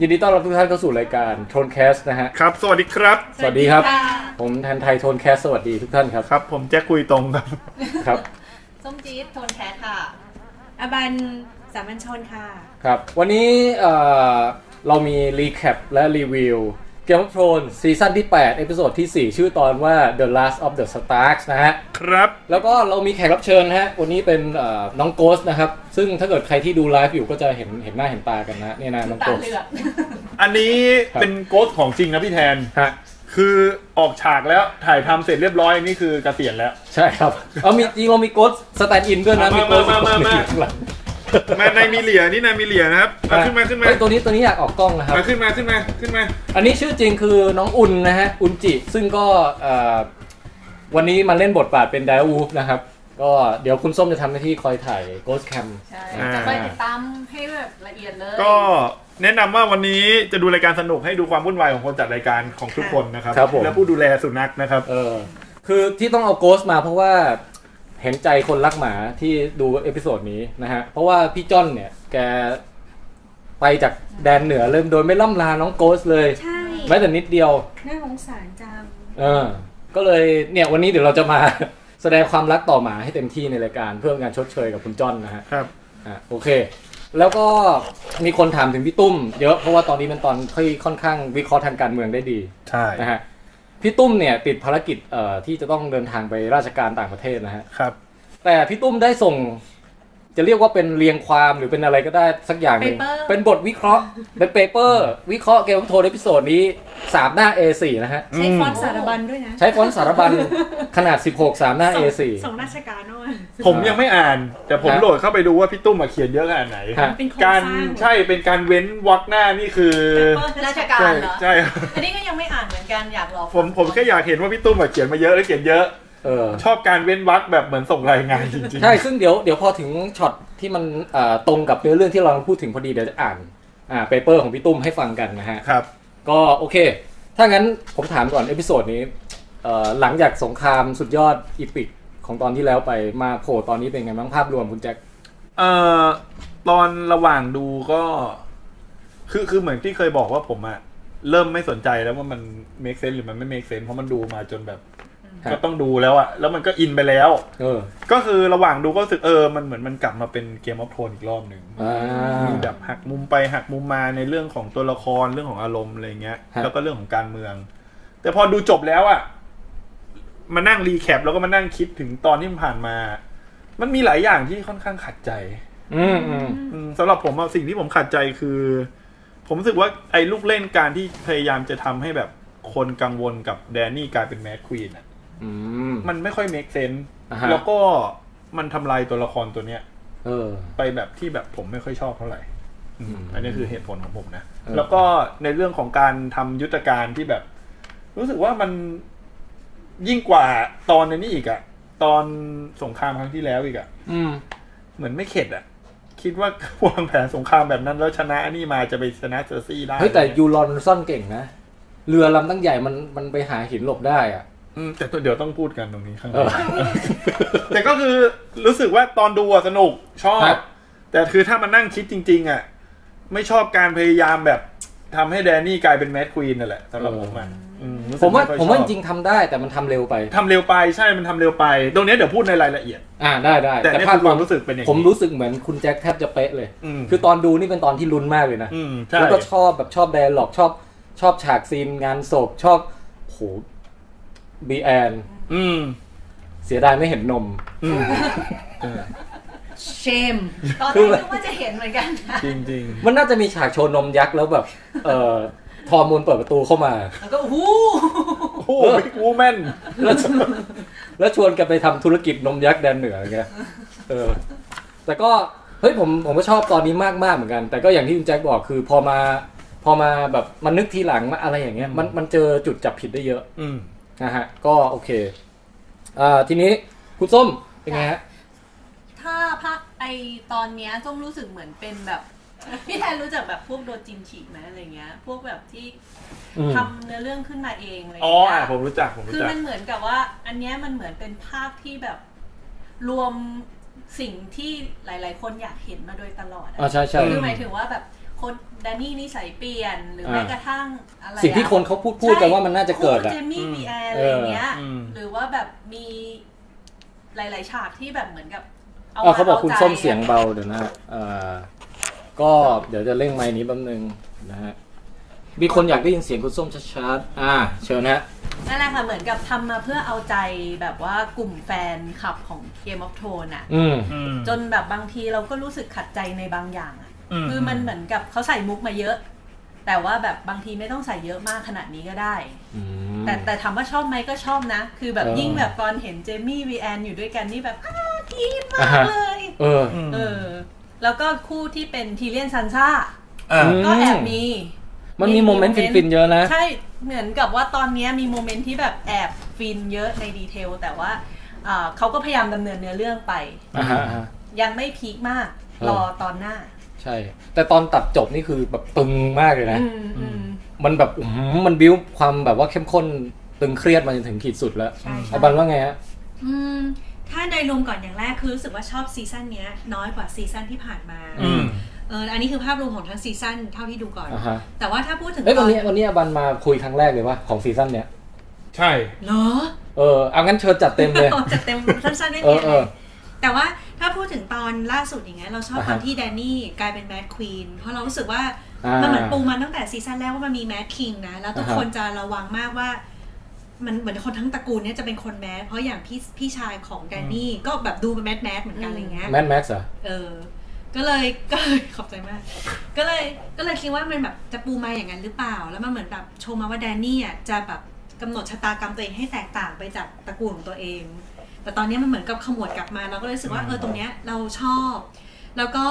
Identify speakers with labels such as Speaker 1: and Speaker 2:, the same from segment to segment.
Speaker 1: ยินดีต้อนรับทุกท่านเข้าสู่รายการโทนแคสนะฮะ
Speaker 2: ครับ สวัสดีครับ
Speaker 1: สวัสดีครับ ผมแทนไทยโทนแคสสวัสดีทุกท่านครับ
Speaker 2: ครับ ผมแจ็คคุยตรงครับ
Speaker 1: ครับ
Speaker 3: ส้มจี๊ดโทนแคทค่ะ
Speaker 4: อบันสามัญชนค่ะ
Speaker 1: ครับ วันนี้เอ่อเรามีรีแคปและรีวิว Game of Thrones ซีซั่นที่ 8 เอพิโซดที่ 4 ชื่อตอนว่า The Last of the Starks นะฮะ
Speaker 2: ครับ
Speaker 1: แล้วก็เรามีแขกรับเชิญนะฮะ วันนี้เป็นเอ่อน้องโกสนะครับ ซึ่งถ้าเกิดใครที่ดูไลฟ์อยู่ก็จะเห็นเห็นหน้าเห็นตากันนะ เนี่ยนะน้อง
Speaker 3: ตา
Speaker 1: โกส
Speaker 3: เหลือก
Speaker 2: อันนี้
Speaker 1: ครับ
Speaker 2: เป็นโกสของจริงนะพี่แทน
Speaker 1: ฮะ
Speaker 2: คือออกฉากแล้วถ่ายทำเสร็จเรียบร้อยนี่คือเกษียณแล้ว
Speaker 1: ใช่ครับ เอามีจริงเรามีโกสสแตนด์อินด้วยนะ
Speaker 2: มา
Speaker 1: มี
Speaker 2: มา
Speaker 1: โกส
Speaker 2: มามามา มาในมีเหลียนี่นายมีเหลียนะครับมาขึ้นมาขึ้นมา
Speaker 1: เฮ้ยตัวนี้ตัวนี้อยากออกกล้องนะครับ
Speaker 2: มาขึ้นมาขึ้นมาขึ้นมา
Speaker 1: อันนี้ชื่อจริงคือน้องอุ่นนะฮะ อุ่นจิ ซึ่งก็เอ่อวันนี้มาเล่นบทบาทเป็นไดอาวูฟนะครับ ก็เดี๋ยวคุณส้มจะทำหน้าที่คอยถ่ายโกสแคม
Speaker 3: ใช่
Speaker 2: อ่า
Speaker 3: จะไปติดตามให้แบบละเอียดเลย
Speaker 2: ก็แนะนำว่าวันนี้จะดูรายการสนุกให้ดูความวุ่นวายของคนจัดรายการของทุกคนนะครับ
Speaker 1: ครับผม
Speaker 2: และผู้ดูแลสุนัขนะครับ
Speaker 1: เออคือที่ต้องเอาโกสมาเพราะว่าเห็นใจคนรักหมาที่ดูเอพิโซดนี้นะฮะ เพราะว่าพี่จ้อนเนี่ย แกไปจากแดนเหนือเริ่มโดยไม่ล่ำลาน้องโกสเลย
Speaker 4: ใช่
Speaker 1: แม้แต่นิดเดียว
Speaker 4: น่าสงสารจัง
Speaker 1: เออ ก็เลยเนี่ยวันนี้เดี๋ยวเราจะ มา แสดงความรักต่อหมาให้เต็มที่ในรายการเพื่อเป็นการชดเชยกับคุณจ้อนนะฮะ
Speaker 2: ครับ
Speaker 1: อ่ะโอเค แล้วก็มีคนถามถึงพี่ตุ้มเยอะเพราะว่าตอนนี้เป็นตอนค่อยค่อนข้างวิเคราะห์ทางการเมืองได้ดี
Speaker 2: ใช่
Speaker 1: นะฮะพี่ตุ้มเนี่ยติดภารกิจเอ่อที่จะต้องเดินทางไปราชการต่างประเทศนะฮะ
Speaker 2: ครับ
Speaker 1: แต่พี่ตุ้มได้ส่ง จะเรียกว่าเป็นเรียงความหรือเป็นอะไรก็ได้สักอย่างหนึ่งเป็นบทวิเคราะห์เป็นเปเปอร์ วิเคราะห์เกมโทรเอพิโซดนี้สามหน้า A4 นะฮะ
Speaker 4: ใช้ฟอนต์สารบัญด้วยนะ
Speaker 1: ใช้ฟอนต์สารบัญขนาด 16สามหน้า
Speaker 4: สอง
Speaker 1: A4
Speaker 4: สองราชการเนอะ
Speaker 2: ผมยังไม่อ่าน แต่ผม
Speaker 1: ฮะ
Speaker 2: โหลดเข้าไปดูว่าพี่ตุ้มมาเขียนเยอะขนาดไหน
Speaker 1: ฮะ
Speaker 4: เป็นโครง
Speaker 2: การ
Speaker 4: สร้าง
Speaker 2: ใช่เป็นการเว้นวรรคหน้านี่คือ
Speaker 3: ราชการ
Speaker 2: ใช่
Speaker 3: เหรอ
Speaker 2: ใช่
Speaker 3: อันนี้ก็ยังไม่อ่านเหมือนกันอยากรอ
Speaker 2: ผมผมแค่อยากเห็นว่าพี่ตุ้มอะเขียนมาเยอะและเขียนเยอะ
Speaker 1: เออ
Speaker 2: ชอบการเว้นวรรคแบบเหมือนส่งรายงานจริงๆ
Speaker 1: ใช่ ซึ่งเดี๋ยวเดี๋ยวพอถึงช็อตที่มันเอ่อตรงกับเนื้อเรื่องที่เรากำลังพูดถึงพอดีเดี๋ยวจะอ่านอ่าเปเปอร์ของพี่ตุ้มให้ฟังกันนะฮะ
Speaker 2: ครับ
Speaker 1: ก็โอเค ถ้างั้นผมถามก่อนเอพิโซดนี้เอ่อหลังจากสงครามสุดยอดอีปิกของตอนที่แล้วไปมาโผล่ตอนนี้เป็นไงบ้างภาพรวมคุณแจ็ค
Speaker 2: เอ่อตอนระหว่างดูก็ คือคือเหมือนที่เคยบอกว่าผมอะเริ่มไม่สนใจแล้วว่ามัน make sense หรือมันไม่ make sense เพราะมันดูมาจนแบบ
Speaker 1: ครับ
Speaker 2: ก็ต้องดูแล้วอะแล้วมันก็อินไปแล้ว
Speaker 1: เออ
Speaker 2: ก็คือระหว่างดูก็รู้สึกเออมันเหมือนมันกลับมาเป็นเกมออฟโทนอีกรอบหนึ่ง
Speaker 1: อ่า
Speaker 2: มีแบบหักมุมไปหักมุมมาในเรื่องของตัวละครเรื่องของอารมณ์อะไรเงี้ย
Speaker 1: ฮะ
Speaker 2: แล้วก็เรื่องของการเมือง แต่พอดูจบแล้วอะมานั่งรีแคปแล้วก็มานั่งคิดถึงตอนที่มันผ่านมา มันมีหลายอย่างที่ค่อนข้างขัดใจ
Speaker 1: อืมอืม
Speaker 2: อืมสำหรับผมอะสิ่งที่ผมขัดใจคือ ผมรู้สึกว่าไอ้ลูกเล่นการที่พยายามจะทำให้แบบคนกังวลกับแดนนี่กลายเป็นแมดควีนอะ
Speaker 1: อืม
Speaker 2: มันไม่ค่อยเมคเซนส์
Speaker 1: อ่าฮะ
Speaker 2: แล้วก็มันทำลายตัวละครตัวเนี้ย
Speaker 1: เออ
Speaker 2: ไปแบบที่แบบผมไม่ค่อยชอบเท่าไหร่อืม
Speaker 1: อืม
Speaker 2: อันนี้คือเหตุผลของผมนะ
Speaker 1: เออ
Speaker 2: แล้วก็ในเรื่องของการทำยุทธการที่แบบ รู้สึกว่ามันยิ่งกว่าตอนในนี้อีกอะตอนสงครามครั้งที่แล้วอีกอะ
Speaker 1: อืม
Speaker 2: เหมือนไม่เข็ดอะคิดว่าวางแผนสงครามแบบนั้น แล้วชนะอันนี้มาจะไปชนะเซอร์ซี่ได้
Speaker 1: เฮ้ยแต่ยูรอนซ่อนเก่งนะ เรือลำตั้งใหญ่มันมันไปหาหินหลบได้อ่ะ
Speaker 2: อืมแต่เดี๋ยวต้องพูดกันตรงนี้ข้างห
Speaker 1: เอ
Speaker 2: ลั
Speaker 1: อ
Speaker 2: ง แต่ก็คือรู้สึกว่าตอนดูอะสนุกชอบ
Speaker 1: ครับ
Speaker 2: แต่คือถ้ามันนั่งคิดจริง ๆ อ่ะ ไม่ชอบการพยายามแบบทำให้แดนนี่กลายเป็นแมดควีนนั่นแหละสำหรับ
Speaker 1: เออ
Speaker 2: ผมอ่ะอืรู้สึ
Speaker 1: ผ
Speaker 2: ก
Speaker 1: มว่า
Speaker 2: ไค่อย
Speaker 1: ผมว่าจ
Speaker 2: ชอบ
Speaker 1: ริงๆทำได้แต่มันทำเร็วไป
Speaker 2: ทำเร็วไปใช่มันทำเร็วไป ตรงเนี้ยเดี๋ยวพูดในรายละเอียด
Speaker 1: อ่าได้ได้
Speaker 2: แต่ใน
Speaker 1: ภาพร
Speaker 2: คว วาม มรู้สึกเป็นอย่างนี้
Speaker 1: ผมรู้สึกเหมือนคุณแจ็คแทบจะเป๊ะเลย
Speaker 2: อืม
Speaker 1: คือตอนดูนี่เป็นตอนที่ลุ้นมากเลยนะ
Speaker 2: อืมใช่
Speaker 1: แล้วก็ชอบแบบชอบแดร์ล็อกชอบชอบฉากซีนงานศพชอบโหบีแอน
Speaker 2: อืม
Speaker 1: เสียดายไม่เห็นนม
Speaker 2: อืม
Speaker 4: เชม
Speaker 3: ตอนแรกนึกว่าจะเห็นเหมือนกันนะ
Speaker 2: จริงจริง
Speaker 1: มันน่าจะมีฉากโชว์นมยักษ์แล้วแบบ เอ่อทอร์มูลเปิดประตูเข้ามา
Speaker 3: แล้วก็หู
Speaker 2: ๆโอ้โหบิ๊กวูแมน
Speaker 1: แล้วแล้วชวนกันไปทำธุรกิจนมยักษ์แดนเหนือไงเออ แต่ก็เฮ้ยผมผมก็ชอบตอนนี้มากมากๆเหมือนกัน แต่ก็อย่างที่คุณแจ็คบอกคือพอมา พอมาแบบมันนึกทีหลังมาอะไรอย่างเงี้ยมันมันเจอจุดจับผิดได้เยอะ
Speaker 2: อืม
Speaker 1: นะฮะ ก็โอเคอ่าทีนี้คุณส้มเป็นไงฮะ
Speaker 5: ถ้าภาคไอตอนเนี้ยส้มรู้สึกเหมือนเป็นแบบ พี่แทนรู้จักแบบพวกโดจินฉีไหมอะไรเงี้ย พวกแบบที่
Speaker 1: อืม
Speaker 5: ทำเนื้อเรื่องขึ้นมาเองอะไร
Speaker 2: อ๋อ
Speaker 5: เงี้
Speaker 2: อ่ะ
Speaker 5: ย
Speaker 2: ผมรู้จักผมรู้
Speaker 5: คือ
Speaker 2: จัก
Speaker 5: มันเหมือนกับว่า อันเนี้ยมันเหมือนเป็นภาคที่แบบรวมสิ่งที่หลาย ๆ คนอยากเห็นมาโดยตลอดอะ
Speaker 1: อ่าใช่ใช่
Speaker 5: คือหมายถึงว่าแบบคนแดนนี่นิสัยเปลี่ยนหรืออา แม้กระทั่งอะไรอะ
Speaker 1: สิ่งที่คนเขาพูดพูดกันว่ามันน่าจะเกิด
Speaker 5: ใช่
Speaker 1: อะ
Speaker 5: คู่เจมี่
Speaker 2: อืม
Speaker 5: บีแอร์อะไรเงี้ย
Speaker 2: อืม
Speaker 5: หรือว่าแบบมีหลาย ๆ ฉากที่แบบเหมือนกับ
Speaker 1: อ่ะเขาบอก
Speaker 5: ม
Speaker 1: คุณ
Speaker 5: ใจ
Speaker 1: ส้มเสียงเบาเดี๋ยวนะฮะเอ่อก็เดี๋ยวจะเร่งไมค์นี้แป๊บนึงนะฮะ มีคนอยากได้ยินเสียงคุณส้มชัดๆ อ่า เชิญนะฮะ
Speaker 5: นั่นแหละค่ะเหมือนกับทำมาเพื่อเอาใจแบบว่ากลุ่มแฟนคลับของ Game of Thrones อะ
Speaker 1: อืม
Speaker 2: อืม
Speaker 5: จนแบบบางทีเราก็รู้สึกขัดใจในบางอย่างอะ
Speaker 2: อืม
Speaker 5: คือมันเหมือนกับเขาใส่มุกมาเยอะ แต่ว่าแบบบางทีไม่ต้องใส่เยอะมากขนาดนี้ก็ได้
Speaker 1: อืม
Speaker 5: แต่แต่ถามว่าชอบไหมก็ชอบนะ คือแบบ
Speaker 1: เออ
Speaker 5: ยิ่งแบบตอนเห็นเจมี่วีแอนอยู่ด้วยกันนี่แบบอ้าวกรี๊ดมากเลย
Speaker 1: เออ
Speaker 2: ม
Speaker 5: เออ แล้วก็คู่ที่เป็นทีเลียนซันซ่า
Speaker 2: อ่ะ
Speaker 1: อืม
Speaker 5: ก็แอบมี
Speaker 1: มันมีโมเมนต์ฟินๆ เยอะนะ
Speaker 5: ใช่เหมือนกับว่าตอนเนี้ยมีโมเมนต์ที่แบบแอบฟินเยอะในดีเทล แต่ว่าอ่าเขาก็พยายามดำเนินเนื้อเรื่องไป
Speaker 1: อ่าฮะอ่าฮะ
Speaker 5: ยังไม่พีคมาก
Speaker 1: เออ
Speaker 5: รอตอนหน้า
Speaker 1: ใช่ แต่ตอนตัดจบนี่คือแบบตึงมากเลยนะ
Speaker 5: อืมอืม
Speaker 1: มันแบบอื้อหือมันบิ้วความแบบว่าเข้มข้นตึงเครียดมาจนถึงขีดสุดแล้ว
Speaker 4: ใช่ใช่
Speaker 1: อาบันว่าไงฮะ
Speaker 4: อืมถ้าโดยรวมก่อนอย่างแรกคือรู้สึกว่าชอบซีซั่นเนี้ยน้อยกว่าซีซั่นที่ผ่านมา
Speaker 1: อืม
Speaker 4: เอออันนี้คือภาพรวมของทั้งซีซั่นเท่าที่ดูก่อน
Speaker 1: อ่าฮะ
Speaker 4: แต่ว่าถ้าพูดถึง
Speaker 1: เอ้ย
Speaker 4: ต
Speaker 1: วั
Speaker 4: อน น
Speaker 1: นี้วันนี้อาบันมาคุยครั้งแรกเลยว่าของซีซั่นเนี้ย
Speaker 2: ใช่
Speaker 4: เหรอ
Speaker 1: เออ เอางั้นเชิญจัดเต็มเลย
Speaker 4: จัดเต็มสั้นๆไม่
Speaker 1: เอ
Speaker 4: เปลี่
Speaker 1: อย
Speaker 4: น
Speaker 1: เอ
Speaker 4: เล
Speaker 1: อ
Speaker 4: ยแต่ว่าถ้าพูดถึงตอนล่าสุดอย่างเงี้ยเราชอบ
Speaker 1: อ่า
Speaker 4: ต
Speaker 1: ฮะ
Speaker 4: อนที่แดนนี่กลายเป็นแมดควีนเพราะเรารู้สึกว่า
Speaker 1: อ่ามั
Speaker 4: มันเหมือนปูมาตั้งแต่ซีซั่นแรกว่ามันมีแมดคิงนะ แล้วทุก
Speaker 1: อ่าฮะ
Speaker 4: คนจะระวังมากว่า มันเหมือนคนทั้งตระกูลเนี่ยจะเป็นคนแมสเพราะอย่างพี่พี่ชายของแดนนี่ก็แบบดูเป็นแมสแมสเหมือนกันอะไรเงี้ย
Speaker 1: แมทแม็กซ์เหรอ
Speaker 4: เออ ก็เลย ก็เลยขอบใจมาก ก็เลยก็เลยคิดว่ามันแบบจะปูมาอย่างนั้นหรือเปล่า แล้วมันเหมือนแบบโชว์มาว่าแดนนี่อ่ะจะแบบกำหนดชะตากรรมตัวเองให้แตกต่างไปจากตระกูลของตัวเอง แต่ตอนนี้มันเหมือนกับขมวดกลับมาเราก็เลยรู้สึกว่าเออตรงเนี้ยเราชอบ แล้วก็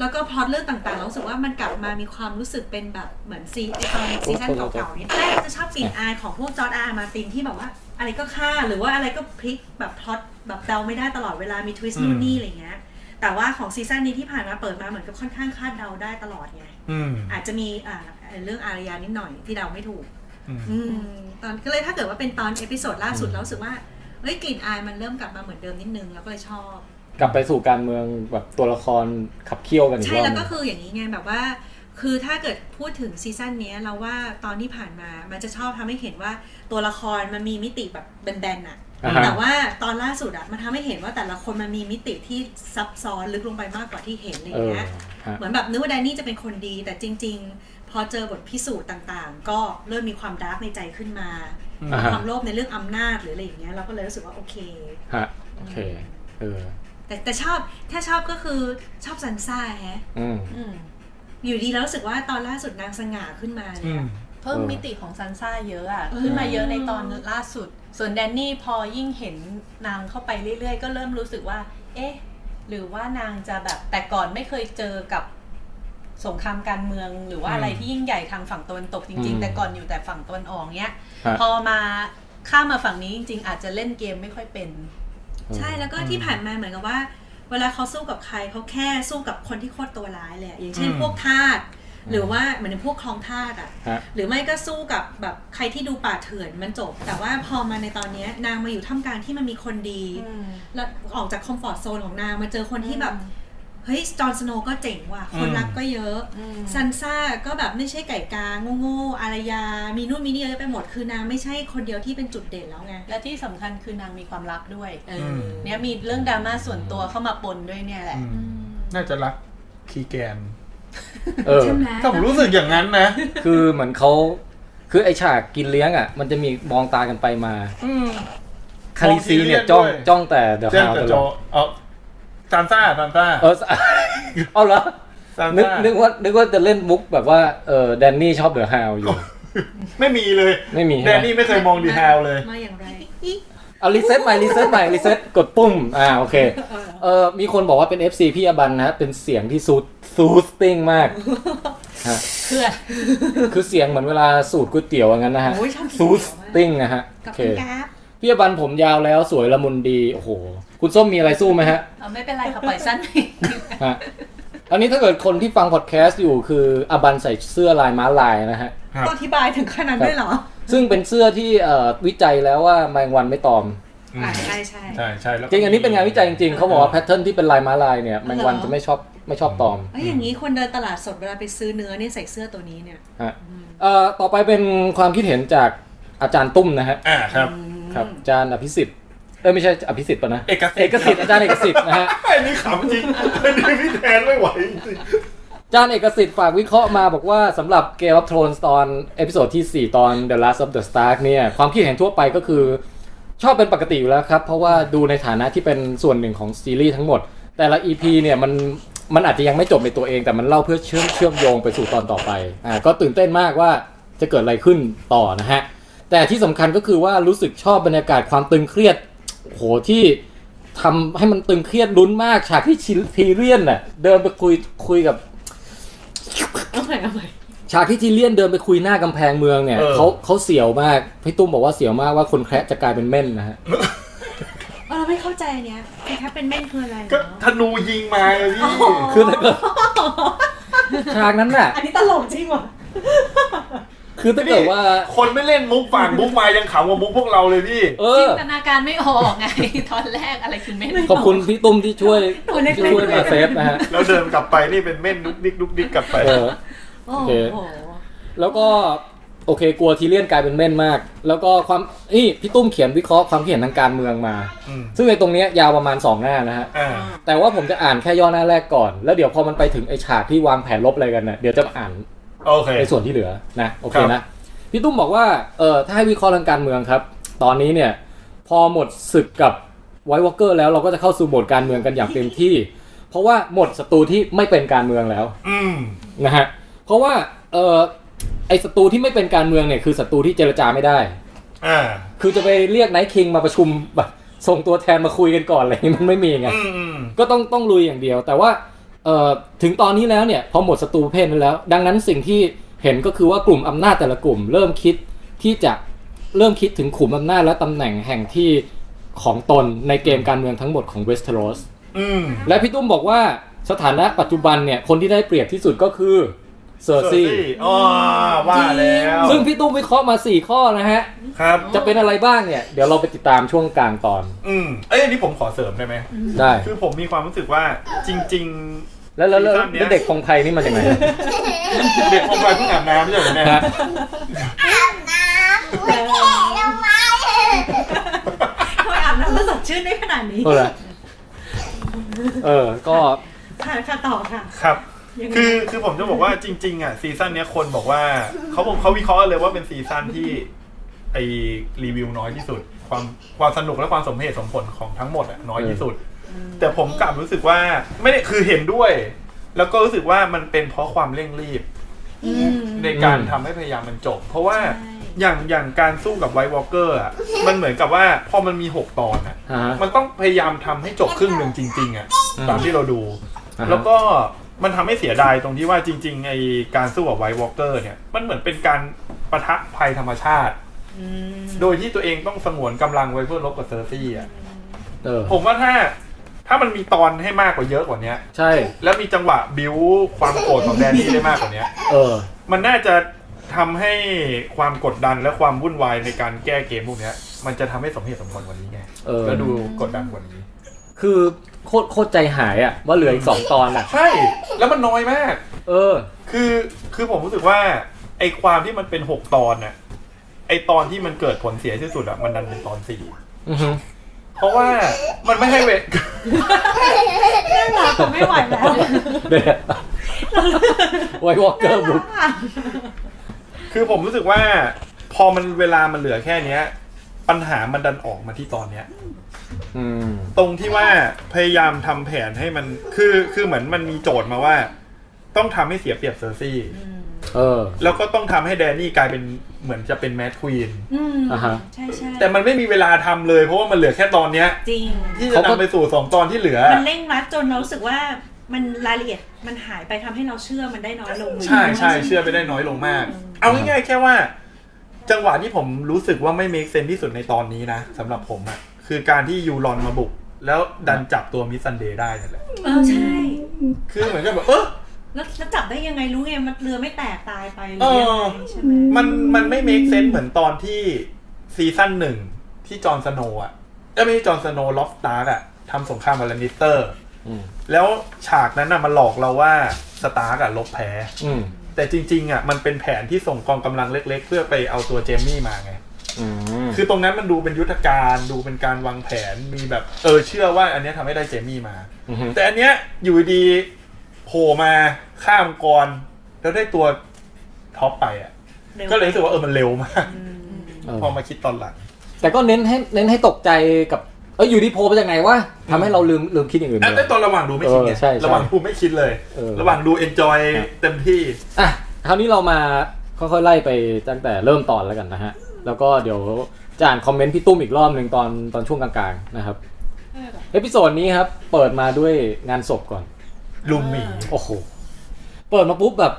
Speaker 4: แล้วก็พล็อตเรื่องต่างๆเรารู้สึกว่ามันกลับมามีความรู้สึกเป็นแบบเหมือนซีไอ้ตอนซีซั่นเก่าๆเนี่ยแรกจะชอบกลิ่นอายของพวกจอร์ดอาร์มาร์ตินที่แบบว่า อะไรก็ฆ่าหรือว่าอะไรก็พลิกแบบพล็อตแบบเดาไม่ได้ตลอดเวลามีทวิสต์นู่นนี่อะไรอย่างเงี้ย แต่ว่าของซีซั่นนี้ที่ผ่านมาเปิดมาเหมือนกับค่อนข้างคาดเดาได้ตลอดไง
Speaker 2: อืม
Speaker 4: อาจจะมีอ่าเรื่องอารยานิดหน่อยที่เดาไม่ถูก
Speaker 2: อืม
Speaker 4: อืมตอนก็เลยถ้าเกิดว่าเป็นตอนเอพิโซดล่าสุดแล้วรู้สึกว่าเฮ้ยกลิ่นอายมันเริ่มกลับมาเหมือนเดิมนิดนึงแล้วก็เลยชอบ
Speaker 1: กลับไปสู่การเมืองแบบตัวละครขับเคี่ยวกันอีกร
Speaker 4: ใช่
Speaker 1: อบห
Speaker 4: แล้ว
Speaker 1: นึ่
Speaker 4: ก็
Speaker 1: ง
Speaker 4: คืออย่างนี้ไงแบบว่า คือถ้าเกิดพูดถึงซีซั่นเนี้ยเราว่าตอนที่ผ่านมามันจะชอบทำให้เห็นว่าตัวละครมันมีมิติแบบแบนๆอะ
Speaker 1: อ่าฮะ
Speaker 4: แต่ว่าตอนล่าสุดอะมันทำให้เห็นว่าแต่ละคนมันมีมิติที่ซับซ้อนลึกลงไปมากกว่าที่เห็นอะไรอ
Speaker 1: เอย่าง อ
Speaker 4: เงี้ย
Speaker 1: ฮะ
Speaker 4: เหมือนแบบนึกว่าแดนนี่จะเป็นคนดีแต่จริง ๆ พอเจอบทพิสูจน์ต่างๆ ก็เริ่มมีความดาร์กในใจขึ้นมา
Speaker 1: อ่าฮะ
Speaker 4: ความโลภในเรื่องอำนาจหรืออะไรอย่างเงี้ยเราก็เลยรู้สึกว่าโอเค
Speaker 1: ฮะโอเคเออ
Speaker 4: แต่แต่ชอบถ้าชอบก็คือชอบซันซ่าแฮะ
Speaker 1: อืม
Speaker 5: อืม
Speaker 4: อยู่ดีแล้วรู้สึกว่าตอนล่าสุดนางสง่าขึ้นมาเลยอะ
Speaker 5: เพิ่ม
Speaker 1: เออ
Speaker 5: มิติของซันซ่าเยอะอะ
Speaker 4: เออ
Speaker 5: ขึ้นมาเยอะในตอนล่าสุด ส่วนแดนนี่พอยิ่งเห็นนางเข้าไปเรื่อยๆ ก็เริ่มรู้สึกว่า เอ๊ะ หรือว่านางจะแบบแต่ก่อนไม่เคยเจอกับสงครามการเมือง หรือว่าอะไร
Speaker 2: อืม
Speaker 5: ที่ยิ่งใหญ่ทางฝั่งตะวันตกจริง
Speaker 1: อืม
Speaker 5: ๆ แต่ก่อนอยู่แต่ฝั่งตะวันออกเนี้ย
Speaker 1: ฮะ
Speaker 5: พอมาข้ามมาฝั่งนี้จริงๆ อาจจะเล่นเกมไม่ค่อยเป็น
Speaker 4: ใช่แล้วก็ที่ผ่านมาเหมือนกับว่า เวลาเขาสู้กับใครเขาแค่สู้กับคนที่โคตรตัวร้ายเลยอะอย่างเช่น
Speaker 2: อืม
Speaker 4: พวกทาสหรือว่าเหมือนพวกคลองทาสอ่ะ
Speaker 1: ฮะ
Speaker 4: หรือไม่ก็สู้กับแบบใครที่ดูป่าเถื่อนมันจบ แต่ว่าพอมาในตอนเนี้ยนางมาอยู่ท่ามกลางที่มันมีคนดี แล้วออกจากคอมฟอร์ตโซนของนางมาเจอคนที่แบบ เฮ้ยจอห์นสโนว์ก็เจ๋งว่ะ คนรักก็เยอะ
Speaker 5: อืม
Speaker 4: ซันซ่าก็แบบไม่ใช่ไก่กาโง่ๆอารยา มีนู่นมีนี่เยอะไปหมด คือนางไม่ใช่คนเดียวที่เป็นจุดเด่นแล้วไง
Speaker 5: และที่สำคัญคือนางมีความรักด้วย
Speaker 4: เอ
Speaker 2: อื
Speaker 4: อ
Speaker 2: ม
Speaker 5: เนี่ยมีเรื่องดราม่าส่วนตัวเข้ามาปนด้วยเนี่ยแหละ
Speaker 2: อืม
Speaker 4: อืม
Speaker 2: น่าจะรักคีแกน
Speaker 1: เออ
Speaker 4: ใช่ไหม
Speaker 2: ถ้าผมรู้สึกอย่างนั้นนะ
Speaker 1: คือเหมือนเขาคือไอฉากกินเลี้ยงอ่ะ มันจะมีมองตากันไปมา
Speaker 2: อืม
Speaker 1: คาริซีเนี่ย
Speaker 2: มองทีเดียว
Speaker 1: จ้อง
Speaker 2: ด้วย
Speaker 1: จ้องแต่เดอะ
Speaker 2: เจ้า
Speaker 1: ฮาว
Speaker 2: กับ
Speaker 1: ต
Speaker 2: จ
Speaker 1: ลอด
Speaker 2: อเอาซานซ่าซานซ่า
Speaker 1: เออ เอาเหรอ
Speaker 2: ซาน
Speaker 1: นึก
Speaker 2: ซ่า
Speaker 1: นึกว่านึกว่าจะเล่นมุกแบบว่าเออแดนนี่ชอบเดอะฮาวอยู่
Speaker 2: ไม่มีเลย
Speaker 1: ไม่มี
Speaker 2: แด
Speaker 1: ใช่
Speaker 2: น
Speaker 1: ไหม
Speaker 2: นี่ไม่เคยมองดีฮาวเลย
Speaker 4: มาอย่างไร
Speaker 1: เอารีเซ็ตใหม่รีเซ็ตใหม่รีเซ็ตกดปุ่มอ่าโอเคเออมีคนบอกว่าเป็น FC พี่อบันนะ เป็นเสียงที่ซูดซูสติ้งมากฮะ
Speaker 3: เพื่อน
Speaker 1: คือเสียงเหมือนเวลาสูตรก๋วยเตี๋ยวอย่างนั้นนะฮะ
Speaker 4: โอ้ยชอบกิน
Speaker 1: ซูส
Speaker 4: เตี๋ยวมาก
Speaker 1: ติ้งนะฮะโอ
Speaker 4: กับ
Speaker 1: เค
Speaker 4: คุณกราฟ
Speaker 1: พี่อบันผมยาวแล้วสวยละมุนดี โอ้โห คุณส้มมีอะไรสู้ไหมฮะ
Speaker 3: เอาไม่เป็นไรค่ะปล่อยสั้นไป
Speaker 1: ฮะอันนี้ถ้าเกิดคนที่ฟังพอดแคสต์อยู่คืออบันใส่เสื้อลายม้าลายนะฮะ
Speaker 2: ครับ
Speaker 4: ต้องอธิบายถึงขนาดด้วยเหรอ
Speaker 1: ซึ่งเป็นเสื้อที่เอ่อวิจัยแล้วว่าแมงวันไม่ตอม
Speaker 2: อืม
Speaker 4: อ่ะใช่ใช่
Speaker 2: ใช่ใช่แล้วก็
Speaker 1: จริงอันนี้เป็นงานวิจัยจริงๆเขาบอกว่าแพทเทิร์นที่เป็นลายม้าลายเนี่ยแมงวันจะไม่ชอบไม่ชอบตอม
Speaker 4: เอ้ยอย่างนี้คนเดินตลาดสดเวลาไปซื้อเนื้อเนี่ยใส่เสื้อตัวนี้เนี่ย
Speaker 1: ฮะเอ่อต่อไปเป็นความคิดเห็นจากอาจารย์ตุ้มนะฮะ
Speaker 2: อ่าครับ
Speaker 1: ครับอาจารย์อภิสิทธิ์เออไม่ใช่อภิสิทธิ์ปะนะ
Speaker 2: เอกสิทธิ์
Speaker 1: เอกสิทธิ์อาจารย์เอกสิทธิ์นะฮะ
Speaker 2: อันนี้ขำจริงอันนี้พี่แทนไม่ไหวจริง
Speaker 1: อาจารย์เอกสิทธิ์ฝากวิเคราะห์มาบอกว่าสำหรับเกมวั t โทนตอนเอพิโซดที่ 4 ตอน The Last of the Stark เนี่ยความคิดเห็นทั่วไปก็คือ ชอบเป็นปกติอยู่แล้วครับ เพราะว่าดูในฐานะที่เป็นส่วนหนึ่งของซีรีส์ทั้งหมด แต่ละ EP เนี่ยมันมันอาจจะยังไม่จบในตัวเอง แต่มันเล่าเพื่อเชื่อมเชื่อมโยงไปสู่ตอนต่อไปอ่าก็ตื่นเต้นมากว่าจะเกิดอะไรขึ้นต่อนะฮะ แต่ที่สำคัญก็คือว่ารู้สึกชอบบรรยากาศความตึงเครียดโหที่ ทำให้มันตึงเครียดลุ้นมากฉากที่ชิทีเรียนน่ะเดินไปคุยคุยกับ
Speaker 4: เอาใหม่เอาใหม่
Speaker 1: ฉากที่ทีเรียนเดินไปคุยหน้ากำแพงเมืองเนี่ย
Speaker 2: เออ
Speaker 1: เขาเขาเสียวมากพี่ตุ้มบอกว่าเสียวมากว่าคนแคระจะกลายเป็นเม่นนะฮะ
Speaker 4: เออเราไม่เข้าใจอันเนี้ยไอ้แคปเป็นเม่นคืออะไร
Speaker 2: ก็
Speaker 4: เนาะ
Speaker 2: ธนูยิงมาเลยพี่
Speaker 1: คือถ้าเกิดฉากนั้นน่ะ
Speaker 4: อันนี้ตลกจริงว่ะ
Speaker 1: คือถ้าเกิดว่า
Speaker 2: คนไม่เล่นมุกฝั่งมุกมายังขำกว่ามุกพวกเราเลยพี่
Speaker 1: เอ
Speaker 3: จิ
Speaker 1: อน
Speaker 3: ตนาการไม่ออกไงตอนแรกอะไรคือไม่รู้
Speaker 1: ขอบคุณพี่ตุ้มที่ช่วย
Speaker 4: ตัวเล็ก
Speaker 1: ที่
Speaker 4: ๆ
Speaker 1: ช่วยมาเซฟนะฮะ
Speaker 2: แล้วเดินกลับไปนี่เป็นเม่นดุกดิกดุกดิกกลับไป
Speaker 1: เออ
Speaker 4: โอ้
Speaker 1: โอ
Speaker 4: โห
Speaker 1: เค แล้วก็โอเคกลัวทีเรียนกลายเป็นเม่นมาก แล้วก็ความนี่พี่ตุ้มเขียนวิเคราะห์ความคิดเห็นทางการเมืองมา
Speaker 2: อืม
Speaker 1: ซึ่งในตรงเนี้ยยาวประมาณสองหน้านะฮะ
Speaker 2: อ่า
Speaker 1: แต่ว่าผมจะอ่านแค่ย่อหน้าแรกก่อน แล้วเดี๋ยวพอมันไปถึงไอฉากที่วางแผนลบอะไรกันเนี่ยเดี๋ยวจะมาอ่าน
Speaker 2: โอเค
Speaker 1: ในส่วนที่เหลือนะโอเค
Speaker 2: ครับ
Speaker 1: นะพี่ตุ้มบอกว่าเออถ้าให้วิเคราะห์ทางการเมืองครับ ตอนนี้เนี่ยพอหมดศึกกับไวท์วอลเกอร์แล้วเราก็จะเข้าสู่โหมดการเมืองกันอย่างเต็มที่ เพราะว่าหมดศัตรูที่ไม่เป็นการเมืองแล้ว
Speaker 2: อืม
Speaker 1: นะฮะเพราะว่าเออไอศัตรูที่ไม่เป็นการเมืองเนี่ยคือศัตรูที่เจรจาไม่ได้
Speaker 2: อ่า
Speaker 1: คือจะไปเรียกไนท์คิงมาประชุมแบบส่งตัวแทนมาคุยกันก่อนอะไรอย่างงี้มันไม่มีไง
Speaker 2: อืมอืม
Speaker 1: ก็ต้องต้องลุยอย่างเดียว แต่ว่าเอ่อถึงตอนนี้แล้วเนี่ยพอหมดศัตรูประเพศนั้นแล้ว ดังนั้นสิ่งที่เห็นก็คือว่ากลุ่มอำนาจแต่ละกลุ่ม เริ่มคิดที่จะเริ่มคิดถึงขุมอำนาจและตำแหน่งแห่งที่ของตนในเกมการเมืองทั้งหมดของเวสเทอรส
Speaker 2: อืม
Speaker 1: และพี่ตุ้มบอกว่าสถานะปัจจุบันเนี่ยคนที่ได้เปรียบที่สุดก็คือเซอร์ซี
Speaker 2: อ๋อว่าแล้ว
Speaker 1: ซึ่งพี่ตุ้มวิเคราะห์มา 4 ข้อนะฮะ
Speaker 2: ครับ
Speaker 1: จะเป็นอะไรบ้างเนี่ยเดี๋ยวเราไปติดตามช่วงกลางตอน
Speaker 2: อืม เอ้ยอันนี้ผมขอเสริมได้ไหม
Speaker 1: ได้
Speaker 2: คือผมมีความรู้สึกว่าจริง
Speaker 1: แล้วแล้วแล้ว
Speaker 2: ซีซั่นเนี้ย
Speaker 1: แล้วเด็กของไทยนี่มันยังไง
Speaker 2: ๆ เด็กของไปเพิ่งอาบน้ำใช่ไหมเนี่ย
Speaker 1: ฮะ
Speaker 4: ทำไมอาบน้ำแล้วสดชื่นได้ขนาดนี้
Speaker 1: เออเหรอเออก็
Speaker 4: ค่ะค่ะต่อค่ะ
Speaker 2: ครับ
Speaker 4: ยังไง
Speaker 2: คือคือผมจะบอกว่าจริง ๆ อ่ะ ซีซั่นเนี้ยคนบอกว่าเขาบอกเขาวิเคราะห์เลยว่าเป็นซีซั่นที่ไอรีวิวน้อยที่สุด ความความสนุกและความสมเหตุสมผลของทั้งหมดอ่ะน้อยที่สุด แต่ผมกลับรู้สึกว่าไม่ได้คือเห็นด้วย แล้วก็รู้สึกว่ามันเป็นเพราะความเร่งรีบ
Speaker 4: อืม
Speaker 2: ในการ
Speaker 1: อืม
Speaker 2: ทำให้พยายามมันจบ เพราะว่า
Speaker 4: ใช่
Speaker 2: อย่างอย่างการสู้กับไวท์วอลเกอร์ อ่ะมันเหมือนกับว่าพอมันมีหกตอนอ่ะ
Speaker 1: อ่าฮะ
Speaker 2: มันต้องพยายามทำให้จบครึ่งหนึ่งจริง ๆอ่ะ
Speaker 1: อืม
Speaker 2: ตามที่เราดู
Speaker 1: อ่าฮะ
Speaker 2: แล้วก็มันทำให้เสียดายตรงที่ว่าจริงๆไอการสู้กับไวท์วอลเกอร์เนี่ยมันเหมือนเป็นการประทะภัยธรรมชาติ
Speaker 4: อืม
Speaker 2: โดยที่ตัวเองต้องสงวนกำลังไว้เพื่อลบกับเซอร์ซี่อ่ะ
Speaker 1: เออ
Speaker 2: ผมว่าถ้าถ้ามันมีตอนให้มากกว่าเยอะกว่าเนี้ย
Speaker 1: ใช่
Speaker 2: แล้วมีจังหวะบิวความโกรธของแดนนี่ได้มากกว่าเนี้ย
Speaker 1: เออ
Speaker 2: มันน่าจะทำให้ความกดดันและความวุ่นวายในการแก้เกมพวกเนี้ย มันจะทำให้สมเหตุสมผลกว่านี้ไง
Speaker 1: เออ
Speaker 2: แล้วดูกดดันกว่านี้
Speaker 1: คือโคตรโคตรใจหายอะว่าเหลืออีกสองตอนอะ
Speaker 2: ใช่ แล้วมันน้อยมาก
Speaker 1: เออ
Speaker 2: คือคือผมรู้สึกว่า ไอความที่มันเป็นหกตอนน่ะไอตอนที่มันเกิดผลเสียที่สุดอะมันดันเป็นตอนสี่
Speaker 1: อือ ฮึ
Speaker 2: เพราะว่ามันไม่ให้เวล
Speaker 4: น่ารักไม่ไหวแล้ว
Speaker 1: เดี๋ยวไววอลเกอร์บุ๊ก
Speaker 4: ค่ะ
Speaker 2: คือผมรู้สึกว่า พอมันเวลามันเหลือแค่เนี้ย ปัญหามันดันออกมาที่ตอนเนี้ย
Speaker 1: อืม
Speaker 2: ตรงที่ว่าพยายามทำแผนให้มันคือคือเหมือนมันมีโจทย์มาว่า ต้องทำให้เสียเปรียบเซอร์ซี่
Speaker 4: อืม
Speaker 1: เออ
Speaker 2: แล้วก็ต้องทำให้แดนนี่กลายเป็นเหมือนจะเป็นแมดควีน
Speaker 4: อืม
Speaker 1: อ่าฮะ
Speaker 4: ใช่ใช่
Speaker 2: แต่มันไม่มีเวลาทำเลยเพราะว่ามันเหลือแค่ตอนเนี้ย
Speaker 4: จริง
Speaker 2: ที่จะนำไปสู่สองตอนที่เหลือ
Speaker 4: มันเร่งรัดจนเรารู้สึกว่ามันรายละเอียดมันหายไปทำให้เราเชื่อมันได้น้อยลง
Speaker 2: ใช่ใช่เชื่อไปได้น้อยลงมาก เอาง่ายๆแค่ว่า จังหวะที่ผมรู้สึกว่าไม่ make sense ที่สุดในตอนนี้นะสำหรับผมอะคือการที่ยูรอนมาบุก แล้วดันจับตัวมิสซันเดย์ได้นั่นแหละ
Speaker 4: เออใช่
Speaker 2: คือเหมือนกับแบบเออ
Speaker 4: แล้วแล้วจับได้ยังไงรู้ไงมันเรือไม่แตกตายไปหรื
Speaker 2: เอ
Speaker 4: อ
Speaker 2: อ
Speaker 4: ยังไงใช่ไหม
Speaker 2: มันมันไม่ make sense เหมือนตอนที่ซีซั่นหนึ่งที่จอห์นสโนว์อะเอ้ยไม่ใช่จอห์นสโนว์ล็อกสตาร์กอะทำสงครามกับแลนนิสเตอร์
Speaker 1: อืม
Speaker 2: แล้วฉากนั้นอะมันหลอกเราว่าสตาร์กอะลบแพ้
Speaker 1: อืม
Speaker 2: แต่จริงๆอะมันเป็นแผนที่ส่งกองกำลังเล็ก ๆ เพื่อไปเอาตัวเจมี่มาไง
Speaker 1: อืม
Speaker 2: คือตรงนั้นมันดูเป็นยุทธการดูเป็นการวางแผนมีแบบเออเชื่อว่าอันเนี้ยทำให้ได้เจมี่มา
Speaker 1: อืม
Speaker 2: แต่อันเนี้ยอยู่ดีๆโผล่มาข้ามกรแล้วได้ตัวท็อปไปอ่ะ
Speaker 4: ร็ว
Speaker 2: ก็เลยรู้สึกว่าเออมันเร็วมาก
Speaker 1: เออ
Speaker 2: พอมาคิดตอนหลัง
Speaker 1: แต่ก็เน้นให้เน้นให้ตกใจกับเอยอยู่ดีโพลไปจากไหนวะทำให้เราลืมลืมคิดอย่างอื่น
Speaker 2: อ่ะ
Speaker 1: ไปเล
Speaker 2: แต่
Speaker 1: ย
Speaker 2: ตอนระหว่างดูไม่คิดไง
Speaker 1: เออใช่ใช่
Speaker 2: ระหว่างดูไม่คิดเลย
Speaker 1: เออ
Speaker 2: ระหว่างดูเอนจอย
Speaker 1: ครับ
Speaker 2: เต็มที่
Speaker 1: อ่ะคราวนี้เรามาค่อยๆไล่ไปตั้งแต่เริ่มตอนแล้วกันนะฮะ แล้วก็เดี๋ยวจะอ่านคอมเมนต์พี่ตุ้มอีกรอบหนึ่งตอนตอนช่วงกลางๆนะครับเอพิโซดนี้ครับ เปิดมาด้วยงานศพก่อน
Speaker 2: ลุมหมี
Speaker 1: โอ้โห เปิดมาปุ๊บแบบ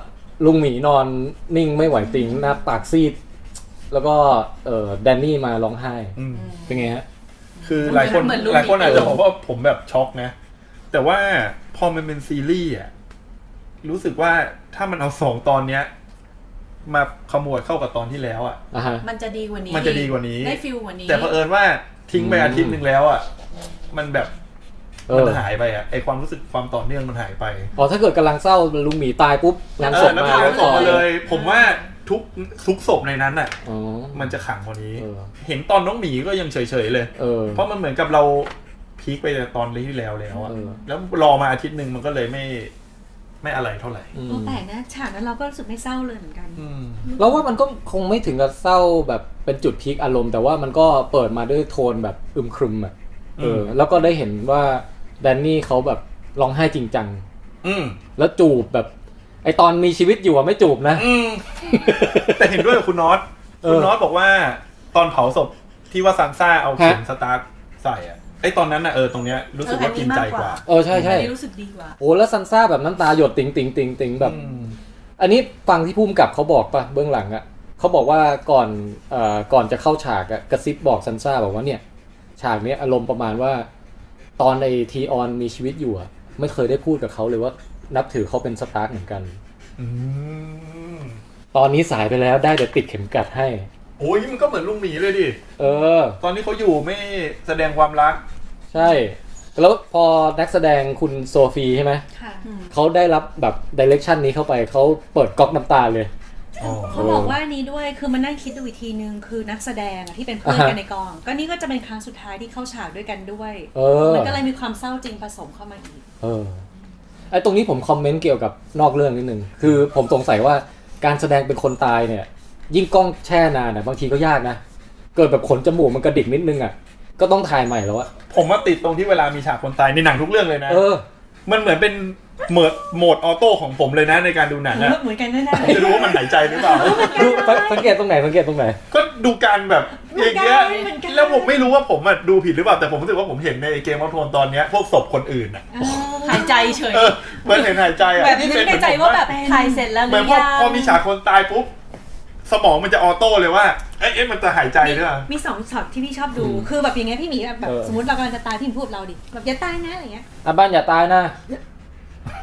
Speaker 1: ลุงหมีนอนนิ่งไม่ไหวติงหน้าปากซีด แล้วก็เอ่อแดนนี่มาร้องไห้
Speaker 2: อืม
Speaker 1: เป็นไงฮะ
Speaker 2: คือหลายคน
Speaker 3: เหมือนลุมหมี
Speaker 2: หลายคนอาจจะบอกว่าผมแบบช็อกนะ แต่ว่าพอมันเป็นซีรีส์อ่ะรู้สึกว่าถ้ามันเอาสองตอนเนี้ย มาขมวดเข้ากับตอนที่แล้วอ่ะ
Speaker 1: อ่ะฮะ
Speaker 3: มันจะดีกว่านี้
Speaker 2: มันจะดีกว่านี้
Speaker 3: ได้ฟิลกว่านี้
Speaker 2: แต่เผอิญว่าทิ้งไป
Speaker 1: อืม
Speaker 2: อาทิตย์หนึ่งแล้วอ่ะมันแบบ
Speaker 1: เอ
Speaker 2: มัน
Speaker 1: อ
Speaker 2: หายไปอ่ะไอความรู้สึกความต่อเนื่องมันหายไป
Speaker 1: อ๋อ ถ้าเกิดกำลังเศร้าลุงหมีตายปุ๊บงาน
Speaker 2: เอ
Speaker 1: ศ
Speaker 2: อ
Speaker 1: พ
Speaker 2: แล้ว
Speaker 1: มา
Speaker 2: พา
Speaker 3: แล้
Speaker 2: ไป
Speaker 3: ว
Speaker 2: ต่อเลย
Speaker 3: เออ
Speaker 2: ผมว่าทุกทุกศพในนั้นอ่ะ
Speaker 1: อ๋อ
Speaker 2: มันจะขังกว่านี้
Speaker 1: เออ
Speaker 2: เห็นตอนน้องหมีก็ยังเฉยๆเลย
Speaker 1: เออ
Speaker 2: เพราะมันเหมือนกับเราพีคไปแต่ตอนที่แล้วแล้วอะ
Speaker 1: เออ
Speaker 2: แล้วรอมาอาทิตย์หนึ่งมันก็เลยไม่ ไม่อะไรเท่าไหร่
Speaker 1: อืม
Speaker 4: โอ้แปลกนะฉากนั้นเราก็รู้สึกไม่เศร้าเลยเหมือนกัน
Speaker 1: เราว่ามันก็คงไม่ถึงกับเศร้าแบบเป็นจุดพีคอารมณ์ แต่ว่ามันก็เปิดมาด้วยโทนแบบอึมครึมอ่ะ เออ แล้วก็ได้เห็นว่าแดนนี่เขาแบบร้องไห้จริงจัง
Speaker 2: อืม
Speaker 1: แล้วจูบแบบ ไอตอนมีชีวิตอยู่อะไม่จูบนะ
Speaker 2: อืมแต่เห็นด้วยกับคุณน็อต
Speaker 1: เออ
Speaker 2: คุณน็อตบอกว่า ตอนเผาศพที่ว่าซันซ่าเอาเข็ม
Speaker 1: ฮะ
Speaker 2: สตาร์ทใส่อะไอตอนนั้นอะเออตรงเนี้ยรู้สึกว่า
Speaker 3: เอออันนี้
Speaker 2: กินใจกว่า
Speaker 3: มากกว่า
Speaker 1: เออใช่ใช่
Speaker 3: อันนี้รู้สึกดีกว่า
Speaker 1: โอ้แล้วซันซ่าแบบน้ำตาหยดติงติงติงติงแบบ
Speaker 2: อืม
Speaker 1: อันนี้ฟังที่พุ่มกับเขาบอกปะเบื้องหลังอะเขาบอกว่าก่อนเอ่อก่อนจะเข้าฉากอะกระซิบบอกซันซ่าบอกว่าเนี่ย ฉากเนี้ยอารมณ์ประมาณว่า ตอนไอทีออนมีชีวิตอยู่อะไม่เคยได้พูดกับเขาเลยว่านับถือเขาเป็นสตาร์คเหมือนกัน
Speaker 2: อืม
Speaker 1: ตอนนี้สายไปแล้วได้แต่ติดเข็มกลัดให้
Speaker 2: โอ้ยมันก็เหมือนลุงหมีเลยดิ
Speaker 1: เออ
Speaker 2: ตอนนี้เขาอยู่ไม่แสดงความรัก
Speaker 1: ใช่ แล้วพอนักแสดงคุณโซฟีใช่ไหม
Speaker 4: ค่ะ
Speaker 1: เขาได้รับแบบดิเรกชันนี้เข้าไปเขาเปิดก๊อกน้ำตาเลย
Speaker 4: เขาบอกว่าอันนี้ด้วยคือมันนั่งคิดดูอีกทีนึงคือนักแสดงอะที่เป็นเพื่อนกันในกอง ก็นี่ก็จะเป็นครั้งสุดท้ายที่เข้าฉากด้วยกันด้วย
Speaker 1: เออ
Speaker 4: มันก็เลยมีความเศร้าจริงผสมเข้ามาอีก
Speaker 1: เออไอตรงนี้ผมคอมเมนต์เกี่ยวกับนอกเรื่องนิดนึง คือผมสงสัยว่าการแสดงเป็นคนตายเนี่ย ยิ่งกล้องแช่นานอะบางทีก็ยากนะ เกิดแบบขนจมูกมันกระดิกนิดนึงอะก็ต้องถ่ายใหม่แล้วอะ
Speaker 2: ผมว่าติดตรงที่เวลามีฉากคนตายในหนังทุกเรื่องเลยนะ
Speaker 1: เออ
Speaker 2: มันเหมือนเป็นโหมดโหมดออโต้ของผมเลยนะในการดูหนังอะ
Speaker 4: เหมือนกันแน่
Speaker 2: จะรู้ว่ามันหายใจหรือเปล่า
Speaker 1: ดูสังสังเกตตรงไหนสังเกตตรงไหน
Speaker 2: ก็ดูการแบบอย่างเงี้ย
Speaker 4: เหมือนกัน
Speaker 2: แล้วผมไม่รู้ว่าผมอะดูผิดหรือเปล่าแต่ผมรู้สึกว่าผมเห็นในเกมวอลโทนตอนเนี้ยพวกศพคนอื่นอะ
Speaker 4: ๆเออ
Speaker 3: หายใจเฉย
Speaker 2: เออเหมือนเห็นหายใจอะ
Speaker 3: แบบ
Speaker 2: ที่
Speaker 3: นึ
Speaker 2: เป็น
Speaker 3: กในใจว่าแบบถ่ายเสร็จแล้วห
Speaker 2: เห
Speaker 3: รื
Speaker 2: มือน
Speaker 3: อ
Speaker 2: พอ
Speaker 3: ยัง
Speaker 2: พอมีฉากคนตายปุ๊บสมองมันจะออโต้เลยว่าเอ๊ะเอ๊ะมันจะหายใจหรือเปล่า
Speaker 4: มีสองช็อตที่พี่ชอบดู
Speaker 1: อืม
Speaker 4: คือแบบอย่างเงี้ยพี่หมีแบบแบบ
Speaker 1: เออ
Speaker 4: สมมติเรากำลังจะตายพี่หมีพูดกับเราดิแบบอย่าตายนะอะไรเงี้ย
Speaker 1: อ่ะบ้านอย่าตายนะ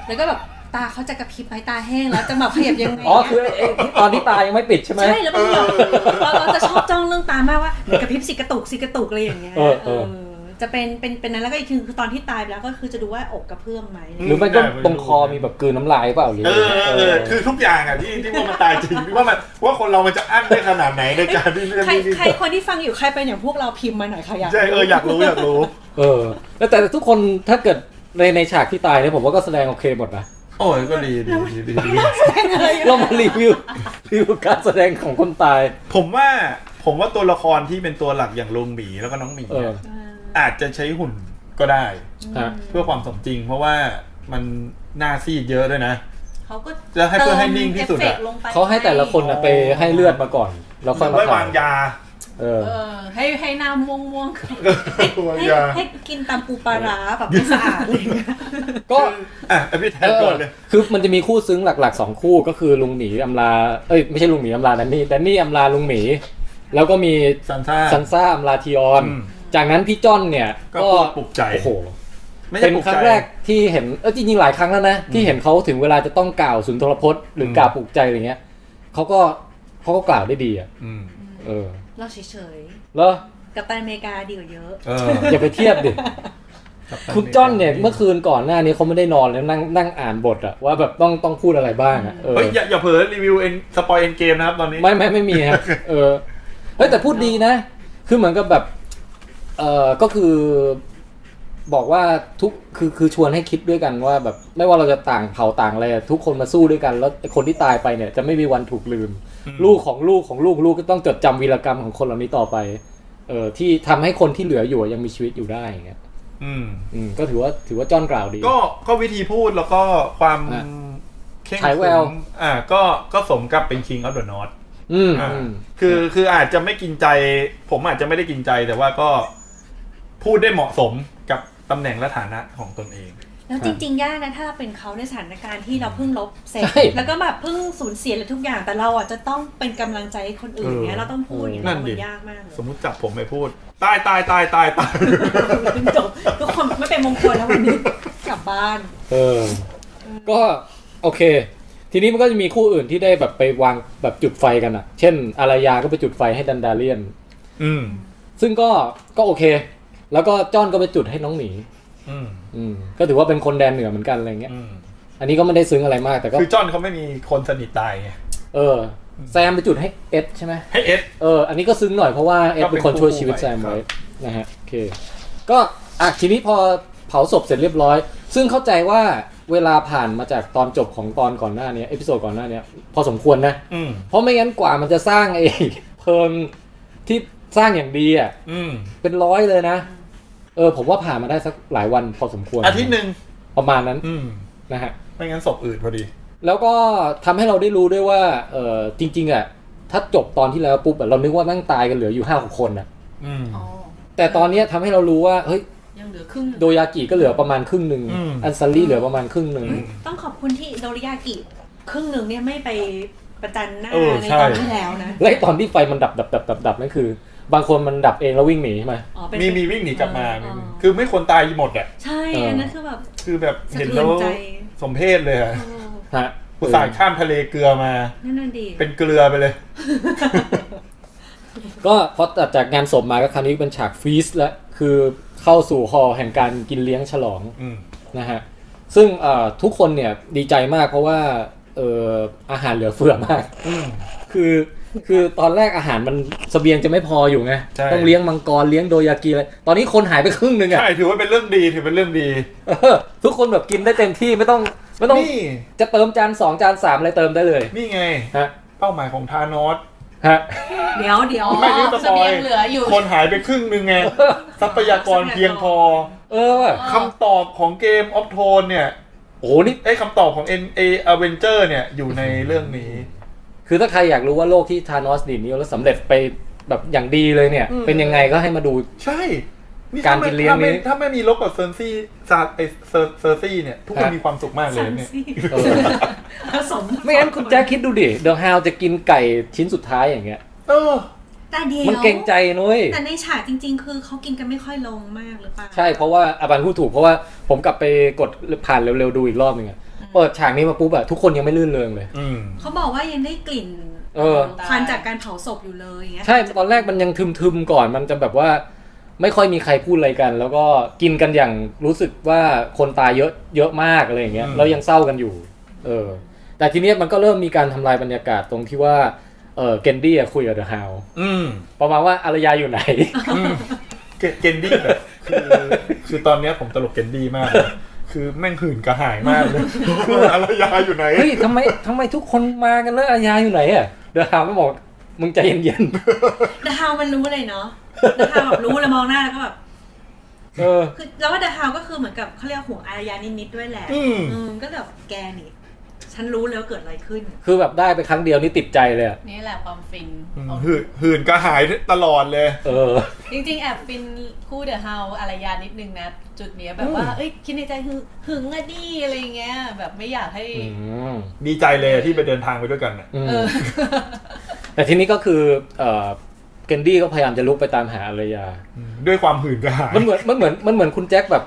Speaker 4: แล้วก็แบบตาเขาจะกระพริบไปตาแห้งแล้วจะแบบขยับยังไง
Speaker 1: อ๋อคือไอ้ไอ้ที่ตอนที่ตายยังไม่ปิดใช่ไหม
Speaker 4: ใช่แล้วมันแบบเราเราจะชอบจ้องเรื่องตามากว่าเดี๋ยวกระพริบสิกระตุกสิกระตุกอะไรอย่างเงี้ย
Speaker 1: เออเออ
Speaker 4: เออจะเป็นเป็นเป็นนั้นแล้วก็อีกทีคือตอนที่ตายไปแล้วก็คือจะดูว่าอกกระเพื่อมไหม
Speaker 2: อื
Speaker 1: หรือไม่ก็
Speaker 2: ได้ไม่รู้
Speaker 1: ตรงคอมีแบบกลืนน้ำลายเปล่าหรือ
Speaker 2: เออเออเออ
Speaker 1: เ
Speaker 2: คือทุกอย่างอะที่ที่พวกมันตายจริงว่ามันว่าคนเรามันจะอั้นได้ขนาดไหนในการที่
Speaker 4: ใคร
Speaker 2: ที่ที่
Speaker 4: ใครคนที่ฟังอยู่ใครเป็นอย่างพวกเราพิมพ์มาหน่อยค่ะอยาก
Speaker 2: ใช่เอออยากรู้อยากรู้
Speaker 1: เออแล้วแต่ทุกคนถ้าเกิดในในฉากที่ตายเนี่ยผมว่าก็แสดงโอเคหมดนะ
Speaker 2: โอ้ยก็ดีดีดีดีดี
Speaker 1: เรามารีวิวรีวิวการแสดงของคนตาย
Speaker 2: ผมว่าผมว่าตัวละครที่เป็นตัวหลักอย่างลุงหมีแล้วก็น้องหมี
Speaker 1: เออ
Speaker 2: เนี่ย
Speaker 4: เออ
Speaker 2: อาจจะใช้หุ่นก็ได้
Speaker 1: ฮะ
Speaker 2: เพื่อความสมจริง เพราะว่ามันหน้าซีดเยอะด้วยนะ
Speaker 3: เขาก็
Speaker 2: จะให้เพื่อให้นิ่งที่สุดอะ
Speaker 3: เติมเฟเฟกต์ลงไป
Speaker 1: เขาให้แต่ละคนน่ะไปให้เลือดมาก่อน แล้วค่อยมาผ่าว
Speaker 2: ไม่างยา
Speaker 1: เออ
Speaker 3: เออ ให้ให้หน้าม่วงม่วงๆ
Speaker 2: วาง
Speaker 4: ให้
Speaker 2: ยา
Speaker 4: ให้กินตามปูปลาร้าแบบไม่สะอาดเลยนะ
Speaker 1: ก็
Speaker 2: อ่ะพี่แทนก่อนเลย
Speaker 1: เออคือมันจะมีคู่ซึ้งหลักๆสองคู่ก็คือลุงหมีอำลา เอ้ยไม่ใช่ลุงหมีอำลาแดนนี่แดนนี่อำลาลุงหมี แล้วก็มี
Speaker 2: ซันซ่า
Speaker 1: ซันซ่าอำลาทีออน
Speaker 2: อืม
Speaker 1: จากนั้นพี่จ้อนเนี่ย
Speaker 2: ก็พูดปลุกใจ
Speaker 1: โอ้โห
Speaker 2: ไม่ใช่
Speaker 1: เป็น
Speaker 2: ปลุก
Speaker 1: ครั้
Speaker 2: ใจ
Speaker 1: งแรกที่เห็นเออจริงๆหลายครั้งแล้วนะ ที่เห็นเขาถึงเวลาจะต้องกล่าวสุนทรพจน์หรือ
Speaker 2: ม
Speaker 1: กล่าวปลุกใจอะไรเงี้ยเขาก็เขาก็กล่าวได้ดีอ่ะ
Speaker 2: อืม
Speaker 1: เออ
Speaker 4: เราเฉย
Speaker 1: แล้ว
Speaker 4: ๆกับไปอเมริกาดีกว่าเยอะ
Speaker 2: เออ
Speaker 1: อย่าไปเทียบดิ
Speaker 2: กับตั
Speaker 1: คุณจ้อนเนี่ยเมื่อคืนก่อนหน้านี้เขาไม่ได้นอนแล้วนั่งนั่งอ่านบทอะว่าแบบต้องต้องพูดอะไรบ้างอะเออ
Speaker 2: เฮ้ยอย่าอย่าเผลอรีวิวเอ็นสปอยเอ็นเกมนะครับตอนนี้
Speaker 1: ไม่ไม่ไม่มีครับเออเฮ้ยแต่พูดดีนะ คือเหมือนกับแบบเออก็คือบอกว่าทุกคือคือชวนให้คิดด้วยกันว่าแบบไม่ว่าเราจะต่างเผ่าต่างอะไรอะทุกคนมาสู้ด้วยกัน แล้วคนที่ตายไปเนี่ยจะไม่มีวันถูกลืม
Speaker 2: อืม
Speaker 1: ลูกของลูกของลูกลูกก็ต้องจดจำวีรกรรมของคนเหล่านี้ต่อไป เออที่ทำให้คนที่เหลืออยู่อะยังมีชีวิตอยู่ได้อย่างเงี้ย
Speaker 2: อืม
Speaker 1: อืมก็ถือว่าถือว่าจ้อนกล่าวดี
Speaker 2: ก็ก็วิธีพูดแล้วก็ความ
Speaker 1: อ่ะ
Speaker 2: เข่ง
Speaker 1: ฉายแวว
Speaker 2: ขรึมอ่าก็ก็สมกับเป็น King of the North
Speaker 1: อืม
Speaker 2: อ่า
Speaker 1: อืม
Speaker 2: คือคืออาจจะไม่กินใจ ผมอาจจะไม่ได้กินใจแต่ว่าก็พูดได้เหมาะสมกับตำแหน่งและฐานะของตนเอง
Speaker 4: แล้วจริงๆ ยากนะถ้าเป็นเขาในสถานการณ์ที่เราเพิ่งลบเสร็จ
Speaker 1: ใช่
Speaker 4: แล้วก็แบบเพิ่งสูญเสียอะไรทุกอย่างแต่เราอ่ะจะต้องเป็นกำลังใจให้คนอื่นเนี้ยเราต้องพูดอย่าง
Speaker 2: นั่น
Speaker 4: เงี้ยมั
Speaker 2: ดิ
Speaker 4: นยากมากเลย
Speaker 2: สมมุติจับผมไปพูด ตายตายตายตายต าย
Speaker 4: จบทุกคนไม่เป็นมงคลแล้ววันนี้กลับบ้าน
Speaker 1: เออ ก็โอเค ทีนี้มันก็จะมีคู่อื่นที่ได้แบบไปวางแบบจุดไฟกันอะเช่น อารยาก็ไปจุดไฟให้ดันดาเลียน
Speaker 2: อืม
Speaker 1: ซึ่งก็ก็โอเค แล้วก็จ้อนก็ไปจุดให้น้องหมี
Speaker 2: อืม
Speaker 1: อืมก็ถือว่าเป็นคนแดนเหนือเหมือนกันอะไรเงี้ย
Speaker 2: อืม
Speaker 1: อันนี้ก็ไม่ได้ซึ้งอะไรมากแต่ก็
Speaker 2: คือจอนเขาไม่มีคนสนิทตายไง
Speaker 1: เออ แซมไปจุดให้เอสใช่ไหม
Speaker 2: ให้เอส
Speaker 1: เออ อันนี้ก็ซึ้งหน่อยเพราะว่าเอ็ด
Speaker 2: ก็เป็
Speaker 1: เป็น นคนช่วยชีวิต
Speaker 2: คู่
Speaker 1: แซมไว้
Speaker 2: ไปครับ
Speaker 1: นะฮะโอเค ก็อ่ะทีนี้พอเผาศพเสร็จเรียบร้อย ซึ่งเข้าใจว่าเวลาผ่านมาจากตอนจบของตอนก่อนหน้าเนี้เอพิโซดก่อนหน้าเนี้ยพอสมควรนะ
Speaker 2: อืม
Speaker 1: เพราะไม่งั้นกว่ามันจะสร้าง ไอ้ เพลิงที่สร้างอย่างดีอ่ะ
Speaker 2: อืม
Speaker 1: เป็นร้อยเลยนะ เออ ผมว่าผ่านมาได้สักหลายวันพอสมควร
Speaker 2: อาทิตย์หนึ่ง
Speaker 1: ประมาณนั้น
Speaker 2: อืม
Speaker 1: นะฮะ
Speaker 2: ไม่งั้นศพอืดพอดี
Speaker 1: แล้วก็ทำให้เราได้รู้ด้วยว่า เออจริง ๆอ่ะถ้าจบตอนที่แล้วปุ๊บอะเรานึกว่านั่งตายกันเหลืออยู่ห้าหกคนอ่ะ
Speaker 2: อืม
Speaker 3: อ๋อ
Speaker 1: แต่ตอนเนี้ยทำให้เรารู้ว่า เฮ้ย
Speaker 3: ยังเหลือครึ่งหนึ่ง
Speaker 1: โดยากิก็เหลือประมาณครึ่งหนึ่ง
Speaker 2: อืม
Speaker 1: นซัลลี่เหลือประมาณครึ่งหนึ่ง
Speaker 4: ต้องขอบคุณที่โดริยากิครึ่งหนึ่งเนี่ยไม่ไปประจันหน้า
Speaker 2: เออ
Speaker 4: ใน
Speaker 2: ใช่
Speaker 4: ตอนที่แล้วนะ
Speaker 1: และไอ้ตอนที่ไฟมันดับดับดับดับดับนั่นคือ บางคนมันดับเองแล้ววิ่งหนีใช่ไหม
Speaker 4: อ๋อเป็น
Speaker 2: มีมีวิ่งหนีกลับมา
Speaker 4: เออ
Speaker 2: คือไม่ควรตายหมดอ่ะ
Speaker 4: ใช่
Speaker 1: เอออั
Speaker 4: อันนั้นคือแบบ
Speaker 2: คือแบบ
Speaker 4: สะเทือน
Speaker 2: เห็นแล้ว
Speaker 4: ใจ
Speaker 2: สมเพศเลยอะ
Speaker 4: โอ้
Speaker 1: ฮะ
Speaker 2: อุตส่าห์ข้ามทะเลเกลือมา
Speaker 4: นั่นน่ะดี
Speaker 2: เป็นเกลือไปเลย
Speaker 1: ก็พอตัดจากงานศพมาก็คราวนี้เป็นฉากฟรีซแล้ว คือเข้าสู่ฮอลแห่งการกินเลี้ยงฉลอง
Speaker 2: อืม
Speaker 1: นะฮะ ซึ่งเอ่อทุกคนเนี่ยดีใจมากเพราะว่าเอ่ออาหารเหลือเฟือมาก
Speaker 2: อืม
Speaker 1: คือคือตอนแรกอาหารมันเสบียงจะไม่พออยู่ไง
Speaker 2: ใช่
Speaker 1: ต้องเลี้ยงมังกรเลี้ยงโดยากิอะไรตอนนี้คนหายไปครึ่งหนึ่งอะ
Speaker 2: ใช่ถือว่าเป็นเรื่องดีถือเป็นเรื่องดี
Speaker 1: เออ ทุกคนแบบกินได้เต็มที่ไม่ต้องไม่ต้อง
Speaker 2: นี่
Speaker 1: จะเติมจานสองจานสามอะไรเติมได้เลย
Speaker 2: นี่ไง
Speaker 1: ฮะ
Speaker 2: เป้าหมายของทานอส
Speaker 1: ฮะ
Speaker 4: เดี๋ยวเดี๋ยว
Speaker 2: ไม่ได้ส
Speaker 3: เส
Speaker 2: ปอย
Speaker 3: บียงเหลืออยู่
Speaker 2: คนหายไปครึ่งหนึ่ง ไง ทรัพยากรเพียงพอ
Speaker 1: เออว่ะ
Speaker 3: อ
Speaker 2: คำตอบของเกมออฟโทนเนี่ย
Speaker 1: โอ้โหนี่
Speaker 2: ไอ้ยคำตอบของ N A Avenger เนี่ย อยู่ในเรื่องนี้
Speaker 1: คือถ้าใครอยากรู้ว่าโลกที่ธานอสดีดนิ้วแล้วสำเร็จไปแบบอย่างดีเลยเนี่ย
Speaker 2: อืม
Speaker 1: เป็นยังไงก็ให้มาดู
Speaker 2: ใช่นี่
Speaker 1: การกินเลี้ยง
Speaker 2: ถ้าไม่
Speaker 1: นี้
Speaker 2: ถ้าไม่มีลบกับเซอร์ซี่ซาไอเซอร์เซอร์ซี่เนี่ย ทุกคนมีความสุขมากเลย
Speaker 4: สั่ง
Speaker 2: เนี่ย
Speaker 4: สิ
Speaker 1: เออ
Speaker 4: ผสม
Speaker 1: ไม่งั้นคุณแจ๊คคิดดูดิเดอะฮาวจะกินไก่ชิ้นสุดท้ายอย่างเงี้ย
Speaker 2: เออ
Speaker 4: แต่เดียว
Speaker 1: มันเกรงใจนุ้ย
Speaker 4: แต่ในฉากจริง ๆ คือเขากินกันไม่ค่อยลงมากหรือเปล่า
Speaker 1: ใช่เพราะว่าอาบันพูดถูกเพราะว่าผมกลับไปกดผ่านเร็วๆดูอีกรอบหนึงอะเปิดฉากนี้มาปุ๊บอะทุกคนยังไม่ลื่นเลงเลย
Speaker 2: อืม
Speaker 4: เขาบอกว่ายังได้กลิ่น
Speaker 1: เออ
Speaker 4: ควันจากการเผาศพอยู่เลยอย่างเงี้ย
Speaker 1: ใช่ตอนแรกมันยังทึมๆก่อนมันจะแบบว่า ไม่ค่อยมีใครพูดอะไรกัน แล้วก็กินกันอย่างรู้สึกว่าคนตายเยอะเยอะมากอะไรอย่างเงี้ย
Speaker 2: อืม
Speaker 1: แล้วยังเศร้ากันอยู่ เออ แต่ทีเนี้ยมันก็เริ่มมีการทำลายบรรยากาศตรงที่ว่าเออเกนดี้อะคุยกับเดอะฮาว
Speaker 2: อืม
Speaker 1: ประมาณว่าอารยาอยู่ไหน
Speaker 2: เกเกนดี้แบบ คือคือตอนเนี้ยผมตลกเกนดี้มากเลยคือแม่งหื่นกระหายมากเลยคืออารยาอยู่ไหน
Speaker 1: เฮ้ยทำไมทำไมทุกคนมากันแล้วอารยาอยู่ไหนอะเดอะฮาวก็บอกมึงใจเย็น
Speaker 4: เดอะฮาวมันรู้เลยเนาะเดอะฮาวแบบรู้แล้วมองหน้าแล้วก็แบบ
Speaker 1: ๆเออ
Speaker 4: คือแล้วว่าเดอะฮาวก็คือเหมือนกับเขาเรียกห่วงอารยานิดๆด้วยแหละ
Speaker 2: อืม
Speaker 4: มก็แบบแกนี่ ฉันรู้เลยว่าเกิดอะไรขึ้น
Speaker 1: คือแบบได้ไปครั้งเดียวนี่ติดใจเลยอะ
Speaker 3: นี่แหละความฟิน
Speaker 2: อืม
Speaker 3: ของ
Speaker 2: หื่นหื่นก็หายตลอดเลย
Speaker 1: เออ
Speaker 3: จริงๆ แอบฟินคู่เดอะเฮาอารยานิดนึงนะ จุดเนี้ยแบบว่า
Speaker 1: อืม
Speaker 3: เอ้ย คิดในใจหึหึงอะดิอะไรเงี้ย แบบไม่อยากให้
Speaker 1: อืม
Speaker 2: ดีใจเลยที่ไปเดินทางไปด้วยกันน่ะ
Speaker 1: อืม
Speaker 3: เออ
Speaker 1: แต่ทีนี้ก็คือเออเกนดี้ก็พยายามจะลุกไปตามหาอารยา
Speaker 2: มด้วยความหื่นก็หาย
Speaker 1: มันเหมือนมันเหมือนมันเหมือนคุณแจ็คแบบ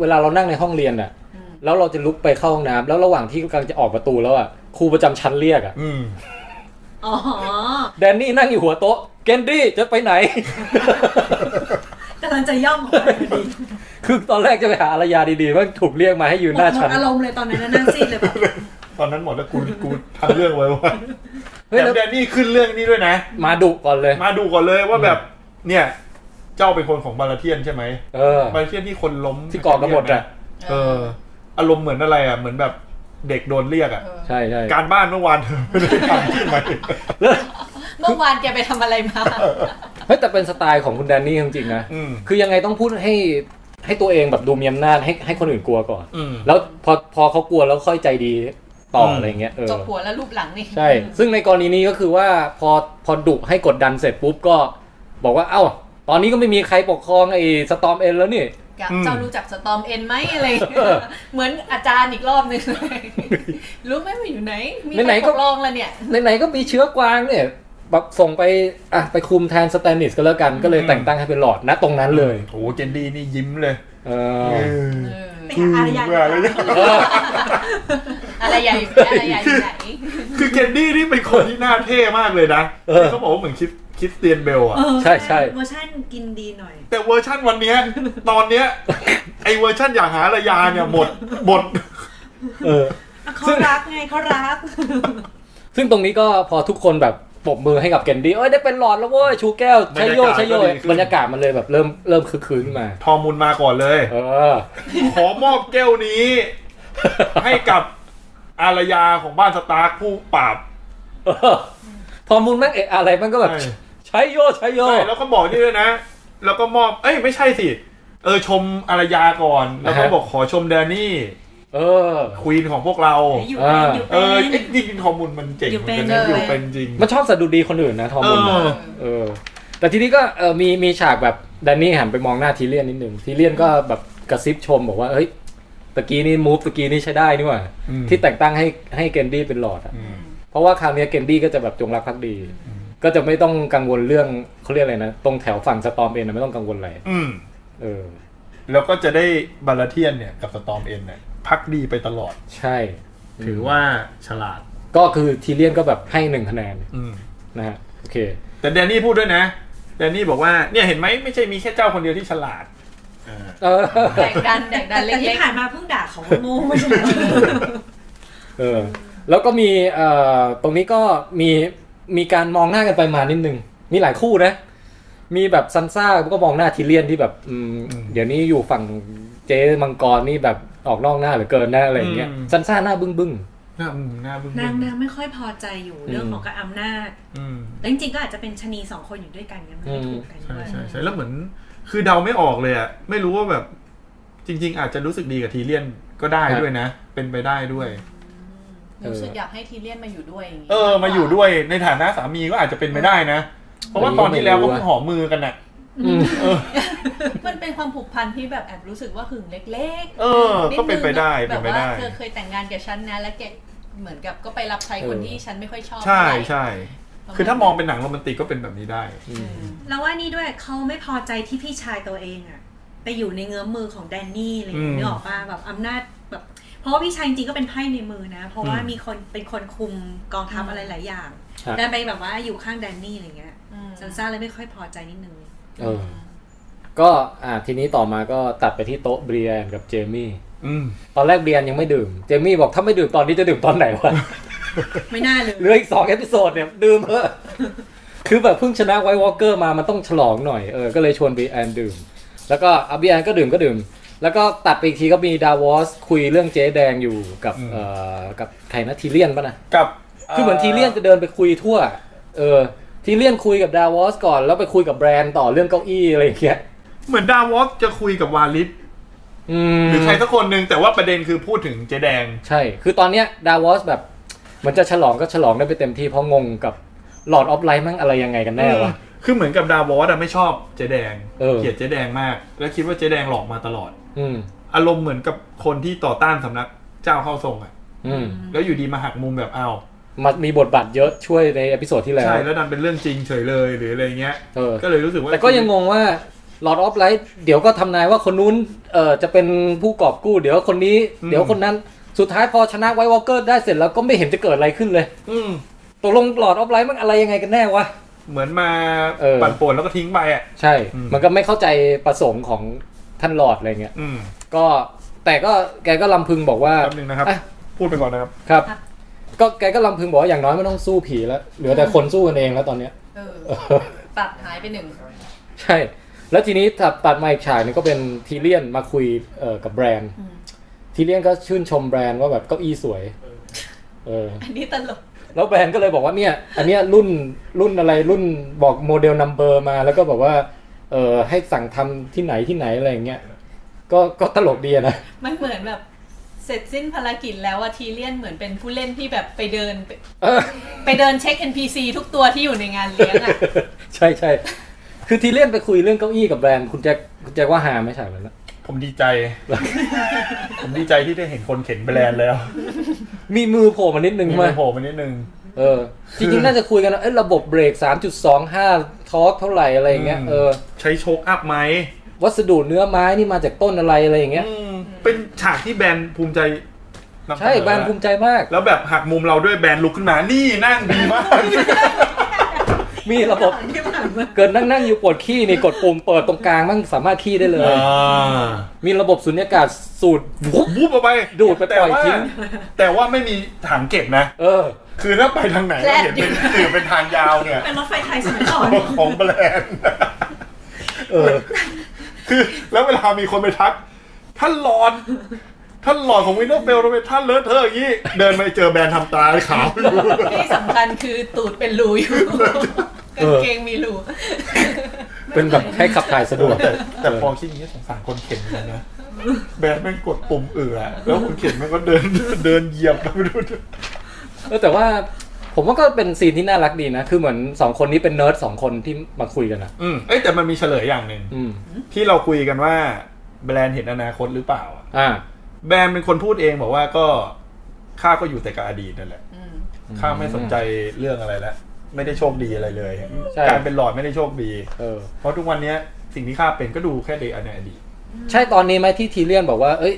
Speaker 1: เวลาเรานั่งในห้องเรียนอะ
Speaker 3: อืม
Speaker 1: แล้วเราจะลุกไปเข้าห้องน้ำแล้วระหว่างที่กำลังจะออกประตูแล้วอะครูประจำชั้นเรียกอะ
Speaker 2: อืม
Speaker 4: อ๋อ
Speaker 1: แดนนี่นั่งอยู่หัวโต๊ะเกนดี้จะไปไหน
Speaker 4: กำลังจะย่องออกไปพอดี
Speaker 1: คือตอนแรกจะไปหาอารยาดีๆมันถูกเรียกมาให้ยืนหน้า
Speaker 4: หม
Speaker 1: ชั้
Speaker 4: ด
Speaker 1: น
Speaker 4: อารมณ์เลยตอนนั้นนะนั่งซีดเลยแบบ
Speaker 2: ตอนนั้นหมด แล้วกูกูทำเรื่องไว้ว่า
Speaker 1: เฮ้ย
Speaker 2: แต่
Speaker 1: แล้ว
Speaker 2: แดนนี่ขึ้นเรื่องนี้ด้วยนะ
Speaker 1: มาดุก่อนเลย
Speaker 2: มาดูก่อนเลยว่าแบบ เนี่ย เจ้าเป็นคนของบาลาเทียนใช่ไหม
Speaker 1: เออบ
Speaker 2: าลาเทียนที่คนล้ม
Speaker 1: ที่ก่อกระบฏอะ
Speaker 2: เออ อารมณ์เหมือนอะไรอ่ะ เหมือนแบบเด็กโดนเรียกอ่ะ
Speaker 3: เออ
Speaker 1: ใช่ใช่
Speaker 2: การบ้านเมื่อวานเธอไม่ได้ทำใช่ไหม
Speaker 1: แล้ว
Speaker 3: เมื่อวานแกไปทำอะไรมา
Speaker 1: เฮ้ยแต่เป็นสไตล์ของคุณแดนนี่จริงๆนะ
Speaker 2: อืม
Speaker 1: คือยังไงต้องพูดให้ให้ตัวเองแบบดูมีอำนาจให้ให้คนอื่นกลัวก่อน
Speaker 2: อืม
Speaker 1: แล้วพอพอเขากลัวแล้วค่อยใจดีต่อ
Speaker 2: ม
Speaker 1: อะไรเงี้ยเออ
Speaker 3: ตบหัวแล้วรูปหลังนี่
Speaker 1: ใช่ ซึ่งในกรณีนี้ก็คือว่าพอพอดุให้กดดันเสร็จปุ๊บก็บอกว่าเอ้า ตอนนี้ก็ไม่มีใครปกครองไอ้สตอมเอ็นแล้วนี่
Speaker 3: อยาก
Speaker 2: อืม
Speaker 3: เจ้ารู้จักสตอมเอ็นไหมอะไรอย่างเงี้ยเหมือนอาจารย์อีกรอบหนึ่งเลยรู้ไหมมันอยู่ไหน มี
Speaker 1: ไหน
Speaker 3: ใคร
Speaker 1: ๆก็
Speaker 3: ปกครองแล้วเนี่ย
Speaker 1: ไหนๆก็มีเชื้อกวางเนี่ยแบบส่งไปอ่ะไปคุมแทนสแตนนิสก็แล้วกันก็เลยแต่งตั้งให้เป็นหลอร์ดนะตรงนั้นเลย
Speaker 2: โอ้โหเจนดีนี่ยิ้มเลย
Speaker 1: เอ
Speaker 2: เอ
Speaker 1: อ
Speaker 2: อ
Speaker 3: เออ
Speaker 4: ไปหาอารยาดีกว่า
Speaker 3: อะไรใหญ่อะไรใหญ่อยู่ไหน
Speaker 2: คือเจนดี้นี่เป็นคนที่หน้าเท่มากเลยนะ
Speaker 1: เออ
Speaker 2: เขาบอกว่าเหมือนคริสคริสเตียนเบลอ่ะ
Speaker 4: เออ
Speaker 1: ใช่ใช่
Speaker 4: เวอร์ชันกินดีหน่อย
Speaker 2: แต่เวอร์ชั่นวันเนี้ยตอนเนี้ยไอเวอร์ชั่นอยากหาระยาเนี่ยหมดหมด
Speaker 1: เออ
Speaker 4: เขารักไงเขารัก
Speaker 1: ซึ่งตรงนี้ก็พอทุกคนแบบปรบมือให้กับเกนดี้เอ้ยได้เป็นหลอดแล้วเว้ยชูแก้วใช้โยใช้โย
Speaker 2: บรรยากาศ
Speaker 1: บรรยากาศ
Speaker 2: ก็ดีขึ้น
Speaker 1: มันเลยแบบเริ่มเริ่มคึกคืนขึ้นมา
Speaker 2: ทอมุลมาก่อนเลย
Speaker 1: เออ
Speaker 2: ขอมอบแก้วนี้ ให้กับอารยาของบ้านสตาร์คผู้ปราบ
Speaker 1: พอมูลแม่งเอะอะไรมันก็แบบ
Speaker 2: ใช่
Speaker 1: ใช้โยใช้โย
Speaker 2: ใช่แล้วก็บอกนี่ด้วยนะ แล้วก็มอบ เอ้ยไม่ใช่สิ เออชมอารยาก่อน แล้วก็
Speaker 1: อ่าฮะ
Speaker 2: บอกขอชมแดนนี่
Speaker 1: เออ
Speaker 2: ควีนของพวกเรา
Speaker 4: อยู่เป็นอยู่
Speaker 2: เอ
Speaker 4: เป็
Speaker 2: อน ไอ้นี่กินข้อมูลมันเจ๋งเหมือนกันนะ
Speaker 4: อ
Speaker 2: อยู่ ยู่
Speaker 4: เป็
Speaker 2: เป็น
Speaker 4: น
Speaker 2: จริง
Speaker 1: มันชอบสะดุดีคนอื่นนะทอมูล
Speaker 2: เออ
Speaker 1: เออ แต่ทีนี้ก็เออมีมีฉากแบบแดนนี่หันไปมองหน้าทีเลียนนิดนึงทีเลียนก็แบบกระซิบชมบอกว่าเฮ้ยตะกี้นี่มูฟตะกี้นี่ใช้ได้นี่หว่า
Speaker 2: อืม
Speaker 1: ที่แต่งตั้งให้ให้เกนดี้เป็นหลอดอะ
Speaker 2: อืม
Speaker 1: เพราะว่าคราวเนี้ยเกนดี้ก็จะแบบจงรักภักดี
Speaker 2: อืม
Speaker 1: ก็จะไม่ต้องกังวลเรื่องเขาเรียกอะไรนะ ตรงแถวฝั่งสตอมเองนะไม่ต้องกังวลอะไร
Speaker 2: อืม
Speaker 1: เออ
Speaker 2: แล้วก็จะได้บาลาเทียนเนี่ยกับสตอมเอ็นเนี่ยพักดีไปตลอด
Speaker 1: ใช่
Speaker 2: ถือว่าฉลาด
Speaker 1: ก็คือทีเลียนก็แบบให้หนึ่งคะแนน
Speaker 2: อืม
Speaker 1: นะฮะโอเค
Speaker 2: แต่แดนนี่พูดด้วยนะ แดนนี่บอกว่าเนี่ยเห็นไหมไม่ใช่มีแค่เจ้าคนเดียวที่ฉลาดอ่า
Speaker 1: เออ
Speaker 3: แดกดันแดกดั
Speaker 4: แต่
Speaker 3: น
Speaker 4: แต่
Speaker 3: เล็
Speaker 4: ที่
Speaker 3: ก
Speaker 4: ผ่านมาเพิ่งด่าเขาว่าโง่ไม่ใช่เหรอ
Speaker 1: เออ แล้วก็มีเอ่อตรงนี้ก็มีมีการมองหน้ากันไปมานิดนึง มีหลายคู่นะ มีแบบซันซ่าก็มองหน้าทีเลียนที่แบบอืม
Speaker 2: อืม
Speaker 1: เดี๋ยวนี้อยู่ฝั่งเจมังกรนี่แบบออกนอกหน้าเหรือเกินนะอะไรอย่างเงี้ย
Speaker 2: อืม
Speaker 1: ซันซ่าหน้าบึ้งบึ้งๆ
Speaker 2: หน้ามึงหน้าบึ้ง
Speaker 4: นางนางไม่ค่อยพอใจอยู่เรื่องของกับอำนาจ
Speaker 2: อืม
Speaker 4: แล้วจริงๆก็อาจจะเป็นชะนีสองคนอยู่ด้วยกันกันไม่ถูกกัน
Speaker 2: ใช่
Speaker 4: ด้วย
Speaker 2: ใช่ใช่แล้วเหมือน คือเดาไม่ออกเลยอะไม่รู้ว่าแบบ จริง ๆ อาจจะรู้สึกดีกับทีเลียนก็ได้ด้วยนะ เป็นไปได้ด้วย
Speaker 3: ๆรู้สึกอยากให้ทีเลียนมาอยู่ด้วยอย่างงี้
Speaker 2: เออ มาอยู่ด้วยในฐานะสามีก็อาจจะเป็นไปได้นะ เพราะว่าตอนที่แล้วก็เพิ่งหอมมือกันน่ะ
Speaker 1: อืม
Speaker 3: มันเป็นความผูกพันที่แบบแอบรู้สึกว่าหึงเล็ก
Speaker 2: เออ
Speaker 3: ด
Speaker 2: ก็เป็นไปได้
Speaker 3: แบ
Speaker 2: เป็น
Speaker 3: บ
Speaker 2: ไป
Speaker 3: ว่า
Speaker 2: ได้
Speaker 3: เธอเคยแต่งงานกับฉันนะ แล้วแกเหมือนกับก็ไปรับใช้คนที่ฉันไม่ค่อยชอบ
Speaker 2: ใช่
Speaker 3: เท่าไหร่
Speaker 2: ใช่ คือถ้ามองเป็นหนังโรแมนติกก็เป็นแบบนี้ได้
Speaker 3: อืม
Speaker 4: แล้วว่านี่ด้วยเขาไม่พอใจที่พี่ชายตัวเองอะไปอยู่ในเงื้อมมือของแดนนี่อะไรอย่าง
Speaker 2: อืม
Speaker 4: เงี้ยนึกออกป่ะแบบอำนาจแบบ เพราะว่าพี่ชายจริงๆก็เป็นไพ่ในมือนะ เพราะว่า
Speaker 2: อืม
Speaker 4: มีคนเป็นคนคุมกองทัพอะไรหลายอย่าง
Speaker 1: ครับ
Speaker 4: ได้ไปแบบว่าอยู่ข้างแดนนี่อะไรเงี้ย
Speaker 3: อืม
Speaker 4: ซันซ่าเลยไม่ค่อยพอใจนิดนึง
Speaker 1: เออ ก็อ่าทีนี้ต่อมาก็ตัดไปที่โต๊ะเบรียนกับเจมี่
Speaker 2: อืม
Speaker 1: ตอนแรกเบรียนยังไม่ดื่ม เจมี่บอกถ้าไม่ดื่มตอนนี้จะดื่มตอนไหนวะ
Speaker 4: ไม่น่าเลย
Speaker 1: เหลืออีกสองเอพิโซดเนี่ย ดื่มเออะคือแบบเพิ่งชนะไวท์วอลเกอร์มามันต้องฉลองหน่อยเออก็เลยชวนเบรียนดื่ม แล้วก็อาเบรียนก็ดื่มก็ดื่ม แล้วก็ตัดไปอีกทีก็มีดาวอสคุยเรื่องเจ๊แดงอยู่กับ
Speaker 2: อืม
Speaker 1: เอ่อกับใครนะทีเลียนปะนะ
Speaker 2: กับ
Speaker 1: คือเหมือนทีเลียนจะเดินไปคุยทั่ว เออ ทีเลียนคุยกับดาวอสก่อนแล้วไปคุยกับแบรนด์ต่อเรื่องเก้าอี้อะไรอย่างเงี้ย
Speaker 2: เหมือนดาวอสจะคุยกับวาลิส
Speaker 1: อืม
Speaker 2: หรือใครสักคนหนึ่งแต่ว่าประเด็นคือพูดถึงเจ๊แดง
Speaker 1: ใช่ คือตอนเนี้ยดาวอสแบบเหมันจะฉลองก็ฉลองได้ไปเต็มที่เพราะงงกับหลอดออฟไลน์มั่งอะไรยังไงกันแน่วะ
Speaker 2: คือเหมือนกับดาวอสอะไม่ชอบเจ๊แดง
Speaker 1: เออ
Speaker 2: เกลียดเจ๊แดงมาก และคิดว่าเจ๊แดงหลอกมาตลอด
Speaker 1: อืม
Speaker 2: อารมณ์เหมือนกับคนที่ต่อต้านสำนักเจ้าเข้าทรงอะ
Speaker 1: อืม
Speaker 2: แล้วอยู่ดีมาหักมุมแบบเอา
Speaker 1: มามีบทบาทเยอะช่วยในเอพิโซดที่แล้ว
Speaker 2: ใช่แล้วดันเป็นเรื่องจริงเฉยเลยหรืออะไรเงี้ย
Speaker 1: เออ
Speaker 2: ก็เลยรู้สึกว่า
Speaker 1: แต่ก็ยังงงว่า Lord of Light เดี๋ยวก็ทำนายว่าคนนู้นเอ่อจะเป็นผู้กอบกู้ เดี๋ยวคนนี้ เดี๋ยวคนนั้น สุดท้ายพอชนะไววอลเกอร์ได้เสร็จแล้วก็ไม่เห็นจะเกิดอะไรขึ้นเลย
Speaker 2: อืม
Speaker 1: ตกลง Lord of Light มันอะไรยังไงกันแน่วะ
Speaker 2: เหมือนมา
Speaker 1: เออ
Speaker 2: ปั่นป่วนแล้วก็ทิ้งไปอะ
Speaker 1: ใช่
Speaker 2: อืม
Speaker 1: มันก็ไม่เข้าใจประสงค์ของท่านหลอดอะไรเงี้ย
Speaker 2: อืม
Speaker 1: ก็แต่ก็แกก็ลำพึงบอกว่า
Speaker 2: แป๊บนึงนะครับ
Speaker 1: อ่ะ
Speaker 2: พูดไปก่อนนะครับ
Speaker 1: ครับ
Speaker 3: ครับ
Speaker 1: ก็แกก็ลำพึงบอกว่าอย่างน้อยไม่ต้องสู้ผีแล้ว เหลือแต่คนสู้กันเองแล้วตอนเนี้ย
Speaker 3: เออปรับหายไปหนึ่ง
Speaker 1: ใช่ แล้วทีนี้ตัดตัดมาอีกฉากหนึงก็เป็นทีเลียนมาคุยเอ่อกับแบรนด์
Speaker 3: อืม
Speaker 1: ทีเลียนก็ชื่นชมแบรนด์ว่าแบบเก้าอี้ส วย เออ
Speaker 3: อันนี้ตลก
Speaker 1: แล้วแบรนด์ก็เลยบอกว่าเนี่ย อันเนี้ยรุ่นรุ่นอะไรรุ่นบอกโมเดลนัมเบอร์มา แล้วก็บอกว่า เออให้สั่งทำที่ไหนที่ไหนอะไรอย่างเงี้ย ก็ก็ตลกดีอะนะ
Speaker 3: มันเหมือนแบบเสร็จสิ้นภารกิจแล้วอะทีเลียนเหมือนเป็นผู้เล่นที่แบบไปเดิน ไป
Speaker 1: เออ
Speaker 3: ไปเดินเช็ค NPC ทุกตัวที่อยู่ในงานเลี้ยงอะ
Speaker 1: ใช่ใช่คือทีเลียนไปคุยเรื่องเก้าอี้กับแบรนด์คุณแจ็คคุณแจ็คว่าหาไหม่ฉากนั้นนะ
Speaker 2: ผมดีใจ ผมดีใจที่ได้เห็นคนเข็นแบรนด์แล้ว
Speaker 1: มีมือโผล่มานิดนึง
Speaker 2: มี
Speaker 1: ไหม
Speaker 2: มันโผล่มานิดนึง
Speaker 1: เออจริงๆน่าจะคุยกันว่าเอ้ยระบบเบรก 3.25 ทอร์กเท่าไหร่อะไรอย่างเงี้ย
Speaker 2: อืม
Speaker 1: เออ
Speaker 2: ใช้โชคอัพไหม
Speaker 1: วัสดุเนื้อไม้นี่มาจากต้นอะไรอะไรอย่างเงี้ย
Speaker 2: อืมเป็นฉากที่แบรนด์ภูมิใจนำเสนอ
Speaker 1: ใช่แบรนด์ภูมิใจมาก
Speaker 2: แล้วแบบหักมุมเราด้วยแบรนด์ลุกขึ้นมานี่นั่งดีมาก
Speaker 1: มีระบบเกิดนั่งๆอยู่ปวดขี้นี่กดปุ่มเปิดตรงกลางมั่งสามารถขี้ได้เลย
Speaker 2: อ่า
Speaker 1: มีระบบสุญญากาศสูตรวุบ
Speaker 2: บูบเอาไป
Speaker 1: ดูดไป
Speaker 2: แต่
Speaker 1: ปล่อ
Speaker 2: ว่าย
Speaker 1: ทิ้ง
Speaker 2: แต่ว่าไม่มีถังเก็บนะ
Speaker 1: เออ
Speaker 2: คือถ้าไปทางไหน
Speaker 3: แพร่
Speaker 2: เราเห็นเป็นถือเป็นทางยาวเนี่ย
Speaker 4: เป็นรถไฟไทยสมัยก่อน
Speaker 2: ของแบรนด์
Speaker 1: เออ
Speaker 2: คือ แล้วเวลามีคนไปทัก ท่านหลอน ท่านหลอนของวินเทอร์เฟลทำไมท่านเลอะเทอะอย่างนี้ เดินไปเจอแบรนด์ทำตาขาว
Speaker 3: ที่สำคัญคือตูดเป็นรูอยู่
Speaker 1: เอก
Speaker 3: าง
Speaker 1: อ
Speaker 3: เกงมีรู
Speaker 1: เป็นแบบให้ขับถ่ายสะดวก
Speaker 2: แต่แต่พอคิดอย่างนี้สงสารคนเข็นเหมือนกันนะ แบรนด์แม่งกดปุ่มเอือแล้วคนเข็นแม่งก็เดินเดินเหยียบไปดู
Speaker 1: เออแต่ว่าผมว่าก็เป็นซีนที่น่ารักดีนะ คือเหมือนสองคนนี้เป็นเนิร์ดสองคนที่มาคุยกันนะ
Speaker 2: อืมเอ้ยแต่มันมีเฉลยอย่างหนึ่ง
Speaker 1: อืม
Speaker 2: ที่เราคุยกันว่า แบรนด์เห็นอนาคตหรือเปล่าอะ
Speaker 1: อ่า
Speaker 2: แบรนด์เป็นคนพูดเองบอกว่าก็ข้าก็อยู่แต่กับอดีตนั่นแหละ
Speaker 3: อืม
Speaker 2: ข้าไม่สนใจเรื่องอะไรแล้วไม่ได้โชคดีอะไรเลย
Speaker 1: ใช่
Speaker 2: การเป็นหลอดไม่ได้โชคดี
Speaker 1: เออ
Speaker 2: เพราะทุกวันเนี้ยสิ่งที่ข้าเป็นก็ดูแค่เด็กในอดีต
Speaker 1: ใช่ตอนนี้ไหมที่ทีเลียนบอกว่า เอ้ย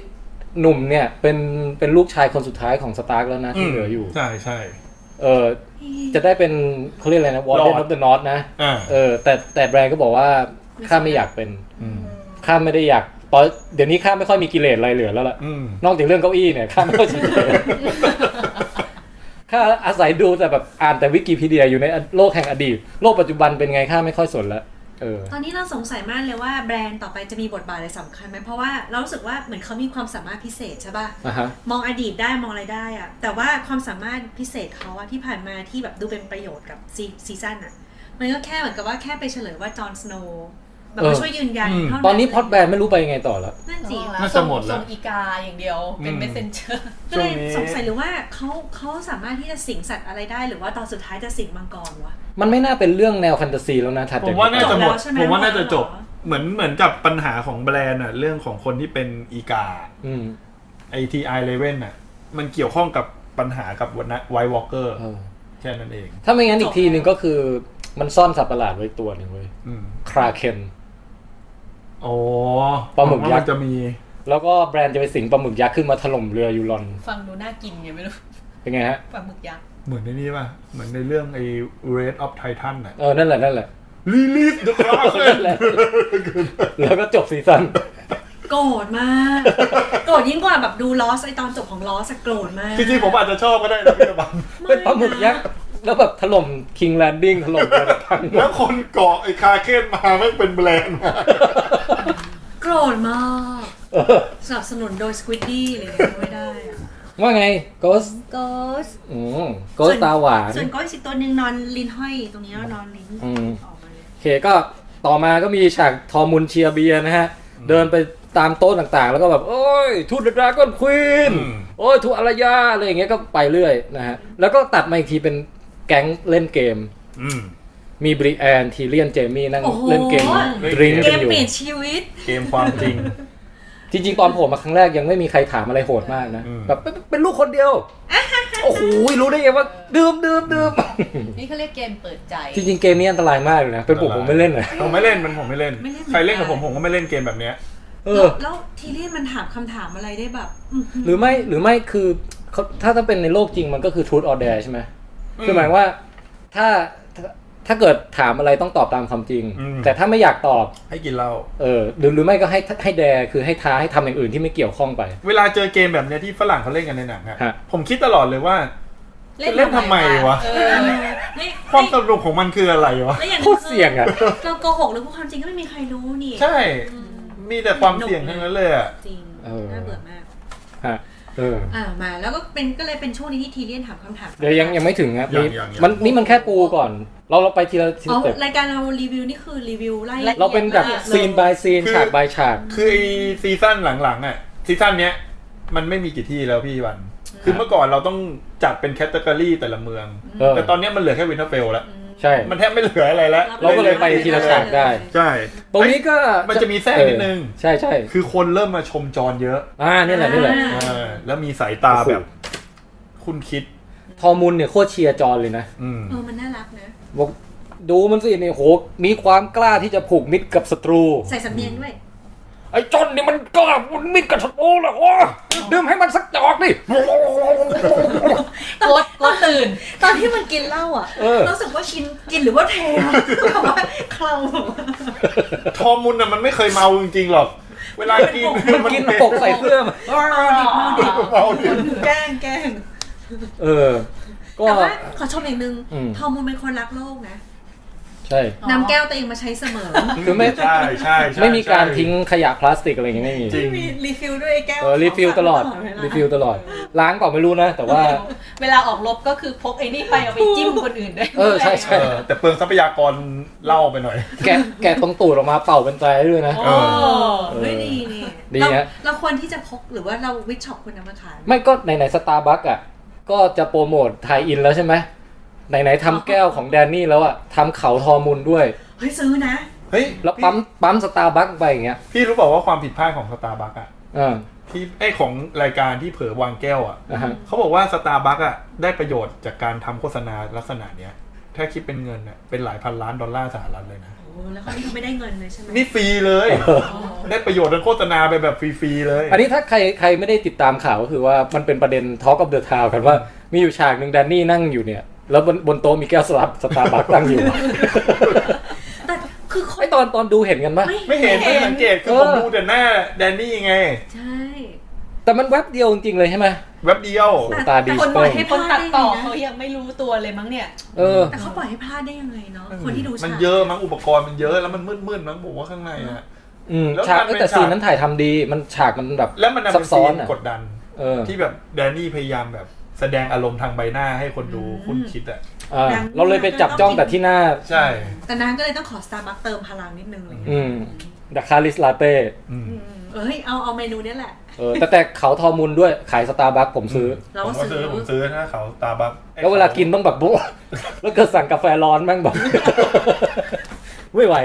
Speaker 1: หนุ่มเนี่ย เป็นเป็นลูกชายคนสุดท้ายของสตาร์กแล้วนะ ที่เหลืออยู่
Speaker 2: ใช่ใช่
Speaker 1: เออ จะได้เป็นเขาเรียกอะไรนะวอร์เดนออฟเดอะนอตนะ
Speaker 2: อ่า
Speaker 1: เออ แต่แต่แบรนด์ก็บอกว่าข้าไม่อยากเป็น
Speaker 2: อืม
Speaker 1: ข้าไม่ได้อยากตอนเดี๋ยวนี้ข้าไม่ค่อยมีกิเลสอะไรเหลือแล้วล่ะ
Speaker 2: อืม
Speaker 1: นอกจากเรื่องเก้าอี้เนี่ยข้าไม่ค่อยสนใจข้าอาศัยดูแต่แบบอ่านแต่วิกิพีเดียอยู่ในโลกแห่งอดีต โลกปัจจุบันเป็นไงข้าไม่ค่อยสนละเออ
Speaker 4: ตอนนี้เราสงสัยมากเลยว่าแบรนด์ต่อไปจะมีบทบาทอะไรสำคัญไหมเพราะว่าเรารู้สึกว่าเหมือนเขามีความสามารถพิเศษใช่ป่ะ
Speaker 1: อ่ะฮะ
Speaker 4: มองอดีตได้มองอะไรได้อะแต่ว่าความสามารถพิเศษเขาอะที่ผ่านมาที่แบบดูเป็นประโยชน์กับซีซีซั่นอะมันก็แค่เหมือนกับว่าแค่ไปเฉลยว่าจอห์นสโนว์แบบ
Speaker 1: เออ
Speaker 4: มาช่วยยืนยันเท่า
Speaker 1: ตอนนี้พอดแบรนด์ไม่รู้ไปยังไงต่อละ
Speaker 4: นั่นสิ
Speaker 3: แล้วส่งส่งอีกาอย่างเดียว เป็น messenger
Speaker 4: ก็เลยสงสัยหรือว่าเขาเขาสามารถที่จะสิงสัตว์อะไรได้หรือว่าตอนสุดท้ายจะสิงมังกรวะ
Speaker 1: มันไม่น่าเป็นเรื่องแนวแฟนตาซีแล้วนะถัด
Speaker 2: ผ
Speaker 1: จาก
Speaker 2: มว่าน่า
Speaker 1: นี้
Speaker 2: จะหมด
Speaker 4: จบแล้วใช่ไหม
Speaker 2: ผมว่าน่าจะจบ
Speaker 4: หรอ
Speaker 2: เหมือนเหมือนกับปัญหาของแบรนด์อะเรื่องของคนที่เป็นอีกา
Speaker 1: อืม
Speaker 2: ไอทีไอเลเว่นอะมันเกี่ยวข้องกับปัญหากับวันนะไววอลเกอร์
Speaker 1: เออ
Speaker 2: แค่นั้นเอง
Speaker 1: ถ้าไม่งั้นอีกทีหนึ่งก็คือ มันซ่อนสัตว์ประหลาดไว้ตัวหนึ่งเว้ย
Speaker 2: อืม
Speaker 1: คราเคน
Speaker 2: อ๋อ
Speaker 1: ปลาหมึกยักษ์
Speaker 2: นจะมี
Speaker 1: แล้วก็แบรนด์จะไปสิงปลาหมึกยักษ์ขึ้นมาถล่มเรือยูรอน
Speaker 3: ฟังดูน่ากินไงไม่รู้
Speaker 1: เป็นไงฮะ
Speaker 3: ปลาหมึกยักษ์
Speaker 2: เหมือนในนี้ป่ะ เหมือนในเรื่องไอ้ Red of Titan น่ะ
Speaker 1: เออ นั่นแหละนั่นแหละ
Speaker 2: Release the Kraken
Speaker 1: นั่นแหละ แล้วก็จบซีซั่น
Speaker 4: โกรธมาก โกรธยิ่งกว่าแบบดูลอสไอตอนจบของลอสโกรธมาก
Speaker 2: จริงๆผมอาจจะชอบก็ได้นะพี่ตะบัน
Speaker 1: เป็นปลาหมึกยักษ์ แล้วแบบถล่มคิงแลนดิ้งถล่มเรือ ทั้งหม
Speaker 2: แล้
Speaker 1: ด
Speaker 2: วคนเกาะไอ้คาเคนมาแม่งเป็นแบรนด์มา
Speaker 4: โกรธมากสนับสนุนโดยสควิตตี้เลยไม่ได้อะ
Speaker 1: ว่าไงโกส
Speaker 4: โกส
Speaker 1: อืมโกสตาหวาน
Speaker 4: ส่วนก้อยสิตัวหนึ่งนอนลิ้นห้อยตรงนี้แล้วนอนลิ้น
Speaker 1: อืม
Speaker 4: ออกมาเลย
Speaker 1: โอเคก็ต่อมาก็มีฉากทอมุนเชียร์เบียร์นะฮะ เดินไป ตามโต๊ะต่างๆ แล้วก็แบบ โอ้ยทูตดราก้อนควีน
Speaker 2: อืม
Speaker 1: โอ้ยทูตอารยาอะไรอย่างเงี้ยก็ไปเรื่อยนะฮะ แล้วก็ตัดมาอีกทีเป็นแก๊งเล่นเกม
Speaker 2: อืม
Speaker 1: มีบริแอนทีเลียนเจมี่นั่ง
Speaker 4: โอ้โห
Speaker 1: เล่นเกม
Speaker 2: เล่น
Speaker 1: ด
Speaker 2: เกม
Speaker 1: ริงก์
Speaker 4: เก
Speaker 1: กันอ
Speaker 4: ม
Speaker 1: ยู่
Speaker 4: เปลี่ยนชีวิต
Speaker 2: เกมความ จริง
Speaker 1: จริงๆ ตอนผมมาครั้งแรกยังไม่มีใครถามอะไรโหดมากนะ
Speaker 2: อืม
Speaker 1: แบบเป็นเป็นลูกคนเดียว โอ้โหรู้ได้ไงว่าดื่มดื่มดื่ม
Speaker 3: นี่เขาเรียกเกมเปิดใจ
Speaker 1: จริงๆเกมนี้อันตรายมากเลยนะเป็นผมผมไม่เล่นเลย
Speaker 2: ผมไม่เล่นมันผมไม่เล่น
Speaker 4: ไม่เล่น
Speaker 2: ใครเล่นกับผมผมก็ไม่เล่นเกมแบบเนี้ย
Speaker 1: เอ
Speaker 4: แล้
Speaker 1: อ
Speaker 4: วแล้วทีเรียนมันถามคำถามอะไรได้แบบอื้อหือ
Speaker 1: หรือไม่หรือไม่คือเขาถ้าถ้าเป็นในโลกจริงมันก็คือ truth or dare ใช่ไหม
Speaker 2: อืม
Speaker 1: คือหมายว่าถ้าถ้าถ้าเกิดถามอะไรต้องตอบตามความจริง
Speaker 2: อืม
Speaker 1: แต่ถ้าไม่อยากตอบ
Speaker 2: ให้กินเหล้า
Speaker 1: เออหรือหรือไม่ก็ให้ให้แดคือให้ท้าให้ทำอย่างอื่นที่ไม่เกี่ยวข้ องไป
Speaker 2: เวลาเจอเกมแบบเนี้ยที่ฝรั่งเขาเล่นกันในหนังอะ
Speaker 1: ฮะ
Speaker 2: ผมคิดตลอดเลยว่า เล่นทำไมวะ
Speaker 3: เอ
Speaker 4: เอ
Speaker 3: อ
Speaker 4: อไม่
Speaker 2: ความสนุกของมันคืออะไรวะ
Speaker 4: ไม่แล้วอย่าง
Speaker 1: โคตรเสี่ยงอ่ะ
Speaker 4: เราโกหกหรือพูดความจริงก็ไม่มีใครรู้นี่
Speaker 2: ใช่
Speaker 4: อืม
Speaker 2: มีแต่ความเสี่ยงทั้งนั้นเลยอะ
Speaker 4: จริง
Speaker 1: เออ
Speaker 4: น่าเบื่อมาก
Speaker 1: ฮะเออ
Speaker 4: อ่ามาแล้วก็เป็นก็เลยเป็นช่วงนี้ที่ทีเรียนถามคำถาม
Speaker 1: เดี๋ยวยังยังไม่ถึงครับ
Speaker 2: ยัง
Speaker 1: มี
Speaker 2: ยังยัง
Speaker 1: มันนี่มันแค่ปูก่อน เราเราไปทีละที
Speaker 4: อ๋อ
Speaker 1: ละสเต็ป
Speaker 4: รายการเรารีวิวนี่คือรีวิวไล่
Speaker 1: เราเป็นแบบ
Speaker 4: ละอียดมาก
Speaker 1: ซีน by ซีน
Speaker 2: คือ
Speaker 1: ฉาก by ฉาก
Speaker 2: คือไอซีซั่นหลังๆอ่ะซีซั่นเนี้ยมันไม่มีกี่ที่แล้วพี่วัน คือเมื่อก่อนเราต้องจัดเป็นแคตตาล็อแต่ละเมือง
Speaker 1: เออ
Speaker 2: แต่ตอนเนี้ยมันเหลือแค่วินเทอร์เฟลแล้ว
Speaker 1: ใช่
Speaker 2: มันแทบไม่เหลืออะไรแล้ว
Speaker 1: เราก็เลยไปทีละฉากได้
Speaker 2: ใช่
Speaker 1: ตรงนี้ก็
Speaker 2: มันจะมีแทรกนิดนึง
Speaker 1: ใช่ใช่
Speaker 2: คือคนเริ่มมาชมจอนเยอะ
Speaker 1: อ่านี่แหละนี่แหละ
Speaker 4: า
Speaker 2: เออแล้วมีสายตาแบบ คุณคิด
Speaker 1: ทอมุลเนี่ยโคตรเชียร์จอนเลยนะ
Speaker 2: อืม
Speaker 4: เออมันน่ารักนะ
Speaker 1: บอกดูมันสิเนี่ยโหมีความกล้าที่จะผูกมิตรกับศัตรู
Speaker 4: ใส่สำเนียงด้วย
Speaker 1: ไอ้จอนนี่มันกล้าผูกมิตรกับศัตรูเหรอวะดื่มให้มันสักจอกดิ
Speaker 3: โกดโกดตื่น
Speaker 4: ตอนที่มันกินเหล้าอ่ะ
Speaker 1: เออ
Speaker 4: รู้สึกว่ากินกิน หรือว่าเทอะแบบว่าเคลา
Speaker 2: ทอมุนน่ะมันไม่เคยเมาจริงๆหรอก เวลากิน
Speaker 1: มันกินตกใส่เสื้อมา
Speaker 2: เมาดิ
Speaker 4: แกล้งแกล้ง
Speaker 1: เออ ก็
Speaker 4: แต่ว่าขอชมอย่างหนึ่ง
Speaker 1: อืม
Speaker 4: ทอมมูลเป็นคนรักโลกนะ
Speaker 1: ใช่
Speaker 3: อ๋อ
Speaker 4: นำแก้วตัวเองมาใช้เสมอ
Speaker 1: คือไม่
Speaker 2: ใช่ใช่ใช่
Speaker 1: ไม่มีการทิ้งขยะพลาสติกอะไรอย่างเงี้ยไม่มี
Speaker 2: จริง
Speaker 4: มีรีฟิลด้วยไอ้แก้ว
Speaker 1: เออรีฟิลตลอด
Speaker 4: เวา
Speaker 1: รีฟิลตลอด ล้างก่อนไม่รู้นะ แต่ว่า
Speaker 3: เวลาออกรบก็คือพกไอ้นี่ไปเอาไปจิ้มคนอื่นได้
Speaker 1: เออใช่ใช่
Speaker 2: เออ แต่เปลืองทรัพยากรเหล่าไปหน่อย
Speaker 1: แกะแกะตรงตูดออกมาเป่าเป็นใจด้วยนะ
Speaker 3: โอ้
Speaker 2: เอ
Speaker 4: เฮ้ยดีนี่
Speaker 1: ดี
Speaker 4: เรา
Speaker 1: ฮะ
Speaker 4: เราควรที่จะพกหรือว่าเราวิชช็อปคุณนำมาขาย
Speaker 1: ไม่ก็ไหนๆสตาร์บัคอ่ะ ก็จะโปรโมทไทยอินแล้วใช่ไหมไหนๆทำแก้วของแดนนี่แล้วอ่ะทำเขาทอมุลด้วย
Speaker 4: เฮ้ยซื้อนะ
Speaker 2: เฮ้ย
Speaker 1: แล้วปั๊มปั๊มสตาร์บัคไปอย่างเงี้ย
Speaker 2: พี่รู้เปล่าว่าความผิดพลาดของสตาร์บัคอะ
Speaker 1: อ่า
Speaker 2: ที่ไอยของรายการที่เผลอวางแก้วอะ
Speaker 1: นะฮะ
Speaker 2: เขาบอกว่าสตาร์บัคอะได้ประโยชน์จากการทำโฆษณาลักษณะเนี้ย ถ้าคิดเป็นเงินเนี่ยเป็นหลายพันล้านดอลลาร์สหรัฐเลยนะ
Speaker 4: โอ้แล้วเขาไม่ได้เงินเลยใช่ไหม
Speaker 2: นี่ฟรีเลย ได้ประโยชน์ทางโฆษณาไปแบบฟรีๆเลย
Speaker 1: อันนี้ถ้าใครใครไม่ได้ติดตามข่าวก็คือว่ามันเป็นประเด็นทอ l k ก f บเดอะทาวกันว่ามีอยู่ฉากหนึ่งแดนนี่นั่งอยู่เนี่ย แล้วบนบนโต๊ะมีแก้วสลับสตาร์บัคตั้ง อยู่
Speaker 4: แต่คือคน
Speaker 1: ไอตอนตอนดูเห็นกันปะ
Speaker 2: ไม่เห็นไม่สังเกตคือ
Speaker 1: เออ
Speaker 2: ผมดูแต่หน้าแดนนี่ไง
Speaker 4: ใช่
Speaker 1: แต่มันแวบเดียวจริงๆเลยใช่ไหม
Speaker 2: แว็บเดียว
Speaker 1: โอ้ตาดี
Speaker 4: แต่คนปล่อยให้พ
Speaker 3: คน
Speaker 4: ลา
Speaker 3: ตั
Speaker 4: ด
Speaker 3: ด
Speaker 4: ได้
Speaker 3: ต่อ
Speaker 4: ไง
Speaker 3: เขา
Speaker 4: นะ
Speaker 3: ยังไม่รู้ตัวเลยมั้งเนี่ย
Speaker 1: เออ
Speaker 4: แต่เขาปล่อยให้พลาดได้ยังไงเนาะคนที่ดูฉาก
Speaker 2: มันเยอะมั้งอุปกรณ์มันเยอะแล้วมันมืดๆมั้งผมว่าข้างในอะ
Speaker 1: อืม
Speaker 2: แล้ว
Speaker 1: ฉาก
Speaker 2: มันเป็น
Speaker 1: แต่ซีน
Speaker 2: ฉาก
Speaker 1: นั้นถ่ายทำดีมันฉากมันแบบ
Speaker 2: แล้วมันนำ
Speaker 1: ซั
Speaker 2: เป็
Speaker 1: บ
Speaker 2: น
Speaker 1: ซ้
Speaker 2: ซี
Speaker 1: อน
Speaker 2: น
Speaker 1: อ่ะ
Speaker 2: กดดัน
Speaker 1: เออ
Speaker 2: ที่แบบแดนนี่พยายามแบบแสดงอารมณ์ทางใบหน้าให้คนดูคุณคิดอ่ะ
Speaker 1: อ่าเราเลยไปจับจ้องแต่ที่หน้า
Speaker 2: ใช่
Speaker 4: แต่นางก็เลยต้องขอสตาร์บัคเติมพลังนิดนึงอะไรเลย
Speaker 1: อืมดักคาริสลาเต้
Speaker 2: อืม
Speaker 4: อืมเอ้ยเอาเอาเมนูเนี้ยแหละ
Speaker 1: เออแต่แต่เขาทอมุลด้วยขายสตาร์บัคผมซื้อ
Speaker 4: เรา
Speaker 2: ผม
Speaker 4: ก็
Speaker 2: ก็
Speaker 4: ซื้
Speaker 2: ซื้อ
Speaker 4: อ
Speaker 2: ผมซื้อถ้าเขาตาบับ
Speaker 1: แล้วเวลากินต้องแบบโบ๊ ะ แล้วเกิดสั่งกาแฟร้อนแม่งแบบ ไม่ไหว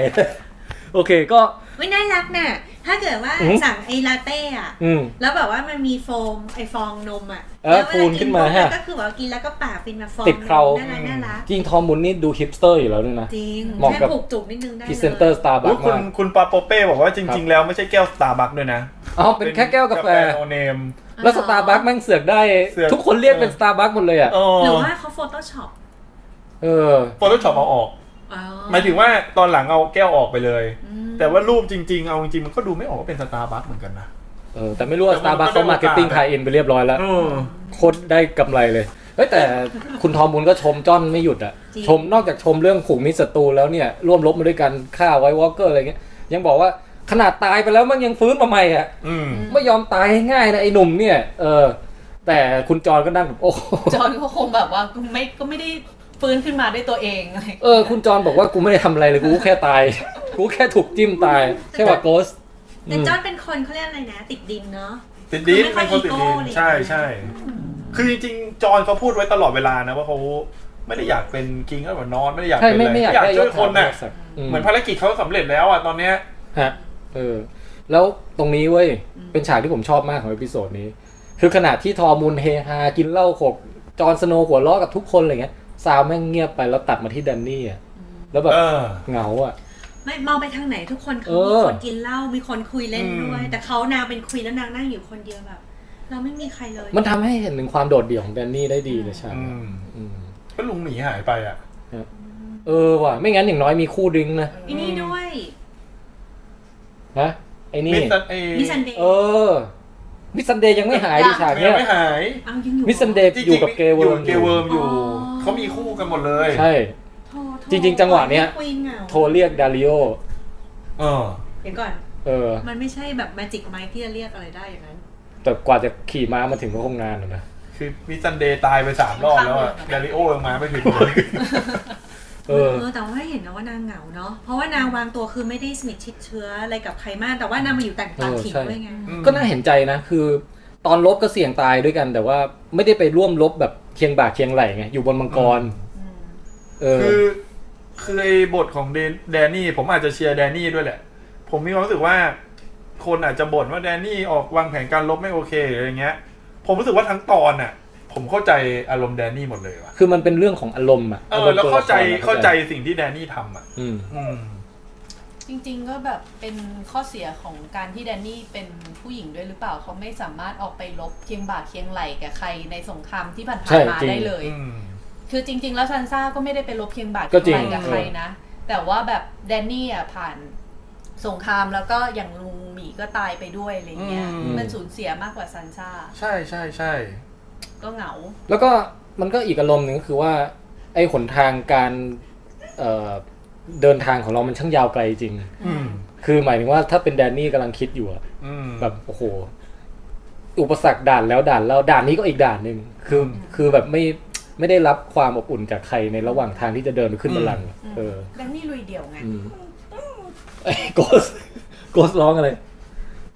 Speaker 1: โอเคก็
Speaker 4: ไม่น่ารักน่ะ ถ้าเกิดว่า
Speaker 1: อืม
Speaker 4: สั่งไอ้ลาเต้อะ
Speaker 1: อืม
Speaker 4: แล้วแบบว่ามันมีโฟมไอ้ฟองนมอะ
Speaker 1: เออ
Speaker 4: แล้ววล
Speaker 1: ฟูนขึ้นมา
Speaker 4: ปุ๊บ
Speaker 1: ฮะ
Speaker 4: ก็คือแบบว่ากินแล้วก็ปากเป็นแบบฟอง
Speaker 1: ติดเครา
Speaker 4: นมน่ารักน่ารัก
Speaker 1: จริงทอมมุนนี่ดูฮิปสเตอร์อยู่แล้วด้วยนะ
Speaker 4: จริง
Speaker 1: เหมาะ
Speaker 4: แค่
Speaker 1: กับ
Speaker 4: ผูกจุกนิดนึงได้
Speaker 1: พรีเซนเตอร์สตาร์บั
Speaker 2: อุ๊
Speaker 1: ค
Speaker 2: ยคุณ
Speaker 1: มาก
Speaker 2: คุณปาโปเป้บอกว่าจริง ๆ แล้วไม่ใช่แก้วสตาร์บัคด้วยนะ
Speaker 1: อ๋อเป็นแค่แก้วกาแฟ
Speaker 2: โอเนม
Speaker 1: แล้วสตาร์บัคแม่งเสือกได้
Speaker 2: เสือก
Speaker 1: ทุกคนเรียกเป็นสตาร์บัคหมดเลยอ่ะ
Speaker 2: โอ้
Speaker 4: หรือว่าเขาโฟโต้ช็อป
Speaker 1: เออ
Speaker 2: โฟโต้ช็อปเอาออก หมายถึงว่าตอนหลังเอาแก้วออกไปเลย แต่ว่ารูปจริง ๆ เอาจริงๆมันก็ดูไม่ออกว่าเป็นสตาร์บัคเหมือนกันนะ
Speaker 1: เออ แต่ไม่รู้ว่า
Speaker 2: แต่
Speaker 1: ส
Speaker 2: มั
Speaker 1: ตาน ร์บัค
Speaker 2: ก็ได้
Speaker 1: เขามาเก็ตติ้ง
Speaker 2: โอกาส
Speaker 1: ไทยอินไปเรียบร้อยแล้ว
Speaker 2: เออ
Speaker 1: โคตรได้กำไรเลยเฮ้ยแต่คุณทอมมุนก็ชมจอนไม่หยุดอะ
Speaker 4: จริง
Speaker 1: ชมนอกจากชมเรื่องขู่มิตรศัตรูแล้วเนี่ย ร่วมรบมาด้วยกันฆ่าไวท์วอลเกอร์อะไรเงี้ยยังบอกว่าขนาดตายไปแล้วมันยังฟื้นมาใหม่อะ
Speaker 2: อืม
Speaker 1: ไม่ยอมตายง่ายๆนะไอ้หนุ่มเนี่ย เออ แต่คุณจอนก็นั่งแบบโอ้โห
Speaker 3: จอนก็คงแบบว่ากูไม่ก็ไม่ได้ฟื้นขึ้นมาด้วยตัวเองอะไร
Speaker 1: เออ คุณจอนบอกว่ากูไม่ได้ทำอะไรเลยกูแค่ตาย กูแค่ถูกจิ้มตายแค่ว่าโกส
Speaker 4: แต่จอร์นเป็นคนเขาเรียกอะไรนะ ติดดินเนาะ
Speaker 2: ติดดิน
Speaker 4: คือไม่ค่
Speaker 2: เป็
Speaker 4: อ
Speaker 2: นค
Speaker 4: ย
Speaker 2: นติดดิน
Speaker 4: อีโก้อะไรอย่างเงี้ย
Speaker 2: ใช่ใช่คือจริงๆจอห์นเขาพูดไว้ตลอดเวลานะว่าเขาไม่ได้อยากเป็นคิงก็แบบนอนไม่ได้อยาก
Speaker 1: ใช่
Speaker 2: เป็น
Speaker 1: ไม่
Speaker 2: อะไร
Speaker 1: ไม่อยาก
Speaker 2: อยาก
Speaker 1: ได้
Speaker 2: ช่วยคนน่ะ
Speaker 1: อื
Speaker 2: เหมือนภารกิจเขาสำเร็จแล้วอ่ะตอนเนี้ย
Speaker 1: ฮะเออ แล้วตรงนี้เว้ย เป็นฉากที่ผมชอบมากของเอพิโซดนี้ คือขณะที่ทอมูลเฮฮากินเหล้าขบจอห์นสโนว์หัวล้อกับทุกคนอะไรเงี้ยซาวแม่งเงียบไปแล้วตัดมาที่แดนนี่อ่ะแล้วแบบ
Speaker 2: เออ
Speaker 1: เหงาอ่ะ
Speaker 4: ไม่มองไปทางไหนทุกคนเขา
Speaker 1: เออ
Speaker 4: มีคนกินเหล้ามีคนคุยเล่นด้วย
Speaker 2: อืม
Speaker 4: แต่เขานางเป็นคุยแล้วนางนั่งอยู่คนเดียวแบบ เราไม่มีใครเลย
Speaker 1: มันทำให้เห็นถึงความโดดเดี่ยวของแดนนี่ได้ดีเลยฉาก
Speaker 2: อื
Speaker 1: นั้น
Speaker 2: ม
Speaker 1: อืม
Speaker 2: ก็ลุงหมีหายไปอ่ะ
Speaker 1: เออว่ะไม่งั้นอย่างน้อยมีคู่ดริ้งก์นะ
Speaker 4: อีนี่ด้วย
Speaker 1: นะไอ้นี่
Speaker 2: มิสซันเอ
Speaker 4: มิสซันเดย์
Speaker 1: เออ มิสซันเดย์ยังไม่หายดิฉาก
Speaker 2: ไม่
Speaker 1: เนี้ย
Speaker 2: ไม่หาย
Speaker 4: เอายังอยู่
Speaker 1: มิสซันเดย์อยู่กับเกเวิร์ม
Speaker 2: อยู่
Speaker 1: อ
Speaker 2: เก
Speaker 1: ยู่
Speaker 2: เวิร์มอยู่ เขามีคู่กันหมดเลย
Speaker 1: ใช่
Speaker 4: โทรโท
Speaker 1: จริงๆจังหวะเนี้ย
Speaker 4: คุเหงา
Speaker 1: โทรเรียกดาริโอ
Speaker 2: เออ
Speaker 4: เดี๋ยวก่อน
Speaker 1: เออ
Speaker 4: มันไม่ใช่แบบแมจิกไมค์ที่จะเรียกอะไรได้อย่างนั้น
Speaker 1: แต่กว่าจะขี่ม้ามาถึงก็คงนานอะนะ
Speaker 2: คือมิสซันเดย์ตายไปสามรอบแล้วอ่ะดาริโอยังมาไม่ถึงเลย
Speaker 1: เออ
Speaker 4: เออแต่ว่าเห็นนะว่านางเหงาเนาะเพราะว่านางวางตัวคือไม่ได้สนิทชิดเชื้ออะไรกับใครมาก แต่ว่านางมาอยู่แต่างต่างถิ่น
Speaker 1: เออใช่
Speaker 4: ด้วยไง
Speaker 1: ก็น่าเห็นใจนะ คือ ตอนลบก็เสี่ยงตายด้วยกัน แต่ว่าไม่ได้ไปร่วมลบแบบเคียงบ่าเคียงไหลไง อยู่บนมังกร เออ
Speaker 2: คือ คือไอ้บทของเดนแดนนี่ ผมอาจจะเชียร์แดนนี่ด้วยแหละ ผมมีความรู้สึกว่า คนอาจจะบ่นว่าแดนนี่ออกวางแผนการลบไม่โอเคหรืออะไรเงี้ย ผมรู้สึกว่าทั้งตอนอ่ะ ผมเข้าใจอารมณ์แดนนี่หมดเลยว่ะ
Speaker 1: คือมันเป็นเรื่องของอารมณ์อะ
Speaker 2: เออ
Speaker 1: รมณ์
Speaker 2: แล้วเข้าใจ
Speaker 1: ตัวละครอะ
Speaker 2: เข้าใจสิ่งที่แดนนี่ทำอ่ะ
Speaker 1: อืม
Speaker 2: อืม
Speaker 3: จริงๆก็แบบเป็นข้อเสียของการที่แดนนี่เป็นผู้หญิงด้วยหรือเปล่าเขาไม่สามารถออกไปรบเคียงบ่าเคียงไหลกับใครในสงครามที่ผ่าน
Speaker 1: ใช่
Speaker 3: ๆมา
Speaker 1: จริง
Speaker 3: ได้เลย
Speaker 2: อืม
Speaker 3: คือจริง ๆ แล้วซันซ่าก็ไม่ได้ไปรบเคียงบ่า
Speaker 1: ก็
Speaker 3: เคียง
Speaker 1: จริง
Speaker 3: ไหลกับใครนะ แต่ว่าแบบแดนนี่อ่ะผ่านสงครามแล้วก็อย่างลุงหมีก็ตายไปด้วยอะไรเงี้ย
Speaker 2: อืม
Speaker 3: มันสูญเสียมากกว่าซันซ่า
Speaker 2: ใช่ใช่ใช่
Speaker 3: ก็เหงา
Speaker 1: แล้วก็มันก็อีกอารมณ์หนึ่งก็คือว่า ไอ้หนทางการเอ่อเดินทางของเรามันช่างยาวไกลจริง
Speaker 2: อืม
Speaker 1: คือหมายถึงว่าถ้าเป็นแดนนี่กำลังคิดอยู่อะ
Speaker 2: อืม
Speaker 1: แบบโอ้โห อุปสรรคด่านแล้วด่านแล้วด่านนี้ก็อีกด่านหนึ่งคือคือแบบไม่ไม่ได้รับความอบอุ่นจากใครในระหว่างทางที่จะเดินขึ้นบัลลังก์อะ
Speaker 3: อืม
Speaker 1: เออ
Speaker 3: แดนนี่ลุยเดี่ยวไง
Speaker 1: อืม ไอ้โกสโกสร้องอะไร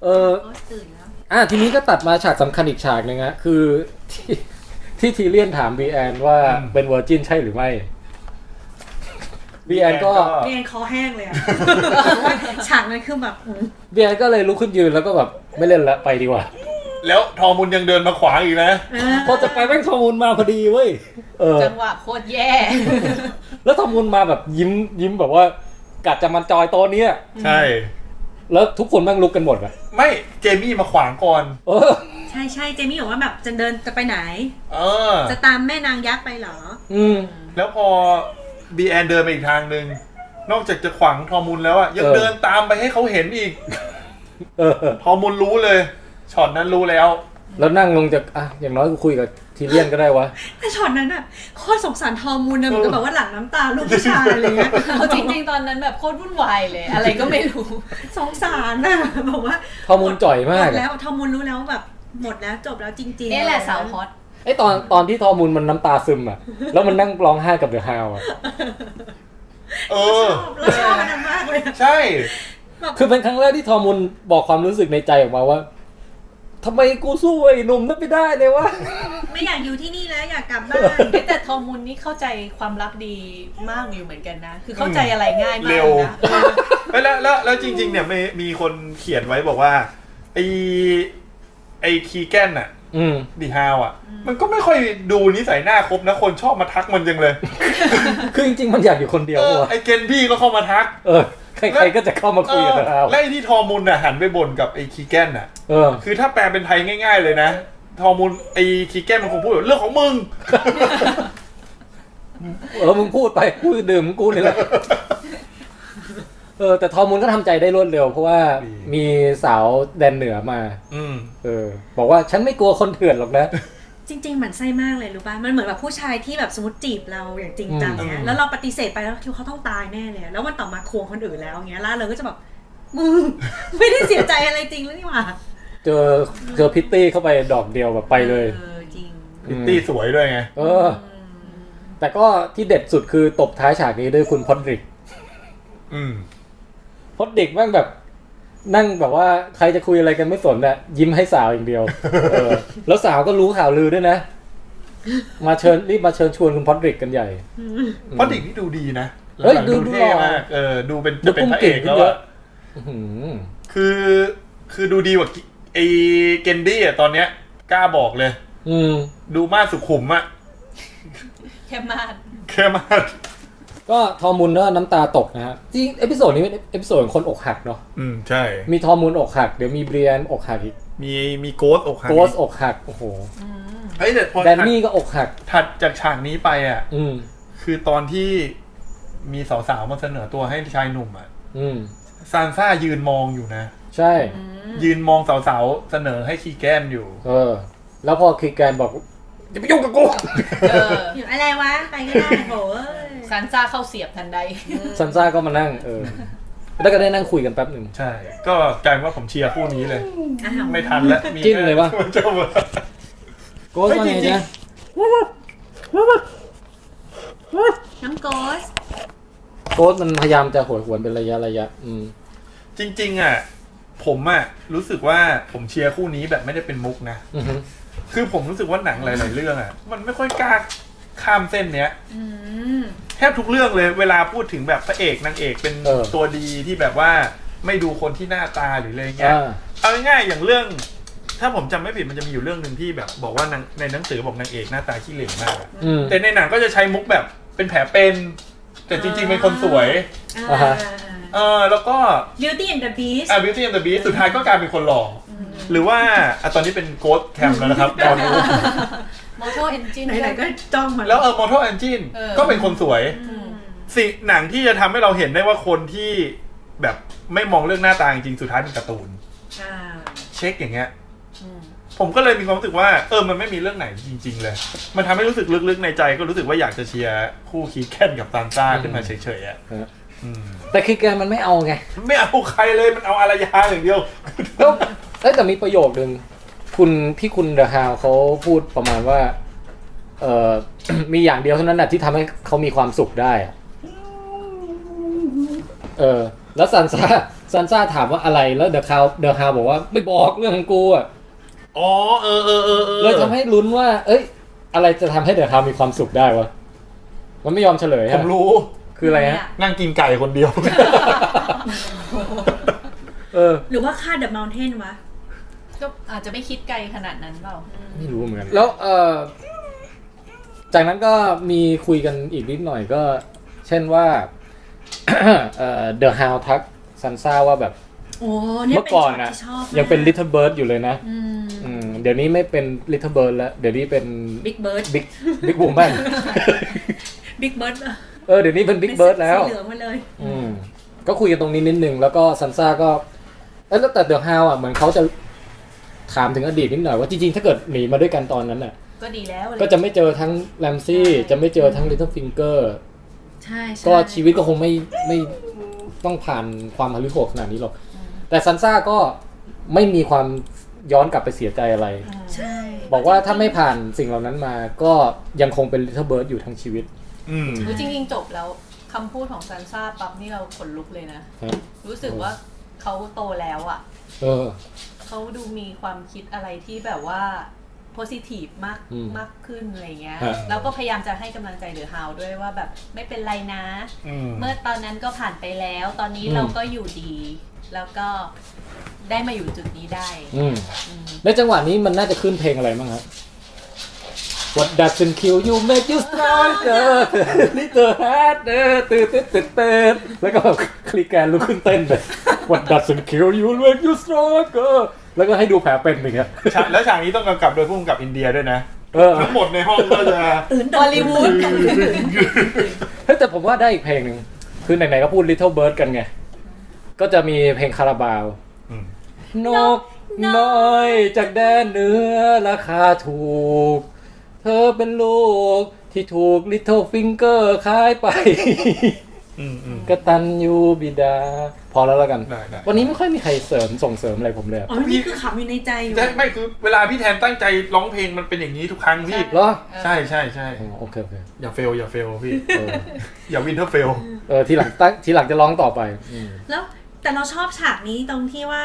Speaker 1: เออ
Speaker 4: ก็ตื่นแล้ว
Speaker 1: อ่ะทีนี้ก็ตัดมาฉากสำคัญอีกฉากหนึ่งฮะคือ ที่ที่ทีเลียนถามบีแอนว่า
Speaker 2: อืม
Speaker 1: เป็นเวอร์จินใช่หรือไม่บีแอนก็
Speaker 4: เรียนคอแห้ง เลยอะ ฉากนั้นคือแบบอืม
Speaker 1: บีแอนก็เลยลุกขึ้นยืนแล้วก็แบบไม่เล่นละไปดีก ว่า
Speaker 2: แล้วทอมุนยังเดินมาขวางอีกนะ
Speaker 4: เออ
Speaker 1: พอจะไปแม่งทอมูลมาพอดีเว้ยเออ
Speaker 3: จังหวะโคตรแย่
Speaker 1: แล้วทอมูลมาแบบยิ้มยิ้มแบบว่ากัดจะมันจอยโตะเนี้ย
Speaker 2: ใช่
Speaker 1: แล้วทุกคนแม่งลุกกันหมดอะ
Speaker 2: ไม่เจมี่มาขวางก่อน
Speaker 1: เออ
Speaker 4: ใช่ใช่เจมี่บอกว่าแบบจะเดินจะไปไหน
Speaker 2: เออ
Speaker 4: จะตามแม่นางยักษ์ไปเหรอ
Speaker 1: อืม
Speaker 2: แล้วพอบีแอนเดินไปอีกทางหนึ่ง นอกจากจะขวางทอมุนแล้วอะยัง
Speaker 1: เออ
Speaker 2: เดินตามไปให้เขาเห็นอีก
Speaker 1: เออ
Speaker 2: ทอมุนรู้เลยช็อตนั้นรู้แล้ว
Speaker 1: แล้วนั่งลงจากอ่ะอย่างน้อยกูคุยกับทีเลียนก็ได้วะ
Speaker 4: แต่ช็อตนั้นแบบโคตรสงสารทอมูลนะเหมือนกับแบบว่าหลังน้ำตาลูกผู้ชายอะไรเงี้ย
Speaker 3: เอาจริงๆ ตอนนั้นแบบโคตรวุ่นวายเลย อะไรก็ไม่รู้
Speaker 4: สงสารนะบอกว่า
Speaker 1: ทอมูลจ่อยมาก
Speaker 4: หมด
Speaker 1: อะ
Speaker 4: แล้วทอมูลรู้แล้วว่าแบบหมดแล้วจบแล้วจริงๆ
Speaker 3: นี่แหละสาวฮอต
Speaker 1: ไอตอนตอนที่ทอมูลมันน้ำตาซึมอะแล้วมันนั่งร้องไห้กับเดอะฮาวอะ
Speaker 2: เออ
Speaker 4: เราชอบมันมากเลยอะ
Speaker 2: ใช่
Speaker 1: คือเป็นครั้งแรกที่ทอมูลบอกความรู้สึกในใจออกมาว่าทำไมกูสู้ไอ้หนุ่มนั้นไม่ได้เลยวะ
Speaker 4: ไม่อยากอยู่ที่นี่แล้วอยากกลับบ้าน
Speaker 3: แต่ทอมุนนี่เข้าใจความรักดีมากอยู่เหมือนกันนะ คือเข้าใจอะไรง่ายมาก
Speaker 2: เร็ว
Speaker 3: เลยนะ
Speaker 2: แล้วแล้วแล้วแล้วจริง ๆ เนี่ยมีมีคนเขียนไว้บอกว่า ไอไอคีแกนอะ
Speaker 1: อืม
Speaker 2: ดีฮาวอะมันก็ไม่ค่อยดูนิสัยหน้าครบนะคนชอบมาทักมันจังเลย
Speaker 1: คือจริงๆมันอยากอยู่คนเดียว
Speaker 2: เออ
Speaker 1: วะ
Speaker 2: ไอเกนพี่ก็เข้ามาทัก
Speaker 1: เออ ใครๆก็จะเข้ามาคุยกับเดอะฮาว
Speaker 2: ไล่ที่ทอมุลน่ะหันไปบ่นกับไอ้คีแกนน่ะ
Speaker 1: เออ
Speaker 2: คือถ้าแปลเป็นไทยง่ายๆเลยนะ ทอมุลไอ้คีแกนมันคงพูดแบบเรื่องของมึง
Speaker 1: เออมึงพูดไปกูดื่มของกูนี่แหละเออ แต่ทอมูลก็ทำใจได้รวดเร็ว เพราะว่า
Speaker 2: ดี
Speaker 1: มีสาวแดนเหนือมา
Speaker 2: อืม
Speaker 1: เออ บอกว่าฉันไม่กลัวคนเถื่อนหรอก นะ
Speaker 4: จริงๆหมันไส้มากเลยรู้ป่ะ มันเหมือนแบบผู้ชายที่แบบสมมติจีบเราอย่างจริงจัง
Speaker 2: อืม
Speaker 4: เนี่ยแล้วเราปฏิเสธไปแล้วคิดว่าเขาต้องตายแน่เลย แล้ววันต่อมาควงคนอื่นแล้วเงี้ยล่าเลยก็จะแบบมึง ไม่ได้เสียใจอะไรจริงแล้วนี่หว่า
Speaker 1: เจอเจอพิตตี้เข้าไปดอกเดียวแบบไปเลย
Speaker 4: เออจริง
Speaker 1: อืม
Speaker 2: ตีสวยด้วยไง
Speaker 1: เออ แต่ก็ที่เด็ดสุดคือตบท้ายฉากนี้ด้วยคุณพอดริก
Speaker 2: อืม
Speaker 1: พอดริกแม่งแบบ นั่งแบบว่าใครจะคุยอะไรกันไม่สนน่ะยิ้มให้สาวอย่างเดียวเออแล้วสาวก็รู้ข่าวลือด้วยนะ มาเชิญรีบมาเชิญชวนคุณพอดริกกันใหญ่
Speaker 2: เพราะดิกนี่ดูดีนะ
Speaker 1: เฮ้ย
Speaker 2: หลังๆ
Speaker 1: ดู
Speaker 2: เท่
Speaker 1: หล่อ
Speaker 2: มากเออดูเป็น
Speaker 1: ดู
Speaker 2: จะเป็น
Speaker 1: กุ้ง
Speaker 2: พระเอ
Speaker 1: เก่ง
Speaker 2: ก
Speaker 1: ขึ้นเย
Speaker 2: แล้วอะ
Speaker 1: อะอื้อหือ
Speaker 2: คือคือดูดีกว่ากิไอ้เกนดี้อ่ะตอนเนี้ยกล้าบอกเลย
Speaker 1: อืม
Speaker 2: ดูมากสุขุมอ่ะ
Speaker 3: แค่มาก
Speaker 2: แค่มาก
Speaker 1: ก็ทอมุนก็น้ำตาตกนะฮะจริงเอพิโซดนี้เป็นเอพิโซดของคนอกหักเนาะ
Speaker 2: อืมใช่
Speaker 1: มีทอมุนอกหัก เดี๋ยวมีเบรียนอกหักอีก
Speaker 2: มีมีโกสอกหัก
Speaker 1: โกสอกหักโอ้โห
Speaker 3: อืม
Speaker 2: เฮ้ยแต่พอ
Speaker 1: แดนนี่ก็อกหัก
Speaker 2: ถัดจากฉากนี้ไปอ่ะ
Speaker 1: อืม
Speaker 2: คือตอนที่มีสาวๆมาเสนอตัวให้ชายหนุ่มอ่ะ
Speaker 1: อืม
Speaker 2: ซานซ่ายืนมองอยู่นะ
Speaker 1: ใช่
Speaker 3: อืม
Speaker 2: ยืนมองสาวๆเสนอให้คีแกนอยู่
Speaker 1: เออ แล้วพอคีแกนบอกอย่าไปยุ่งกับกู
Speaker 3: เออ
Speaker 4: อยู่อะไรวะไปก็ได้โหเอ้ย
Speaker 3: ซานซ่าเข้าเสียบทันใด
Speaker 1: ซันซ่าก็มานั่ง เออ แล้วก็ได้นั่งคุยกันแป๊บหนึ่ง
Speaker 2: ใช่ ก็กลายเป็นว่าผมเชียร์คู่นี้เลย
Speaker 4: อ้าว
Speaker 2: ไม่ทันแล้วมี
Speaker 1: จิ้นเลยวะ
Speaker 2: แค่เจ้าเวอร์
Speaker 1: โกสว่าไง
Speaker 2: เฮ้ยจริง
Speaker 1: นะ
Speaker 4: น้ำโกส
Speaker 1: โกสมันพยายามจะโหยหวนเป็นระยะระยะ อืม
Speaker 2: จริง ๆ อ่ะ ผมอ่ะ รู้สึกว่าผมเชียร์คู่นี้แบบไม่ได้เป็นมุกนะ
Speaker 1: อือฮึ
Speaker 2: คือผมรู้สึกว่าหนังหลาย ๆ เรื่องอ่ะ มันไม่ค่อยกล้าข้ามเส้นเนี้ย
Speaker 4: อืม
Speaker 2: แทบทุกเรื่องเลย เวลาพูดถึงแบบพระเอกนางเอกเป็นตัวดีที่แบบว่าไม่ดูคนที่หน้าตาหรืออะไรเงี้ย
Speaker 1: อ่า
Speaker 2: เอาง่ายๆอย่างเรื่อง ถ้าผมจำไม่ผิดมันจะมีอยู่เรื่องหนึ่งที่แบบบอกว่านางในหนังสือบอกนางเอกหน้าตาขี้เหร่มากอะ
Speaker 1: อืม
Speaker 2: แต่ในหนังก็จะใช้มุกแบบเป็นแผลเป็น แต่จริงๆเป็นคนสวย
Speaker 4: อ่
Speaker 1: อ่าฮะ
Speaker 4: า
Speaker 2: เออแล้วก็
Speaker 4: Beauty and the Beast
Speaker 2: อ่ะ Beauty and the Beast สุดท้ายก็กลายเป็นคนหล่ออหรือว่าอ่ะตอนนี้เป็นโกดแคมแล้วนะครับ ตอนนี้
Speaker 3: มอโตเอนจิน
Speaker 4: ไหนๆก็จ้องมา
Speaker 2: แล้วเออ Mortal Engine
Speaker 3: เออ
Speaker 2: ก็เป็นคนสวย
Speaker 4: อืม
Speaker 2: สิหนังที่จะทำให้เราเห็นได้ว่าคนที่แบบไม่มองเรื่องหน้าตาจริงๆสุดท้ายเป็นการ์ตูน
Speaker 4: อ่า
Speaker 2: เช็คอย่างเงี้ย ผมก็เลยมีความรู้สึกว่าเออมันไม่มีเรื่องไหนจริง ๆ เลย มันทำให้รู้สึกลึกๆในใจก็รู้สึกว่าอยากจะเชียร์คู่คีแคนกับซานซ่า
Speaker 1: อืม
Speaker 2: ขึ้นมาเฉยๆอ่ะ
Speaker 1: ฮะ
Speaker 2: อืม
Speaker 1: แต่คีแกนมันไม่เอาไง
Speaker 2: ไม่เอาใครเลยมันเอาอารยาอย่างเดียว
Speaker 1: แล้วเอ้ยแต่มีประโยคหนึ่งคุณที่คุณเดอะฮาวเขาพูดประมาณว่า เอ่อ มีอย่างเดียวเท่านั้นนะที่ทำให้เขามีความสุขได้อะเออ แล้วซันซ่าซันซ่าถามว่าอะไรแล้วเดอะฮาวเดอะฮาวบอกว่าไม่บอกเรื่องของกูอ่ะ
Speaker 2: อ๋อเออเออเออเออ
Speaker 1: เลยทำให้ลุ้นว่า เอ้ย อะไรจะทำให้เดอะฮาวมีความสุขได้วะมันไม่ยอมเฉลย
Speaker 2: ผ
Speaker 1: ฮะ
Speaker 2: มรู้
Speaker 1: คืออะไรฮะ
Speaker 2: นั่งกินไก่คนเดียว
Speaker 1: เออ
Speaker 4: หรือว่าค่า The Mountain วะ
Speaker 3: ก็อาจจะไม่คิดไกลขนาดนั้นเปล่า
Speaker 1: ไม่รู้เหมือนกัน แล้วเออจากนั้นก็มีคุยกันอีกนิดหน่อยก็ เช่นว่า เอ่อ The h o w ทักซันซ่าว่าแบบ
Speaker 4: โอ้เนี่ย
Speaker 1: เมื่อ
Speaker 4: เป็น
Speaker 1: ก่อน
Speaker 4: ช็อ
Speaker 1: นะ
Speaker 4: ตที่ชอบ
Speaker 1: ยังเป็น
Speaker 4: ลิ
Speaker 1: Little Bird อยู่เลยนะอืมเดี๋ยวนี้ไม่เป็น Little Bird แล้ว เดี๋ยวนี้เป็น
Speaker 4: บิ๊กเบิร์ด
Speaker 1: Big Big Woman
Speaker 4: บิ๊กเบิร์ด
Speaker 1: เออ เดี๋ยวนี้เป็น Big Bird แล้ว
Speaker 4: เหลืองมาเลย
Speaker 1: อืมก็คุยกันตรงนี้นิดนึง แล้วก็ซันซ่าก็เอ้ยแล้วแต่ The h o w อ่ะเหมือนเขาจะถามถึงอดีตนิดหน่อยว่าจริงๆ ถ้าเกิดหนีมาด้วยกันตอนนั้นน่ะ
Speaker 3: ก็ดีแล้ว
Speaker 1: ก็จะไม่เจอทั้งแรมซี่ จะไม่เจอทั้ง Little Finger
Speaker 4: ใช่ใช่
Speaker 1: ก็ชีวิตก็คงไม่ไม่ต้องผ่านความหฤโหดขนาดนี้หรอก แต่ซันซ่าก็ไม่มีความย้อนกลับไปเสียใจอะไร
Speaker 4: ใช่
Speaker 1: บอกว่าถ้าไม่ผ่านสิ่งเหล่านั้นมาก็ยังคงเป็นลิทเบิร์ดอยู่ทั้งชีวิต
Speaker 2: อืม
Speaker 3: จริงๆจบแล้วคำพูดของซันซ่าปั๊บนี่เราขนลุกเลยนะ
Speaker 1: ฮะ
Speaker 3: รู้สึกว่าเขาโตแล้วอ่ะ
Speaker 1: เออ
Speaker 3: เขาดูมีความคิดอะไรที่แบบว่าโพซิทีฟมาก
Speaker 1: อืม
Speaker 3: มากขึ้นอะไรเงี้ย
Speaker 1: ฮะ
Speaker 3: แล้วก็พยายามจะให้กำลังใจเดือฮาวด้วยว่าแบบไม่เป็นไรนะ
Speaker 2: อืม
Speaker 3: เมื่อตอนนั้นก็ผ่านไปแล้ว ตอนนี้เราก็อยู่ดี แล้วก็ได้มาอยู่จุดนี้ได้
Speaker 1: อืม
Speaker 3: อืม
Speaker 1: ในจังหวะนี้มันน่าจะขึ้นเพลงอะไรบ้างครับ What doesn't kill you make you stronger little heart เออตื่นตื่นตื่นตื่นแล้วก็แบบคลีแกนลุกขึ้นเต้นเลย What doesn't kill you make you stronger แล้วก็ให้ดูแผลเป็นอย่างเงี้ย
Speaker 2: ฉากแล้วฉากนี้ต้องกำกับโดยผู้กำกับอินเดียด้วยนะ
Speaker 1: เออ
Speaker 2: ทั้งหมดในห้องก็จะ
Speaker 4: อื่น
Speaker 3: บ
Speaker 4: ด
Speaker 3: อ
Speaker 4: อ
Speaker 3: ล
Speaker 4: ลลี
Speaker 3: ลีวู
Speaker 4: วู
Speaker 3: ด
Speaker 4: ด
Speaker 1: เฮ้ยแต่ผมว่าได้อีกเพลงหนึ่งคือไหนๆก็พูด Little Bird กันไง ก็จะมีเพลงคาราบาว
Speaker 2: อืม
Speaker 1: นกน้อยจากแดนเหนือราคาถูก เธอเป็นลูกที่ถูก Little Finger ขายไป
Speaker 2: อืมอืม
Speaker 1: กตันยูบิดา พอแล้วแล้วกัน
Speaker 2: ได้ได้
Speaker 1: วันนี้ไม่ค่อยมีใครเสริมส่งเสริมอะไรผมเลยอะ
Speaker 4: อ๋อนี่คือขำอยู่ในใจอยู่
Speaker 2: ใช่ไม่คือเวลาพี่แทนตั้งใจร้องเพลงมันเป็นอย่างนี้ทุกครั้งพี่
Speaker 1: เหรอ
Speaker 3: เออ
Speaker 2: ใช่ใช่ใช่
Speaker 1: อ๋อโอเคโอเค
Speaker 2: อย่าเฟลอย่าเฟลพี่
Speaker 1: เออ
Speaker 2: อย่าวินเทอร์เฟล
Speaker 1: เออทีหลังตั้งทีหลังจะร้องต่อไปอืม
Speaker 4: แล้ว แต่เราชอบฉากนี้ตรงที่ว่า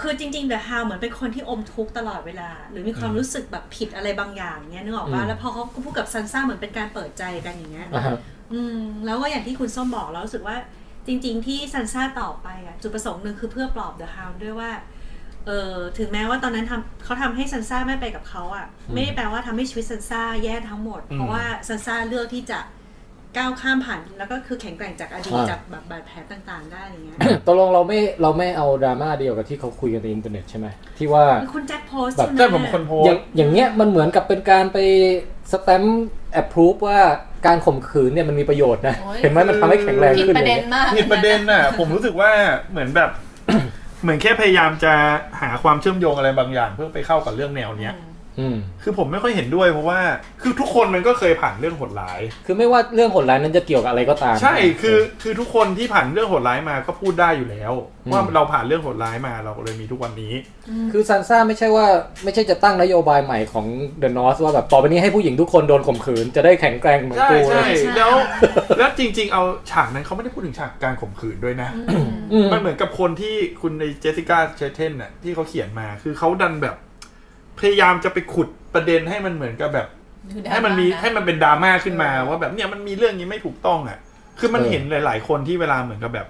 Speaker 4: คือจริงๆเดอะฮาวเหมือนเป็นคนที่อมทุกข์ตลอดเวลา หรือมีความ
Speaker 1: อืม
Speaker 4: รู้สึกแบบผิดอะไรบางอย่างเนี้ยนึกออกว่า
Speaker 1: อืม
Speaker 4: แล้วพอเขาก็พูดกับซันซ่าเหมือนเป็นการเปิดใจกันอย่างเงี้ย
Speaker 1: อ่าฮะ
Speaker 4: อืมแล้วก็อย่างที่คุณส้มบอกเรารู้สึกว่าจริง ๆ ที่ซันซ่าตอบไปอะจุดประสงค์หนึ่งคือเพื่อปลอบเดอะฮาวด้วยว่าเออถึงแม้ว่าตอนนั้นทำเขาทำให้ซันซ่าไม่ไปกับเขาอะ
Speaker 1: อืม
Speaker 4: ไม่ได้แปลว่าทำให้ชีวิตซันซ่าแย่ทั้งหมด
Speaker 1: อืม
Speaker 4: เพราะว่าซันซ่าเลือกที่จะก้าวข้ามผ่านแล้วก็คือแข็งแกร่งจากอดีต
Speaker 1: อ่า
Speaker 4: จากแบบบาดแผลต่างๆ ได้อย่างเงี้ย
Speaker 1: ตกลงเราไม่เราไม่เอาดราม่าเดียวกับที่เขาคุยกันในอินเทอร์เน็ตใช่ไหมที่ว่า
Speaker 4: คุณแจ็คโพสต์
Speaker 1: แบบ
Speaker 4: ใช่
Speaker 2: ใช่
Speaker 4: ไห
Speaker 2: ผม
Speaker 4: ม
Speaker 2: คนโพ
Speaker 1: อ
Speaker 2: ส
Speaker 1: ย่าง
Speaker 2: ต์
Speaker 1: อย่างเงี้ยมันเหมือนกับเป็นการไปสแตมป์แอปพรูฟว่าการข่มขืนเนี่ยมันมีประโยชน์นะ
Speaker 3: โอ้ย
Speaker 1: เห็นไหมมันทำให้แข็งแรง
Speaker 3: ผิด
Speaker 1: ขึ้น
Speaker 3: ประ
Speaker 1: เล
Speaker 3: เด็
Speaker 1: ย
Speaker 3: นมาก
Speaker 2: ผิดประเด็นน่ะ ผมรู้สึกว่าเหมือนแบบ เหมือนแค่พยายามจะหาความเชื่อมโยงอะไรบางอย่าง เพื่อไปเข้ากับเรื่องแนวเนี้ย
Speaker 1: อืม
Speaker 2: คือผมไม่ค่อยเห็นด้วยเพราะว่า คือทุกคนมันก็เคยผ่านเรื่องโหดร้าย
Speaker 1: คือไม่ว่าเรื่องโหดร้ายนั้นจะเกี่ยวกับอะไรก็ตาม
Speaker 2: ใช่ คือ คือทุกคนที่ผ่านเรื่องโหดร้ายมาก็พูดได้อยู่แล้ว
Speaker 1: อืม
Speaker 2: ว่าเราผ่านเรื่องโหดร้ายมาเราเลยมีทุกวันนี้
Speaker 4: ม
Speaker 1: คือซันซ่าไม่ใช่ว่าไม่ใช่จะตั้งนโยบายใหม่ของเดอะนอสว่าแบบต่อไปนี้ให้ผู้หญิงทุกคนโดนข่มขืนจะได้แข็งแกร่งเหมือน
Speaker 2: ใช่
Speaker 1: กู
Speaker 2: ใช่
Speaker 1: เลย
Speaker 2: แล้ว แล้วจริง ๆ เอาฉากนั้นเขาไม่ได้พูดถึงฉากการข่มขืนด้วยนะ
Speaker 1: อืม
Speaker 2: มันเหมือนกับคนที่คุณในเจสสิก้าเชเทนน่ะที่เขาเขียนมา คือเขาดันแบบ พยายามจะไปขุดประเด็นให้มันเหมือนกับแบบ
Speaker 3: คือดราา
Speaker 2: ให้มันมี
Speaker 3: ะ
Speaker 2: ให้มันเป็นดราม่าขึ้นมา
Speaker 3: เออ
Speaker 2: ว่าแบบเนี่ยมันมีเรื่องนี้ไม่ถูกต้องอ่ะ คือมัน
Speaker 1: เออ
Speaker 2: เห็นหลาย ๆ คนที่เวลาเหมือนกับแบบ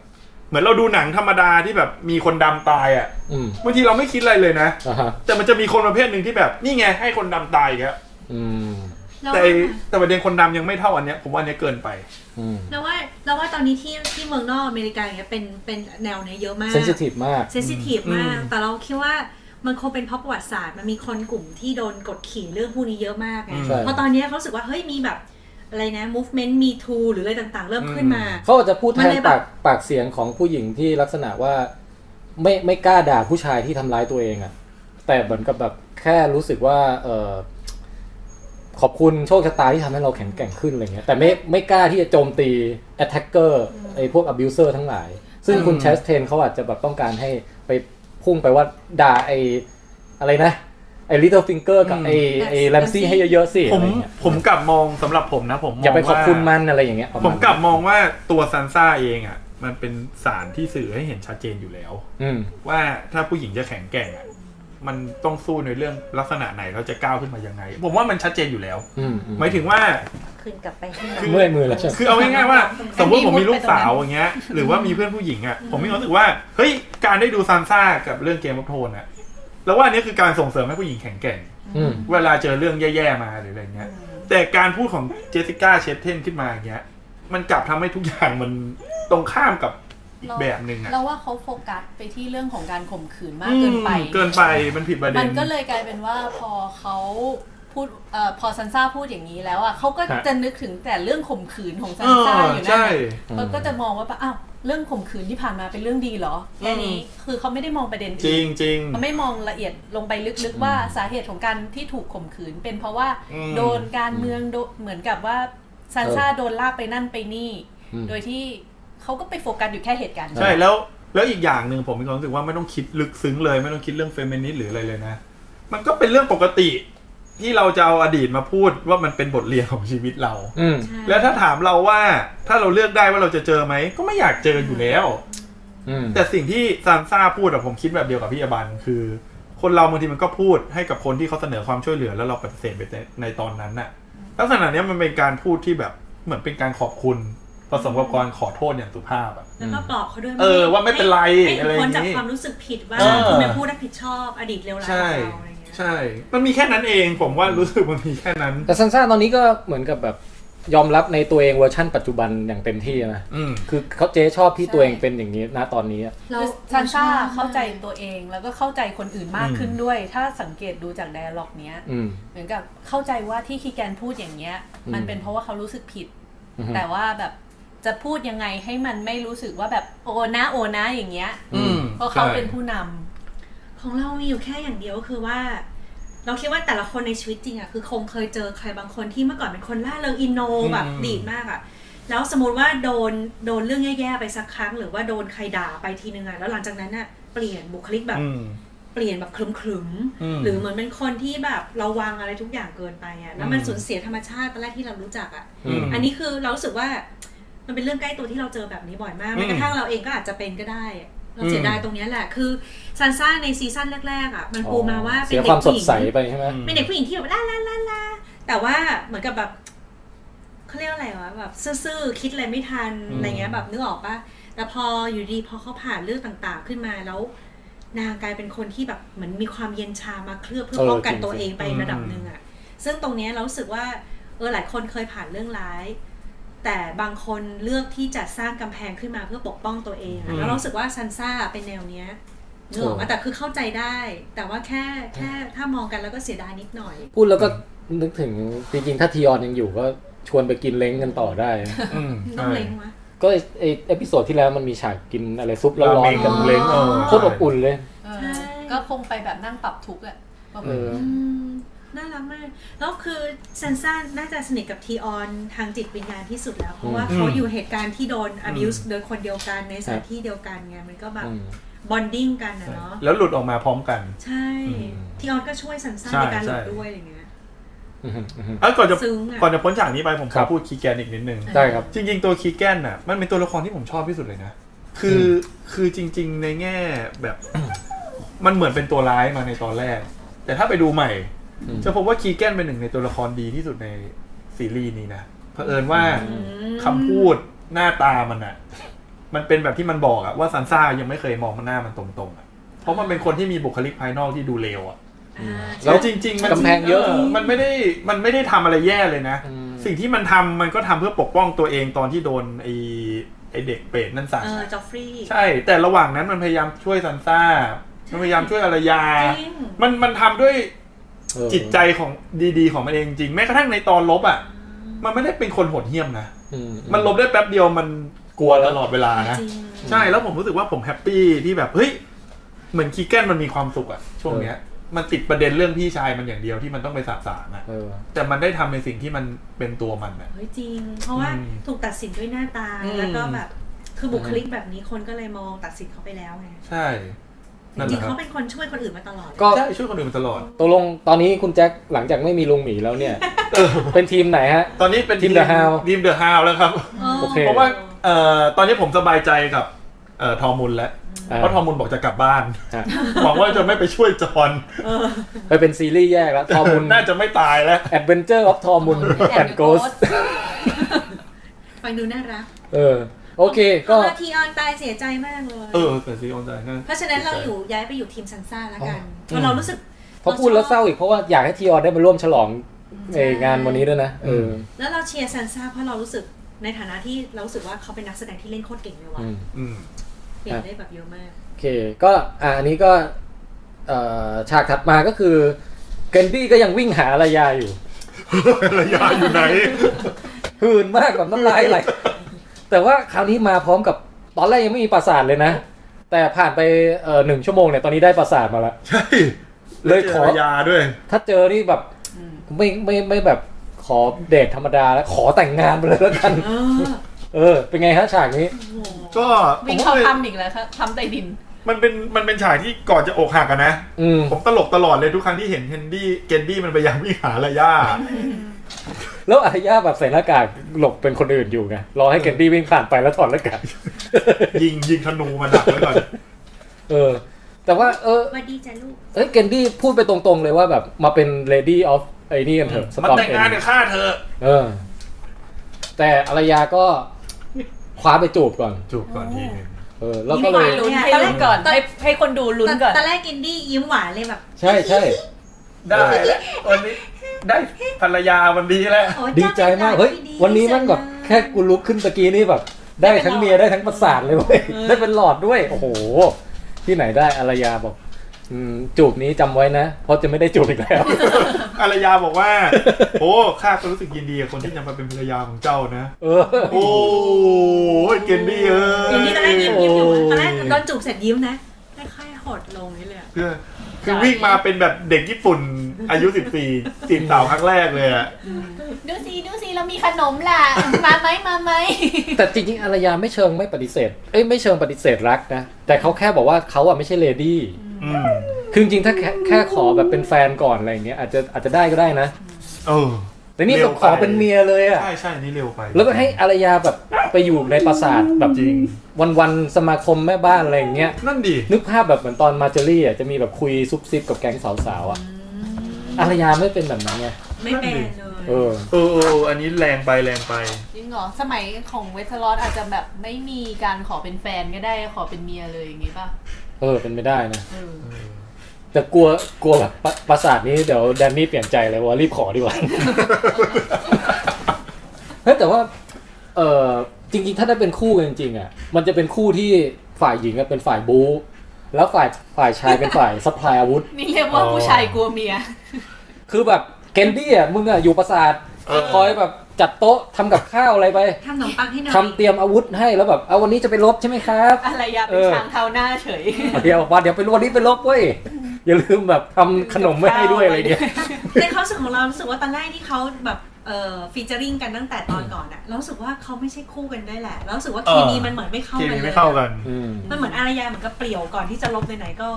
Speaker 2: เหมือนเราดูหนังธรรมดาที่แบบมีคนดำตายอ่ะ
Speaker 1: อืม
Speaker 2: บางทีเราไม่คิดอะไรเลยนะ
Speaker 1: อ่าฮะ
Speaker 2: แต่มันจะมีคนประเภทหนึ่งที่แบบนี่ไงให้คนดำตายครับ
Speaker 1: อืม
Speaker 4: แล้ว
Speaker 2: แต่
Speaker 4: ว่า
Speaker 2: แต่ประเด็นคนดำยังไม่เท่าอันเนี้ยผมว่าอันเนี้ยเกินไป
Speaker 1: อืม
Speaker 4: แล้วว่าแล้วว่าตอนนี้ที่ที่เมืองนอกอเมริกาอย่างเงี้ยเป็นเป็นแนวเนี้ยเยอะมาก
Speaker 1: เซนซิทีฟมาก
Speaker 4: เซนซิทีฟมาก
Speaker 2: อืม
Speaker 4: แต่เราคิดว่ามันคงเป็นเพราะประวัติศาสตร์ มันมีคนกลุ่มที่โดนกดขี่เรื่องพวกนี้เยอะมากไง
Speaker 1: ใช่
Speaker 4: เพราะตอนเนี้ยเขารู้สึกว่า เฮ้ย มีแบบอะไรนะ movement me too หรืออะไรต่างๆ เริ่มขึ้นมา
Speaker 1: เขาอาจจะพูดแท
Speaker 4: มัน
Speaker 1: น
Speaker 4: เลยแบบ
Speaker 1: ปากปากเสียงของผู้หญิงที่ลักษณะว่า ไม่ไม่กล้าด่าผู้ชายที่ทำร้ายตัวเองอะแต่เหมือนกับแบบแค่รู้สึกว่า เออขอบคุณโชคชะตาที่ทำให้เราแข็งแกร่งขึ้นอะไรเงี้ยแต่ไม่ไม่กล้าที่จะโจมตี attacker ไอ้พวก abuser ทั้งหลาย ซึ่งคุณ
Speaker 2: อืม
Speaker 1: เชสเทนเขาอาจจะแบบต้องการให้ไปพุ่งไปว่าด่าไอ้อะไรนะ ไอ้ little finger กับไอ้ไอ้แลมซี่ให้เยอะๆสิ
Speaker 2: ผ
Speaker 1: อะ
Speaker 2: ม
Speaker 1: ไรเงี้ย
Speaker 2: ผมกลับมองสำหรับผมนะผมมง
Speaker 1: อย่าไปขอบคุณ
Speaker 2: ว่า
Speaker 1: มันอะไรอย่างเงี้ยประาณ
Speaker 2: ผมกลับมองว่าตัวซันซ่าเองอ่ะ มันเป็นสารที่สื่อให้เห็นชัดเจนอยู่แล้ว
Speaker 1: อืม
Speaker 2: ว่าถ้าผู้หญิงจะแข็งแกร่งอ่ะมันต้องสู้ในเรื่องลักษณะไหนแล้วจะก้าวขึ้นมายังไง ผมว่ามันชัดเจนอยู่แล้ว
Speaker 1: อืมอืม
Speaker 2: หมายถึงว่า
Speaker 3: คืนกลับไปให้เรา
Speaker 1: เมื่อยมือแล้วใช่ไหม
Speaker 2: คือเอาง่ายๆว่า สมมติ
Speaker 3: อัน
Speaker 2: ผ
Speaker 3: นี้
Speaker 2: มมีลูกสาว
Speaker 3: มุดไปต
Speaker 2: อ
Speaker 3: รงนั้น
Speaker 2: ย่างเงี้ย หรือว่ามีเพื่อนผู้หญิงอ่ะผมมีความรู้สึกว่าเฮ้ยการได้ดูซันซ่ากับเรื่องเกมวัฟโทนอ่ะแล้วว่าอันนี้คือการส่งเสริมให้ผู้หญิงแข็งแกร่ง
Speaker 1: อืม
Speaker 2: เวลาเจอเรื่องแย่ๆมาหรืออะไรเงี้ย แต่การพูดของเจสสิก้าเชฟเทนขึ้นมาอย่างเงี้ย มันกลับทำให้ทุกอย่างมันตรงข้ามกับอีกแบบหนึ่งอะ
Speaker 3: เราว่าเขาโฟกัสไปที่เรื่องของการข่มขืนมากเกินไป
Speaker 2: อืมเกินไปมันผิดประเด็
Speaker 3: มัน นก็เลยกลายเป็นว่าพอเขาพูดเอ่อพอซันซ่าพูดอย่างนี้แล้วอ่ะเขาก็
Speaker 2: ฮะ
Speaker 3: จะนึกถึงแต่เรื่องข่มขืนของซั
Speaker 2: เอน อ
Speaker 3: ซ่าอยู่นั่น
Speaker 2: ใช่
Speaker 3: น่ะเขาก็จะมองว่าปะอ้าวเรื่องข่มขืนที่ผ่านมาเป็นเรื่องดีเหรอแค่นี้คือเขาไม่ได้มองประเด็น
Speaker 2: จริ
Speaker 3: อื่
Speaker 2: ง
Speaker 3: น
Speaker 2: จริง
Speaker 3: เขาไม่มองละเอียดลงไปลึกๆว่าสาเหตุของการที่ถูกข่มขืน เป็นเพราะว่า
Speaker 2: อืม
Speaker 3: โดนการเมืองโดนเหมือนกับว่าซันซ่าโดนลากไปนั่นไปนี่
Speaker 1: อืม
Speaker 3: โดยที่เขาก็ไปโฟกัสอยู่แค่เหตุการณ์
Speaker 2: ใช่แล้ว แล้วอีกอย่างหนึ่งผมมีความรู้สึกว่าไม่ต้องคิดลึกซึ้งเลย ไม่ต้องคิดเรื่องเฟมินิสต์หรืออะไรเลยนะ มันก็เป็นเรื่องปกติ ที่เราจะเอาอดีตมาพูดว่ามันเป็นบทเรียนของชีวิตเรา
Speaker 1: อืม
Speaker 4: ใช่
Speaker 2: แล้วถ้าถามเราว่าถ้าเราเลือกได้ว่าเราจะเจอไหมก็ไม่อยากเจออยู่แล้ว
Speaker 1: อืม
Speaker 2: แต่สิ่งที่ซานซ่าพูดอะผมคิดแบบเดียวกับพี่อบันคือ คนเราบางทีมันก็พูดให้กับคนที่เขาเสนอความช่วยเหลือแล้วเราปฏิเสธไปในในตอนนั้นน่ะลักษณะเนี้ยมันเป็นการพูดที่แบบเหมือนเป็นการขอบคุณผสมกับการขอโทษอย่างสุภาพอะ
Speaker 4: แล้วก็ปลอบเขาด้วย
Speaker 2: เออว่าไม่เป็นไร
Speaker 4: ให้
Speaker 2: อะไรอย่างงี้
Speaker 4: คนจากความรู้สึกผิดว่า
Speaker 2: เออ
Speaker 4: คุณเป็นผู้รับผิดชอบอดีตเลวร้ายข
Speaker 2: ใช่
Speaker 4: องเราอะไรเงี้ย
Speaker 2: ใช่ มันมีแค่นั้นเองผมว่ารู้สึกมันมีแค่นั้น
Speaker 1: แต่ซันซ่าตอนนี้ก็เหมือนกับแบบยอมรับในตัวเองเวอร์ชั่นปัจจุบันอย่างเต็มที่นะ
Speaker 2: อืม
Speaker 1: คือเขาเจ๊ชอบที่
Speaker 3: ใช่
Speaker 1: ตัวเองเป็นอย่างนี้นะตอนนี้อะ
Speaker 4: เรา
Speaker 3: คือซานซ่าเข้าใจตัวเองแล้วก็เข้าใจคนอื่นมากขึ้นด้วย ถ้าสังเกตดูจากไดอะล็อกเนี้ย
Speaker 1: อืม
Speaker 3: เหมือนกับเข้าใจว่าที่คีแกนพูดอย่างเงี้ย
Speaker 1: อืม
Speaker 3: มันเป็นเพราะว่าเขารู้สึกผิด
Speaker 1: อืม
Speaker 3: แต่ว่าแบบจะพูดยังไงให้มันไม่รู้สึกว่าแบบโอนะโอนะอย่างเงี้ย
Speaker 1: อืม
Speaker 3: เพราะเขาเป็นผู้นำ
Speaker 4: ของเรามีอยู่แค่อย่างเดียวก็คือว่า เราคิดว่าแต่ละคนในชีวิตจริงอะคือคงเคยเจอใครบางคนที่เมื่อก่อนเป็นคนล่าเริงอินโน
Speaker 2: อืม
Speaker 4: แบบดีดมากอะแล้วสมมติว่าโดนโดนเรื่องแย่ๆไปสักครั้ง หรือว่าโดนใครด่าไปทีนึงอะแล้วหลังจากนั้นอะเปลี่ยนบุคลิกแบบ
Speaker 2: อืม
Speaker 4: เปลี่ยนแบบคลึมๆ
Speaker 2: อืม
Speaker 4: หรือเหมือนเป็นคนที่แบบเราวางอะไรทุกอย่างเกินไปอะแล้วมัน
Speaker 2: อืม
Speaker 4: สูญเสียธรรมชาติตอนแรกที่เรารู้จักอะ
Speaker 1: อืม
Speaker 4: อันนี้คือเรารู้สึกว่า มันเป็นเรื่องใกล้ตัวที่เราเจอแบบนี้บ่อยมาก
Speaker 2: อืม
Speaker 4: แม้กระทั่งเราเองก็อาจจะเป็นก็ได้เราเสียดายตรงเนี้ยแหละคือซันซ่าในซีซั่นแรกๆอ่ะมันปูมาว่าเป็
Speaker 1: เสี
Speaker 4: น
Speaker 1: ย
Speaker 4: เด็
Speaker 1: ควาก มส
Speaker 4: ผู้
Speaker 1: ด
Speaker 4: หญิง
Speaker 1: ใสไปใช่ไหม
Speaker 4: เป็นเด็กผู้หญิงที่แบบลาลาลาลาแต่ว่าเหมือนกับแบบเขาเรียกว่าอะไรวะแบบซื่อๆคิดอะไรไม่ทัน
Speaker 1: อืม
Speaker 4: อะไรเงี้ยแบบนึกออกปะแต่พออยู่ดีพอเขาผ่านเรื่องต่าง ๆ ขึ้นมาแล้ว นางกลายเป็นคนที่แบบเหมือนมีความเย็นชามาเคลือบเพื่อป้องกันตัวเองไประดับหนึ่งอะซึ่งตรงเนี้ยเรารู้สึกว่าเออหลายคนเคยผ่านเรื่องร้าย แต่บางคนเลือกที่จะสร้างกำแพงขึ้นมาเพื่อปกป้องตัวเองอะแล้วเรารู้สึกว่าซันซ่าเป็นแนวเนี้ย นึกออกมาแต่คือเข้าใจได้ แต่ว่าแค่แค่ถ้ามองกันแล้วก็เสียดายนิดหน่อย
Speaker 1: พูดแล้วก็นึกถึงจริงๆถ้าทีออนยังอยู่ก็ชวนไปกินเล้งกันต่อได้
Speaker 2: อืม
Speaker 4: ต้
Speaker 2: ใช่
Speaker 4: องเล็งวะ
Speaker 1: ก็ไอเอพิโซดที่แล้วมันมีฉากกินอะไรซุปร้อนๆกัน
Speaker 4: ราเมงกับ
Speaker 1: เลยโคตรอบอุ่นเลย
Speaker 3: เอ
Speaker 4: ใช่
Speaker 3: อก็คงไปแบบนั่งปรับทุกข์อะว่าแบบ
Speaker 1: เออ
Speaker 4: อืมน่ารักมาก แล้วคือเซนซ่าน่าจะสนิทกับทีออนทางจิตวิญญาณที่สุดแล้ว เพราะว่า
Speaker 2: อืม
Speaker 4: เขาอยู่เหตุการณ์ที่โดน abuse โดยคนเดียวกันในสถานที่เดียวกันไงมันก็แบบ
Speaker 1: อืม
Speaker 4: bonding กันนะเนาะ
Speaker 2: แล้วหลุดออกมาพร้อมกัน
Speaker 4: ใช่
Speaker 2: อืม
Speaker 4: ทีออนก็ช่วยเซนซ่า
Speaker 2: ใช่
Speaker 4: ในการหลบ
Speaker 2: ใช่
Speaker 4: ด้วยอะไรเงี้ย
Speaker 1: อืมอืม
Speaker 2: เอยก่อนจะ
Speaker 4: ซึ้งอะ
Speaker 2: ก่อนจะพ้นฉากนี้ไปผมข
Speaker 1: ครั
Speaker 2: อบ พูดคีแกนอีกนิดนึง
Speaker 1: ได้ครับ
Speaker 2: จริงๆ ตัวคีแกนน่ะมันเป็นตัวละครที่ผมชอบที่สุดเลยนะ คืออคือจริง ๆ ในแง่แบบ มันเหมือนเป็นตัวร้ายมาในตอนแรก แต่ถ้าไปดูใหม่
Speaker 1: อืม
Speaker 2: จะพบว่าคีแกนเป็นหนึ่งในตัวละครดีที่สุดในซีรีส์นี้นะเผอิญว่า
Speaker 1: อื
Speaker 4: อืม
Speaker 2: คำพูดหน้าตามันอะ มันเป็นแบบที่มันบอกอะว่าซันซ่ายังไม่เคยมองมันหน้ามันตรงๆอะเพราะมันเป็นคนที่มีบุคลิกภายนอกที่ดูเลวอะ
Speaker 4: อ่า
Speaker 1: แล้
Speaker 2: แล้ว วจริงๆมัน
Speaker 1: กำแพงเยอะ
Speaker 2: มันไม่ได้มันไม่ได้ทำอะไรแย่เลยนะ
Speaker 1: อืม
Speaker 2: สิ่งที่มันทำมันก็ทำเพื่อปกป้องตัวเองตอนที่โดนไอไอเด็กเปรตนั่นสั่ง
Speaker 4: เออจอฟฟรีย์
Speaker 2: ใช่ แต่ระหว่างนั้นมันพยายามช่วยซันซ่า มันพยายามช่วยอารยา
Speaker 4: จริง
Speaker 2: มันมันทำด้วย
Speaker 1: เออ
Speaker 2: จิตใจของดีๆ ของมันเองจริงแม้กระทั่งในตอนลบอ่ะ มันไม่ได้เป็นคนโหดเหี้ยมนะ
Speaker 1: อื
Speaker 2: มันลบได้แป๊บเดียวมันกลัวตลอดเวลานะ
Speaker 4: จริง
Speaker 2: ใช่แล้วผมรู้สึกว่าผมแฮปปี้ที่แบบเฮ้ยเหมือนคีแกนมันมีความสุขอะช่วงเนี้ย มันติดประเด็นเรื่องพี่ชายมันอย่างเดียวที่มันต้องไปสาสางอะ
Speaker 1: เออ
Speaker 2: แต่มันได้ทำในสิ่งที่มันเป็นตัวมันอะ
Speaker 4: เฮ้ยจริง เพราะว่า
Speaker 2: อืม
Speaker 4: ถูกตัดสินด้วยหน้าตา
Speaker 2: อืม
Speaker 4: แล้วก็แบบ คือบุคลิกแบบนี้คนก็เลยมองตัดสินเขาไปแล้วไง
Speaker 2: ใช่นั่น
Speaker 4: จ
Speaker 2: แห
Speaker 4: ริ
Speaker 2: ละ
Speaker 4: ง
Speaker 2: ค
Speaker 4: ๆ
Speaker 2: รับ
Speaker 4: เขาเป็นคนช่วยคนอื่นมาตลอด
Speaker 1: ก็
Speaker 2: ใช่ช่วยคนอื่นมาตลอด
Speaker 1: ตกลงตอนนี้คุณแจ็คหลังจากไม่มีลุงหมีแล้ว เนี่ยเป็นทีมไหนฮะ
Speaker 2: ตอนนี้เป็น
Speaker 1: ทีม The Hound
Speaker 2: ทีมเดอะฮาวแล้วครับ
Speaker 1: โอเค
Speaker 2: เพราะว่าเอ่อตอนนี้ผมสบายใจกับเอ่อทอมุลแล้ว
Speaker 1: อ่า
Speaker 2: เพราะทอมุลบอกจะกลับบ้าน
Speaker 1: ฮะ
Speaker 2: หวังว่าจะไม่ไปช่วยจอห์น
Speaker 1: ไปเป็นซีรีส์แยก แล้วทอมุน
Speaker 2: น่าจะไม่ตายแล้ว
Speaker 1: แอดเวนเจอร์ออฟทอมุน แอน
Speaker 3: ยู่
Speaker 1: โกส
Speaker 3: โสต์
Speaker 4: ฟังดูน่ารัก
Speaker 1: เออ โอเคก็
Speaker 4: พราะว่าทีออนตายเสียใจมากเลย
Speaker 2: เออแต่ซีออนใจนะ
Speaker 4: เพราะฉะนั้นเราอยู่ย้ายไปอยู่ทีมซันซ่าแล้วกัน
Speaker 2: อ๋อ
Speaker 4: เพราะเรารู้สึก
Speaker 1: พอพูดแล้วเศร้าอีกเพราะว่าอยากให้ทีออนได้มาร่วมฉลองในงานวันนี้ด้วยนะเออ
Speaker 4: แล้วเราเชียร์ซันซ่าเพราะเรารู้สึกในฐานะที่เรารู้สึกว่าเขาเป็นนักแสดงที่เล่นโคตรเก่งเลยว่ะ
Speaker 1: อืม
Speaker 2: อืม
Speaker 4: เก่งได้แบบเยอะมาก
Speaker 1: โอเค ก็อ่ะอันนี้ก็เอ่อฉากถัดมาก็คือเกนดี้ก็ยังวิ่งหาอารยาอยู่
Speaker 2: ระยะอยู่ไหน
Speaker 1: หืนมากแบบน้ำลายไหล แต่ว่าคราวนี้มาพร้อมกับตอนแรกยังไม่มีปราสาทเลยนะ แต่ผ่านไปเอ่อหนึ่งชั่วโมงเนี่ยตอนนี้ได้ปราสาทมาแล้ว
Speaker 2: ใช่
Speaker 1: เลยขอ
Speaker 2: จระยาด้วย
Speaker 1: ถ้าเจอนี่แบบ
Speaker 3: อืม
Speaker 1: ไม่ไม่ไม่แบบขอเดทธรรมดาแล้วขอแต่งงานไปเลยแล้วกัน
Speaker 4: เออ
Speaker 1: เออ เป็นไงฮะฉากนี้
Speaker 4: โอ้โห
Speaker 2: ก็
Speaker 3: วิ่ง
Speaker 2: ผม
Speaker 3: เข้า
Speaker 2: เลย
Speaker 3: ทำอีกแล้วครับทำใต้ดิน
Speaker 2: มันเป็นมันเป็นฉากที่ก่อนจะอกหักอะนะ
Speaker 1: อืม
Speaker 2: ผมตลกตลอดเลยทุกครั้งที่เห็นเฮนดี้เกนดี้มันพยายามวิ่งหาระย ะ
Speaker 1: แล้วอารยาแบบใส่หน้ากากหลบเป็นคนอื่นอยู่ไงรอให้เกนดี้วิ่งผ่านไปแล้วถอดหน้ากาก
Speaker 2: ยิงยิงธนูมันดักไว้ก่อน
Speaker 1: เออ แต่ว่าเออ
Speaker 4: สวัสดีจ้ะลูก
Speaker 1: เอ้ยเกนดี้พูดไปตรงๆเลยว่าแบบมาเป็น lady of ไอ้นี่กันเถอะ
Speaker 2: มัน
Speaker 1: Storm
Speaker 2: แต่ง
Speaker 1: End
Speaker 2: งานกับข้าเธอ
Speaker 1: เออ แต่อารยาก็คว้าไปจูบก่อน
Speaker 2: จูบก่อนทีหนึง
Speaker 1: เออ แล้วก็เลย
Speaker 3: ให้ลุ้นให้ลุ้นก่อน ให้ให้คนดูลุ้นก่อน
Speaker 4: ตอนแรกกินดี้ยิ้มหวานเลยแบบ
Speaker 1: ใช่ใช่
Speaker 2: ได้แล้ววันนี้ได้ภรรยาวันดีแล้ว
Speaker 4: โอ้ย
Speaker 1: ดีใจมากเฮ้ย
Speaker 4: จ้าป็
Speaker 1: วันนี้มันแบบ
Speaker 4: จังเลย
Speaker 1: แค่กูลุกขึ้นตะกี้นี่แบบ ได้ทั้งเมียได้ทั้งประสาทเลยเว้ย ได้เป็นหลอดด้วย โอ้โห ที่ไหนได้อารยาบอก อืม จูบนี้จำไว้นะ เพราะจะไม่ได้จูบอีกแล้ว
Speaker 2: ภรรยาบอกว่า โอ้ข้าก็รู้สึกยินดีกับคนที่จะมาเป็นภรรยาของเจ้านะ
Speaker 1: เออ
Speaker 2: โอ้ยเกนดี้เอ้
Speaker 4: เดี๋ยวนี้ตอนแรกยิ้ม
Speaker 1: โอ้
Speaker 4: ยิ้ม
Speaker 1: ย
Speaker 4: อยู่นะตอนแรกตอนจูบเสร็จยิ้มนะค่อยๆหดลงนี่เลยอะ
Speaker 2: คือคือวิ่งมาเป็นแบบเด็กญี่ปุ่นอายุสิบสี่จีบสาวครั้งแรกเลยอะ
Speaker 3: ดูสิดูสิเรามีขนมล่ะ มาไหมมาไหม
Speaker 1: แต่จริงๆอารยาไม่เชิงไม่ปฏิเสธ เอ้ยไม่เชิงปฏิเสธรักนะ แต่เขาแค่บอกว่าเขาอะไม่ใช่เลดี้
Speaker 2: อืม
Speaker 1: คือจริงๆถ้าแค่แค่ขอแบบเป็นแฟนก่อนอะไรอย่างเงี้ยอาจจะอาจจะได้ก็ได้นะ
Speaker 2: เออ
Speaker 1: แต่นี่แบบขอเป็นเมียเลยอ่ะ
Speaker 2: ใช่ใช่นี่เร็วไป
Speaker 1: แล้วก็ให้อารยาแบบ ไปอยู่ในปราสาทแบบ
Speaker 2: จริง
Speaker 1: วันวันๆสมาคมแม่บ้านอะไรอย่างเงี้ย
Speaker 2: นั่นดี
Speaker 1: นึกภาพแบบเหมือนตอนมาเจอรี่อ่ะจะมีแบบคุยซุบซิบกับแก๊งสาวๆอ่ะอารยาไม่เป็นแบบนั้นไง
Speaker 4: ไม่เป็นเล
Speaker 1: เอย อ
Speaker 2: เออเอออันนี้แรงไปแรงไป
Speaker 5: จริงเหรอ สมัยของเวสต์ลอสอาจจะแบบไม่มีการขอเป็นแฟนก็ได้ขอเป็นเมียเลยอย่างงี้ป่ะ
Speaker 1: เออ เป็นไม่ได้นะ
Speaker 5: เออ
Speaker 1: แต่กลัวกลัวแบบปราปราสาทนี้เดี๋ยวแดนนี่เปลี่ยนใจเลยว่ารีบขอดีก ว่า เฮ้ยแต่ว่า เออจริง ๆ ถ้าได้เป็นคู่กันจริงๆอ่ะ มันจะเป็นคู่ที่ฝ่ายหญิงอะเป็นฝ่ายบู๊แล้วฝ่ายฝ่ายชายเป็นฝ่ายซัพพลายอาวุธ
Speaker 5: นี่เรียกว่า
Speaker 2: อ๋อ
Speaker 5: ผู้ชายกลัวเมีย
Speaker 1: คือแบบเกนดี้อ่ะมึงอ่ะอยู่ปราสาท
Speaker 2: เออ
Speaker 1: คอยแบบจัดโต๊ะทำกับข้าวอะไรไป
Speaker 4: ทำขนมปังให้หน่อย
Speaker 1: ทำเตรียมอาวุธให้แล้วแบบเอาวันนี้จะไปรบใช่ไหมครับ
Speaker 5: อะไรยาเป็น
Speaker 1: เออ
Speaker 5: ช้างเท้าหน้าเฉย
Speaker 1: เดี๋ยวว่าเดี๋ยวไปรบวันนี้ไปรบเว้ยอย่าลืมแบบทำขนมไว้ให้ด้วยอะไรเงี้ย
Speaker 4: ในความรู้สึกของเรารู้สึกว่าตอนแรกที่เขาแบบเอ่อฟีเจอริงกันตั้งแต่ตอนก่อนอะเรารู้สึกว่าเขาไม่ใช่คู่กันได้แหละเรารู้สึกว่าเคมี
Speaker 2: เออ
Speaker 4: มันเหมือนไม่เข้า
Speaker 2: เค
Speaker 4: กั
Speaker 2: มี
Speaker 4: นเล
Speaker 2: ไม่
Speaker 4: ย
Speaker 2: เข้ากัน
Speaker 1: อืม
Speaker 4: มันเหมือนอารยาเหมือนกับเปลี่ยวก่อนที่จะลบไหนๆก็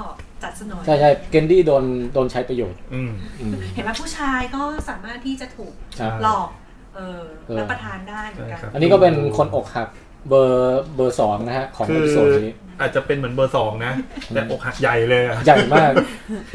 Speaker 4: จัดสนอย
Speaker 1: ใช่ใช่เกนดี้โดนโดนใช้ประโยชน์
Speaker 2: อืม
Speaker 1: อืม
Speaker 4: เห็นไหมผู้ชายก็สามารถที่จะถูก
Speaker 1: ใช่
Speaker 4: หลอกเออรับประทานได้เหมือนกัน
Speaker 2: ใช่ครับ
Speaker 1: อันนี้ก็เป็นคนอกหักเบอร์เบอร์สองนะฮะ ของ
Speaker 2: คื
Speaker 1: เอ
Speaker 2: อ
Speaker 1: พิโซดนี้
Speaker 2: อาจจะเป็นเหมือนเบอร์สองนะ แต่อกหักใหญ่เลยอะ
Speaker 1: ใหญ่ มาก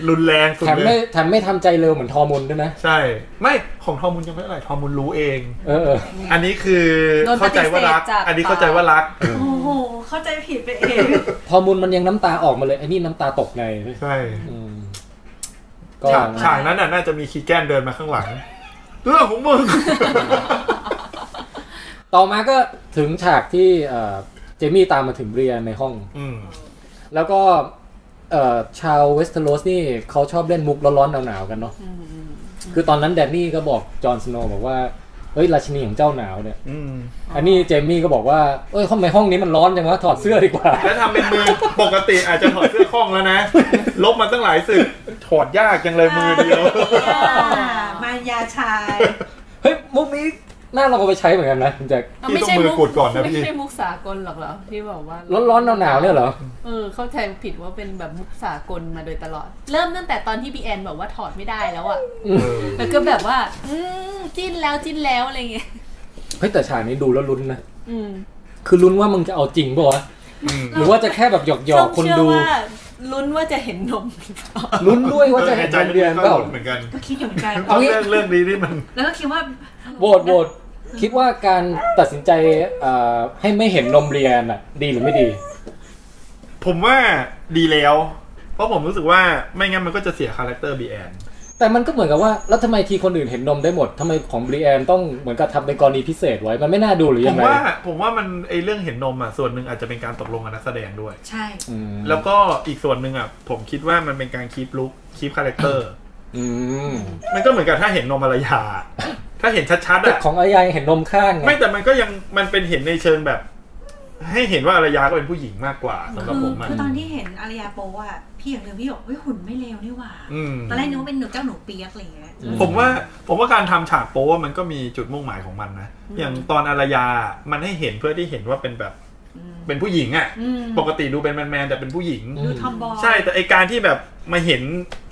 Speaker 2: รุนแรงสุด
Speaker 1: แถม
Speaker 2: เล
Speaker 1: ไม่
Speaker 2: ย
Speaker 1: แถมไม่ทำใจเร็วเหมือนทอร์มนด้วยนะ
Speaker 2: ใช่ ไม่ของทอมุนยังไม่เท่าไหร่ทอมุนรู้เอง
Speaker 1: เออเออ
Speaker 2: อันนี้คือ
Speaker 3: โดนปฏิเสธ
Speaker 2: เข้าใจว่ารัก
Speaker 3: จาก
Speaker 2: อันนี้เข้าใจว่ารัก
Speaker 4: โอ้โห เข้าใจผิดไปเอง
Speaker 1: ทอร์มนมันยังน้ำตาออกมาเลย ไอ้นี่น้ำตาตกใน
Speaker 2: ใช่
Speaker 1: อืมก็
Speaker 2: ฉากฉากนั้นน่ะน่าจะมีคีแกนเดินมาข้างหลัง เรื่องของมึง
Speaker 1: ต่อมาก็ถึงฉากที่เอ่อเจมี่ตามมาถึงเรียนในห้อง
Speaker 2: อืม
Speaker 1: แล้วก็เอ่อชาวเวสเทอโรสนี่เขาชอบเล่นมุกร้อนๆหนาวๆกันเนาะ คือตอนนั้นแดนนี่ก็บอกจอห์นสโนว์บอกว่า เฮ้ยราชินีของเจ้าหนาวเนี่ย
Speaker 2: อืม
Speaker 1: อันนี้เจมี่ก็บอกว่า เอ้ยทำไมห้องนี้มันร้อนจังวะ ถอดเสื้อดีกว่า
Speaker 2: แล้วทำเป็นมือ ปกติอาจจะถอดเสื้อคล่องแล้วนะ ลบมาตั้งหลายสึกถอดยากจังเลยมือเดียว
Speaker 4: มายาชาย
Speaker 1: เฮ้ย มุกนี้น่าเราเอาไปใช้เหมือนกันนะคุณแจ็ค
Speaker 2: พี่ต้องมือกดก่อนนะพี่
Speaker 5: ไม่ใช่มุกสากลหรอกเหรอที่บอกว่า
Speaker 1: ร้อนร้อนหนาวหนาวๆเนี่ยเหรอ
Speaker 5: เออเข้าใจผิดว่าเป็นแบบมุกสากลมาโดยตลอด เริ่มตั้งแต่ตอนที่บีแอนบอกว่าถอดไม่ได้แล้วอะ
Speaker 2: เออ
Speaker 5: แล้วก็แบบว่า อืมจิ้นแล้วจิ้นแล้วอะไรเงี้ย
Speaker 1: เฮ้ยแต่ฉากนี้ดูแล้วลุ้นนะ
Speaker 5: อืม
Speaker 1: คือลุ้นว่ามึงจะเอาจริงป่าวะ
Speaker 2: อืม
Speaker 1: หรือว่าจะแค่แบบหยอกหยอกๆคนดู
Speaker 5: ส้มเชื่อว่าลุ้นว่าจะเห็นนม หรือเปล่า
Speaker 1: ลุ้นด้วยว่าจะเห็น
Speaker 2: ใจ
Speaker 1: การเรียนเปล่า
Speaker 2: เหมือนกัน
Speaker 4: ก็คิดอยู่เหมือนกัน
Speaker 1: เอางี้
Speaker 2: เรื่องเรื่องนี้นี่มัน
Speaker 4: แล้วก็คิดว่า
Speaker 1: โหวตโหวตคิดว่าการตัดสินใจเอ่อให้ไม่เห็นนมเรียนอ่ะ ดีหรือไม่ดี
Speaker 2: ผมว่าดีแล้ว เพราะผมรู้สึกว่าไม่งั้นมันก็จะเสียคาแรคเตอร์บีแอน
Speaker 1: แต่มันก็เหมือนกับว่า แล้วทำไมทีคนอื่นเห็นนมได้หมดทำไมของบรีแอนต้องเหมือนกับทำเป็นกรณีพิเศษไว้ มันไม่น่าดูหรือ
Speaker 2: ผ
Speaker 1: ยัง
Speaker 2: ม
Speaker 1: ไง
Speaker 2: ว่าผมว่ามันไอเรื่องเห็นนมอ่ะส่วนหนึ่งอาจจะเป็นการตกลงกับนักแสดงด้วย
Speaker 4: ใช่
Speaker 1: อืม
Speaker 2: แล้วก็อีกส่วนหนึ่งอ่ะผมคิดว่ามันเป็นการคีปลุคคีปคาแรคเตอร์
Speaker 1: อืม
Speaker 2: มันก็เหมือนกับถ้าเห็นนมอารยา ถ้าเห็นชัดๆ
Speaker 1: แต่
Speaker 2: อ่ะ
Speaker 1: ของอายายเห็นนมข้างไง
Speaker 2: ไม่แต่มันก็ยังมันเป็นเห็นในเชิงแบบ ให้เห็นว่าอารยาก็เป็นผู้หญิงมากกว่าสำหรับ
Speaker 4: คือ
Speaker 2: ผมอ่ะ
Speaker 4: คือตอนที่เห็นอารยาโปอ่ะพี่อย่างเดียวพี่บอกเฮ้ยหุ่นไม่เลวนี่หว่า
Speaker 2: อืม
Speaker 4: ตอนแรกนึกว่าเป็นหนูเจ้าหนูเปียกอะไรอย่างเงี้ย
Speaker 2: ผมว่าผมว่าการทำฉากโป๊ะมันก็มีจุดมุ่งหมายของมันนะอย่างตอนอารยามันให้เห็นเพื่อที่เห็นว่าเป็นแบบเป็นผู้หญิงอ่ะ
Speaker 4: อืม
Speaker 2: ปกติดูเป็นแมนๆแต่เป็นผู้หญิง
Speaker 4: ดูทอมบอย
Speaker 2: ใช่แต่ไอการที่แบบมาเห็น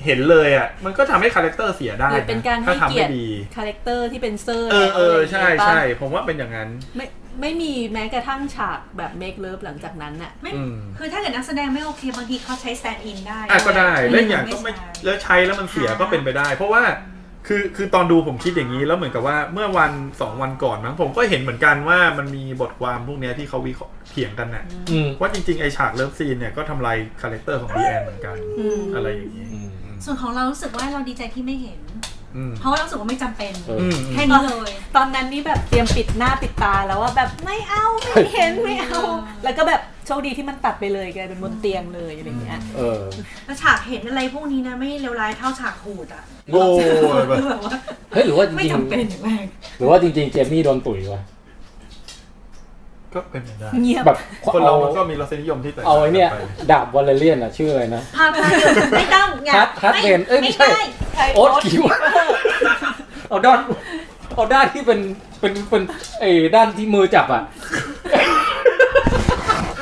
Speaker 2: เห็นเลยอ่ะ มันก็ทำให้คาแรคเตอร์เสียได้
Speaker 5: หรือเป็นการ
Speaker 2: ถ้า
Speaker 5: ให้
Speaker 2: ทำ
Speaker 5: เกีย
Speaker 2: ไม่
Speaker 5: รติ
Speaker 2: ดี
Speaker 5: คาแรคเตอร์ที่เป็นเซอร์
Speaker 2: เออเออใช่
Speaker 5: แล้วอะไรอย่างเงี้ย
Speaker 2: ใช่
Speaker 5: ปะ
Speaker 2: ผมว่าเป็นอย่างนั้น
Speaker 5: ไม่ไม่มีแม้กระทั่งฉากแบบเมคเลิฟหลังจากนั้นน่ะ
Speaker 4: ไม่
Speaker 2: อืม
Speaker 4: คือถ้าเกิดนักแสดงไม่โอเคบางทีเขาใช้ stand in ได้
Speaker 2: อ่ะก็ได้
Speaker 4: ม่
Speaker 2: เล่นอย่างก็ไม่
Speaker 4: ใช้
Speaker 2: แล้วใช้แล้วมันเสียก็เป็นไปได้ เพราะว่าคือคือตอนดูผมคิดอย่างนี้แล้วเหมือนกับว่าเมื่อวันสองวันก่อนมั้งผมก็เห็นเหมือนกันว่ามันมีบทความพวกเนี้ยที่เขาวิเคราะห์เถียงกันน่ะ
Speaker 1: อืม
Speaker 2: ว่าจริงๆไอฉากเลิฟซีนเนี่ยก็ทำลายคาแรคเตอร์ของบีแอนเหมือนกันอะไรอย่างนี้
Speaker 1: อืม
Speaker 4: ส่วนของเรารู้สึกว่าเราดีใจที่ไม่เห็น
Speaker 2: อืม
Speaker 4: เพราะว่าเรารู้สึกว่าไม่จำเป็น
Speaker 1: เออ
Speaker 2: อืม
Speaker 4: แค่นี้เลย
Speaker 5: ตอนนั้นนี่แบบเตรียมปิดหน้าปิดตาแล้วว่าแบบไม่เอาไม่เห็นไม่เอา แล้วก็แบบโชคดีที่มันตัดไปเลยกลายเป็นบนเตียงเลยอะไรอย่างเงี้ย
Speaker 1: เออ
Speaker 4: แล้วฉากเห็นอะไรพวกนี้นะไม่เลวร้ายเท่าฉากหูดอ่ะ
Speaker 2: โง่แบบ
Speaker 4: คือแบบว่า
Speaker 1: เฮ้ยหรือว่าจ
Speaker 4: ไม่
Speaker 1: ริง
Speaker 4: จำเป็นอย่างแรง
Speaker 1: ๆหรือว่าจริงๆเจมี่โดนตุ๋ยวะ
Speaker 2: ก็เป็นไปได้
Speaker 5: เงียบ
Speaker 1: แบบ
Speaker 2: คนเรา
Speaker 1: เอา
Speaker 2: มันก็มีรสนิยมที่แตกต่าง
Speaker 1: เอาไอ้เนี่ย
Speaker 2: กัไป
Speaker 1: ดาบวอลเลเรียนอ่ะชื่ออะไรนะ
Speaker 4: พาพาเดี๋ยวไม่ต้องอย่า
Speaker 1: ครับครับ
Speaker 4: ไม่
Speaker 1: เบนเอ้ยไม่ใช่
Speaker 4: ด้
Speaker 5: ใคร
Speaker 1: โอ๊ตคิวเอาด้านเอาด้านที่เป็นเป็นเป็นไอ้ด้านที่มือจับอ่ะ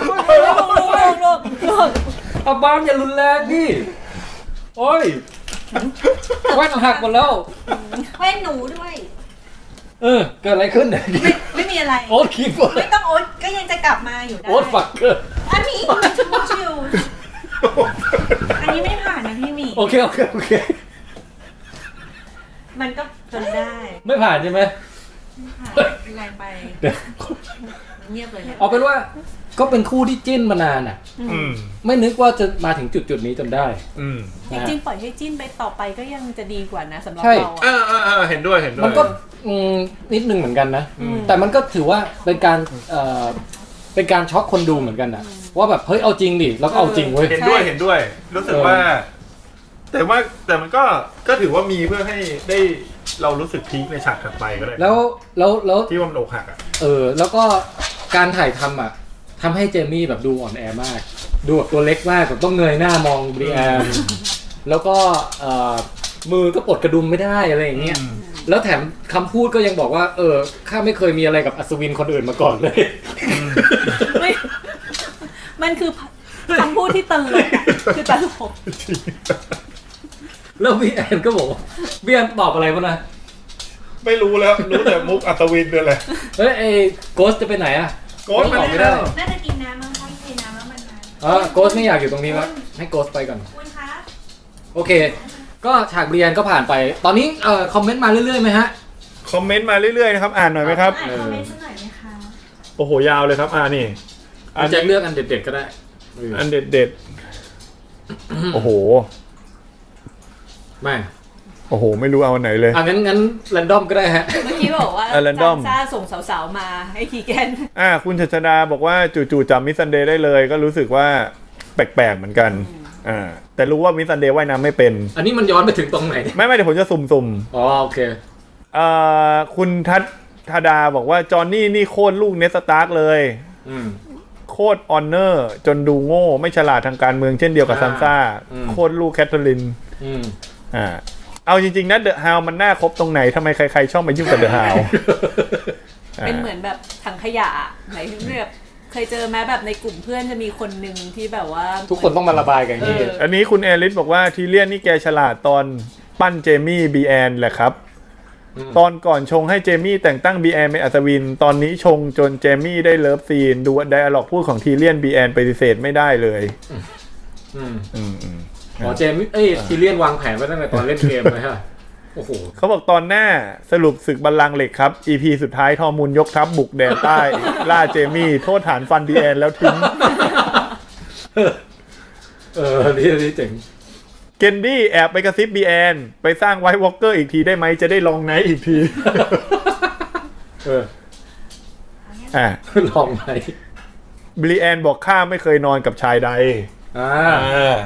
Speaker 5: โลกโลกโลกโลก
Speaker 1: เอาบ้านอย่ารุนแรงดิโอ้ยแว่นหักหมดแล้ว
Speaker 4: แว่นหนูด้วย
Speaker 1: เออ เกิดอะไรขึ้นเนี่ย
Speaker 4: ไม่ไม่มีอะไร
Speaker 1: โอ๊ตคิงเฟอร์
Speaker 4: ไม่ต้องโอ๊ตก็ยังจะกลับมาอยู่ได้
Speaker 1: โอ๊ตฝักเกอร์
Speaker 4: อันนี้ชูชิวอันนี้ไม่ผ่านนะพี่หมี
Speaker 1: โอเคโอเคโอเค
Speaker 4: มันก็จนได้
Speaker 1: ไม่ผ่านใช่ไหม
Speaker 4: ผ่านอะไรไป
Speaker 1: เดี๋ยว
Speaker 4: เงียบเลยเนี่ย
Speaker 1: เอาเป็นว่าก็เป็นคู่ที่จิ้นมานานอ่ะ
Speaker 2: อืม
Speaker 1: ไม่นึกว่าจะมาถึงจุดจุดๆนี้จนได้
Speaker 2: อืม
Speaker 5: จริงๆปล่อยให้จิ้นไปต่อไปก็ยังจะดีกว่านะสำหรับ
Speaker 1: ใช่
Speaker 5: เราอะ
Speaker 2: อ่าอ่าอ่าเห็นด้วยเห็นด้วย
Speaker 1: มันก็อืมนิดนึงเหมือนกันนะ
Speaker 2: อืม
Speaker 1: แต่มันก็ถือว่าเป็นการเอ่อเป็นการช็อกคนดูเหมือนกันนะว่าแบบเฮ้ยเอาจริงดิแล้วก็เอาจริงเว้ย
Speaker 2: เห็นด้วย
Speaker 5: ใช่
Speaker 2: เห็นด้วย รู้สึก
Speaker 1: เออ
Speaker 2: ว่า แต่ว่าแต่มันก็ก็ถือว่ามีเพื่อให้ได้เรารู้สึกพีคในฉากถัดไปก็ได้
Speaker 1: แล้วแล้วแล้ว
Speaker 2: ที่ว่ามันอกหักอ่ะ
Speaker 1: เออแล้วก็การถ่ายทำอ่ะทำให้เจมี่แบบดูอ่อนแอมาก ดูแบบตัวเล็กมากแบบต้องเงยหน้ามองบรีแอนแล้วก็เอ่อมือก็ปลดกระดุมไม่ได้อะไรอย่างเงี้ย
Speaker 2: อืม
Speaker 1: แล้วแถมคำพูดก็ยังบอกว่า เออข้าไม่เคยมีอะไรกับอัศวินคนอื่นมาก่อนเลย
Speaker 5: ไม่มันคือคำพูดที่ตลกอะคือตลก
Speaker 1: แล้วบรีแอนก็บอกว่าบรีแอนตอบอะไรวะนะ
Speaker 2: ไม่รู้แล้ว รู้แต่มุกอัศวินเลยแหละ
Speaker 1: เฮ้ยไอ้โกสจะไปไหนอ่ะ
Speaker 2: โกนมา
Speaker 1: ตอบไม่ได้
Speaker 2: ได้
Speaker 4: น่าจะกินน้ำมั้งคะเทน้ำแล้วมันมา
Speaker 1: เออโกสไม่อยากอยู่ตรงนี้แล้วให้โกสไปก่อน
Speaker 4: คุณคะ
Speaker 1: โอเค ก็ฉากบรีแอนก็ผ่านไป ตอนนี้เอ่อคอมเมนต์มาเรื่อยๆไหมฮะ
Speaker 2: คอมเมนต์มาเรื่อยๆนะครับ อ่านหน่อยไหมครับ
Speaker 4: อ่านคอมเมนต์สักหน่อยไหมคะ
Speaker 2: โอ้โหยาวเลยครับ อ่านี่อัน
Speaker 1: แจ็คเลือกอันเด็ดๆก็ได้
Speaker 2: อันเด็ดเด็ดๆโอ้โห
Speaker 1: ไม่
Speaker 2: โอ้โห ไม่รู้เอาอันไหนเลย
Speaker 1: อ่ะงั้นงั้นแรนดอมก็ได้ฮะ
Speaker 5: เมื่อกี้บอกว่า
Speaker 2: เออ random
Speaker 5: ซาส่งสาวๆมาให้ทีแกน
Speaker 2: อ่าคุณชัชดาบอกว่าจู่ๆจำมิสซันเดย์ได้เลย ก็รู้สึกว่าแปลกๆเหมือนกันอ่าแต่รู้ว่ามิสซันเดย์ว่ายน้ำไม่เป็น
Speaker 1: อันนี้มันย้อนไปถึงตรงไหนเนี่ย
Speaker 2: ไม่ไม่เดี๋ยวผมจะสุ่ม
Speaker 1: อ๋อโอเค
Speaker 2: ๆเอ่อคุณทัศธดาบอกว่า จอห์นนี่นี่โคตรลูกเนสสตาร์กเลย
Speaker 1: อืม
Speaker 2: โคตรออนเนอร์ จนดูโง่ ไม่ฉลาดทางการเมืองเช่นเดียวกับ
Speaker 1: อ่า
Speaker 2: ซันซ่า
Speaker 1: อืม
Speaker 2: โคตรลูกแคทเธอรีน
Speaker 1: อื ม
Speaker 2: อ่าเอาจริงๆนะเดอะฮาวมันน่าครบตรงไหนทำไมใครๆชอบมายุ่งกับเดอะฮาว
Speaker 5: เป็นเหมือนแบบถังขยะอะไหนถึงแบบเคยเจอไหมแบบในกลุ่มเพื่อนจะมีคนหนึ่งที่แบบว่า
Speaker 1: ทุกคนต้องมาระบายกันอย่างนี่
Speaker 5: เออ
Speaker 2: อันนี้คุณแอริสบอกว่าทีเลียนนี่แกฉลาดตอนปั้นเจมี่บีแอนแหละครับ ตอนก่อนชงให้เจมี่แต่งตั้งบีแอนเป็นอัศวิน ตอนนี้ชงจนเจมี่ได้เลิฟซีน ดูไดอะล็อกพูดของทีเลียนบีแอนปฏิเสธไม่ได้เลย
Speaker 1: อืม
Speaker 2: อืมอืม
Speaker 1: อ๋อเจมส์เอ้ยทีเลียนวางแผนไว้ตั้งแต่ตอนเล่นเกมเลย ฮะ โอ้โห
Speaker 2: เขาบอกตอนหน้าสรุปศึกบัลลังก์เหล็กครับ EP สุดท้ายทอมูลยกทัพบุกแดนใต้ ล่าเจมี่ โทษฐานฟันดีแอนแล้วทิ้ง
Speaker 1: เออนี่นี่เจ๋ง
Speaker 2: เกนดี้แอบไปกระซิบบีแอน ไปสร้างไวท์วอลเกอร์อีกทีได้ไหมจะได้ลองไนท์อีกที
Speaker 1: เอ อ
Speaker 2: อ่ะ
Speaker 1: ลองไหม
Speaker 2: บีแอนบอกข้าไม่เคยนอนกับชายใด
Speaker 1: อ่า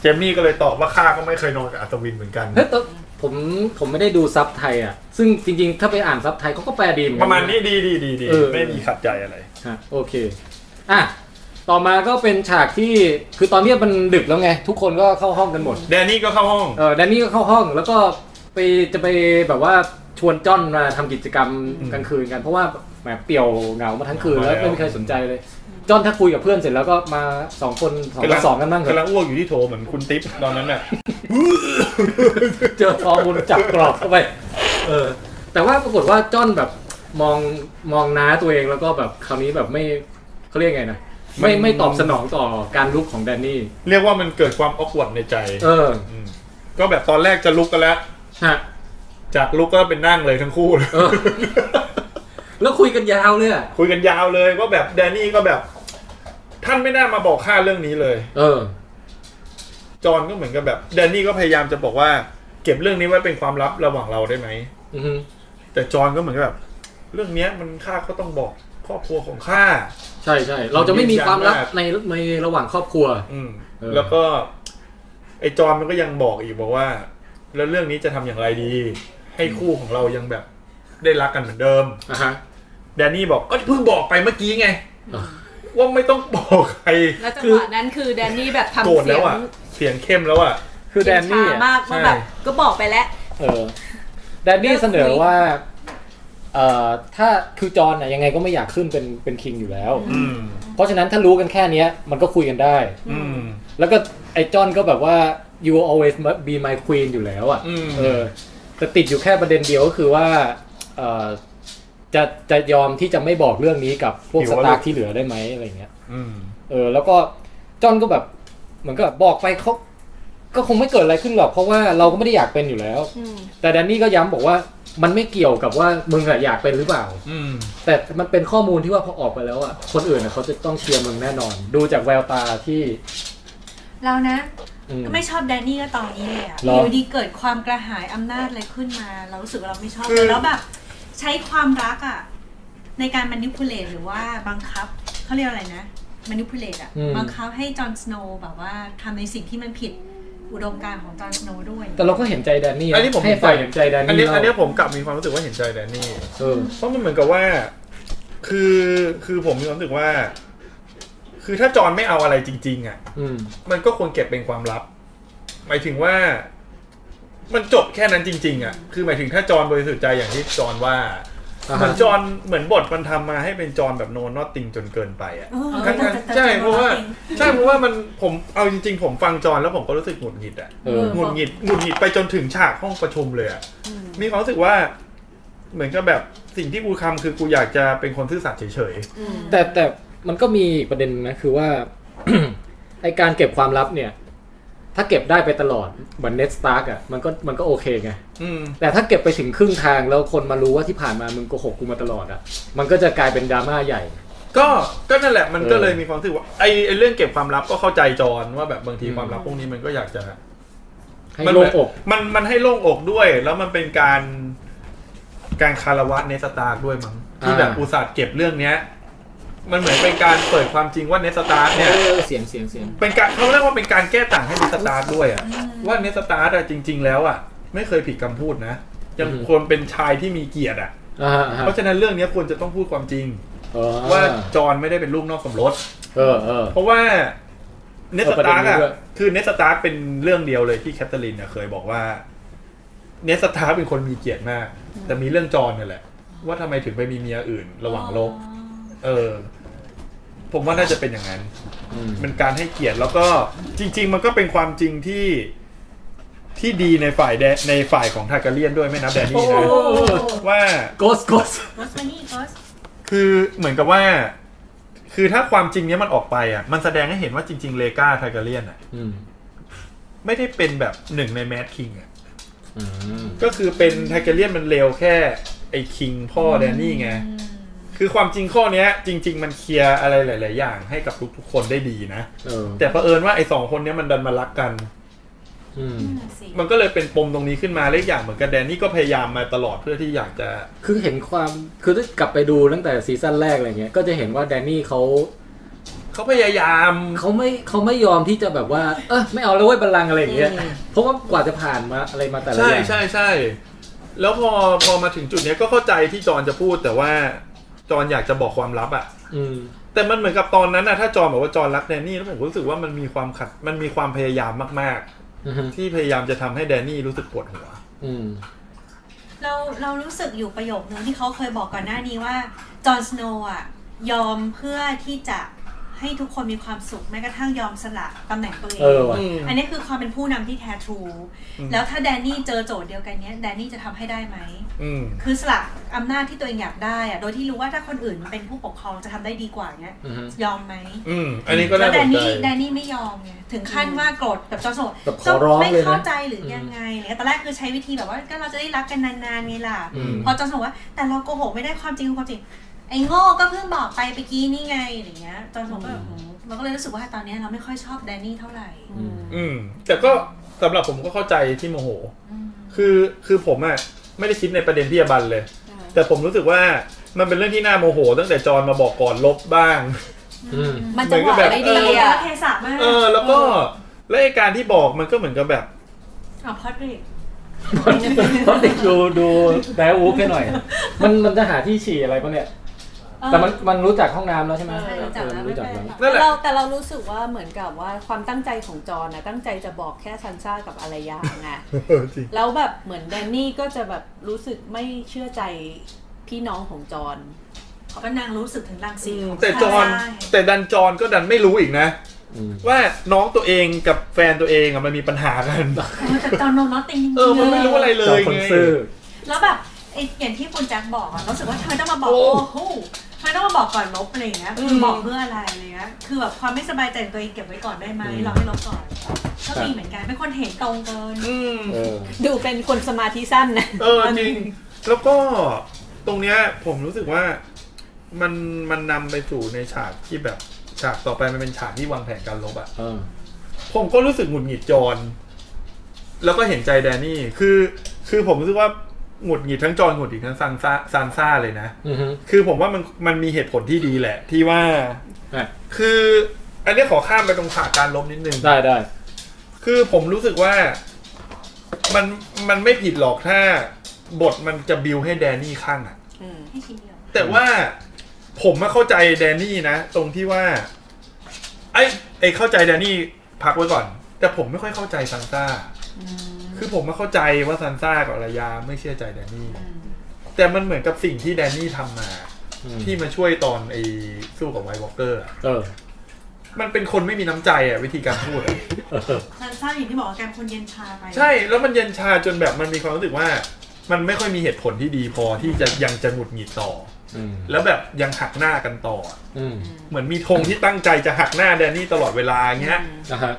Speaker 2: เจมี่ก็เลยตอบว่าข้าก็ไม่เคยนอนกับอัศวินเหมือนกัน
Speaker 1: เฮ้ยแต่ผมผมไม่ได้ดูซับไทยอ่ะ ซึ่งจริงๆ ถ้าไปอ่านซับไทยเขาก็แปลดีเหมือน
Speaker 2: ป
Speaker 1: กั
Speaker 2: ระมาณนี้ดีดีดีดี
Speaker 1: เออ
Speaker 2: ไม่มีขัดใจอะไร
Speaker 1: ฮะโอเค อ่ะ ต่อมาก็เป็นฉากที่ คือตอนเนี้ยมันดึกแล้วไง ทุกคนก็เข้าห้องกันหมด
Speaker 2: แดนนี่ก็เข้าห้อง
Speaker 1: เออแดนนี่ก็เข้าห้องแล้วก็ไปจะไปแบบว่าชวนจ้อนมาทำกิจกรรม
Speaker 2: อืม
Speaker 1: กลางคืนกัน เพราะว่าแหมเปี่ยวเหงามาทั้งคืนแล้ว
Speaker 2: มาแล้ว
Speaker 1: ไม่มีใครสนใจเลย จ้อนถ้าคุยกับเพื่อนเสร็จแล้วก็มาสองคนสองต่อสองกันบ้างเถ
Speaker 2: กำลั
Speaker 1: อะ
Speaker 2: งอ้วกอยู่ที่โถเหมือนคุณติ๊บตอนนั้นน่ะ
Speaker 1: เจอทองบนจับกรอบเข้าไปเออแต่ว่าปรากฏว่าจ้อนแบบมองมองน้าตัวเองแล้วก็แบบคราวนี้แบบไม่เขาเรียกไงนะไม่
Speaker 2: มัน
Speaker 1: ไม่ตอบสนองต่อการลุกของแดนนี่
Speaker 2: เรียกว่ามันเกิดความออกวดในใจ
Speaker 1: เออ
Speaker 2: อืมก็แบบตอนแรกจะลุกกันแล้ว
Speaker 1: ฮะ
Speaker 2: จากลุกก็เป็นนั่งเลยทั้งคู่เลย
Speaker 1: เออ แล้วคุยกันยาวเลยอะ
Speaker 2: คุยกันยาวเลยว่าแบบแดนนี่ก็แบบ ท่านไม่น่ามาบอกข้าเรื่องนี้เลย
Speaker 1: เออ
Speaker 2: จอห์นก็เหมือนกับแบบแดนนี่ก็พยายามจะบอกว่า เก็บเรื่องนี้ไว้เป็นความลับระหว่างเราได้ไหม
Speaker 1: อือฮึ
Speaker 2: แต่จอห์นก็เหมือนกับแบบ เรื่องเนี้ยมันข้าก็ต้องบอกครอบครัวของข้า
Speaker 1: ใช่ใช่เราจะไม่มีความลับ
Speaker 2: ยืนยันว่า
Speaker 1: ในในระหว่างครอบครัว
Speaker 2: อืม
Speaker 1: เออ
Speaker 2: แล้วก็ ไอ้จอมมันก็ยังบอกอีกบอกว่า แล้วเรื่องนี้จะทำอย่างไรดี ให้คู่ของเรายังแบบ ได้รักกันเหมือนเดิม
Speaker 1: อ่ะฮะ
Speaker 2: แดนนี่บอกก็เพิ่งบอกไปเมื่อกี้ไง
Speaker 1: อ่ะ
Speaker 2: ว่าไม่ต้องบอกใคร
Speaker 5: แล้วจัง
Speaker 1: คือ
Speaker 5: หวะนั้นคือแดนนี่แบบ
Speaker 2: โกรธ
Speaker 5: ทำเสี
Speaker 2: แล้
Speaker 5: ยว ง
Speaker 2: อ่ะ เสียงเข้มแล้วอ่ะ
Speaker 1: คือแดนนี่
Speaker 5: ช้า
Speaker 1: อะ
Speaker 5: มากว่า
Speaker 2: ใช่
Speaker 5: แบบก็บอกไปแล้ว
Speaker 1: เออแดนนี่เสนอว่าเอ่อถ้าคือจอห์นน่ะยังไงก็ไม่อยากขึ้นเป็นเป็นคิงอยู่แล้ว
Speaker 2: อืม
Speaker 1: เพราะฉะนั้นถ้ารู้กันแค่เนี้ย มันก็คุยกันได้
Speaker 2: อืม
Speaker 1: แล้วก็ไอ้จอห์นก็แบบว่า you will always be my queen อยู่แล้วอ่ะ
Speaker 2: อืม
Speaker 1: เออแต่ติดอยู่แค่ประเด็นเดียวก็คือว่าเอ่อ จะจะยอมที่จะไม่บอกเรื่องนี้กับพวก
Speaker 2: หิ
Speaker 1: ส
Speaker 2: วอะ
Speaker 1: ตาร์ค
Speaker 2: ลูก
Speaker 1: ที่เหลือได้ไหมอะไรเงี้ย
Speaker 2: อืม
Speaker 1: เออแล้วก็จอห์นก็แบบเหมือนกับบอกไปเขาก็คงไม่เกิดอะไรขึ้นหรอกเพราะว่าเราก็ไม่ได้อยากเป็นอยู่แล้ว
Speaker 5: อืม
Speaker 1: แต่แดนนี่ก็ย้ำบอกว่ามันไม่เกี่ยวกับว่ามึงอะอยากเป็นหรือเปล่า
Speaker 2: อืม
Speaker 1: แต่มันเป็นข้อมูลที่ว่าพอออกไปแล้วอะคนอื่นอะเขาจะต้องเชียร์มึงแน่นอน ดูจากแววตาที่
Speaker 4: เรานะ
Speaker 1: อืม
Speaker 4: ก็ไม่ชอบแดนนี่ก็ตอนนี้เลยอะ
Speaker 1: หรอ
Speaker 4: อยู่ดีเกิดความกระหายอำนาจอะไรขึ้นมา เรารู้สึกว่าเราไม่ชอบ
Speaker 2: คือ
Speaker 4: แล้วแบบ ใช้ความรักอะในการ manipulate หรือว่าบังคับเขาเรียกอะไรนะ manipulate อะ
Speaker 1: อืม
Speaker 4: บังคับให้จอห์นสโนว์แบบว่าทำในสิ่งที่มันผิดอุดมการณ์ของจอห์นสโนว์ด้วย
Speaker 1: แต่เราก็เห็นใจแดนนี่ะ
Speaker 2: อันนี้ผม
Speaker 1: ให้
Speaker 2: เห็นใจ
Speaker 1: ฝ่ายเห็นใจแดน
Speaker 2: อัน
Speaker 1: นี่
Speaker 2: นี้
Speaker 1: เรา
Speaker 2: อันนี้ผมกลับมีความรู้สึกว่าเห็นใจแดนนี่
Speaker 1: เออ
Speaker 2: เพราะมันเหมือนกับว่า คือคือผมมีความรู้สึกว่า คือถ้าจอนไม่เอาอะไรจริง ๆ อ่ะ
Speaker 1: อืม
Speaker 2: มันก็ควรเก็บเป็นความลับ หมายถึงว่า มันจบแค่นั้นจริง ๆ อ่ะ คือหมายถึงถ้าจอนบริสุทธิ์ใจอย่างที่จอนว่า
Speaker 1: อ่าฮะ
Speaker 2: เหมือนจอนเหมือนบทมันทำมาให้เป็นจอนแบบโนนอตติงจนเกินไปอ่ะ
Speaker 5: เออ
Speaker 2: ทั้ง
Speaker 4: แต่แต่
Speaker 2: ๆใช่
Speaker 4: แต่
Speaker 2: เพราะว่า
Speaker 4: จริง
Speaker 2: ใช่เพราะว่ามันผมเอาจริง ๆ ผมฟังจอนแล้วผมก็รู้สึกหงุดหงิดอ่ะ
Speaker 1: เออ
Speaker 2: หงุดหงิดหงุดหงิดไปจนถึงฉากห้องประชุมเลยอะมีความรู้สึกว่า เหมือนกับแบบสิ่งที่กูทำคือกูอยากจะเป็นคนซื่อสัตย์เฉย
Speaker 1: แต่แต่มันก็มีอีกประเด็นนะคือว่า ไอการเก็บความลับเนี่ย ถ้าเก็บได้ไปตลอดเหมือนเน็ตสตาร์กอ่ะมันก็มันก็โอเคไง
Speaker 2: ๆอืม
Speaker 1: แต่ถ้าเก็บไปถึงครึ่งทางแล้วคนมารู้ว่าที่ผ่านมามึงโกหกกูมาตลอดอ่ะ มันก็จะกลายเป็นดราม่าใหญ่
Speaker 2: ก็ก็นั่นแหละมันก็เลย
Speaker 1: เออ
Speaker 2: มีความรู้สึกว่าไอ้ไอ้เรื่องเก็บความลับก็เข้าใจจอนว่าแบบบางที
Speaker 1: อืม
Speaker 2: ความลับพวกนี้มันก็อยากจะ
Speaker 1: ให้
Speaker 2: มัน
Speaker 1: โล่งอก
Speaker 2: มันมันให้โล่งอกด้วย แล้วมันเป็นการการคารวะเนสตาร์ด้วยมั้งที่
Speaker 1: อ่า
Speaker 2: แบบอุตส่าห์เก็บเรื่องเนี้ย มันเหมือนเป็นการเปิดความจริงว่าเนสตาร์
Speaker 1: เอ
Speaker 2: เนี่ย
Speaker 1: อเสียงเสียงเสียง
Speaker 2: เป็นการเขาเรียกว่าเป็นการแก้ต่างให้เนสตาร์ด้วยอะว่าเนสตาร์อะจริง ๆ แล้วอะไม่เคยผิดคำพูดนะ ยัง
Speaker 1: อือฮึ
Speaker 2: ควรเป็นชายที่มีเกียรติอะ
Speaker 1: อ่าฮะอ่าฮะ
Speaker 2: เพราะฉะนั้นเรื่องเนี้ยควรจะต้องพูดความจริง
Speaker 1: อ๋อ
Speaker 2: ว่าจอห์นไม่ได้เป็นลูกนอกสมรส
Speaker 1: เออเออ
Speaker 2: เพราะว่าเนส
Speaker 1: เออประเด็
Speaker 2: ตาน ร์ก
Speaker 1: นี้
Speaker 2: อะ
Speaker 1: ด้วย
Speaker 2: คือเนสตาร์กเป็นเรื่องเดียวเลยที่แคทเธอรีนเนี่ยเคยบอกว่าเนสตาร์กเป็นคนมีเกียรติมาก แต่มีเรื่องจอห์นเนี่ยแหละ ว่าทำไมถึงไปมีเมียอื่น ระหว่างโลก เออ ผมว่าน่าจะเป็นอย่างนั้น
Speaker 1: อืม
Speaker 2: เป็นการให้เกียรติแล้วก็จริง ๆ มันก็เป็นความจริงที่ที่ดีในฝ่ายแดในฝ่ายของทาการเลียนด้วยไม่นับแดนนี่นะว่า
Speaker 1: โกสโกส
Speaker 4: โกสมานี่โกส
Speaker 2: คือเหมือนกับว่า คือถ้าความจริงเนี้ยมันออกไปอ่ะ มันแสดงให้เห็นว่าจริง ๆ เลกาทาการเลียนอ่ะ
Speaker 1: อืม
Speaker 2: ไม่ได้เป็นแบบหนึ่งในแมดคิงอ่ะ
Speaker 1: อืม
Speaker 2: ก็คือเป็นทาการเลียนมันเลวแค่ไอ้คิงพ่อแดนนี่ไง คือความจริงข้อเนี้ย จริง ๆ มันเคลียร์อะไรหลาย ๆ อย่าง ให้กับทุกๆคนได้ดีนะ
Speaker 1: เออ
Speaker 2: แต่เผอิญว่าไอ้สองคนเนี้ยมันดันมารักกัน
Speaker 1: อืม
Speaker 4: นั่นน่ะสิ
Speaker 2: มันก็เลยเป็นปมตรงนี้ขึ้นมาเล็กอย่างเหมือนกับแดนนี่ก็พยายามมาตลอดเพื่อที่อยากจะ
Speaker 1: คือเห็นความคือถ้ากลับไปดูตั้งแต่ซีซั่นแรกอะไรเงี้ยก็จะเห็นว่าแดนนี่เขา
Speaker 2: เขาพยายาม
Speaker 1: เขาไม่เขาไม่ยอมที่จะแบบว่า เออไม่เอาแล้วเว้ยบัลลังก์อะไรอย่างเงี้ย
Speaker 2: อืม
Speaker 1: เพราะว่ากว่าจะผ่านมาอะไรมาแต่ละ
Speaker 2: ใช่
Speaker 1: อย่าง
Speaker 2: ใช่ใช่แล้วพอพอมาถึงจุดเนี้ยก็เข้าใจที่จอนจะพูด แต่ว่าจอนอยากจะบอกความลับอะ
Speaker 1: อืม
Speaker 2: แต่มันเหมือนกับตอนนั้นนะถ้าจอนบอกว่าจอนรักแดนนี่แล้วผมรู้สึกว่ามันมีความขัดมันมีความพยายามมาก
Speaker 1: อือฮึ
Speaker 2: ๆ ที่พยายามจะทำให้แดนนี่รู้สึกปวดหัว
Speaker 1: อืม
Speaker 4: เราเรารู้สึกอยู่ประโยคนึงที่เขาเคยบอกก่อนหน้านี้ว่าจอห์นสโนว์อ่ะ ยอมเพื่อที่จะให้ทุกคนมีความสุขแม้กระทั่งยอมสละตำแหน่งตัวเอง
Speaker 1: เออว่ะ
Speaker 2: อืม
Speaker 4: นนี้คือความเป็นผู้นำที่แท้ทรู แล้วถ้าแดนนี่เจอโจทย์เดียวกันเนี้ยแดนนี่จะทำให้ได้ไหม
Speaker 2: อืม
Speaker 4: คือสละอำนาจที่ตัวเองอยากได้อ่ะโดยที่รู้ว่าถ้าคนอื่นเป็นผู้ปกครองจะทำได้ดีกว่าเนี้ย
Speaker 1: อือฮึ
Speaker 4: ยอมไหม
Speaker 2: อืม อันนี้ก็
Speaker 4: แล้
Speaker 2: น่าว
Speaker 4: แด
Speaker 2: ส
Speaker 4: น
Speaker 2: นใจ
Speaker 4: นี่แดนนี่ไม่ยอมไงถึงขั้นว่าโกรธแบบจอโซ
Speaker 1: แบบขอร้องเลยนะ
Speaker 4: ไม่เข้าใจหรือยังไงอะไรเงี้ยตอนแรกคือใช้วิธีแบบว่าก็เราจะได้รักกันนานๆไงล่ะ
Speaker 1: อืม
Speaker 4: พอจอโซบอกว่าแต่เราโกหกไม่ได้ความจริงคือความจริง ไอ้โง่ก็เพิ่งบอกไปไปกี้นี่ไงอะไรเงี้ยจอโซก็แบบหืมเราก็เลยรู้สึกว่าตอนเนี้ยเราไม่ค่อยชอบแดนนี่เท่าไหร่
Speaker 1: อืม
Speaker 2: อืม แต่ก็สำหรับผมก็เข้าใจที่โมโห คือคือผมอะไม่ได้คิดในประเด็นที่จะบันเลย แต่ผมรู้สึกว่ามันเป็นเรื่องที่น่าโมโห ตั้งแต่จอนมาบอกก่อนลบบ้าง
Speaker 1: อืม
Speaker 5: มันจะหวะไม่ดีอ่ะ
Speaker 4: แต่ว่าเทศะมาก
Speaker 2: เออ แล้วก็และไอการที่บอกมันก็เหมือนกับ แบบ
Speaker 4: เอาพอดเรก
Speaker 1: เพราะเด็กดูดูแบวูฟให้หน่อย มันมันจะหาที่ฉี่อะไรปะเนี่ย แต่มันมันรู้จักห้องน้ำแล้วใช่ไหม
Speaker 5: ใช่
Speaker 1: เออมันรู้จักแล้ว
Speaker 2: นั่นแหละ
Speaker 5: เราแต่เรารู้สึกว่าเหมือนกับว่าความตั้งใจของจอห์นนะตั้งใจจะบอกแค่ซันซ่ากับอารยาไง
Speaker 2: เออจริง
Speaker 5: แล้วแบบเหมือนแดนนี่ก็จะแบบรู้สึกไม่เชื่อใจพี่น้องของจอห์น
Speaker 4: ก็นางรู้สึกถึงรังสีของ
Speaker 2: แต่จอน
Speaker 4: ใช่
Speaker 2: แต่ดันจอนก็ดันไม่รู้อีกนะ
Speaker 1: อืม
Speaker 2: ว่าน้องตัวเองกับแฟนตัวเองอะมันมีปัญหากัน
Speaker 4: เออแต่จอห์นโนนอตติงจริงๆ
Speaker 2: เออ มันไม่รู้อะไรเล
Speaker 1: จอย คน
Speaker 2: ไง
Speaker 1: ซื่อ
Speaker 4: แล้วแบบ ไอ้อย่างที่คุณแจ็คบอกอะรู้สึกว่าทำไมต้องมาบอก โอ้โหทำไมต้องมาบอกก่อนลบอะไรอย่างเงี้ยคือบอกเพื่ออะไรอะไรเงี้ยคือแบบความไม่สบายใจของตัวเองเก็บไว้ก่อนได้ไหม
Speaker 1: อืม
Speaker 4: เราไม่ลบก่อน ก็มีเหมือนกันเป็นคนเห็นตรงเกิน
Speaker 2: อืม
Speaker 1: เออ
Speaker 5: ดูเป็นคนสมาธิสั้นนะ
Speaker 2: เออจริง แล้วก็ตรงเนี้ยผมรู้สึกว่ามันมันนำไปสู่ในฉากที่แบบฉากต่อไปมันเป็นฉากที่วางแผนการลบอะ
Speaker 1: เออ
Speaker 2: ผมก็รู้สึกหงุดหงิดจอนแล้วก็เห็นใจแดนนี่คือ คือผมรู้สึกว่าหงุดหงิดทั้งจอนหงุดหงิดทั้งซานซ่าซานซ่าเลยนะ
Speaker 1: อือฮึ
Speaker 2: คือผมว่ามันมันมีเหตุผลที่ดีแหละ ที่ว่า
Speaker 1: อ่ะ
Speaker 2: คือ อันนี้ขอข้ามไปตรงฉากการลบนิดนึง
Speaker 1: ได้ได้
Speaker 2: คือผมรู้สึกว่ามันมันไม่ผิดหรอกถ้า บทมันจะบิวให้แดนนี่ข้างอะ
Speaker 4: ให้ชิ้นเดียว
Speaker 2: แต่ว่าผมมาเข้าใจแดนนี่นะ ตรงที่ว่า ไอ้ไอ้เข้าใจแดนนี่พักไว้ก่อน แต่ผมไม่ค่อยเข้าใจซันซ่าคือผมมาเข้าใจว่าซันซ่ากับอารยาไม่เชื่อใจแดนนี่แต่มันเหมือนกับสิ่งที่แดนนี่ทำมา
Speaker 1: อืม
Speaker 2: ที่มาช่วยตอนไอ้สู้กับไวท์วอลเกอร์อะ
Speaker 1: เออ
Speaker 2: มันเป็นคนไม่มีน้ำใจอะวิธีการพูดอะ
Speaker 1: เออ
Speaker 4: ซันซ่าอย่างที่บอกว่าแกเป็นคนเย็นชาไป
Speaker 2: ใช่แล้วมันเย็นชาจนแบบมันมีความรู้สึกว่า มันไม่ค่อยมีเหตุผลที่ดีพอที่จะยังจะหงุดหงิดต่อ
Speaker 1: อืม
Speaker 2: แล้วแบบยังหักหน้ากันต่ออะ
Speaker 1: อืม
Speaker 2: เหมือนมีธงที่ตั้งใจจะหักหน้าแดนนี่ตลอดเวลาเงี้ย
Speaker 1: นะฮะ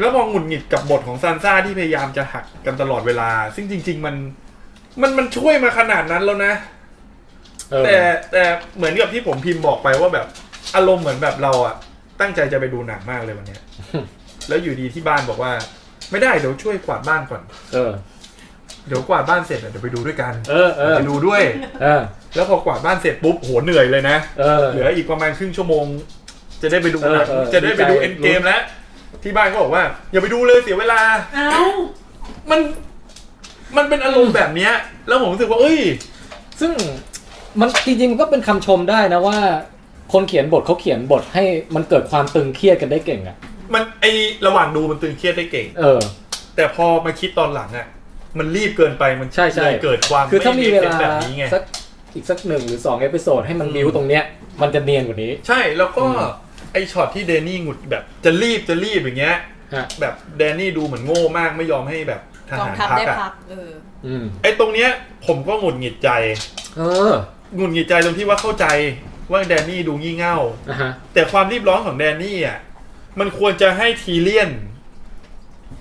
Speaker 2: แล้วมองหงุดหงิดกับบทของซานซ่าที่พยายามจะหักกันตลอดเวลา ซึ่งจริง ๆ มัน มันมันช่วยมาขนาดนั้นแล้วนะ
Speaker 1: เออ
Speaker 2: แต่แต่เหมือนกับที่ผมพิมพ์บอกไปว่าแบบอารมณ์เหมือนแบบเราอะตั้งใจจะไปดูหนังมากเลยวันเนี้ย แล้วอยู่ดีที่บ้านบอกว่า ไม่ได้เดี๋ยวช่วยกวาดบ้านก่อน
Speaker 1: เออ
Speaker 2: เดี๋ยวกวาดบ้านเสร็จอะเดี๋ยวไปดูด้วยกัน
Speaker 1: เออ เออ
Speaker 2: ไปดู ด้วย
Speaker 1: เออ
Speaker 2: แล้วพอกวาดบ้านเสร็จปุ๊บโหเหนื่อยเลยนะ
Speaker 1: เออ
Speaker 2: เหลืออีกประมาณครึ่งชั่วโมง จะได้ไปดูหนัง
Speaker 1: เออเออ
Speaker 2: จะได้ไปดู
Speaker 1: ดีใจ
Speaker 2: เอ็นเกมแล้ว ที่บ้านก็บอกว่า อย่าไปดูเลยเสียเวลา
Speaker 4: เอ้า
Speaker 2: มัน มันเป็นอารมณ์แบบเนี้ย แล้วผมรู้สึกว่า เอ้ย
Speaker 1: ซึ่งมันจริงๆมันก็เป็นคำชมได้นะว่า คนเขียนบทเขาเขียนบทให้มันเกิดความตึงเครียดกันได้เก่งอ่ะ
Speaker 2: มันไอระหว่างดูมันตึงเครียดได้เก่ง
Speaker 1: เออ
Speaker 2: แต่พอมาคิดตอนหลังอ่ะ มันรีบเกินไปมัน
Speaker 1: ใช่ใช่
Speaker 2: เลยเกิดความ
Speaker 1: คือถ้ามีเวลา
Speaker 2: ไ make sense แบบนี้ไง
Speaker 1: สักอีกสักหนึ่งหรือสองเอพิโซดให้มัน
Speaker 2: อืม
Speaker 1: บิวตรงเนี้ย มันจะเนียนกว่านี้
Speaker 2: ใช่แล้วก็
Speaker 1: อืม
Speaker 2: ไอช็อตที่เดนนี่หงุดแบบ จะรีบจะรีบอย่างเงี้ย
Speaker 1: ฮะ
Speaker 2: แบบแดนนี่ดูเหมือนโง่มากไม่ยอมให้แบบท
Speaker 5: กอง
Speaker 2: หาร
Speaker 5: ทัพ
Speaker 2: พัก
Speaker 5: ได้
Speaker 2: อ่ะ
Speaker 5: พักเออ
Speaker 1: อืม
Speaker 2: ไอตรงเนี้ย ผมก็หงุดหงิดใจ
Speaker 1: เออ
Speaker 2: หงุดหงิดใจตรงที่ว่าเข้าใจว่าแดนนี่ดูงี่เง่า
Speaker 1: นะฮะ
Speaker 2: แต่ความรีบร้อนของแดนนี่อ่ะมันควรจะให้ทีเลียน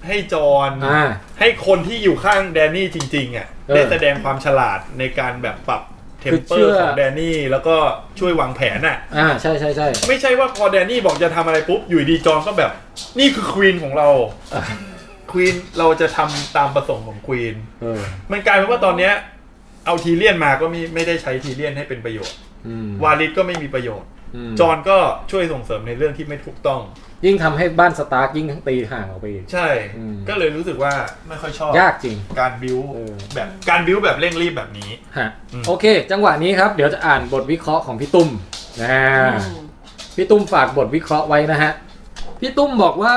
Speaker 2: ให้จอห์น
Speaker 1: อ่า
Speaker 2: ให้คนที่อยู่ข้างแดนนี่จริง ๆ อ่ะ
Speaker 1: เออ
Speaker 2: ได้แสดงความฉลาดในการแบบปรับเทมเป
Speaker 1: คือ
Speaker 2: อ
Speaker 1: เชื่
Speaker 2: ร์
Speaker 1: อ
Speaker 2: ของแดนนี่แล้วก็ช่วยวางแผนอ่ะ
Speaker 1: อ่า ใช่ใช่ใช่
Speaker 2: ไม่ใช่ว่าพอแดนนี่บอกจะทำอะไรปุ๊บ อยู่ดีจอห์นก็แบบ นี่คือควีนของเราควีนเราจะทำตามประสงค์ของควีน
Speaker 1: เออ
Speaker 2: มันกลายเป็นว่าตอนเนี้ย เอาทีเลียนมาก็ไม่ไม่ได้ใช้ทีเลียนให้เป็นประโยชน์
Speaker 1: อืม
Speaker 2: วาลิสก็ไม่มีประโยชน์
Speaker 1: ม
Speaker 2: จอห์นก็ช่วยส่งเสริมในเรื่องที่ไม่ถูกต้อง
Speaker 1: ยิ่งทำให้บ้านสตาร์กยิ่งตีห่างออกไปอีก
Speaker 2: ใช่
Speaker 1: อืม
Speaker 2: ก็เลยรู้สึกว่าไม่ค่อยชอบ
Speaker 1: ยากจริง
Speaker 2: การบิว
Speaker 1: เออ
Speaker 2: แบบการบิวแบบเร่งรีบแบบนี้
Speaker 1: ฮะ
Speaker 2: อืม
Speaker 1: โอเค จังหวะนี้ครับ เดี๋ยวจะอ่านบทวิเคราะห์ของพี่ตุ้มนะฮะพี่ตุ้มฝากบทวิเคราะห์ไว้นะฮะ พี่ตุ้มบอกว่า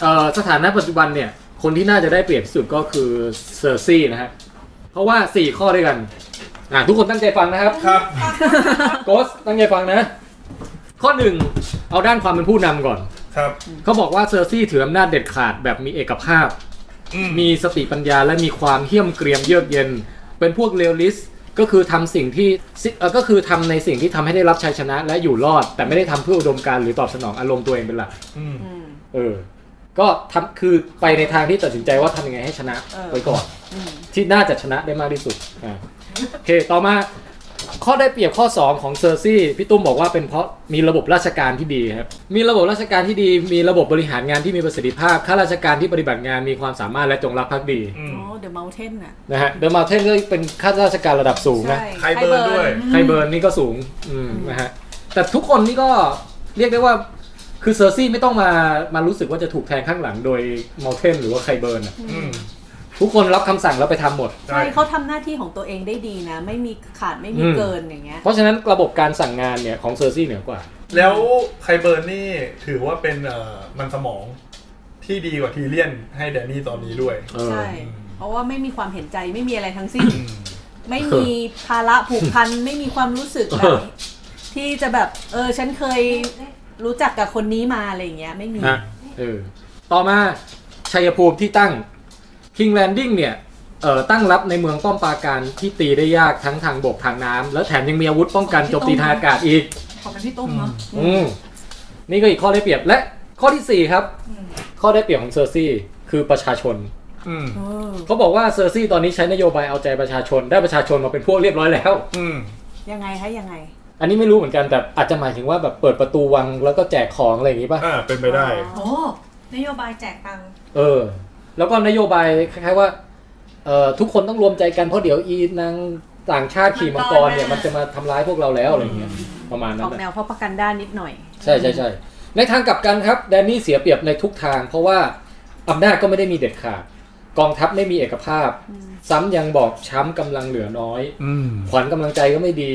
Speaker 1: เอ่อสถานะปัจจุบันเนี่ย คนที่น่าจะได้เปรียบที่สุดก็คือเซอร์ซี่นะฮะ เพราะว่า 4 ข้อด้วยกัน อ่ะทุกคนตั้งใจฟังนะครับ
Speaker 2: ครับ
Speaker 1: โกสตั้งใจฟังนะ ข้อหนึ่งเอาด้านความเป็นผู้นำก่อน
Speaker 2: ครับ
Speaker 1: เขาบอกว่าเซอร์ซี่ถืออำนาจเด็ดขาดแบบมีเอกภาพ
Speaker 2: อื
Speaker 1: มีสติปัญญาและมีความเหี้ยมเกรียมเยือกเย็น เป็นพวกเรียลลิสต์ก็คือทำสิ่งที่ซิเอ่อก็คือทำในสิ่งที่ทำให้ได้รับชัยชนะและอยู่รอด แต่ไม่ได้ทำเพื่ออุดมการณ์หรือตอบสนองอารมณ์ตัวเองเป็นหลัก
Speaker 2: อืม
Speaker 1: เออ ก็ทำคือไปในทางที่ตัดสินใจว่าทำยังไงให้ชนะ
Speaker 5: เออ
Speaker 1: ไว้ก่อน ที่น่าจะชนะได้มากที่สุดอ่ะโอเค ต่อมาข้อได้เปรียบข้อ 2 ของเซอร์ซี่พี่ตุ้มบอกว่าเป็นเพราะมีระบบราชการที่ดีครับ มีระบบราชการที่ดี มีระบบบริหารงานที่มีประสิทธิภาพข้าราชการที่ปฏิบัติงานมีความสามารถและจงรักภักดี
Speaker 2: อืม
Speaker 5: โอ้เดอะเมลเทนอ่ะ
Speaker 1: นะฮะเดอะมาเทนก็เป็นข้าราชการระดับสูงนะ
Speaker 2: ใครเบิร์นด้วย
Speaker 1: ไคเบิร์นนี่ก็สูงอืมนะฮะแต่ทุกคนนี่ก็เรียกได้ว่าคือเซอร์ซี่ไม่ต้องมามารู้สึกว่าจะถูกแทงข้างหลังโดยมาเทนหรือว่าไคเบิร์นอะ
Speaker 2: อืม
Speaker 1: ทุกคนรับคำสั่งแล้วไปทำหมด
Speaker 2: ใช่
Speaker 5: ใช่เขาทำหน้าที่ของตัวเองได้ดีนะ ไม่มีขาดไม่มี
Speaker 1: อืม
Speaker 5: เกินอย่างเงี้ย
Speaker 1: เพราะฉะนั้นระบบการสั่งงานเนี่ยของเซอร์ซี่เหนือกว่า
Speaker 2: แล้วใครเบิร์นนี่ถือว่าเป็นเอ่อมันสมองที่ดีกว่าทีเลียนให้แดนนี่ตอนนี้ด้วย
Speaker 1: เออ
Speaker 5: ใช่ เพราะว่าไม่มีความเห็นใจไม่มีอะไรทั้งสิ้ น
Speaker 2: อืม
Speaker 5: ไม่มีภาระผูกพัน ไม่มีความรู้สึกแบ
Speaker 1: เอบ อ
Speaker 5: ที่จะแบบ เออ ฉันเคยรู้จักกับคนนี้มาอะไรอย่างเงี้ย ไม่มี
Speaker 1: ฮะเออ ต่อมาชัยภูมิที่ตั้ง King Landing เนี่ย เอ อ่อตั้งรับในเมืองป้อมปราการที่ตีได้ยากทั้งทางบกทางน้ำแล้วแถมยังมีอาวุธป้องกันโจมตีทางอากาศอีก
Speaker 4: ของเป็นพี่ตุ้มเนาะ
Speaker 1: อืมนี่ก็อีกข้อได้เปรียบและข้อที่สี่ครับ
Speaker 4: อืม
Speaker 1: ข้อได้เปรียบของเซอร์ซี่คือประชาชน
Speaker 2: อืม
Speaker 5: เออ
Speaker 1: เขาบอกว่าเซอร์ซี่ตอนนี้ใช้นโยบายเอาใจประชาชนได้ประชาชนมาเป็นพวกเรียบร้อยแล้ว
Speaker 2: อืม
Speaker 5: ยังไงคะยังไง
Speaker 1: อันนี้ไม่รู้เหมือนกันแต่อาจจะหมายถึงว่าแบบเปิดประตูวังแล้วก็แจกของอะไรอย่างงี้ป่ะ
Speaker 2: อ่าเป็นไปได้
Speaker 4: โอ้นโยบายแจกตังค์
Speaker 1: เออ แล้วก็นโยบายคล้ายๆว่าเอ่อทุกคนต้องรวมใจกันเพราะเดี๋ยวอีนางต่างชาติขี่มังกรเนี่ยมันจะมาทำร้ายพวกเราแล้วอะไรอย่างเงี้ยประมาณนั้
Speaker 5: อน อก
Speaker 1: นะ
Speaker 5: แนวเพราะประกันด้านนิดหน่อย
Speaker 1: ใช่ใช่ใช่ในทางกลับกันครับแดนนี่เสียเปรียบในทุกทาง เพราะว่าอำนาจก็ไม่ได้มีเด็ดขาดกองทัพไม่มีเอกภาพ ซ้ำยังบอบช้ำกำลังเหลือน้อย
Speaker 2: อืม
Speaker 1: ขวัญกำลังใจก็ไม่ดี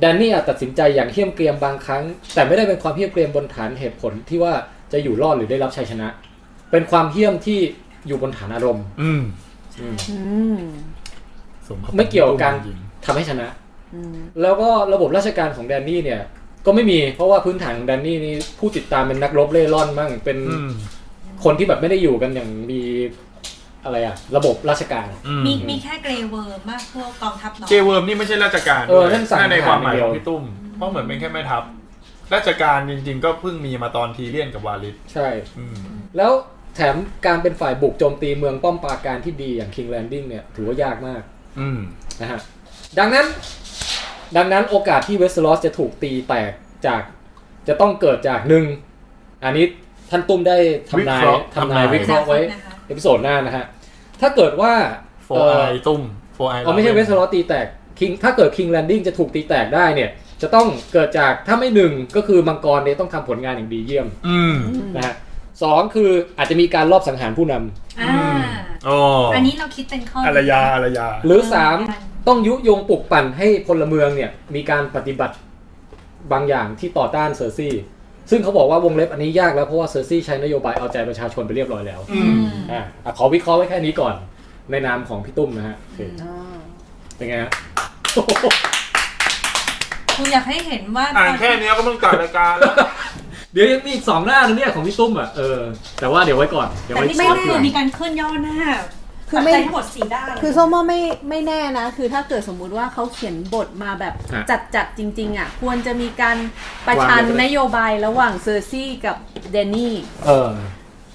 Speaker 1: แดนนี่อาจตัดสินใจอย่างเฮี้ยมเกรียมบางครั้ง แต่ไม่ได้เป็นความเฮี้ยมเกรียมบนฐานเหตุผลที่ว่าจะอยู่รอดหรือได้รับชัยชนะ เป็นความเฮี้ยมที่อยู่บนฐานอารมณ์
Speaker 2: อืม
Speaker 1: อืม
Speaker 5: อืม
Speaker 2: สบ
Speaker 1: ไม่เกี่ยวกับการ ทำให้ชนะ
Speaker 5: อืม
Speaker 1: แล้วก็ระบบราชการของแดนนี่เนี่ย ก็ไม่มีเพราะว่าพื้นฐานของแดนนี่นี่ผู้ติดตามเป็นนักรบเล่ร่อนมั่งเป็น
Speaker 2: อืม
Speaker 1: คนที่แบบไม่ได้อยู่กันอย่างมีอะไรอะระบบราชการ
Speaker 2: อื
Speaker 4: มีมีแค่เกรย์เวิร์มมากพวกกองทัพน้อง
Speaker 2: เจเวิร์มนี่ไม่ใช่ราชการ
Speaker 1: เออนั่นสั่ง
Speaker 2: ในความหมาย
Speaker 1: ทหารเดียว
Speaker 2: ของพี่ตุ้มเพราะเหมือนเป็นแค่แม่ทัพราชการจริง ๆ ก็เพิ่งมีมาตอนทีเลียนกับวาลิส
Speaker 1: ใช่
Speaker 2: อืม
Speaker 1: แล้วแถมการเป็นฝ่ายบุกโจมตีเมืองป้อมปราการที่ดีอย่างคิงแลนดิ้งเนี่ย ถือว่ายากมาก
Speaker 2: อืม
Speaker 1: นะฮะดังนั้น ดังนั้นโอกาสที่เวสต์ลอสจะถูกตีแตกจากจะต้องเกิดจากหนึ่งอันนี้ท่านตุ้มได้ทำนาย
Speaker 2: วิเคราะห์
Speaker 1: ทำนาย
Speaker 2: ทำนาย
Speaker 1: วิเคราะห์ไว้
Speaker 4: นะคะ
Speaker 1: เอพิโซดหน้านะฮะ ถ้าเกิดว่า
Speaker 2: โฟ
Speaker 1: เอ่
Speaker 2: ไอ
Speaker 1: อ
Speaker 2: ตุ้มโฟไอ
Speaker 1: อ๋อไม่ใช่เวสต์ลอสตีแตกคิงถ้าเกิดคิงแลนดิ้งจะถูกตีแตกได้เนี่ย จะต้องเกิดจากถ้าไม่หนึ่งก็คือมังกรเนี่ยต้องทำผลงานอย่างดีเยี่ยม
Speaker 2: อืม
Speaker 1: นะฮะสองคืออาจจะมีการรอบสังหารผู้นำ
Speaker 4: อ่า
Speaker 2: อ๋อ
Speaker 4: อั
Speaker 2: อั
Speaker 4: นนี้เราคิดเป็นข้อ
Speaker 2: อารยาอารยา
Speaker 1: หรือสามต้องยุยงปลุกปั่นให้พลเมืองเนี่ยมีการปฏิบัติบางอย่างที่ต่อต้านเซอร์ซี่ ซึ่งเขาบอกว่าวงเล็บอันนี้ยากแล้วเพราะว่าเซอร์ซี่ใช้นโยบายเอาใจประชาชนไปเรียบร้อยแล้ว
Speaker 2: อื
Speaker 4: อื
Speaker 2: ม
Speaker 4: ม
Speaker 1: อ่ะอ่ะขอวิเคราะห์ไว้แค่นี้ก่อน ในนามของพี่ตุ้มนะฮะโอเค
Speaker 5: อ่า
Speaker 1: เป็นไงฮะ
Speaker 4: กูอยากให้เห็นว่า
Speaker 2: อ่านแค่เนี้ยก็ต้องจัดรายการแล้ว
Speaker 1: เดี๋ยวยังมีอีกสองหน้านะเนี่ยของพี่ตุ้มอ่ะเออแต่ว่าเดี๋ยวไว้ก่อนเดี๋ยว
Speaker 4: แต่
Speaker 1: ไว้
Speaker 4: ที่ไม่
Speaker 1: ตอน
Speaker 4: แน่
Speaker 1: หลัง
Speaker 4: มีการเคลื่อนย่อหน้า
Speaker 5: คือไม่
Speaker 4: ปัจจัยทั้งหมดสีด้าน
Speaker 5: คือส้มว่าไม่ไม่แน่นะ คือถ้าเกิดสมมุติว่าเขาเขียนบทมาแบบจัดจัดๆจริง ๆ อ่ะ ควรจะมีการประชันนโยบายระหว่างเซอร์ซี่กับเดนนี่
Speaker 1: เออ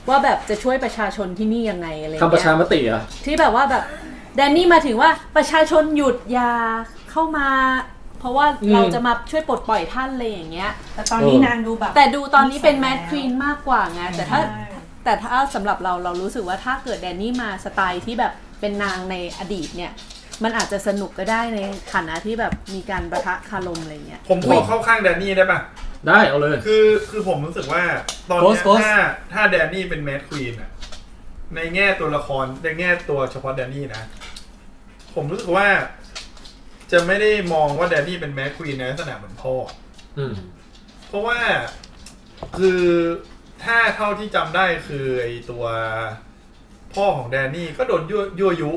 Speaker 5: ว่าแบบจะช่วยประชาชนที่นี่ยังไงอะไรเงี้
Speaker 1: ทำประชาย มติเหรอ่ะ
Speaker 5: ที่แบบว่าแบบแดนนี่มาถึงว่าประชาชนหยุดอยาเข้ามา เพราะว่าเราจะมาช่วยปลดปล่อยท่านอะไรอย่างเงี้ย
Speaker 4: แต่ตอนนี้นางดูแบบ
Speaker 5: แต่ดูตอนนี้เป็นแมดครีนมากกว่าไงแต่ถ้า แต่ถ้าสำหรับเราเรารู้สึกว่าถ้าเกิดแดนนี่มาสไตล์ที่แบบเป็นนางในอดีตเนี่ย มันอาจจะสนุกก็ได้ในฐานะที่แบบมีการประทะคารมอะไรเงี้ย
Speaker 2: ผมขอเข้าข้างแดนนี่ได้ป่ะ
Speaker 1: ได้เอาเลย
Speaker 2: คือคือผมรู้สึกว่าตอน
Speaker 1: โพส
Speaker 2: เนี้ย
Speaker 1: ต์โพสต์
Speaker 2: ถ้าถ้าแดนนี่เป็นแมดควีนอะในแง่ตัวละครในแง่ตัวเฉพาะแดนนี่นะ ผมรู้สึกว่า จะไม่ได้มองว่าแดนนี่เป็นแมดควีนในลักษณะเหมือนพ่อ
Speaker 1: อืม
Speaker 2: เพราะว่าคือถ้าเท่าที่จำได้คือไอตัวพ่อของแดนนี่ก็โดนยั่วยั่วยุ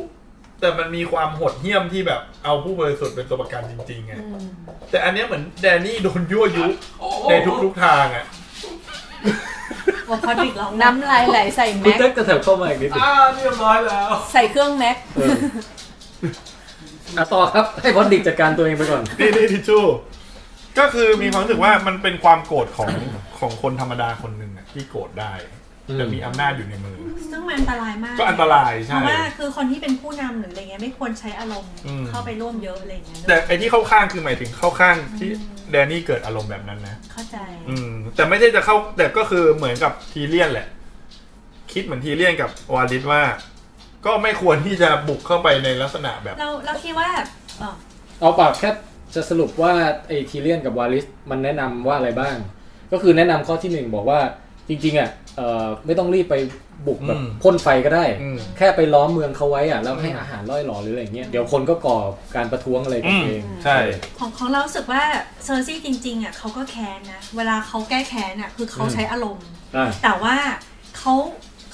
Speaker 2: แต่มันมีความโหดเหี้ยมที่แบบเอาผู้บริสุทธิ์เป็นตัวประกันจริงๆไงแต่อันเนี้ยเหมือนแดนนี่โดนยั่วยุในทุกๆทางอ่ะ
Speaker 4: วงคอดิกร้อง
Speaker 5: น้ำลายไหลใส่
Speaker 1: คุณ
Speaker 5: แม็ก
Speaker 1: เต๊กจะเถิบเข้ามาอีกนิดหนึง
Speaker 2: อ่าเรียบร้อยแล้ว
Speaker 5: ใส่เครื่องแม็ก
Speaker 1: เอออ่ะต่อครับให้พอดดิกจัดการตัวเองไปก่อน
Speaker 2: นี่นี่ทิชชู่ก็คือมีความรู้สึกว่ามันเป็นความโกรธของของคนธรรมดาคนหนึ่งอะที่โกรธได้
Speaker 1: อืม
Speaker 2: แต่มีอำนาจอยู่ในมือ
Speaker 4: ซึ่งมันอันตรายมาก
Speaker 2: ก็อันตราย
Speaker 4: เพ
Speaker 2: ใช่
Speaker 4: ราะว่าคือคนที่เป็นผู้นำหรืออะไรเงี้ยไม่ควรใช้อารมณ์
Speaker 2: อืม
Speaker 4: เข้าไปร่วมเยอะอะไรเงี้ยเนอะ
Speaker 2: แต่ไอที่เข้าข้างคือหมายถึงเข้าข้างที่แดนนี่เกิดอารมณ์แบบนั้นนะ
Speaker 4: เข้าใจ
Speaker 2: อืม แต่ไม่ใช่จะเข้าแต่ก็คือเหมือนกับทีเลียนแหละ คิดเหมือนทีเลียนกับวาลิสว่า ก็ไม่ควรที่จะบุกเข้าไปในลักษณะแบบ
Speaker 4: เราเราคิดว่าอ๋อ
Speaker 1: เอาเปล่าแค่จะสรุปว่าไอ้ทีเลียนกับวาลิสมันแนะนำว่าอะไรบ้าง ก็คือแนะนำข้อที่หนึ่งบอกว่าจริงๆอ่ะเอ่อไม่ต้องรีบไปบุกแบบ
Speaker 2: อืม
Speaker 1: พ่นไฟก็ได้
Speaker 2: อืม
Speaker 1: แค่ไปล้อมเมืองเขาไว้อ่ะแล้วให้
Speaker 2: อืม
Speaker 1: อาหารล่อยหลอหรืออะไรเงี้ยเดี๋ยวคนก็ก่อการประท้วงอะไรกันเอง
Speaker 2: ใช่
Speaker 4: ของของเรารู้สึกว่าเซอร์ซี่จริงๆอ่ะเขาก็แค้นนะ เวลาเขาแก้แค้นอ่ะคือเขาใช้อารมณ์
Speaker 1: อ่ะ
Speaker 4: แต่ว่าเขา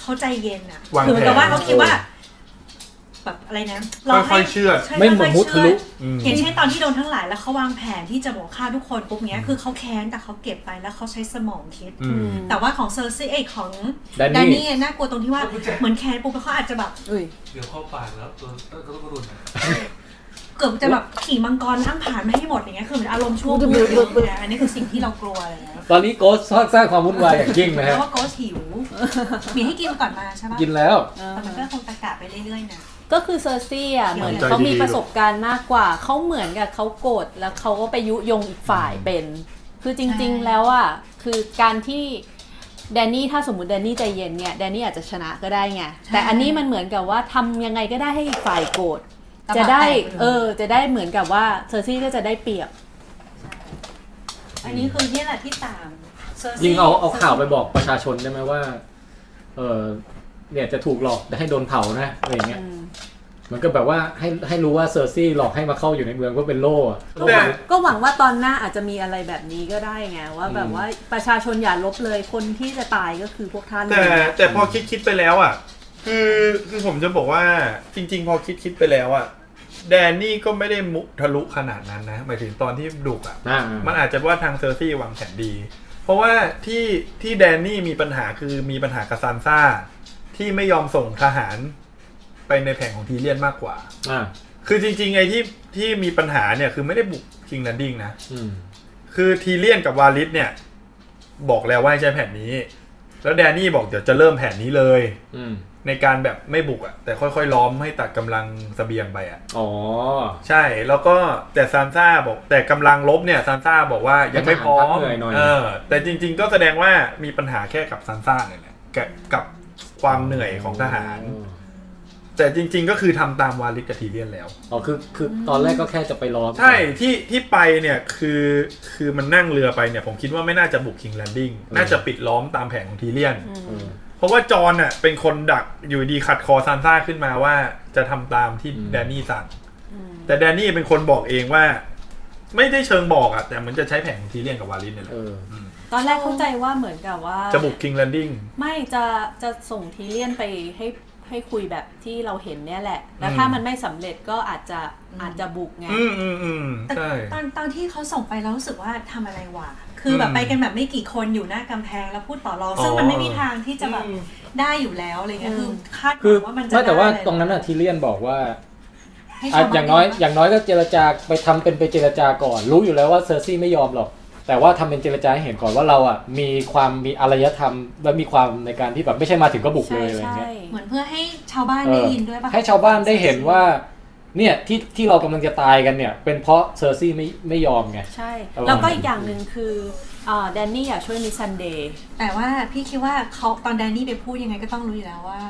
Speaker 4: เขาใจเย็นอ่ะ
Speaker 2: วาง
Speaker 4: คืเหมือนกับ
Speaker 2: แผน
Speaker 4: ว่าเขาคิดว่า ป แบบอะไรนะ
Speaker 2: ค่อยๆเชื่อด
Speaker 4: ใช่
Speaker 1: ไม่เหมือนมุทะลุ
Speaker 2: อืม
Speaker 4: อย่างเช่นตอนที่โดนทั้งหลายแล้วเขาวางแผนที่จะบอกฆ่าทุกคนปุ๊บเนี้ยคือเขาแค้นแต่เขาเก็บไปแล้วเขาใช้สมองคิด
Speaker 2: อืม
Speaker 4: แต่ว่าของเซอร์ซี่เอยของ
Speaker 1: แดนนี่
Speaker 4: นี่น่ากลัวตรงที่ว่าเหมือนแค้นปุ๊บแล้วเขาอาจจะแบบ
Speaker 5: อุ้ย
Speaker 6: เดี๋ยวเข้าปากแล้วตัวตัวก็ต้องกระดุนนะ
Speaker 4: เกือบจะแบบขี่มังกรข้างผ่านไม่ให้หมดอย่างเงี้ยคือเหมือนอารมณ์ชั่ว
Speaker 5: มันจะ
Speaker 4: วูบ
Speaker 5: บึบบึบ
Speaker 4: อันนี้คือสิ่งที่เรากลัวอะไรอย่างเงี้ย
Speaker 1: ตอนนี้โกสสร้างความวุ่นวายอย่างยิ่งนะ
Speaker 4: เพ
Speaker 1: ฮะ
Speaker 4: ราะว่าโกสหิวมีให้กินก่อนมาใช่ปะ
Speaker 1: กินแล้ว
Speaker 4: แต่มันก็คงตะกะไปเรื่อยๆนะ
Speaker 5: ก็คือเซอร์ซี่อ่ะเหมือน
Speaker 2: ใจดีๆ
Speaker 5: เขามีประสบการณ์มากกว่า เขาเหมือนกับเขาโกรธแล้วเขาก็ไปยุยงอีกฝ่ายเป็น คือจริงๆแล้วอ่ะคือการที่แดนนี่ถ้าสมมติแดนนี่ใจเย็นเนี่ยแดนนี่อาจจะชนะก็ได้ไง
Speaker 4: ใช่
Speaker 5: แต่อันนี้มันเหมือนกับว่าทำยังไงก็ได้ให้อีกฝ่ายโกรธ
Speaker 4: ต
Speaker 5: จะได้
Speaker 4: แตกปลย
Speaker 5: เออจะได้เหมือนกับว่าเซอร์ซี่ก็จะได้เปรียบ
Speaker 4: อันนี้คือเนี่ยแหละที่ตามเซอร์ซี่
Speaker 1: ยิ่งเอาเอาข่าวไปบอกประชาชนได้ไหมว่า เออเนี่ยจะถูกหลอกให้โดนเผานะอะไรอย่างเงี้ย
Speaker 5: อืม
Speaker 1: มันก็แบบว่าให้ให้รู้ว่าเซอร์ซี่หลอกให้มาเข้าอยู่ในเมืองเพราะเป็นโล่อะ
Speaker 5: ก็ห
Speaker 2: แต่
Speaker 5: วังก็หวังว่าตอนหน้าอาจจะมีอะไรแบบนี้ก็ได้ไงว่าแบบว่าประชาชนอย่าลบเลยคนที่จะตายก็คือพวกท่าน
Speaker 2: แต่
Speaker 5: เลยนะ
Speaker 2: แต่พอคิดคิดไปแล้วอ่ะ คือคือผมจะบอกว่าจริง ๆ พอคิดคิดไปแล้วอ่ะ แดนนี่ก็ไม่ได้มุทะลุขนาดนั้นนะหมายถึงตอนที่ดุกอ่ะ
Speaker 1: อ่า
Speaker 2: มันอาจจะว่าทางเซอร์ซี่วางแผนดี เพราะว่าที่ที่แดนนี่มีปัญหาคือมีปัญหากับซานซ่า ที่ไม่ยอมส่งทหารไปในแผงของทีเลียนมากกว่า
Speaker 1: อ่า
Speaker 2: คือจริงๆไอ้ที่ที่มีปัญหาเนี่ยคือไม่ได้บุกคิงแลนดิ้งนะ
Speaker 1: อืม
Speaker 2: คือทีเลียนกับวาลิสเนี่ย บอกแล้วว่าให้ใช้แผนนี้ แล้วแดนนี่บอกเดี๋ยวจะเริ่มแผนนี้เลย
Speaker 1: อืม
Speaker 2: ในการแบบไม่บุกอะ่ะ แต่ค่อยๆล้อมให้ตัดกำลังเสบียงไปอะ่ะ
Speaker 1: อ๋อ
Speaker 2: ใช่แล้วก็แต่ซานซ่าบอก แต่กำลังลบเนี่ยซานซ่าบอกว่ายังไม่พร้อม
Speaker 1: ให้ทหารพักเหนื่อยหน่อย
Speaker 2: เออ แต่จริงๆก็แสดงว่ามีปัญหาแค่กับซานซ่าเนี่ยแหละกับกับความเหนื่อยของทหาร แต่จริง ๆ ก็คือทำตามวาลิสกับทีเลียนแล้ว
Speaker 1: อ๋อคือคือตอนแรกก็แค่จะไปล้อม
Speaker 2: ใช่ที่ที่ไปเนี่ยคือคือมันนั่งเรือไปเนี่ยผมคิดว่าไม่น่าจะบุกคิงแลนดิ้งน่าจะปิดล้อมตามแผนของทีเลียน
Speaker 1: อืม
Speaker 2: เพราะว่าจอห์นน่ะเป็นคนดักอยู่ดีขัดคอซานซ่าขึ้นมาว่าจะทำตามที่
Speaker 1: อืม
Speaker 2: แดนนี่สั่ง แต่แดนนี่เป็นคนบอกเองว่า ไม่ได้เชิงบอกอะแต่มันจะใช้แผนของทีเลียนกับวาลินเนี่ยแห
Speaker 1: เอ
Speaker 2: ละ
Speaker 1: อ
Speaker 5: ตอนแรกเข้าใจว่าเหมือนกับว่า
Speaker 2: จะบุกคิงแลนดิ้ง
Speaker 5: ไม่จะจะส่งทีเลียนไปให้ให้คุยแบบที่เราเห็นเนี่ยแหละ แล้ว
Speaker 2: อืม
Speaker 5: ถ้ามันไม่สำเร็จก็อาจจะอาจจะบุกไง
Speaker 2: อืมอืมอืม
Speaker 4: แต่
Speaker 2: ใช่
Speaker 4: ตอนตอนที่เขาส่งไปแล้วรู้สึกว่าทำอะไรวะคือแบบ
Speaker 2: อืม
Speaker 4: ไปกันแบบไม่กี่คนอยู่หน้ากำแพงแล้วพูดต่อรอง ซึ่ง
Speaker 2: อ๋อ
Speaker 4: มันไม่มีทางที่จะแบบได้อยู่แล้วอะไรเงี้ย
Speaker 5: อื
Speaker 4: คือ
Speaker 5: ม
Speaker 4: คาดห
Speaker 1: คือ
Speaker 4: วังว่ามันจะ
Speaker 1: ไม่แต่ว่า
Speaker 4: ด้ะไ
Speaker 1: ตรงนั้นอะทีเลียนบอกว่า
Speaker 4: ให้
Speaker 1: อะ
Speaker 4: ชวบ้
Speaker 1: อย่างน้อย
Speaker 4: ได้
Speaker 1: อย่างน้อยก็เจรจาไปทำเป็นไปเจรจาก่อน รู้อยู่แล้วว่าเซอร์ซี่ไม่ยอมหรอก แต่ว่าทำเป็นเจรจาให้เห็นก่อนว่าเราอะมีความมีอารยธรรม และมีความในการที่แบบไม่ใช่มาถึงก็บุกเลย
Speaker 5: ใช่
Speaker 1: อะไรอย่าง
Speaker 5: ใช่
Speaker 1: เงี้ย
Speaker 4: เหมือนเพื่อให้ชาวบ้าน
Speaker 1: เอ
Speaker 4: ได้
Speaker 1: อ
Speaker 4: ยินด้วยปะ
Speaker 1: ให้ชาวบ้านได้เห็นว่าเนี่ยที่ที่เรากำลังจะตายกันเนี่ย เป็นเพราะเซอร์ซี่ไม่ไม่ยอมไง
Speaker 5: ใช่
Speaker 1: เอา
Speaker 5: แล้วก็อีกอย่างหนึ่งคืออ่าแดนนี่อยากช่วยมิสซันเดย์
Speaker 4: แต่ว่าพี่คิดว่าเขาตอนแดนนี่ไปพูดยังไงก็ต้องรู้อยู่แล้วว่า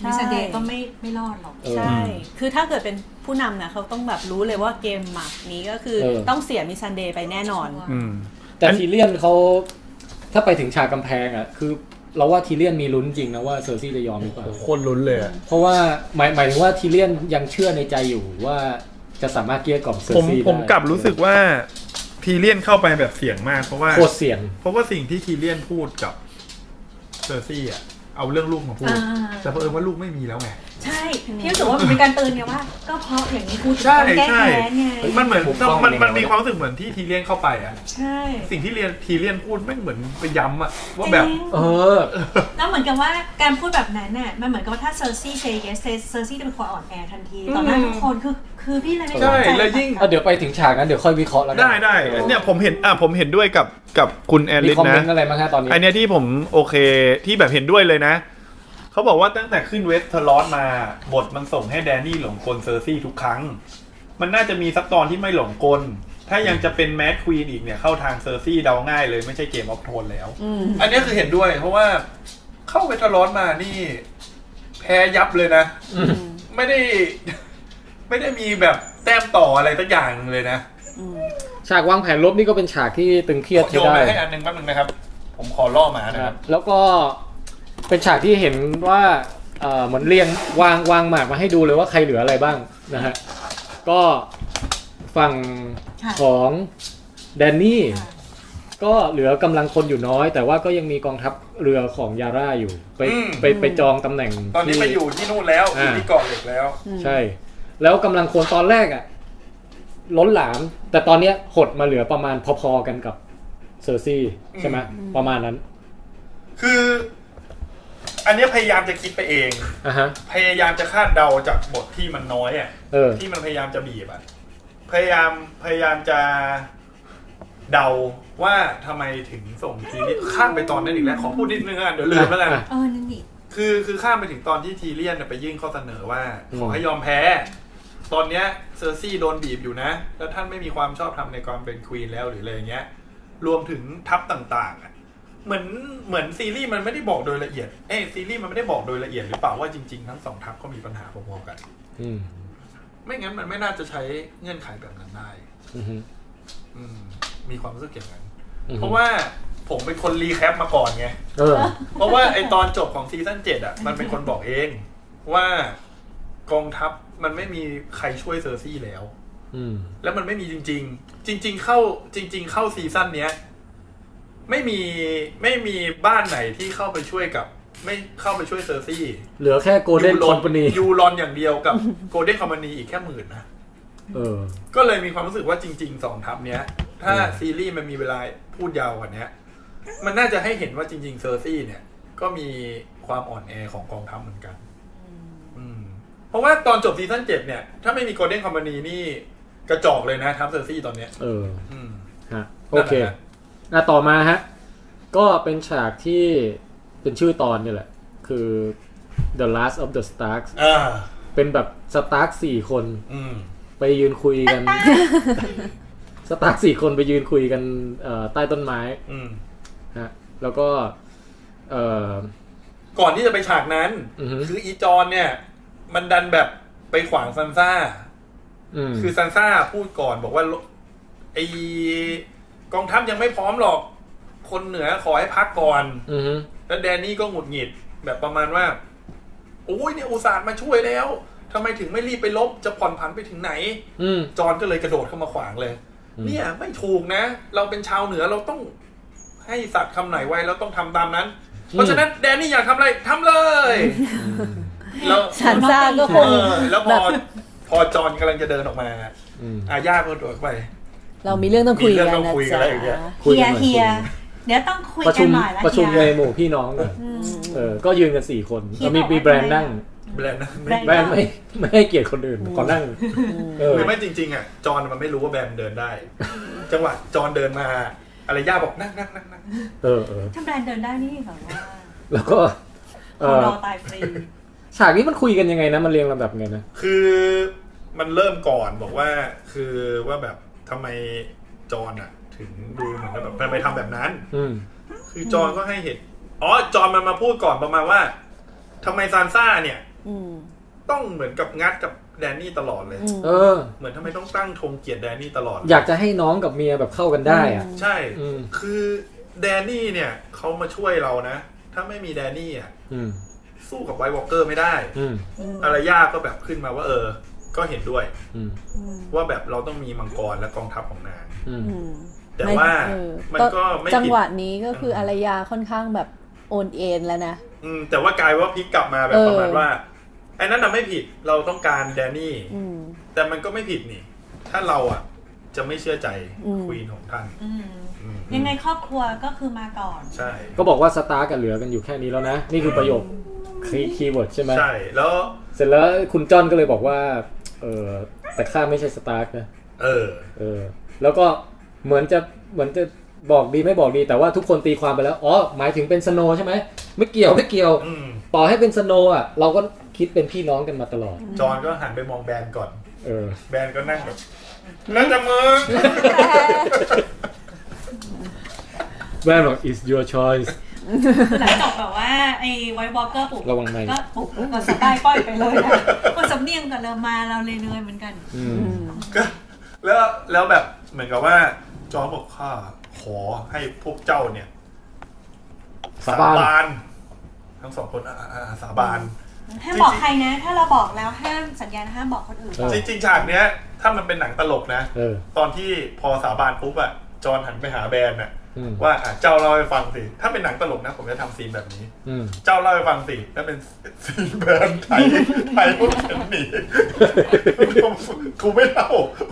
Speaker 5: ใช่
Speaker 4: มิสเดย์ก็ไม่ไม่รอดหรอก
Speaker 1: เออ
Speaker 5: ใช่ คือถ้าเกิดเป็นผู้นำนะเขาต้องแบบรู้เลยว่าเกมหมักนี้ก็คือ
Speaker 1: เออ
Speaker 5: ต้องเสียมิสซันเดย์ไปแน่นอน
Speaker 2: อืม
Speaker 1: แต่
Speaker 2: อัน
Speaker 1: ทีเลียนเขาถ้าไปถึงฉากกำแพงอะคือเราว่าทีเลียนมีลุ้นจริงนะว่าเซอร์ซี่จะยอมหรือเปล่า
Speaker 2: โคตรลุ้นเลยอะ
Speaker 1: เพราะว่าหมายหมายถึงว่าทีเลียนยังเชื่อในใจอยู่ว่าจะสามารถเกลี้ยกล่อมเซอ
Speaker 2: ผม
Speaker 1: ร์ซี่ได้
Speaker 2: ผมกลับรู้สึกว่าทีเลียนเข้าไปแบบเสี่ยงมากเพราะว่า
Speaker 1: โคตรเสี่ยง
Speaker 2: เพราะว่าสิ่งที่ทีเลียนพูดกับเซอร์ซี่อ่ะเอาเรื่องลูกมาพูด
Speaker 4: อ่า
Speaker 2: แต่เผอิญว่าลูกไม่มีแล้วไง
Speaker 4: ใช่พี่รู้สึกว่ามันเป็นการเตือนไงว่า ก็เพราะอย่างนี้กูจะ
Speaker 2: ใช่
Speaker 4: ต้องแก้
Speaker 2: ใช่
Speaker 4: แค้นไง
Speaker 1: เฮ้ย
Speaker 2: มันเหมือน
Speaker 1: ถูกต้อง
Speaker 2: มันมัน
Speaker 1: เลยนะ
Speaker 2: มีความรู้สึกเหมือนที่ทีเลียนเข้าไปอ่ะ
Speaker 4: ใช่
Speaker 2: สิ่งที่เรียนทีเลียนพูดไม่งเหมือนไปย้ำอ่ะว่าแบบ
Speaker 4: จริง
Speaker 1: เออ
Speaker 4: แล้วเหมือนกับว่าการพูดแบบนั้นน่ะมันเหมือนกับว่าถ้าเซอร์ซี่เซเยสเซอร์ซี่จะเป็นคนอ่อนแอทันทีต่อหน้า
Speaker 2: อืม
Speaker 4: ทุกคนคือคือพี่เลยไม่
Speaker 1: ใช่
Speaker 4: เข้าใจ
Speaker 2: แล้วยิ่ง
Speaker 1: เอาเดี๋ยวไปถึงฉากนั้นเดี๋ยวค่อยวิเคราะห์แล้วกัน
Speaker 2: ได้ได้เนี่ยผมเห็นอ่ะผมเห็นด้วยกับกับคุณแอ
Speaker 1: มี
Speaker 2: ลิส
Speaker 1: คอม
Speaker 2: นะ
Speaker 1: เมนต์อะไรบ้างคะตอนนี้
Speaker 2: ไอันเนี้ยที่ผมโอเคที่แบบเห็นด้วยเลยนะ เขาบอกว่าตั้งแต่ขึ้นเวสเทอร์ลอสมา บทมันส่งให้แดนนี่หลงกลเซอร์ซี่ทุกครั้ง มันน่าจะมีซับตอนที่ไม่หลงกล ถ้ายังจะเป็นแมดควีนอีกเนี่ยเข้าทางเซอร์ซี่เดาง่ายเลยไม่ใช่เกมออฟโทนแล้ว
Speaker 5: อืม
Speaker 2: อันเนี้ยคือเห็นด้วย เพราะว่าเข้าเวสเทอร์ลอสมานี่ แพ้ยับเลยนะ ไม่ได้ ไม่ได้มีแบบแต้มต่ออะไรสักอย่างเลยนะ
Speaker 1: ฉากวางแผนลบนี่ก็เป็นฉากที่ตึงเครียด
Speaker 2: โย
Speaker 1: ใช้
Speaker 2: น
Speaker 1: ได้
Speaker 2: ไปให้อันหนึงแป๊บหนึงนะครับ ผมขอล่อหมานะ
Speaker 1: นะค
Speaker 2: ค
Speaker 1: รั
Speaker 2: รั
Speaker 1: บบ แล้วก็เป็นฉากที่เห็นว่าเอ่อเหมือนเรียงวางวางหมากมาให้ดูเลยว่าใครเหลืออะไรบ้างนะฮะก็ฝั่งของแดนนี่ ก็เหลือกำลังคนอยู่น้อย แต่ว่าก็ยังมีกองทัพเรือของยาร่าอยู่ ไป
Speaker 2: อืม
Speaker 1: ไปไปจองตำแหน่ง
Speaker 2: ตอนนี้
Speaker 1: ที่
Speaker 2: ไปอยู่ที่นู่นแล้ว
Speaker 1: อ่า
Speaker 2: อยู่ที่เกาะเหล็กแล้ว
Speaker 5: อืม
Speaker 1: ใช่ แล้วกำลังคนตอนแรกอะล้นหลาม แต่ตอนเนี้ยหดมาเหลือประมาณพอๆกันกับเซอร์ซี่ใช่ไหมประมาณนั้น
Speaker 2: คือ อันเนี้ยพยายามจะคิดไปเอง
Speaker 1: อ่ะฮะ
Speaker 2: พยายามจะคาดเดาจากบทที่มันน้อยอ่ะ
Speaker 1: เออ
Speaker 2: ที่มันพยายามจะบีบอ่ะ พยายามพยายามจะเดาว่าทำไมถึงส่งทีเรียนข้ามไปตอนนั้นอีกแล้ว ขอพูดนิดนึงแล้วกันเดี๋ยวลืมแล้วกัน
Speaker 1: อ่ะ
Speaker 4: เออนั่นดิ
Speaker 2: คือคือข้ามไปถึงตอนที่ทีเรียนน่ะไปยื่นข้อเสนอว่า
Speaker 1: อืม
Speaker 2: ขอให้ยอมแพ้ ตอนเนี้ยเซอร์ซี่โดนบีบอยู่นะ แล้วท่านไม่มีความชอบธรรมในความเป็นควีนแล้วหรืออะไรอย่างเงี้ย รวมถึงทัพต่างๆอ่ะเหมือนเหมือนซีรีส์มันไม่ได้บอกโดยละเอียดเอ้ยซีรีส์มันไม่ได้บอกโดยละเอียดหรือเปล่าว่าจริงๆทั้งสองทัพก็มีปัญหาพอๆกัน
Speaker 1: อืม
Speaker 2: ไม่งั้นมันไม่น่าจะใช้เงื่อนไขแบบนั้นได้
Speaker 1: อือฮึ
Speaker 2: อืมมีความรู้สึกอย่างนั้น
Speaker 1: อือฮึ
Speaker 2: เพราะว่าผมเป็นคนรีแคปมาก่อนไง
Speaker 1: เออ
Speaker 2: เพราะว่าไอตอนจบของซีซั่นเจ็ดอ่ะ มันเป็นคนบอกเองว่ากองทัพมันไม่มีใครช่วยเซอร์ซี่แล้ว
Speaker 1: อืม
Speaker 2: แล้วมันไม่มีจริง ๆ จริง ๆ เข้าจริง ๆ เข้าซีซั่นเนี้ย ไม่มีไม่มีบ้านไหนที่เข้าไปช่วยกับ ไม่เข้าไปช่วยเซอร์ซี่
Speaker 1: เหลือแค่โกลเด้น
Speaker 2: ยูร
Speaker 1: ค
Speaker 2: อ
Speaker 1: อมพานี
Speaker 2: ยูรอนอย่างเดียวกับโกลเด้นคอมพานีอีกแค่หมื่นนะ
Speaker 1: เออ
Speaker 2: ก็เลยมีความรู้สึกว่าจริงๆสองทัพเนี้ย ถ้าซีรีส์มันมีเวลาพูดยาวกว่าเนี้ย มันน่าจะให้เห็นว่าจริง ๆ เซอร์ซี่เนี่ย ก็มีความอ่อนแอของกองทัพเหมือนกันอืมเพราะว่าตอนจบซีซั่นเจ็ดเนี่ย ถ้าไม่มีโกลเด้นคอมพานีนี่กระจอกเลยนะทัพเซอร์ซี่ตอนเนี้ย
Speaker 1: เออ
Speaker 2: อืม
Speaker 1: ฮะ โอเคอ่ะต่อมาฮะ ก็เป็นฉากที่เป็นชื่อตอนนี่แหละ คือ The Last of the Starks
Speaker 2: อ่า
Speaker 1: เป็นแบบสตาร์กสี่คน
Speaker 2: อืม
Speaker 1: ไปยืนคุย กัน สตาร์กสี่คนไปยืนคุยกันเอ่อใต้ต้นไม้
Speaker 2: อืม
Speaker 1: ฮะ แล้วก็เอ่อ
Speaker 2: ก่อนที่จะไปฉากนั้น
Speaker 1: อือฮึ
Speaker 2: คืออีจอนเนี่ย มันดันแบบไปขวางซันซ่า
Speaker 1: อืม
Speaker 2: คือซันซ่าพูดก่อนบอกว่าไอกองทัพยังไม่พร้อมหรอก คนเหนือขอให้พักก่อน
Speaker 1: อือฮึ
Speaker 2: แล้วแดนนี่ก็หงุดหงิด แบบประมาณว่าโอ้ยเนี่ยอุตส่าห์มาช่วยแล้วทำไมถึงไม่รีบไปลบจะผ่อนผันไปถึงไหน
Speaker 1: อืม
Speaker 2: จอนก็เลยกระโดดเข้ามาขวางเลย
Speaker 1: อืม
Speaker 2: เนี่ยไม่ถูกนะ เราเป็นชาวเหนือเราต้องให้สัตว์คำไหนไว้เราต้องทำตามนั้น เพราะฉะนั้นแดนนี่อยากทำอะไรทำ เลยแล้ว
Speaker 5: สันซ่าก็ค
Speaker 2: เอง อแล้วพ
Speaker 5: แบ
Speaker 2: อบ พอจอนกำลังจะเดินออกมา
Speaker 1: อืม
Speaker 2: อาญาติก็โดดเข้าไป
Speaker 5: เรามีเรื่องต้องคุย
Speaker 2: มีเรื่อ
Speaker 5: กั
Speaker 2: นงต้อง
Speaker 5: นะ
Speaker 2: คุยกันแล้วอ
Speaker 5: จ๊ะ
Speaker 2: ย่างเงี้ย
Speaker 1: คุย
Speaker 4: เฮี
Speaker 1: กั
Speaker 4: ย
Speaker 1: นหน่อย
Speaker 4: เฮียเดี๋ยวต้องคุย
Speaker 1: ประ
Speaker 4: กั
Speaker 1: ชุ
Speaker 4: น
Speaker 1: ม
Speaker 4: หน่อยละ
Speaker 1: ประชุม
Speaker 4: เฮี
Speaker 1: ใน
Speaker 4: ย
Speaker 1: หมู่พี่น้องกัน
Speaker 4: อืม
Speaker 1: เออ ก็ยืนกันสี่คน
Speaker 4: ที่
Speaker 1: แล้วมี
Speaker 4: บอก
Speaker 1: มี
Speaker 4: ว่า
Speaker 1: แบรนด์
Speaker 4: ทำไม
Speaker 1: นั่ง
Speaker 2: แบรนด์นะ
Speaker 4: แบร
Speaker 2: ไม่
Speaker 4: นด์
Speaker 1: แบรนด์ไม่ไม่ให้เกียรติคนอื่นขอนั่ง เออ
Speaker 2: ไม่จริง ๆ อ่ะ จอนมันไม่รู้ว่าแบรนด์เดินได้ จังหวะจอนเดินมาอะไรย่าบอกนั่งนั่งนั่งนั่ง
Speaker 1: เออเออ
Speaker 4: ถ้าแบรนด์เดินได้นี่แบบว่า
Speaker 1: แล้วก็เอ
Speaker 4: คน
Speaker 1: อ
Speaker 4: รอตายฟรี
Speaker 1: ฉากนี้มันคุยกันยังไงนะ มันเรียงลำดับไงนะ
Speaker 2: คือมันเริ่มก่อนบอกว่า คือว่าแบบทำไมจอนอ่ะ ถึงดูเหมือนกับแบบทำไมทำแบบนั้น
Speaker 1: อืม
Speaker 2: คือจอนก็ให้เหตุอ๋อจอนมันมาพูดก่อนประมาณว่าทำไมซานซ่าเนี่ย
Speaker 5: อืม
Speaker 2: ต้องเหมือนกับงัดกับแดนนี่ตลอดเลย
Speaker 5: อืม
Speaker 1: เออ
Speaker 2: เหมือนทำไมต้องตั้งธงเกียรติแดนนี่ตลอดเลย
Speaker 1: อยากจะให้น้องกับเมียแบบเข้ากันได้อ่ะ
Speaker 2: ใช่
Speaker 1: อืม
Speaker 2: คือแดนนี่เนี่ยเขามาช่วยเรานะ ถ้าไม่มีแดนนี่อ่ะ
Speaker 1: อืม
Speaker 2: สู้กับไวท์วอลเกอร์ไม่ได้
Speaker 1: อืม
Speaker 2: อารยาก็แบบขึ้นมาว่าเออ ก็เห็นด้วย
Speaker 1: อืม
Speaker 2: ว่าแบบเราต้องมีมังกรและกองทัพของนาง
Speaker 1: อืม
Speaker 5: อืม
Speaker 2: แต่ว่า
Speaker 5: เออ
Speaker 2: มันก็ไม่
Speaker 5: จัง
Speaker 2: ผิด
Speaker 5: หวะนี้ก็คืออารยาค่อนข้างแบบโอนเอ็นแล้วนะ
Speaker 2: อืมแต่ว่ากลายว่าพลิกกลับมาแบบ
Speaker 5: เออ
Speaker 2: ประมาณว่าไอ้นั่นน่ะไม่ผิดเราต้องการแดนนี่
Speaker 5: อืม
Speaker 2: แต่มันก็ไม่ผิดนี่ ถ้าเราอ่ะ จะไม่เชื่อใจ
Speaker 5: อืม
Speaker 2: ควีนของท่าน
Speaker 4: อืม
Speaker 2: อืม
Speaker 4: ยังไงครอบครัวก็คือมาก่อน
Speaker 2: ใช่
Speaker 1: ก็บอกว่าสตาร์กันเหลือกันอยู่แค่นี้แล้วนะ นี่คือประโยคคีย์เวิร์ดใช่ไหม
Speaker 2: ใช่แล้ว
Speaker 1: เสร็จแล้วคุณจอนก็เลยบอกว่า เออแต่ข้าไม่ใช่สตาร์กนะ
Speaker 2: เออ
Speaker 1: เออ แล้วก็เหมือนจะเหมือนจะบอกดีไม่บอกดี แต่ว่าทุกคนตีความไปแล้ว อ๋อ หมายถึงเป็นสโนว์ใช่ไหม ไม่เกี่ยวไม่เกี่ยว
Speaker 2: อืม
Speaker 1: ต่อให้เป็นสโนว์อ่ะ เราก็คิดเป็นพี่น้องกันมาตลอด
Speaker 2: จอห์นก็หันไปมองแบรนด์ก่อน
Speaker 1: เออ
Speaker 2: แบรนด์ก็นั่งแบบนั่นจะมึง
Speaker 1: แม่บอก is your choice
Speaker 4: คือหลังจบแบบว่าไอ้ไวท์บล็อกเกอร์ปลุก
Speaker 1: ระวังไมค์
Speaker 4: ก็ปลุกก็สไตล์ป้อยไปเลยนะคนสำเนียงกับเรามาเราเลยเนยเหมือนกัน
Speaker 1: อืม
Speaker 2: ก็แล้วแล้วแบบเหมือนกับว่า จอห์นบอกข้าขอให้พวกเจ้าเนี่ย
Speaker 1: สาบาน
Speaker 2: นทั้งสองคนอ่ะอ่ะอ่ะสาบาน
Speaker 4: ห้ามบอกใครนะ ถ้าเราบอกแล้วห้ามสัญญาณห้ามบอกคนอื่น
Speaker 1: เออ
Speaker 2: จริงๆฉากเนี้ย ถ้ามันเป็นหนังตลกนะ
Speaker 1: เออ
Speaker 2: ตอนที่พอสาบานปุ๊บอะจอห์นหันไปหาแบรนด์อะ
Speaker 1: อืม
Speaker 2: ว่าอ่ะเจ้าเล่าให้ฟังสิ ถ้าเป็นหนังตลกนะ ผมจะทำซีนแบบนี้
Speaker 1: อืม
Speaker 2: เจ้าเล่าให้ฟังสิถ้าเป็น ซีนแบบไทยไทยพวกฉันหนี กูไม่เล่า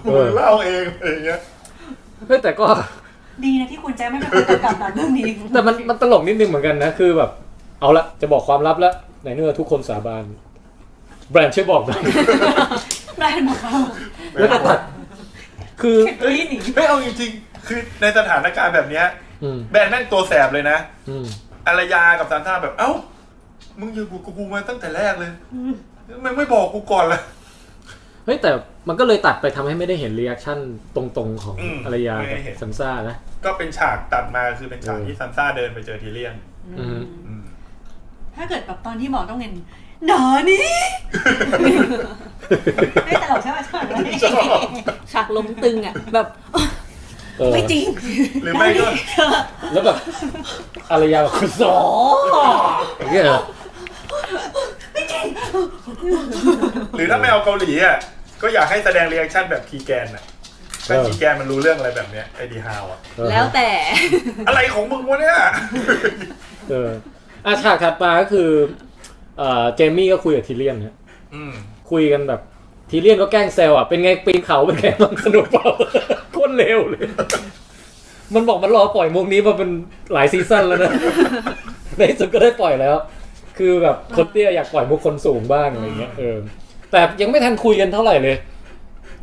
Speaker 2: มึงเล่าเองอะไรอย่างเงี้ย
Speaker 1: เฮ้ยแต่ก็
Speaker 4: ดีนะที่คุณแจ๊คไม่เป็นคนกำกับหนังเรื่องนี้
Speaker 1: แต่มันมันตลกนิดนึงเหมือนกันนะ คือแบบ เอาละจะบอกความลับแล้วไหนเนื้อทุกคนสาบานแบรนด์ช่วยบอกหน่อย
Speaker 4: แบรนด์บอกเรา
Speaker 1: แล้วก็ตัด คือ
Speaker 2: เฮ้ยเฮ้ยเอาจริงๆ คือในสถานการณ์แบบเนี้ย
Speaker 1: อืม
Speaker 2: แบนแม่งตัวแสบเลยนะ
Speaker 1: อืม
Speaker 2: อารยากับซานต้าแบบ เอ้า มึงอยู่กูกูมาตั้งแต่แรกเลยไม่ไม่บอกกูก่อนละ
Speaker 1: เฮ้ยแต่มันก็เลยตัดไปทำให้ไม่ได้เห็นรีแอคชั่นตรงๆของ
Speaker 2: อืม
Speaker 1: อารยา
Speaker 2: ไม่
Speaker 1: กับ
Speaker 2: ได้เห็น
Speaker 1: ซัมซ่านะ
Speaker 2: ก็เป็นฉากตัดมาคือเป็นฉาก
Speaker 1: เออ
Speaker 2: ที่ซานซ่าเดินไปเจอทีเลียน
Speaker 1: อืม
Speaker 2: อืม
Speaker 4: ถ้าเกิดแบบตอนที่บอกต้องเงินหนอนี่ไม่ตลกใช่ไหมใช่ไหม
Speaker 2: ชอบ
Speaker 5: ฉากลมตึงอ่ะแบบ
Speaker 1: เออ
Speaker 4: ไม่จริง
Speaker 2: หรือไม่ก็
Speaker 1: แล้วแบบอารยากับคุณสองเงี้ยเหรอ
Speaker 2: หรือถ้าไม่เอาเกาหลีอ่ะ ก็อยากให้แสดงรีแอคชั่นแบบคีแกนอ่ะถ้าคีแกนมันรู้เรื่องอะไรแบบเนี้ยไอดีฮาวอ่ะ
Speaker 1: เออ
Speaker 5: แล้วแต่
Speaker 2: อะไรของมึงวะเนี่ย
Speaker 1: เอออาฉากถัดมาก็คือเอ่อเจมี่ก็คุยกับทีเลียนฮะ
Speaker 2: อืม
Speaker 1: คุยกันแบบทีเลียนก็แกล้งแซวอ่ะ เป็นไงปีนเขาเป็นไงมันสนุกเปล่า โคตรเร็วเลย มันบอกมันรอปล่อยมุกนี้มาเป็นหลายซีซั่นแล้วนะ ในที่สุดก็ได้ปล่อยแล้ว คือแบบคนเตี้ยอยากปล่อยมุกคนสูงบ้างอะไรเงี้ยเออแต่ยังไม่ทันคุยกันเท่าไหร่เลย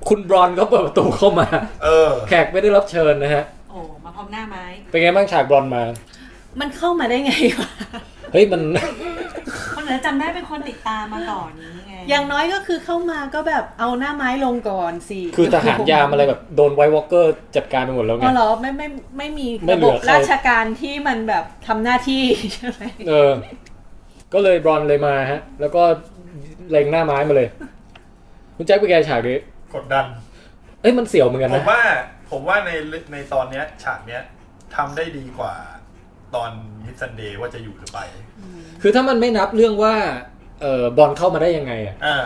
Speaker 1: คุณบรอนก็เปิดประตูเข้ามา
Speaker 2: เออ
Speaker 1: แขกไม่ได้รับเชิญนะฮะ
Speaker 4: โอ้มาพร้อมหน้าไม้
Speaker 1: เป็นไงบ้างฉากบรอนมา
Speaker 5: มันเข้ามาได้ไงวะ
Speaker 1: เฮ้ยมัน
Speaker 4: คนเหลือจำได้เป็นคนติดตามมาก่อนนี้ไง
Speaker 5: อย่างน้อยก็คือเข้ามาก็แบบเอาหน้าไม้ลงก่อนสิ
Speaker 1: คือทหารยามอะไรแบบโดนไวท์วอลเกอร์จัดการไปหมดแล้วไง
Speaker 5: อ๋อเหรอไม่ไม่ไม่มี
Speaker 1: ไม่
Speaker 5: ระ
Speaker 1: เหลื
Speaker 5: บ
Speaker 1: อบ ใคร
Speaker 5: ราชการที่มันแบบทำหน้าที่ใช่ไหม
Speaker 1: เออ ก็เลยบรอนเลยมาฮะ แล้วก็เล็งหน้าไม้มาเลย คุณแจ็คเป็นไงฉากนี้
Speaker 2: กดดัน
Speaker 1: เอ้ยมันเสียวเหมือนกัน
Speaker 2: ผ
Speaker 1: นะ
Speaker 2: มว่าผมว่าในในตอนเนี้ยฉากเนี้ยทำได้ดีกว่าตอนมิสซันเดย์ว่าจะอยู่หรือไป
Speaker 1: คือถ้ามันไม่นับเรื่องว่า เออบอลเข้ามาได้ยังไงอะ
Speaker 2: เออ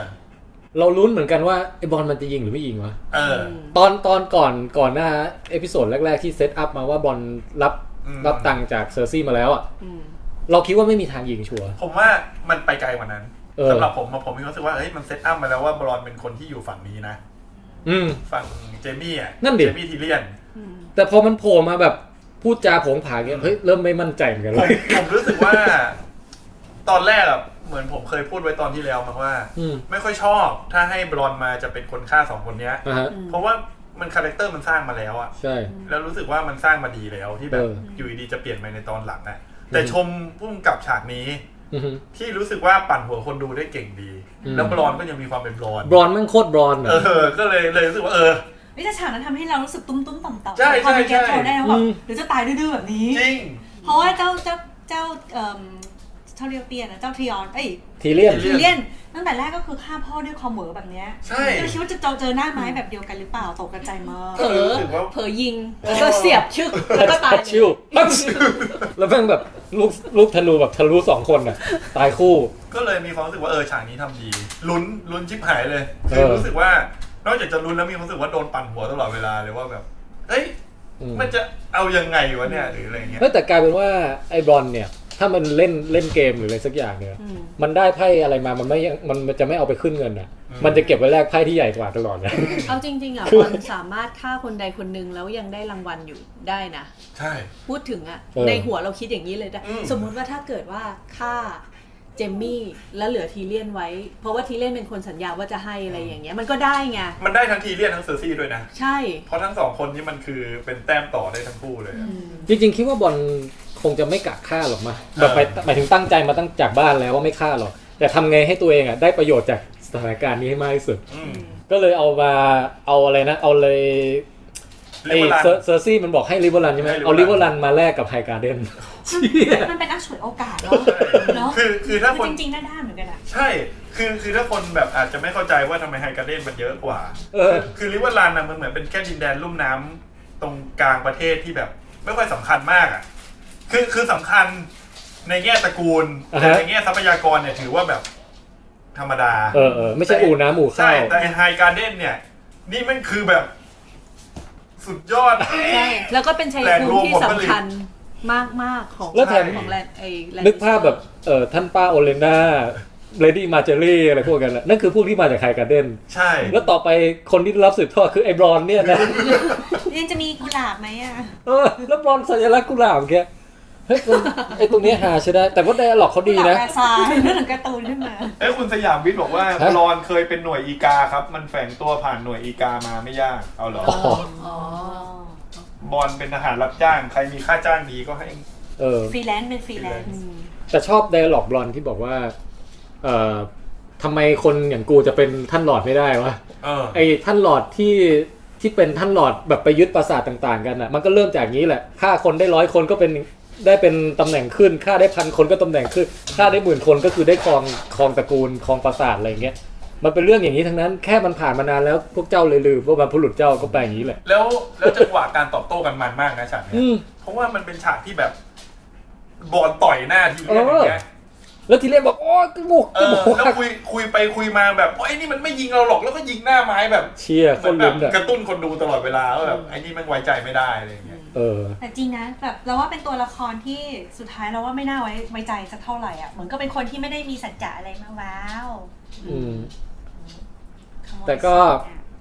Speaker 1: เราลุ้นเหมือนกันว่าไอ้บอลมันจะยิงหรือไม่ยิงวะ
Speaker 2: เออ
Speaker 1: ตอนตอนก่อนก่อนหน้าเอพิโซดแรก ๆ ที่เซตอัพมาว่าบอลรับ
Speaker 2: อืม
Speaker 1: รับตังค์จากเซอร์ซี่มาแล้วอะ
Speaker 5: อืม
Speaker 1: เราคิดว่าไม่มีทางยิงชัวร์
Speaker 2: ผมว่ามันไปไกลกว่านั้น
Speaker 1: เออ
Speaker 2: สำหรับผมอะผมมีความรู้สึกว่าเฮ้ยมันเซตอัพมาแล้วว่าบรอนเป็นคนที่อยู่ฝั่งนี้นะ
Speaker 1: อืม
Speaker 2: ฝั่งเจมี่อ่ะ
Speaker 1: นั่นดิ
Speaker 2: เจมี่ทีเลียน
Speaker 1: แต่พอมันโผล่มาแบบพูดจาโผงผางเนี่ยเฮ้ยเริ่มไม่มั่นใจเหมือนกัน
Speaker 2: ผ
Speaker 1: เล
Speaker 2: ม
Speaker 1: ย
Speaker 2: ผมรู้สึกว่า ตอนแรกอะเหมือนผมเคยพูดไว้ตอนที่แล้วมั้งว่า
Speaker 1: อืม
Speaker 2: ไม่ค่อยชอบ ถ้าให้บรอนมาจะเป็นคนฆ่าสองคนเนี้ย
Speaker 1: อ่ะฮะ
Speaker 2: เพราะว่ามันคาแรคเตอร์มันสร้างมาแล้วอะ
Speaker 1: ใช่
Speaker 2: แล้วรู้สึกว่ามันสร้างมาดีแล้วที่แบบ
Speaker 1: เออ
Speaker 2: อ
Speaker 1: อ
Speaker 2: ยู่ดีๆจะเปลี่ยนไปในตอนหลังอะแต่ชมพุ่มกับฉากนี้
Speaker 1: อือฮึ
Speaker 2: ที่รู้สึกว่าปั่นหัวคนดูได้เก่งดี
Speaker 1: อืม
Speaker 2: แล้วบรอนก็ยังมีความเป็นบรอน
Speaker 1: บรอนแม่งโคตรบรอนอะ
Speaker 2: เออ ก็เลยเลยรู้สึกว่าเออ
Speaker 4: วิจฉากนั้นทำให้เรารู้สึกตุ้มตุ้มๆต่อมต่อม
Speaker 2: ใช่ใช่
Speaker 4: พอมีแก๊ส
Speaker 2: ใช่
Speaker 4: โชว์ได้แล้วแบบ
Speaker 1: อืม
Speaker 4: หรือจะตายดื้อๆแบบนี้
Speaker 2: จริง
Speaker 4: เพราะว่าเจ้าเจ้าเจ้าเอ่อเจ้าเรียวเตียนะเจ้าทริออนเอ้ย
Speaker 1: ทีเลียน
Speaker 2: ที
Speaker 4: ทีเลียนตั้งแต่แรกก็คือฆ่าพ่อด้วยความเหวอแบบเนี้ย
Speaker 2: ใช่
Speaker 4: ก็คิดว่าจะเจอเจอหน้าไม้แบบเดียวกันหรือเปล่าตกกระใจมาก
Speaker 5: เผลอ
Speaker 2: รู้สึกว่า
Speaker 5: เผลอยิงแล้วก็เสียบชึกแล้วก็ตาย
Speaker 1: ชิวปั๊บ แล้วแม่งแบบลูกลูกธนูแบบทะลุสองคนอ่ะ ตายคู่
Speaker 2: ก็เลยมีความรู้สึกว่าเออฉากนี้ทำดี ลุ้นลุ้นชิบหายเลย
Speaker 1: เออ
Speaker 2: คือรู้สึกว่านอกจากจะลุ้นแล้วมีความรู้สึกว่าโดนปั่นหัวตลอดเวลาเลยว่าแบบเอ้ย
Speaker 1: อืม
Speaker 2: มันจะเอายังไงวะเนี่ยหรืออะไรอย่างเงี้ย
Speaker 1: เฮ้ยแต่กลายเป็นว่าไอ้บรอนเนี่ย ถ้ามันเล่นเล่นเกมหรืออะไรสักอย่างเนี่ย
Speaker 5: อืม
Speaker 1: มันได้ไพ่อะไรมา มันไม่ยังมันมันจะไม่เอาไปขึ้นเงินอ่ะ มันจะเก็บไว้แลกไพ่ที่ใหญ่กว่าตลอดนะ
Speaker 5: เอาจริง ๆอ่ะ
Speaker 1: คือ
Speaker 5: บอลสามารถฆ่าคนใดคนหนึ่งแล้วยังได้รางวัลอยู่ได้นะ
Speaker 2: ใช่
Speaker 5: พูดถึงอะ
Speaker 1: เออ
Speaker 5: ในหัวเราคิดอย่างนี้เลยนะ
Speaker 2: อืม
Speaker 5: สมมุติว่าถ้าเกิดว่าฆ่าเจมมี่แล้วเหลือทีเลียนไว้ เพราะว่าทีเลียนเป็นคนสัญญาว่าจะให้อะไรอย่างเงี้ยมันก็ได้ไง
Speaker 2: มันได้ทั้งทีเลียนทั้งเซอร์ซี่ด้วยนะ
Speaker 5: ใช่
Speaker 2: เพราะทั้งสองคนนี่มันคือเป็นแต้มต่อได้ทั้งคู่เลยอะ
Speaker 1: จริงๆคิดว่าบอลคงจะไม่กะฆ่าหรอกมาแบบไปหมายถึงตั้งใจมาตั้งจากบ้านแล้วว่าไม่ฆ่าหรอก แต่ทำไงให้ตัวเองอ่ะได้ประโยชน์จากสถานการณ์นี้ให้มากที่สุด
Speaker 2: อืม
Speaker 1: ก็เลยเอามาเอาอะไรนะ เอาเลย
Speaker 2: เรี
Speaker 1: ไอ้
Speaker 2: ยกว่าร้าน
Speaker 1: เซอร์เซอร์ซี่มันบอกให้ริเวอร์รันใช่ไหม
Speaker 2: ให้ Riverrun
Speaker 1: เอาริเวอร์รันมาแลกกับไฮ การ์เดน
Speaker 4: มันเป็นนักฉวยโอกาสเนาะเนาะ
Speaker 2: ใช่คือคือถ้าคน
Speaker 4: จริงๆหน้าด้านเหมือนกันอะ
Speaker 2: ใช่ คือคือถ้าคนแบบอาจจะไม่เข้าใจว่าทำไมไฮการ์เด้นมันเยอะกว่า
Speaker 1: เออ
Speaker 2: คือริเวอร์ลันน่ะมันเหมือนเป็นแค่ดินแดนลุ่มน้ำตรงกลางประเทศที่แบบ ไม่ค่อยสำคัญมากอ่ะ คือคือสำคัญในแง่ตระกูล
Speaker 1: อ่า
Speaker 2: แต่
Speaker 1: ฮะ
Speaker 2: ในแง่ทรัพยากรเนี่ยถือว่าแบบธรรมดา
Speaker 1: เออเออไม่ใช่อูน้ำอู
Speaker 2: ใช่
Speaker 1: ข้าว
Speaker 2: แต่ไฮการ์เด้นเนี่ย นี่มันคือแบบ สุดยอด
Speaker 5: ใช่แล้วก็เป็นชัยภูมิที่สำคัญมาก ๆ ของ
Speaker 1: แล้วแถม
Speaker 5: ของแลนด์ไอ้แลด์
Speaker 1: นึกภาพแบบเออท่านป้าโอเลน่าเลดี้มาเจอรี่อะไรพวกกันน่ะนั่นคือพวกที่มาจากไฮการ์เด้น
Speaker 2: ใช่
Speaker 1: แล้วต่อไปคนที่รับสืบทอดคือไอ้บรอนเนี่ยนะ
Speaker 4: ยังจะมีกุหลาบไหมอ่ะ
Speaker 1: เออแล้วบรอนสัญลักษณ์กุหลาบแกเฮ้ยมันไอ้ตรงเนี้ยหาใช่ได้ แต่ว่าไดอะล็อกเขาดีนะ
Speaker 4: กุหลาบแปลซ้าย เรื่องการ์ตูนขึ้นมา
Speaker 2: เอ้ยคุณสยามวิทย์บอกว่า
Speaker 1: ฮะ
Speaker 2: รอนเคยเป็นหน่วยอีกาครับ มันแฝงตัวผ่านหน่วยอีกามาไม่ยาก เอาเหรอ
Speaker 1: อ๋อ
Speaker 5: อ๋อ
Speaker 2: บอลเป็นทหารรับจ้าง ใครมีค่าจ้างดีก็ให้
Speaker 1: เออ
Speaker 4: ฟรีแลนซ์เป็นฟรีแลนซ์
Speaker 1: แต่ชอบไดอะล็อกบรอนที่บอกว่า เอ่อทำไมคนอย่างกูจะเป็นท่านหลอดไม่ได้วะ
Speaker 2: เออ
Speaker 1: ไอ้ท่านหลอดที่ที่เป็นท่านหลอดแบบไปยึดปราสาทต่างๆ กันอ่ะ มันก็เริ่มจากอย่างนี้แหละฆ่าคนได้ร้อยคนก็เป็นได้เป็นตำแหน่งขึ้นฆ่าได้พันคนก็ตำแหน่งขึ้นฆ่าได้หมื่นคนก็คือได้ครองครองตระกูลครองปราสาทอะไรอย่างเงี้ยมันเป็นเรื่องอย่างนี้ทั้งนั้นแค่มันผ่านมานานแล้วพวกเจ้าเลยลืมว่าบรรพบุรุษเจ้าก็แปลอย่างนี้แหละ
Speaker 2: แล้วแล้วจังหวะการตอบโต้กันมันมากนะฉากเนี้
Speaker 1: อื
Speaker 2: ย
Speaker 1: ม
Speaker 2: เพราะว่ามันเป็นฉากที่แบบ บอลต่อยหน้าทีเรียนอย่างเงี้ย
Speaker 1: แล้วทีเรกบอกโอ้ยกระบอก
Speaker 2: เอก
Speaker 1: ระบ
Speaker 2: อ
Speaker 1: อก
Speaker 2: แล้วคุยคุยไปคุยมาแบบไอ้ยนี่มันไม่ยิงเราหรอกแล้วก็ยิงหน้าไม้แบบ
Speaker 1: เชียร์
Speaker 2: เห
Speaker 1: ค
Speaker 2: มือน นแบ
Speaker 1: ลุ้
Speaker 2: บ
Speaker 1: นอ่ะ
Speaker 2: กระตุ้นคนดูตลอดเวลาว่าแบบไอ้นี่มันไว้ใจไม่ได้อะไรอย่างเงี้ย
Speaker 1: เออ
Speaker 4: แต่จริงนะแบบเราว่าเป็นตัวละครที่สุดท้ายเราว่าไม่น่าไว้ไว้ใจสักเท่าไหร่อ่ะเหมือนก็เป็นคนที่ไม่ได้มีสัจจะอะไรมาว้าว
Speaker 1: อืม
Speaker 4: ขโมย
Speaker 1: แต่ก็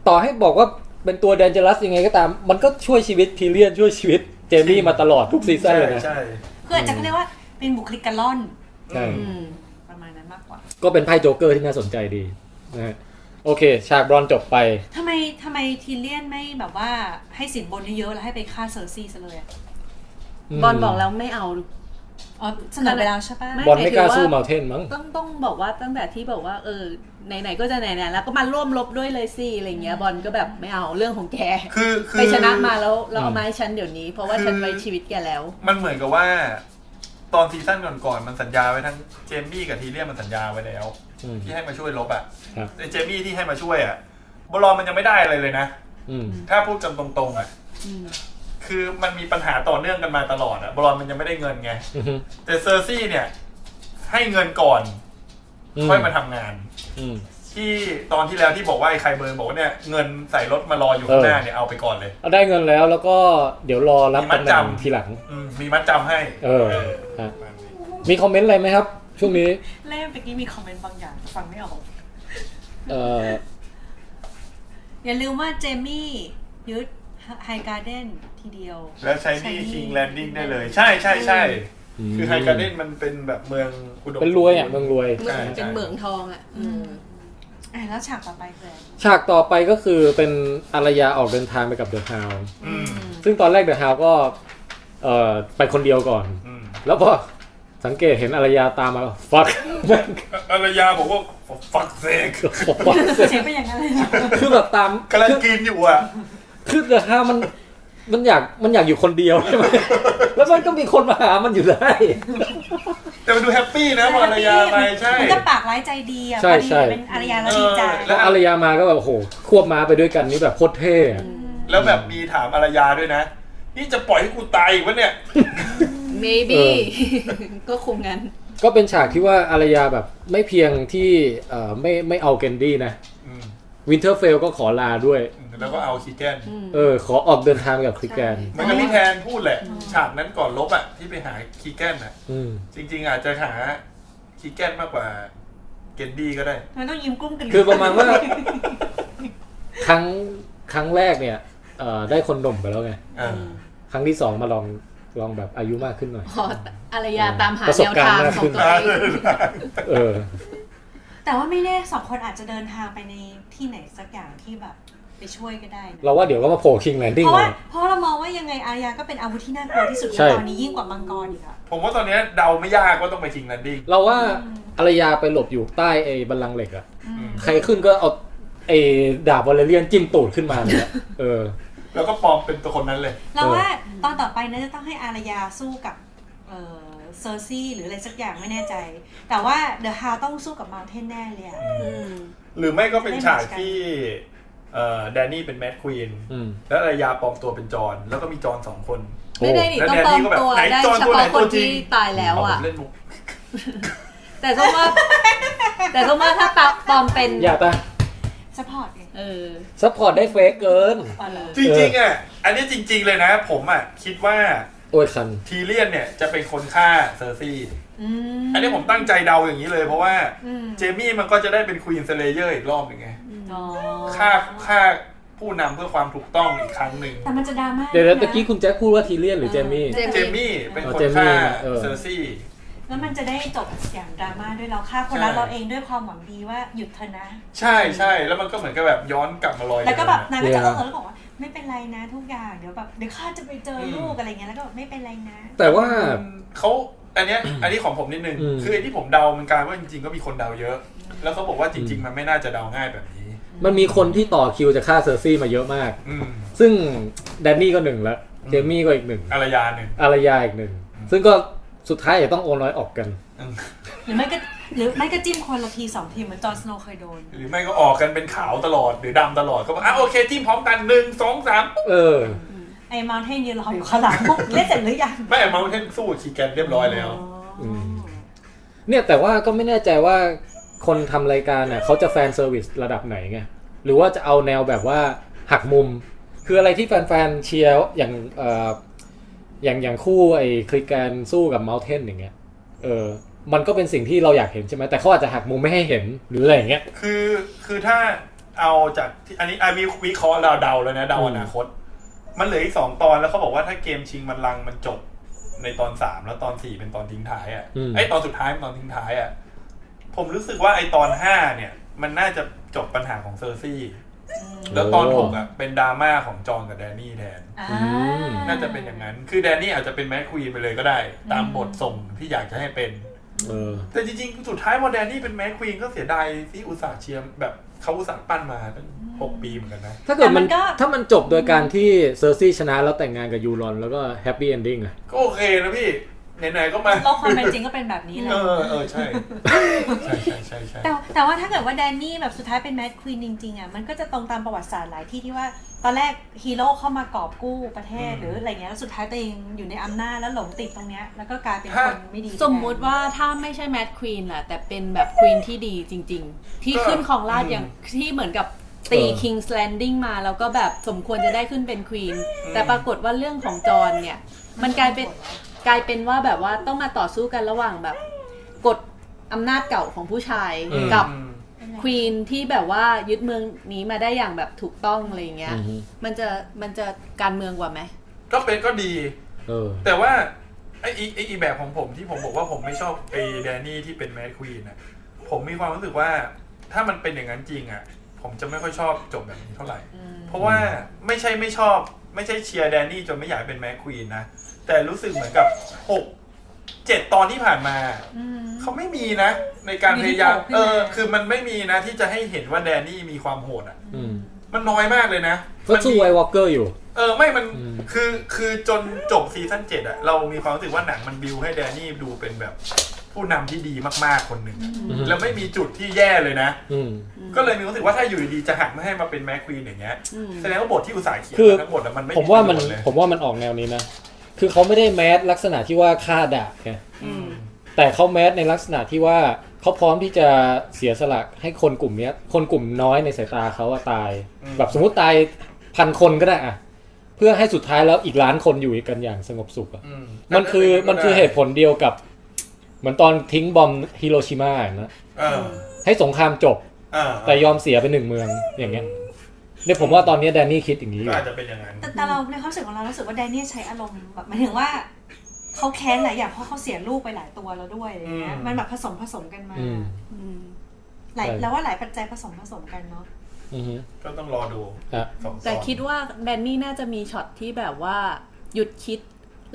Speaker 1: ต่อให้บอกว่าเป็นตัวแดนเจลัสยังไงก็ตาม มันก็ช่วยชีวิตทีเรียนช่วยชีวิตเจมี่มาตลอดทุกซีซั่นเลยนะ
Speaker 2: ใช่
Speaker 4: คืออาจจะเขาเรียกว่าเป็นบุคลิกกะล่อน
Speaker 1: ใช่
Speaker 4: อืมประมาณนั้นมากกว่า
Speaker 1: ก็เป็นไพ่โจ๊กเกอร์ที่น่าสนใจดีนะฮะโอเค ฉากบรอนจบไป
Speaker 4: ทำไมทำไมทีเลียนไม่แบบว่าให้สินบนเยอะๆแล้วให้ไปฆ่าเซอร์ซี่ซะเลยอะ
Speaker 5: บอลบอกแล้วไม่เอา
Speaker 4: อ๋อเสนอไปแล้วใช่ปะ
Speaker 5: ไม่
Speaker 1: บอลไม่กล้าสู้เมาเทนมั้ง
Speaker 5: ต้องต้องบอกว่าตั้งแต่ที่บอกว่า เออไหนๆก็จะไหนๆแล้วก็มาร่วมรบด้วยเลยสิอะไรเงี้ยบอลก็แบบไม่เอาเรื่องของแก
Speaker 2: คือคือ
Speaker 5: ไปชนะมาแล้วแล้ว
Speaker 1: อื
Speaker 5: เอา
Speaker 1: ม
Speaker 5: มาให้ฉันเดี๋ยวนี้ เพราะว่า
Speaker 2: คือ
Speaker 5: ฉันไว้ชีวิตแกแล้ว
Speaker 2: มันเหมือนกับว่า ตอนซีซั่นก่อนๆมันสัญญาไว้ทั้งเจมี่กับทีเรียนมันสัญญาไว้แล้ว
Speaker 1: อืม
Speaker 2: ที่ให้มาช่วยลบอ่ะ
Speaker 1: ครับ
Speaker 2: ไอ้เจมี่ที่ให้มาช่วยอ่ะบอลลอนมันยังไม่ได้อะไรเลยนะ
Speaker 1: อืม
Speaker 2: ถ้าพูดกันตรงๆอ่ะ
Speaker 5: อืม
Speaker 2: คือมันมีปัญหาต่อเนื่องกันมาตลอดอ่ะบอลลอนมันยังไม่ได้เงินไง
Speaker 1: อือฮึ
Speaker 2: แต่เซอร์ซี่เนี่ย ให้เงินก่อนค่อยมาทำงาน
Speaker 1: อืม
Speaker 2: ที่ตอนที่แล้วที่บอกว่าไอ้ใครเบิร์นบอกว่าเนี่ยเงินใส่รถมารออยู่ข้างหน้าเนี่ยเอาไปก่อนเลย
Speaker 1: เอาได้เงินแล้วแล้วก็เดี๋ยวรอรับ
Speaker 2: มีมัด
Speaker 1: ตำแหน่ง
Speaker 2: จำ
Speaker 1: ทีหลัง
Speaker 2: อืมมีมัดจำให้
Speaker 1: เออฮะมีคอมเมนต์อะไรไหมครับ ช่วงนี้
Speaker 4: เล่มเมื่อกี้มีคอมเมนต์บางอย่างฟังไม่ออก
Speaker 1: เออ
Speaker 4: อย่าลืมว่าเจมี่ยึดไฮการ์เด้นทีเดียว
Speaker 2: แล้วใช้หนี่คิงแลนดิ้งได้เลย ใช่ใช่ใช่คือไฮการ์เด้นมันเป็นแบบเมืองอุดม
Speaker 1: เป็นรวยอ่ะเมืองรวย
Speaker 5: เหมือน
Speaker 2: ใช่
Speaker 5: เป็นเหมืองทองอ่ะอืม
Speaker 4: อ่ะแล้วฉากต่อไปคืออะไร
Speaker 1: ฉากต่อไปก็คือเป็นอารยาออกเดินทางไปกับเดอะฮาวด์
Speaker 2: อืม
Speaker 1: ซึ่งตอนแรกเดอะฮาวด์ก็เอ่อไปคนเดียวก่อน
Speaker 2: อืม
Speaker 1: แล้วพอสังเกตเห็นอารยาตามมาฟักแม่ง
Speaker 2: อารยาบอกว่า fuck sake
Speaker 1: ฟัก
Speaker 4: เสียงเป็นอย่างนั้นเลยนะ
Speaker 1: คือแบบตาม
Speaker 2: กำลังกินอยู่อ่ะ
Speaker 1: คือเดอะฮามันมันอยากมันอยากอยู่คนเดียว ใช่ไหมแล้วมันก็มีคนมาหามันอยู่ได้
Speaker 2: แต่มันดูแฮปปี้นะพออารยาไปใช่
Speaker 4: มันก็ปากร้ายใจดีอ่ะ
Speaker 1: ใช่
Speaker 4: พอดี
Speaker 1: ใช่
Speaker 4: เป็นอารยาแล้วดีใจ
Speaker 2: เออ
Speaker 1: แล้วอารยามาก็แบบโอ้โหควบม้าไปด้วยกันนี่แบบโคตรเท่อะ
Speaker 2: แล้วแบบมีถามอารยาด้วยนะ นี่จะปล่อยให้กูตายอีกวะเนี่ย
Speaker 5: เออก็คงงั้น
Speaker 1: ก็เป็นฉากที่ว่าอารยาแบบไม่เพียงที่เอ่อไม่ไม่เอาเกนดี้นะ
Speaker 2: อืม
Speaker 1: วินเทอร์เฟลก็ขอลาด้วย
Speaker 2: แล้วก็เอาคิแกน
Speaker 1: เออขอออกเดินทางกับคริกแกน
Speaker 2: เหมันก็ที่แทนพูดแหละ ฉากนั้นก่อนลบอ่ะ ที่ไปหาคีแกนอ่ะ
Speaker 1: อืม
Speaker 2: จริง ๆ อาจจะหาคีแกนมากกว่าเกนดี้ก็ได้
Speaker 4: มันต้องยิ้มกุ้มกัน
Speaker 1: คือประมาณว่า ครั้งครั้งแรกเนี่ยเอ่อได้คนหนุ่มไปแล้วไง
Speaker 2: อ่า
Speaker 1: ครั้งที่สองมาลองลองแบบอายุมากขึ้นหน่อย
Speaker 5: ขออารยาตามหา
Speaker 1: ประส
Speaker 5: แน
Speaker 1: บ
Speaker 5: ว
Speaker 1: การณ์
Speaker 5: ทางของตัว
Speaker 1: มาก
Speaker 5: เอ
Speaker 1: ขึ้น
Speaker 5: ง
Speaker 1: เออ
Speaker 4: แต่ว่าไม่แน่สองคนอาจจะเดินทางไปในที่ไหนสักอย่างที่แบบไปช่วยก็ได้นะ
Speaker 1: เราว่าเดี๋ยวก็มาโผล่คิงแลนดิ้ง
Speaker 4: เพราะ
Speaker 1: เล
Speaker 4: ว่าย เพราะเรามองว่ายังไงอารยาก็เป็นอาวุธที่น่ากลัวที่สุดใน
Speaker 1: ใช่
Speaker 4: ตอนนี้ยิ่งกว่ามังกรอีกอ่ะ
Speaker 2: ผมว่าตอนเนี้ยเดาไม่ยากว่าต้องไปคิงแลนดิ้ง
Speaker 1: เราว่าอารยาไปหลบอยู่ใต้ไอ้บัลลังก์เหล็กอะ
Speaker 2: อืม
Speaker 1: ใครขึ้นก็เอาไอ้ดาบวอลเลเรียนจิ้มตูดขึ้นมาเลย อะเออ
Speaker 2: แล้วก็ปลอมเป็นตัวคนนั้นเลย
Speaker 4: เราว่าตอนต่อไปน่าจะต้องให้อารยาสู้กับเออเซอร์ซี่หรืออะไรสักอย่างไม่แน่ใจ แต่ว่าเดอะฮาวต้องสู้กับมาเทนแน่เลยอ่ะ
Speaker 5: อืม
Speaker 2: หรือไม่ก็เป็นฉาก
Speaker 4: เล่นเหมือนกัน
Speaker 2: ที่เอ่อแดนนี่เป็นแมดควีน
Speaker 1: อืม
Speaker 2: แล้วอารยาปลอมตัวเป็นจอห์นแล้วก็มีจอห์นสองคน
Speaker 5: ไม่ได้นี่
Speaker 2: แล้ว
Speaker 5: ต้อ
Speaker 2: แด
Speaker 5: ง
Speaker 2: น
Speaker 5: ป
Speaker 2: นี่ก็แบบ
Speaker 5: ลอมตัว
Speaker 2: ไหน
Speaker 5: ได้
Speaker 2: จอน
Speaker 5: เฉ
Speaker 2: ตัวไหน
Speaker 5: พาะค
Speaker 2: ตั
Speaker 5: น
Speaker 2: วจริง
Speaker 5: ที่ตายแล้ว
Speaker 2: เอาผ
Speaker 5: อ่ะ
Speaker 2: มเล่นมุก
Speaker 5: แต่ก็ว่า แต่ก็ว่าถ้าปลอมเป็น
Speaker 1: อยากปะ
Speaker 4: สปอร์ตไง
Speaker 5: เอ เออ
Speaker 1: ซัพพอร์ตได้เฟกเกิน
Speaker 2: จริงๆอ่ะอันนี้จริง ๆ เลยนะ ผมอ่ะคิดว่า
Speaker 1: โอ้ยคัน
Speaker 2: ทีเลียนเนี่ยจะเป็นคนฆ่าเซอร์ซี่
Speaker 4: อืม
Speaker 2: อันนี้ผมตั้งใจเดาอย่างนี้เลย เพราะว่า
Speaker 4: อืม
Speaker 2: เจมี่มันก็จะได้เป็นควีนเซเลเยอร์อีกรอบหนึ่งไง
Speaker 4: อ๋อ
Speaker 2: ฆ่าฆ่าผู้นำเพื่อความถูกต้องอีกครั้งหนึ่ง
Speaker 4: แต่มันจะดราม่า
Speaker 1: เดี๋ยวนะ
Speaker 4: น
Speaker 1: ตะกี้คุณแจ็คพูดว่าทีเลียนหรือเจมี่
Speaker 5: เจ
Speaker 2: เจมี่เป็นคน
Speaker 1: เจมี่
Speaker 2: ฆ่า
Speaker 1: เออ
Speaker 2: เซอร์ซี่
Speaker 4: แล้วมันจะได้จบอย่างดราม่าด้วยเราฆ่าคนรักเราเองด้วยความหวังดีว่าหยุดเถอะนะ
Speaker 2: ใช่ใช่แล้วมันก็เหมือนกับแบบย้อนกลับมาลอย
Speaker 4: แล้วก็แบบ
Speaker 2: เดิมอะ
Speaker 4: นางก็จะ
Speaker 1: เดี๋
Speaker 4: เอ
Speaker 1: ยว
Speaker 4: อแล้วบอกว่าไม่เป็นไรนะทุกอย่างเดี๋ยวแบบเดี๋ยวข้าจะไปเจอลูกอะไรเงี้ยแล้วก็แบบไม่เป็นไรนะ
Speaker 1: แต่ว่า
Speaker 2: เขาอันเนี้ย อันนี้ของผมนิดนึง
Speaker 1: อืม
Speaker 2: คือไอ้ที่ผมเดามันกลายว่าจริงๆ ก็มีคนเดาเยอะ แล้วเขาบอกว่าจริง ๆ มันไม่น่าจะเดาง่ายแบบนี้
Speaker 1: มันมีคนที่ต่อคิวจะฆ่าเซอร์ซี่มาเยอะมาก
Speaker 2: อืม
Speaker 1: ซึ่งแดนนี่ก็หนึ่งละเจมี่ก็อีกหนึ่ง
Speaker 2: อารยาหนึ่ง
Speaker 1: อารยาอีกหนึ่ง ซึ่งก็สุดท้ายจะต้องโอนน้อยออกกัน
Speaker 2: อืม
Speaker 4: หรือไม่ก็หรือไม่ก็จิ้มคนละทีสองทีเหมือนจอร์นสโนว์เคยโดน
Speaker 2: หรือไม่ก็ออกกันเป็นขาวตลอดหรือดำตลอดก็บอกอ่ะโอเคจิ้มพร้อมกันหนึ่งสองสาม
Speaker 1: เออ
Speaker 4: ไอ้มาเทนยืนรออยู่ข้างหลังปุ๊บเล่นเสร็จหรือยัง
Speaker 2: ไม่เมาเทนสู้กับคีแกนเรียบร้อยแล้ว
Speaker 1: อืม เนี่ยแต่ว่าก็ไม่แน่ใจว่าคนทำรายการเน่ะเขาจะแฟนเซอร์วิสระดับไหนไง หรือว่าจะเอาแนวแบบว่าหักมุม คืออะไรที่แฟนๆเชียร์อย่างเอ่ออย่างอย่างคู่ไอ้คลิกแกนสู้กับเมาเทนอย่างเงี้ยเออมันก็เป็นสิ่งที่เราอยากเห็นใช่ไหมแต่เขาอาจจะหักมุมไม่ให้เห็นหรืออะไรอย่างเงี้ย
Speaker 2: คือคือถ้าเอาจากที่อันนี้อันนี้วิเคราะห์เราเดาแล้วนะเดา
Speaker 1: อืม
Speaker 2: อนาคต มันเหลืออีกสองตอนแล้วเขาบอกว่าถ้าเกมชิงบัลลังก์มันจบในตอนสามแล้วตอนสี่เป็นตอนทิ้งท้ายอ่ะไอยตอนสุดท้ายเป็นตอนทิ้งท้ายอ่ะผมรู้สึกว่าไอตอนห้าเนี่ย มันน่าจะจบปัญหาของเซอร์ซี่ แล้วตอนหกอ่ะเป็นดราม่าของจองกับแดนนี่แทน
Speaker 4: อ่า
Speaker 2: น่าจะเป็นอย่างนั้น คือแดนนี่อาจจะเป็นแมดควีนไปเลยก็ได้ ตามบทส่งที่อยากจะให้เป็น
Speaker 1: เออ
Speaker 2: แต่จริงๆ สุดท้ายโมเดลนี่เป็นแมคควีนก็เสียดายที่อุตสาห์เชียร์แบบเขาอุตสาห์ปั้นมาตั้งหกปีเหมือนกันนะ
Speaker 1: ถ้าเกิดมันถ้ามันจบโดยการที่เซอร์ซี่ชนะแล้วแต่งงานกับยูรอนแล้วก็แฮปปี้เอนดิ้งอะ
Speaker 2: ก็โอเคนะพี่ ไหนๆ ก็มา
Speaker 4: โลกความเป็นจริงก็เป็นแบบนี้แหละ
Speaker 2: เออเออใช่ ใช่ใช่ใช่ใช่
Speaker 4: แต่แต่ว่าถ้าเกิดว่าแดนนี่แบบสุดท้ายเป็นแมดควีนจริงๆอ่ะมันก็จะตรงตามประวัติศาสตร์หลายที่ที่ว่า ตอนแรกฮีโร่เข้ามากอบกู้ประเทศหรืออะไรเงี้ยแล้วสุดท้ายตัวเองอยู่ในอำนาจแล้วหลงติดตรงเนี้ยแล้วก็กลายเป็นคนไม่ดี
Speaker 5: สมมุติว่าถ้าไม่ใช่แมดควีนล่ะ แต่เป็นแบบควีนที่ดีจริง ๆ ที่ขึ้นของราชย์อย่างที่เหมือนกับตีคิงส์แลนดิ้งมา แล้วก็แบบสมควรจะได้ขึ้นเป็นควีนแต่ปรากฏว่าเรื่องของจอห์นเนี่ย มันกลายเป็นกลายเป็นว่าแบบว่าต้องมาต่อสู้กันระหว่างแบบกฎอำนาจเก่าของผู้ชายกับ
Speaker 2: อืม
Speaker 5: ควีนที่แบบว่ายึดเมืองนี้มาได้อย่างแบบถูกต้องอะไรอย่างเงี้ย มันจะมันจะการเมืองกว่าไหม
Speaker 2: ก็เป็นก็ดี
Speaker 1: เออ
Speaker 2: แต่ว่าไอ้ไอ้ไอ้อีแบบของผมที่ผมบอกว่าผมไม่ชอบไอ้แดนนี่ที่เป็นแมดควีนนะผมมีความรู้สึกว่าถ้ามันเป็นอย่างนั้นจริงอ่ะ ผมจะไม่ค่อยชอบจบแบบนี้เท่าไหร่ เพราะว่าไม่ใช่ไม่ชอบ ไม่ใช่เชียร์แดนนี่จนไม่อยากเป็นแมดควีนนะ แต่รู้สึกเหมือนกับหกเจ็ดตอนที่ผ่านมา
Speaker 4: อืม
Speaker 2: เขาไม่มีนะ ในการพยายาม
Speaker 4: มีที่โผล่ขึ้นมา
Speaker 2: เออ คือมันไม่มีนะที่จะให้เห็นว่าแดนนี่มีความโหดอ่ะ
Speaker 1: อืม
Speaker 2: มันน้อยมากเลยนะ
Speaker 1: ก็สู้
Speaker 2: มี
Speaker 1: ไววอลเกอร์อยู่
Speaker 2: เออไม่มัน
Speaker 1: อืม
Speaker 2: คือคือจนจบซีซั่นเจ็ดอะเรามีความรู้สึกว่าหนังมันบิวให้แดนนี่ดูเป็นแบบผู้นำที่ดีมากๆคนหนึ่งอะ
Speaker 1: อืม
Speaker 2: แล้วไม่มีจุดที่แย่เลยนะ
Speaker 1: อืม
Speaker 2: ก็เลยมีความรู้สึกว่าถ้าอยู่ดีๆจะหักไม่ให้มาเป็นแม็กควีนอย่างเงี้ยแสดงว่าบทที่อุตสาห์เขียน
Speaker 1: คือ
Speaker 2: มาทั้งหมดอะมันไม่
Speaker 1: ผมว่ามัน
Speaker 2: ประโยชน์เลย
Speaker 1: ผมว่ามันออกแนวนี้นะ คือเขาไม่ได้แมสลักษณะที่ว่าฆ่าดาบไง
Speaker 2: อืม
Speaker 1: แต่เขาแมสในลักษณะที่ว่าเขาพร้อมที่จะเสียสละให้คนกลุ่มเนี้ย คนกลุ่มน้อยในสายตาเขาอะตาย แบบสมมติตายพันคนก็ได้อะเพื่อให้สุดท้ายแล้วอีกล้านคนอยู่กันอย่างสงบสุขอะ
Speaker 2: อื
Speaker 1: มันคือมันคือเหตุผลเดียวกับ เหมือนตอนทิ้งบอมฮิโรชิมาอะนะ
Speaker 2: เออ
Speaker 1: ให้สงครามจบ
Speaker 2: เออ
Speaker 1: แต่ยอมเสียไปหนึ่งเมืองอย่างเงี้ยเนี่ยผมว่าตอนเนี้ยแดนนี่คิดอย่างนี้อ
Speaker 2: ก็
Speaker 1: ยู่
Speaker 2: อาจจะเป็นอย่างนั้น
Speaker 4: แต่แต่เราในความรู้สึกของเรารู้สึกว่าแดเนียลใช้อารมณ์แบบหมายถึงว่าเขาแค้นหลายอย่างเพราะเขาเสียลูกไปหลายตัวแล้วด้วยอะไรเงี้ย
Speaker 2: อืม
Speaker 4: มันแบบผสมผสมกันมา
Speaker 1: อืม
Speaker 4: หลาย
Speaker 1: ใช่
Speaker 4: แล้วว่าหลายปัจจัยผสมผสมกันเนาะ
Speaker 1: อือฮึ
Speaker 2: ก็ต้องรอดู
Speaker 1: อ่ะ
Speaker 2: สองตอน
Speaker 5: แต่คิดว่าแดนนี่น่าจะมีช็อตที่แบบว่าหยุดคิด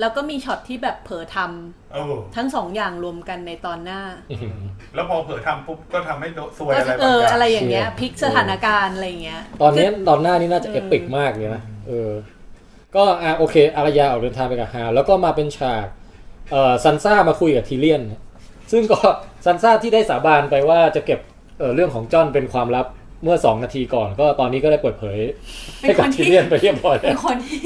Speaker 5: แล้วก็มีช็อตที่แบบเผลอท
Speaker 2: เออ
Speaker 5: ำทั้งสองอย่างรวมกันในตอนหน้า
Speaker 1: อื้อหือ
Speaker 2: แล้วพอเผลอทำปุ๊บก็ทำให้โดนซวย
Speaker 5: ก็
Speaker 2: อะไรา
Speaker 5: เอบ
Speaker 2: ง
Speaker 5: อ
Speaker 2: อย่าง
Speaker 5: อะไรอย่างเงี้ยพลิกสถานการณ์อะไรอย่างเงี้ย
Speaker 1: ตอนเนี้ยตอนหน้านี่น่าจะเอปิกมากเลยนะเออ ก็อ่ะโอเค อารยาออกเดินทางไปกับฮาแล้วก็มาเป็นฉากเอ่อซันซ่ามาคุยกับทีเลียน ซึ่งก็ ซันซ่าที่ได้สาบานไปว่าจะเก็บเอ่อเรื่องของจอห์นเป็นความลับเมื่อสองนาทีก่อน ก็ตอนนี้ก็ได้เปิดเผยให้กับทีเลียนไปเรียบร้อยแล้
Speaker 4: เป็น
Speaker 1: ว
Speaker 4: คนที่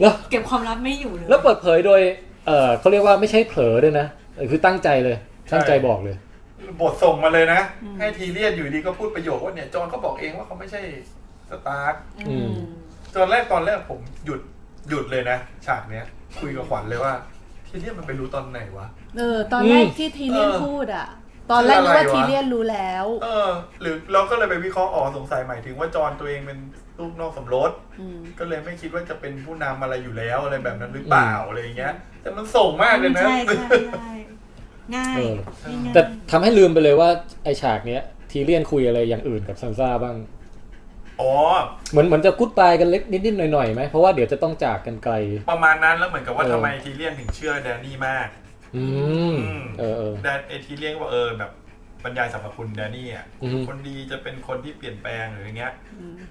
Speaker 1: แล้ว
Speaker 4: เก็บความลับไม่อยู่เลย
Speaker 1: แล้วเปิดเผยโดย เออเขาเรียกว่าไม่ใช่เผลอด้วยนะเออคือตั้งใจเลย ตั้งใจบอกเลย
Speaker 2: บทส่งมาเลยนะ ให้ทีเรียนอยู่ดีก็พูดประโยคว่าเนี่ยจอห์นเขาบอกเองว่าเขาไม่ใช่ สตาร์ท
Speaker 1: อืม
Speaker 2: ตอนแรกตอนแรกผมหยุดหยุดเลยนะ ฉากเนี้ย คุยกับขวัญเลยว่า ที่เรียกมันไปรู้ตอนไหนวะ
Speaker 5: เออตอนแรก
Speaker 1: อืม
Speaker 5: ที่ทีเลียน
Speaker 2: เออ
Speaker 5: พูดอ่ะ ตอนแรกนึกว่า
Speaker 2: คืออะไรวะ
Speaker 5: ทีเลียนรู้แล้ว
Speaker 2: เออ หรือเราก็เลยไปวิเคราะห์อ๋อสงสัยหมายถึงว่าจอนตัวเองเป็นลูกนอกสมรส
Speaker 5: อืม
Speaker 2: ก็เลยไม่คิดว่าจะเป็นผู้นำอะไรอยู่แล้วอะไรแบบนั้นหรือเปล่าอะไรอย่างเงี้ย แต่มันส่งมากเลยนะ
Speaker 4: ใช่ใช่ใช่ง่าย
Speaker 1: เออ
Speaker 4: ง่าย
Speaker 1: แต่ทำให้ลืมไปเลยว่าไอฉากเนี้ยทีเลียนคุยอะไรอย่างอื่นกับซันซ่าบ้าง
Speaker 2: อ๋อ
Speaker 1: เหมือนเหมือนจะกุ๊ดบายกันเล็กนิดๆหน่อยๆไหมเพราะว่าเดี๋ยวจะต้องจากกันไกล
Speaker 2: ประมาณนั้นแล้วเหมือนกับว่า
Speaker 1: เออ
Speaker 2: ทำไมทีเลียนถึงเชื่อแดนนี่มาก
Speaker 1: อืม
Speaker 2: อืม
Speaker 1: เออเออ
Speaker 2: แดนไอทีเลียนก็บอกเออแบบบรรยายสรรพคุณแดนนี่อ่ะ
Speaker 1: อืม
Speaker 2: คนดีจะเป็นคนที่เปลี่ยนแปลงหรืออย่างเงี้ย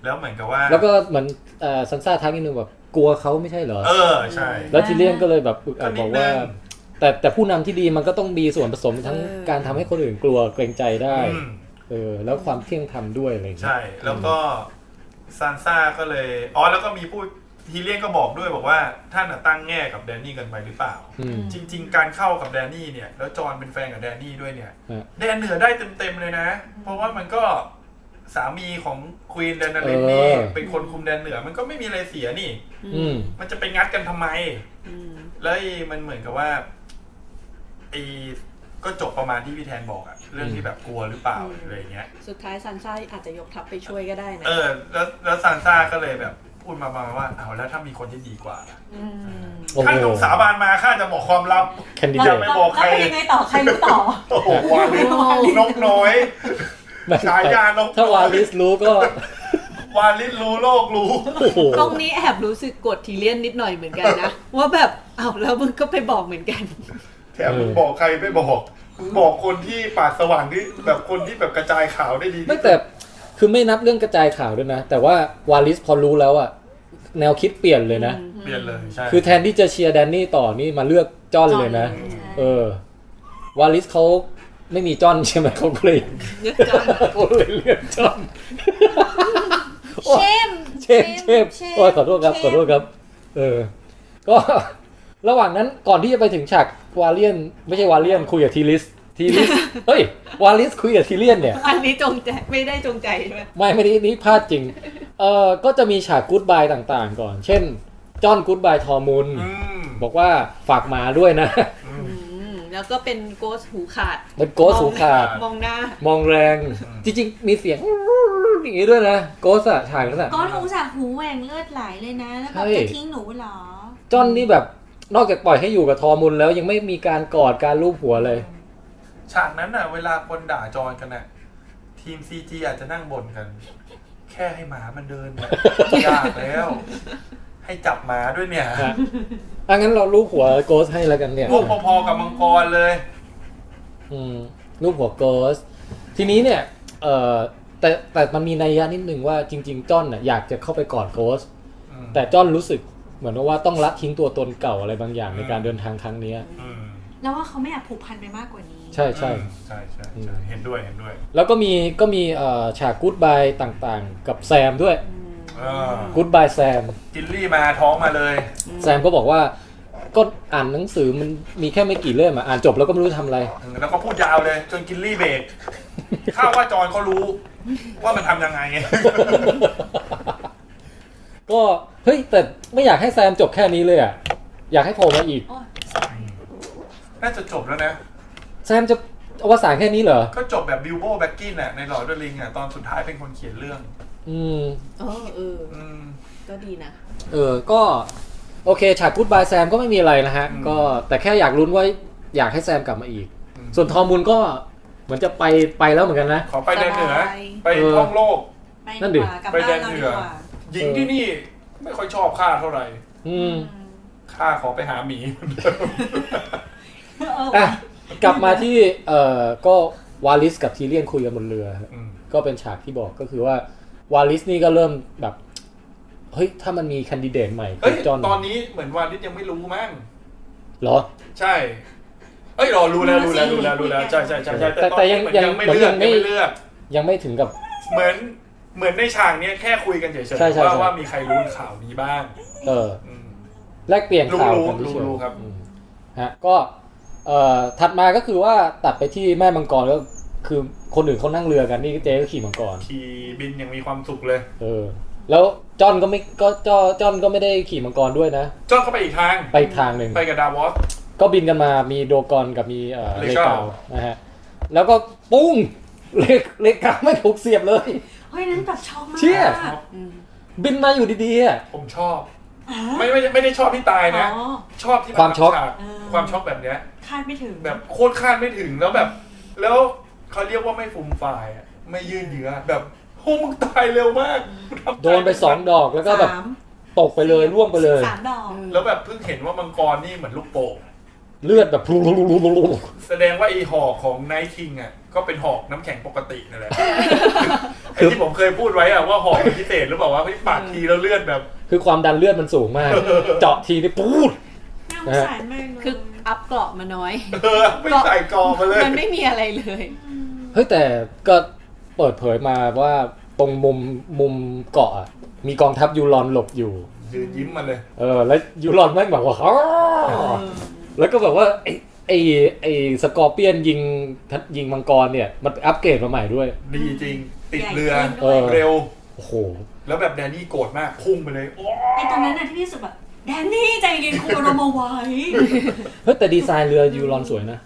Speaker 2: แล้วเหมือนกับว่า
Speaker 1: แล้วก็เหมือนเอ่อซันซ่าทักนิดนึงแบบกลัวเขาไม่ใช่เหรอ
Speaker 2: เออใช่
Speaker 1: แล้วทีเลียนก็เลยแบบอึกอักบ
Speaker 2: ก็นิด
Speaker 1: อกว่า
Speaker 2: นึง
Speaker 1: แต่แต่ผู้นำที่ดีมันก็ต้องมีส่วนผสมทั้ง
Speaker 5: เออ
Speaker 1: การทำให้คนอื่นกลัวเกรงใจได้
Speaker 2: อืม
Speaker 1: เออแล้วความเที่ยงธรรมด้วยอะไรอย่างเงี้ย
Speaker 2: ใช่ แล้วก็ซานซ่าก็เลยอ๋อแล้วก็มีพูดทีเลียนก็บอกด้วยบอกว่าท่านน่ะตั้งแง่กับแดนนี่เกันไปหรือเปล่า
Speaker 1: อืม
Speaker 2: จริง ๆ การเข้ากับแดนนี่เนี่ย แล้วจอห์นเป็นแฟนกับแดนนี่ด้วยเนี่ย
Speaker 1: ฮะ
Speaker 2: แดนเหนือได้เต็มๆเลยนะ เพราะว่ามันก็สามีของควีนแดนนาเลนนี่
Speaker 1: เออ
Speaker 2: เป็นคนคุมแดนเหนือ มันก็ไม่มีอะไรเสียนี่
Speaker 1: อืม
Speaker 2: มันจะไปงัดกันทำไม
Speaker 5: อืม
Speaker 2: แล้วไอ้มันเหมือนกับว่าไอ้ก็จบประมาณที่พี่แทนบอกอะเรื่องที่แบบกลัวหรือเปล่าอะไรอย่างเงี้ย
Speaker 5: สุดท้ายซันซ่าอาจจะยกทัพไปช่วยก็ได้นะ
Speaker 2: เออ แล้วแล้วซานซ่าก็เลยแบบพูดมาประมาณว่าเอาวแล้วถ้ามีคนที่ดีกว่าล่ะ
Speaker 4: อืม
Speaker 1: โอ้โห
Speaker 2: ข้าต้องสาบานมาข้าจะบอกความลับ
Speaker 1: แคนดิ
Speaker 2: อ
Speaker 1: เด
Speaker 2: ย่า
Speaker 1: ต
Speaker 2: ไปบอกใคร
Speaker 4: แล้วเป็นยังไงต่อใครรู้ต่อ
Speaker 2: โอ้โห วาลิสนกน้อย ฉายานก
Speaker 1: ถ้าวาลิสรู้ก็
Speaker 2: วาลิสรู้โลกรู้
Speaker 1: โอ้โห
Speaker 5: ตรงนี้แอบรู้สึกกดทีเลียนนิดหน่อยเหมือนกันนะ ว่าแบบอ้าวแล้วมึงก็ไปบอกเหมือนกัน
Speaker 2: แถมมึงบอกใครไม่บอก บอกคนที่ปาดสว่างที่แบบคนที่แบบกระจายข่าวได้ดีที่สุด
Speaker 1: ไม่แต่คือไม่นับเรื่องกระจายข่าวด้วยนะ แต่ว่าวาลิสพอรู้แล้วอะแนวคิดเปลี่ยนเลยนะ
Speaker 2: เปลี่ยนเลยใช่
Speaker 1: คือแทนที่จะเชียร์แดนนี่ต่อนี่มาเลือกจอนเลยนะ
Speaker 5: จอนเลยใช่
Speaker 1: เออ วาลิสเขาไม่มีจอน ใช่ไหมเขาก็เลย
Speaker 5: เลือกจอน
Speaker 1: เขาเลยเลือกจอน
Speaker 4: เชม
Speaker 1: เชฟเชฟโอ้ยขอโทษครับขอโทษครับ เออ ก็ ระหว่างนั้นก่อนที่จะไปถึงฉากวาเลียน ไม่ใช่วาเลียนคุยกับทีลิส ทีลิส เฮ้ยวาลิสคุยกับทีเลียนเนี่ย
Speaker 5: อันนี้จงใจไม่ได้จงใจใช่ไหม
Speaker 1: ไม่ไม่ได้นี่พลาดจริง เออก็จะมีฉากกู๊ดบายต่างๆ ก่อน เช่น จอห์นกู๊ดบายทอมุล
Speaker 2: อืม
Speaker 1: บอกว่าฝากหมาด้วยนะ
Speaker 5: อืมแล้วก็เป็นโกสหูขาด
Speaker 1: เป็นโกสหูขาด
Speaker 5: มองหน้าม
Speaker 1: องแรง จริงๆ มีเสียงอย่างนี้ด้วยนะ โกสอะฉากนั้นอะ
Speaker 4: ก้อนหูจากหูแหว่งเลือดไหลเลยนะ แล้วแบบ
Speaker 1: ใช่
Speaker 4: จะทิ้งหนูเหรอ
Speaker 1: จอห์นนี่แบบนอกจากปล่อยให้อยู่กับทอมุลแล้วยังไม่มีการกอดการลูบหัวเลย
Speaker 2: ฉากนั้นน่ะ เวลาคนด่าจอนกันน่ะ ทีมซีจีอาจจะนั่งบ่นกัน แค่ให้หมามันเดินน่ะยากแล้ว ให้จับหมาด้วยเนี่ย
Speaker 1: ฮะ อ่ะงั้นเราลูบหัวโกสให้แล้วกันเนี่ย
Speaker 2: พวกพอๆกับมังกรเลย
Speaker 1: อืมรูปหัวโกส ทีนี้เนี่ยเอ่อแต่แต่มันมีนัยยะนิดนึงว่าจริง ๆจอห์นน่ะอยากจะเข้าไปกอดโกส
Speaker 2: อืม
Speaker 1: แต่จอห์นรู้สึกเหมือนว่าต้องละทิ้งตัวตนเก่าอะไรบางอย่างในการเดินทางครั้งเนี้ย
Speaker 2: อืม
Speaker 4: แล้วว่าเขาไม่อยากผูกพันไปมากกว่านี้
Speaker 1: ใช่ใช่
Speaker 2: อืมใช่ใช่ใช่เห็นด้วยเห็นด้วย
Speaker 1: แล้วก็มีก็มีเอ่อฉากกู๊ดบายต่างๆ กับแซมด้วย
Speaker 2: เออ
Speaker 1: กู๊ดบายแซม
Speaker 2: จิลลี่มาท้องมาเลย
Speaker 1: แซมก็บอกว่าก็อ่านหนังสือมันมีแค่ไม่กี่เล่มอะอ่านจบแล้วก็ไม่รู้จะทำ อะไร
Speaker 2: แล้วก็พูดยาวเลยจนกินรี่เบรกข้าวว่าจอนเขารู้ ว่ามันทำยัง ไง
Speaker 1: ก็เฮ้ยแต่ไม่อยากให้แซมจบแค่นี้เลยอะอยากให้โผล่มาอีก
Speaker 4: โอ้ย
Speaker 2: น่าจะจบแล้วนะ
Speaker 1: แซมจะอวสานแค่นี้เหรอ
Speaker 2: ก็จบแบบบิวโบแบ็กกินน่ะในหลอดเดลิงอ่ะตอนสุดท้ายเป็นคนเขียนเรื่อง
Speaker 1: อืม
Speaker 5: เออเออ
Speaker 2: อืม
Speaker 5: ก็ดีนะ
Speaker 1: เออ ก็โอเค ฉากกู๊ดบายแซมก็ไม่มีอะไรนะฮะ
Speaker 2: อืม
Speaker 1: ก็แต่แค่อยากลุ้นว่าอยากให้แซมกลับมาอีก
Speaker 2: อืม
Speaker 1: ส่วนทอมูลก็เหมือนจะไปไปแล้วเหมือนกันนะ
Speaker 2: ขอไปแดนเหนือ
Speaker 4: สบาย
Speaker 2: ไปท่องโลก
Speaker 4: ไป
Speaker 1: นั่นดิ
Speaker 4: ดีกว่ากลับ
Speaker 2: ไปแด
Speaker 4: บ้าน
Speaker 2: น
Speaker 4: เรา
Speaker 2: เห
Speaker 4: ดี
Speaker 2: นือ
Speaker 4: กว่า
Speaker 2: หญิงที่นี่ไม่ค่อยชอบข้าเท่าไหร่
Speaker 1: อืม
Speaker 2: ข้าขอไปหาหมี
Speaker 4: เออ
Speaker 1: อ่ะ กลับมาที่ เอ่อ ก็วาลิสกับทีเลียนคุยกันบนเรือฮะ
Speaker 2: อืม
Speaker 1: ก็เป็นฉากที่บอกก็คือว่าวาลิสนี่ก็เริ่มแบบ เฮ้ย ถ้ามันมีแคนดิเดตใหม่
Speaker 2: เอ้ย
Speaker 1: จอห์น
Speaker 2: ตอนนี้เหมือนวาลิสยังไม่รู้มั้ง
Speaker 1: เหรอ
Speaker 2: ใช่ เอ้ยรอรู้แล้วรู้แล้วรู้แล้วรู้แล้วใช่ใช่ใช่ใช่
Speaker 1: แต่แต่
Speaker 2: อน
Speaker 1: ยั
Speaker 2: นี้
Speaker 1: ง
Speaker 2: เหมือน
Speaker 1: ยัง
Speaker 2: ยังไม่เลือก
Speaker 1: ยัไม่
Speaker 2: ยัง งไม่เลือก
Speaker 1: ยังไม่ถึงกับ
Speaker 2: เหมือนเหมือนในฉากเนี้ยแค่คุยกันเฉย
Speaker 1: ใช่ใช่
Speaker 2: ๆว่า
Speaker 1: ใช่
Speaker 2: ว่ามีใครรู้ข่าวนี้บ้าง
Speaker 1: เออ
Speaker 2: อืม
Speaker 1: แลกเปลี่ยนข่าว
Speaker 2: รู้
Speaker 1: กัน
Speaker 2: รู้
Speaker 1: เฉย
Speaker 2: รู้
Speaker 1: ๆ
Speaker 2: ครับ
Speaker 1: อืมฮะก็เอ่อถัดมาก็คือว่าตัดไปที่แม่มังกรแล้ว คือคนอื่นเขานั่งเรือกันนี่เจ๊ก็ขี่มังกร
Speaker 2: ขี่บินยังมีความสุขเลย
Speaker 1: เออ แล้วจอนก็ไม่ก็จอจอนก็ไม่ได้ขี่มังกรด้วยนะ
Speaker 2: จอนเข้าไปอีกทาง
Speaker 1: ไปอีกทางหนึ่ง
Speaker 2: ไปกับดาวอส
Speaker 1: ก็บินกันมามีโดกอนกับมีเอ่อเล
Speaker 2: เล
Speaker 1: กา
Speaker 2: เกาว ว
Speaker 1: นะฮะ แล้วก็ปุ้ง เลกเลกาวไม่ถูกเสียบเลย
Speaker 4: เฮ้ยนั้นแบบช็อกมาก
Speaker 1: เชี่ย บินมาอยู่ดีๆอะ
Speaker 2: ผมชอบ
Speaker 4: อ่า
Speaker 2: ไม่ไม่ไม่ได้ชอบที่ตายนะ
Speaker 4: อ๋อ
Speaker 2: ชอบที่น
Speaker 1: ความช็อก
Speaker 2: ฉก
Speaker 4: เออ
Speaker 2: ความช็อกแบบเนี้ย
Speaker 4: คาดไม่ถึง
Speaker 2: แบบโคตรคาดไม่ถึงแล้วแบบ แล้วเขาเรียกว่าไม่ฟูมฝ่ายอะไม่ยืดเยื้อแบบโอ้มึงตายเร็วมาก
Speaker 1: โดนไปสองดอกแล้วก็แบบ
Speaker 4: สาม
Speaker 1: ตกไปเลยร่วงไปเลย
Speaker 4: สามดอก
Speaker 2: แล้วแบบเพิ่งเห็นว่ามังกรนี่เหมือนลูกโป่ง
Speaker 1: เลือดแบบพลุ งๆๆ
Speaker 2: แสดงว่าไอหอกของไนท์คิงอ่ะก็เป็นหอกน้ำแข็งปกตินั่น แหละไอที่ผมเคยพูดไว้อะว่าหอกพิเศษหรือเปล่าว่าที่ปาดทีแล้วเลือดแบบ
Speaker 1: ๆๆคือความดันเลือดมันสูงมาก เจาะทีนี่ปูด
Speaker 4: น่าสงสารมากเลย
Speaker 5: คืออัพเกราะมาน้อย
Speaker 2: เออไม่ใส่กอมาเลย
Speaker 5: มันไม่มีอะไรเลย
Speaker 1: เฮ้ยแต่ก็เปิดเผยมาว่าตรงมุมมุมเกาะอะมีกองทัพยูรอนหลบอยู่
Speaker 2: ยืนยิ้มมาเลย
Speaker 1: เออแล้วยูรอนแม่งแบบว่าฮ่าแล้วก็แบบว่าไอ้ไอ้ไอ้สกอร์เปียนยิงยิงมังกรเนี่ย มันอัปเกรดมาใหม่ด้วย
Speaker 2: ดีจริง ติดเรือ
Speaker 4: ใหญ่
Speaker 1: ออ
Speaker 4: ขึ้นด้วย
Speaker 2: เร็ว
Speaker 1: โอ้โห
Speaker 2: แล้วแบบแดนนี่โกรธมากพุ่งไปเลย โอ้
Speaker 4: ไอ้ตอนนั้นน่ะที่พี่สุดแบบแดนนี่ใจเย็นครูอารมณ์เอาไว้
Speaker 1: เฮ้ยแต่ดีไซน์เรือยูรอนสวยนะ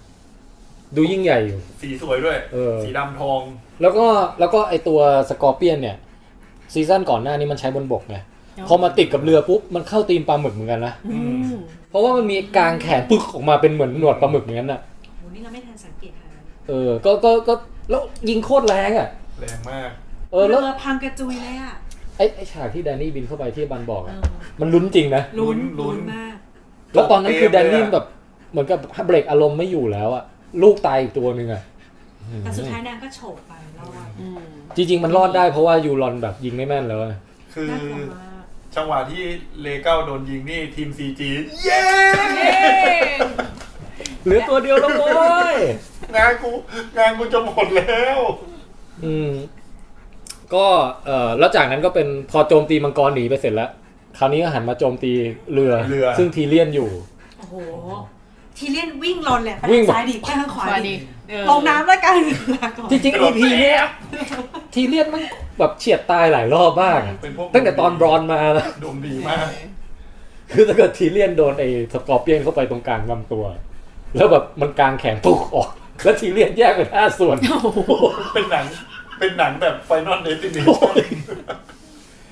Speaker 1: ดูยิ่งใหญ่อยู่
Speaker 2: สีสวยด้วย
Speaker 1: เออ
Speaker 2: สีดำทอง
Speaker 1: แล้วก็แล้วก็ไอตัวสกอร์เปียนเนี่ย ซีซั่นก่อนหน้านี้มันใช้บนบกไงพอมาติดกับเรือปุ๊บ มันเข้าตีมปลาหมึกเหมือนกันนะ
Speaker 5: อืม
Speaker 1: เพราะว่ามันมีกางแขนปึกออกมาเป็นเหมือนหนวดปลาหมึกเหมือนกันน่ะ
Speaker 4: โหนี่เราไม่ทันสังเกตค่ะ
Speaker 1: เออก็ก็ก็แล้วยิงโคตรแรงอ่ะ
Speaker 2: แรงมาก
Speaker 1: เออแล้ว
Speaker 4: เรือพังกระจุยเลยอ่ะ
Speaker 1: ไอไอฉากที่แดนนี่บินเข้าไปที่บันบอกอะมันลุ้นจริงนะ
Speaker 4: ลุ้น
Speaker 2: ลุ้
Speaker 4: ลุ้
Speaker 2: น
Speaker 4: นมาก
Speaker 1: แล้วตอนนั้นคือแดนนี่
Speaker 2: เกมเลยอะ
Speaker 1: แบบเหมือนกับเบรกอารมณ์ไม่อยู่แล้วอะลูกตายอีกตัวหนึ่งอะ
Speaker 4: แต่สุดท้ายนางก็โฉบไปรอด
Speaker 5: อืม
Speaker 1: จริง ๆ มันรอดได้เพราะว่ายูรอนแบบยิงไม่แม่นแล้วอะ
Speaker 2: คือ
Speaker 4: น่ากลัวมาก
Speaker 2: จังหวะที่เลเก้าโดนยิงนี่ทีมซีจีเย้
Speaker 1: เหลือตัวเดียวแล้วโว้ย
Speaker 2: งานกูงานกูจะหมดแล้ว
Speaker 1: อืมก็เออแล้วจากนั้นก็เป็นพอโจมตีมังกรหนีไปเสร็จแล้ว คราวนี้ก็หันมาโจมตีเรือ ซึ่งทีเลียนอยู่
Speaker 4: โอ้โห ทีเล่นวิ่งลอนแหละไป
Speaker 1: วิ่
Speaker 4: ทาง ง
Speaker 1: แบบ
Speaker 4: ซ้ายดิไปทางข
Speaker 5: ขวาว
Speaker 4: าดิ
Speaker 5: ดีเออ
Speaker 4: ลงน้ำแล้วกันลาก่อน
Speaker 1: จริงๆ EP เนี้ยทีเลียนมันแบบเฉียดตายหลายรอบมากอะ
Speaker 2: เป็นพวก
Speaker 1: ตั้งแต่ตอนบรอนมานะ
Speaker 2: ดวงดีมาก
Speaker 1: คือถ้าเกิดทีเลียนโดนไอ้สกอร์เปียนเข้าไปตรงกลางลำตัว แล้วแบบมันกลางแขนปุกออก แล้วทีเลียนแยกเป็นห้า ส่วน
Speaker 2: เป็นหนัง เป็นหนังแบบไฟนอลเดสตินี
Speaker 1: โอ้ย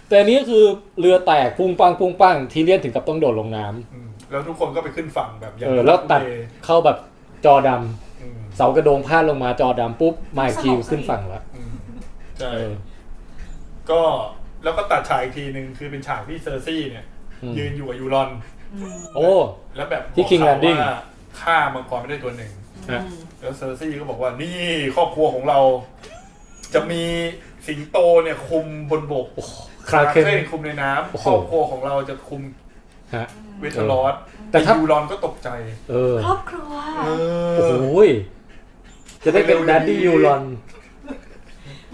Speaker 1: แต่อันนี้คือเรือแตกพุงปังพุงปังทีเลียนถึงกับต้องโดดลงน้ำ
Speaker 2: แล้วทุกคนก็ไปขึ้นฝั่งแบบย่าง
Speaker 1: เออแล้วตัด
Speaker 2: ทุเ
Speaker 1: เข้าแบบจอดำ
Speaker 2: อืม
Speaker 1: เสากระโดงพาดลงมาจอดำปุ๊บมาอีกทีขึ้นฝั่งละ
Speaker 2: อืมใช่
Speaker 1: เออ
Speaker 2: ก็แล้วก็ตัดฉากอีกทีหนึ่งคือเป็นฉากที่เซอร์ซี่เนี่ย
Speaker 1: อืม
Speaker 2: ยืนอยู่กับยูรอน
Speaker 1: โอ้
Speaker 2: แล้วแบบ
Speaker 1: ที่ King
Speaker 2: บอกเขา
Speaker 1: Landing
Speaker 2: ว่าฆ่ามังกรไม่ได้ตัวหนึ่ง
Speaker 1: ฮะ
Speaker 2: แล้วเซอร์ซี่ก็บอกว่านี่ครอบครัวของเรา จะมีสิงโตเนี่ยคุมบนบก
Speaker 1: คราเคน
Speaker 2: คุมในน้ำ
Speaker 1: โอ้โห
Speaker 2: ครอบครัวของเราจะคุม
Speaker 1: ฮะ
Speaker 2: เวทลอส
Speaker 1: แต่ถ้า
Speaker 2: ยูรอนก็ตกใจ
Speaker 1: เออ
Speaker 4: ครอบครัว
Speaker 2: เอ
Speaker 1: โอ้
Speaker 2: อ
Speaker 1: โหยจะได้เป็นดัดดี้ยูรอน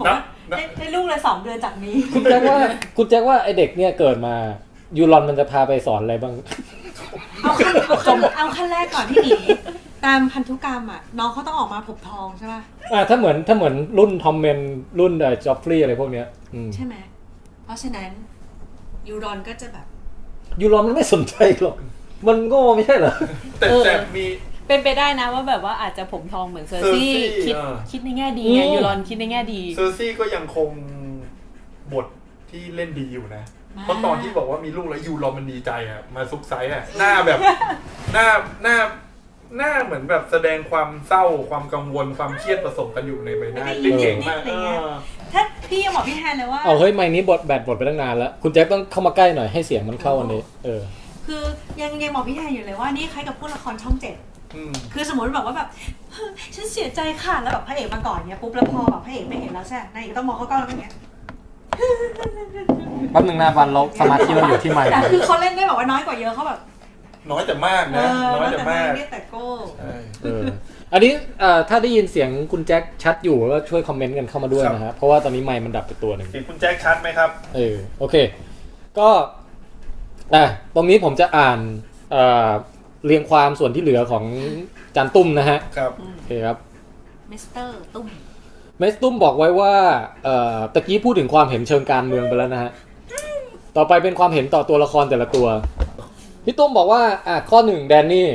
Speaker 4: บอก
Speaker 2: นับนั
Speaker 4: ว่า
Speaker 2: บ
Speaker 4: ได้ได้ลูกเลยสองเดือนจากนี้
Speaker 1: คุณแจ็คว่าคุณแจ็คว่าไอเด็กเนี่ยเกิดมายูรอนมันจะพาไปสอนอะไรบ้าง
Speaker 4: เอาขั้นเอา ขั้นเอาขั้นแรกก่อนที่หนีตามพันธุกรรมอ่ะ น้องเขาต้องออกมาผมทองใช่ป่ะ
Speaker 1: อ่าถ้าเหมือนถ้าเหมือนรุ่นทอมเมนรุ่นเอ่อจอฟฟรีย์อะไรพวกเนี้ยอืม
Speaker 4: ใช่ไหม เพราะฉะนั้นยูรอนก็จะแบบ
Speaker 1: ยูรอนมันไม่สนใจหรอก มันโง่ไม่ใช่เหรอ
Speaker 2: แต่แต่มี
Speaker 5: เป็นไปได้นะว่าแบบว่าอาจจะผมทองเหมือนเซอร์ซี่
Speaker 2: เซอร์ซี่
Speaker 5: คิด
Speaker 2: อ่า
Speaker 5: คิดในแง่ดีไง
Speaker 1: อืม
Speaker 5: ยูรอนคิดในแง่ดี
Speaker 2: เซอร์ซี่ก็ยังคงบทที่เล่นดีอยู่นะ เพราะตอนที่บอกว่ามีลูกแล้วยูรอมันดีใจอะมาซุกไซส์อะหน้าแบบ หน้าหน้าหน้าเหมือนแบบแสดงความเศร้าความกังวลความเครียดผสมกันอยู่ในใบหน้าเก่งมากเออ
Speaker 4: ถ้าพี่ยังบอกพี่แฮนเลยว่า
Speaker 1: เอาเฮ้ยไมค์นี้บทแบตบทไปตั้งนานแล้ว คุณแจ็คต้องเข้ามาใกล้หน่อยให้เสียงมันเข้าอันนี้ เออ
Speaker 4: คือยังยังบอกพี่แฮนอยู่เลยว่านี่คล้ายกับพวกละครช่องเจ็ด
Speaker 2: อืม
Speaker 4: คือสมมติแบบว่าแบบ ฉันเสียใจค่ะ แล้วแบบพระเอกมาก่อนเนี่ยปุ๊บแล้วพอแบบพระเอกไม่เห็นแล้วใช่ไหมนายเอกก็ต้องมองเขาก้อนแล้วอย่างเงี้ย
Speaker 1: แป๊บหนึ่งนะบันเราสมาธิเราอยู่ที่ไมค์
Speaker 4: แต่คือเขาเล่นได้แบบว่าน้อยกว่าเยอะเขาแบบ
Speaker 2: น้อยแต่มาก
Speaker 4: เอ
Speaker 2: นะ
Speaker 4: อ
Speaker 2: น้อย
Speaker 4: แต่
Speaker 2: แต่
Speaker 4: ไม่
Speaker 2: มาก
Speaker 4: เรียกแต่โก้
Speaker 2: ใช่
Speaker 1: เออ อันนี้เอ่อถ้าได้ยินเสียงคุณแจ็คชัดอยู่ก็ช่วยคอมเมนต์กันเข้ามาด้วยนะฮะ เพราะว่าตอนนี้ไมค์มันดับไปตัวหนึ่ง
Speaker 2: เสียงคุณแจ็คชัดไหมครับ
Speaker 1: เออโอเค ก็อ่ะตรงนี้ผมจะอ่านเอ่อเรียงความส่วนที่เหลือของจานตุ้มนะฮะ
Speaker 2: ครับ
Speaker 1: โอเคครับ
Speaker 4: มิสเตอร์ตุ้ม
Speaker 1: เมสตุ้มบอกไว้ว่าเอ่อตะกี้พูดถึงความเห็นเชิงการเมืองไปแล้วนะฮะ ต่อไปเป็นความเห็นต่อตัวละครแต่ละตัว พี่ตุ้มบอกว่าอ่ะข้อหนึ่งแดนนี่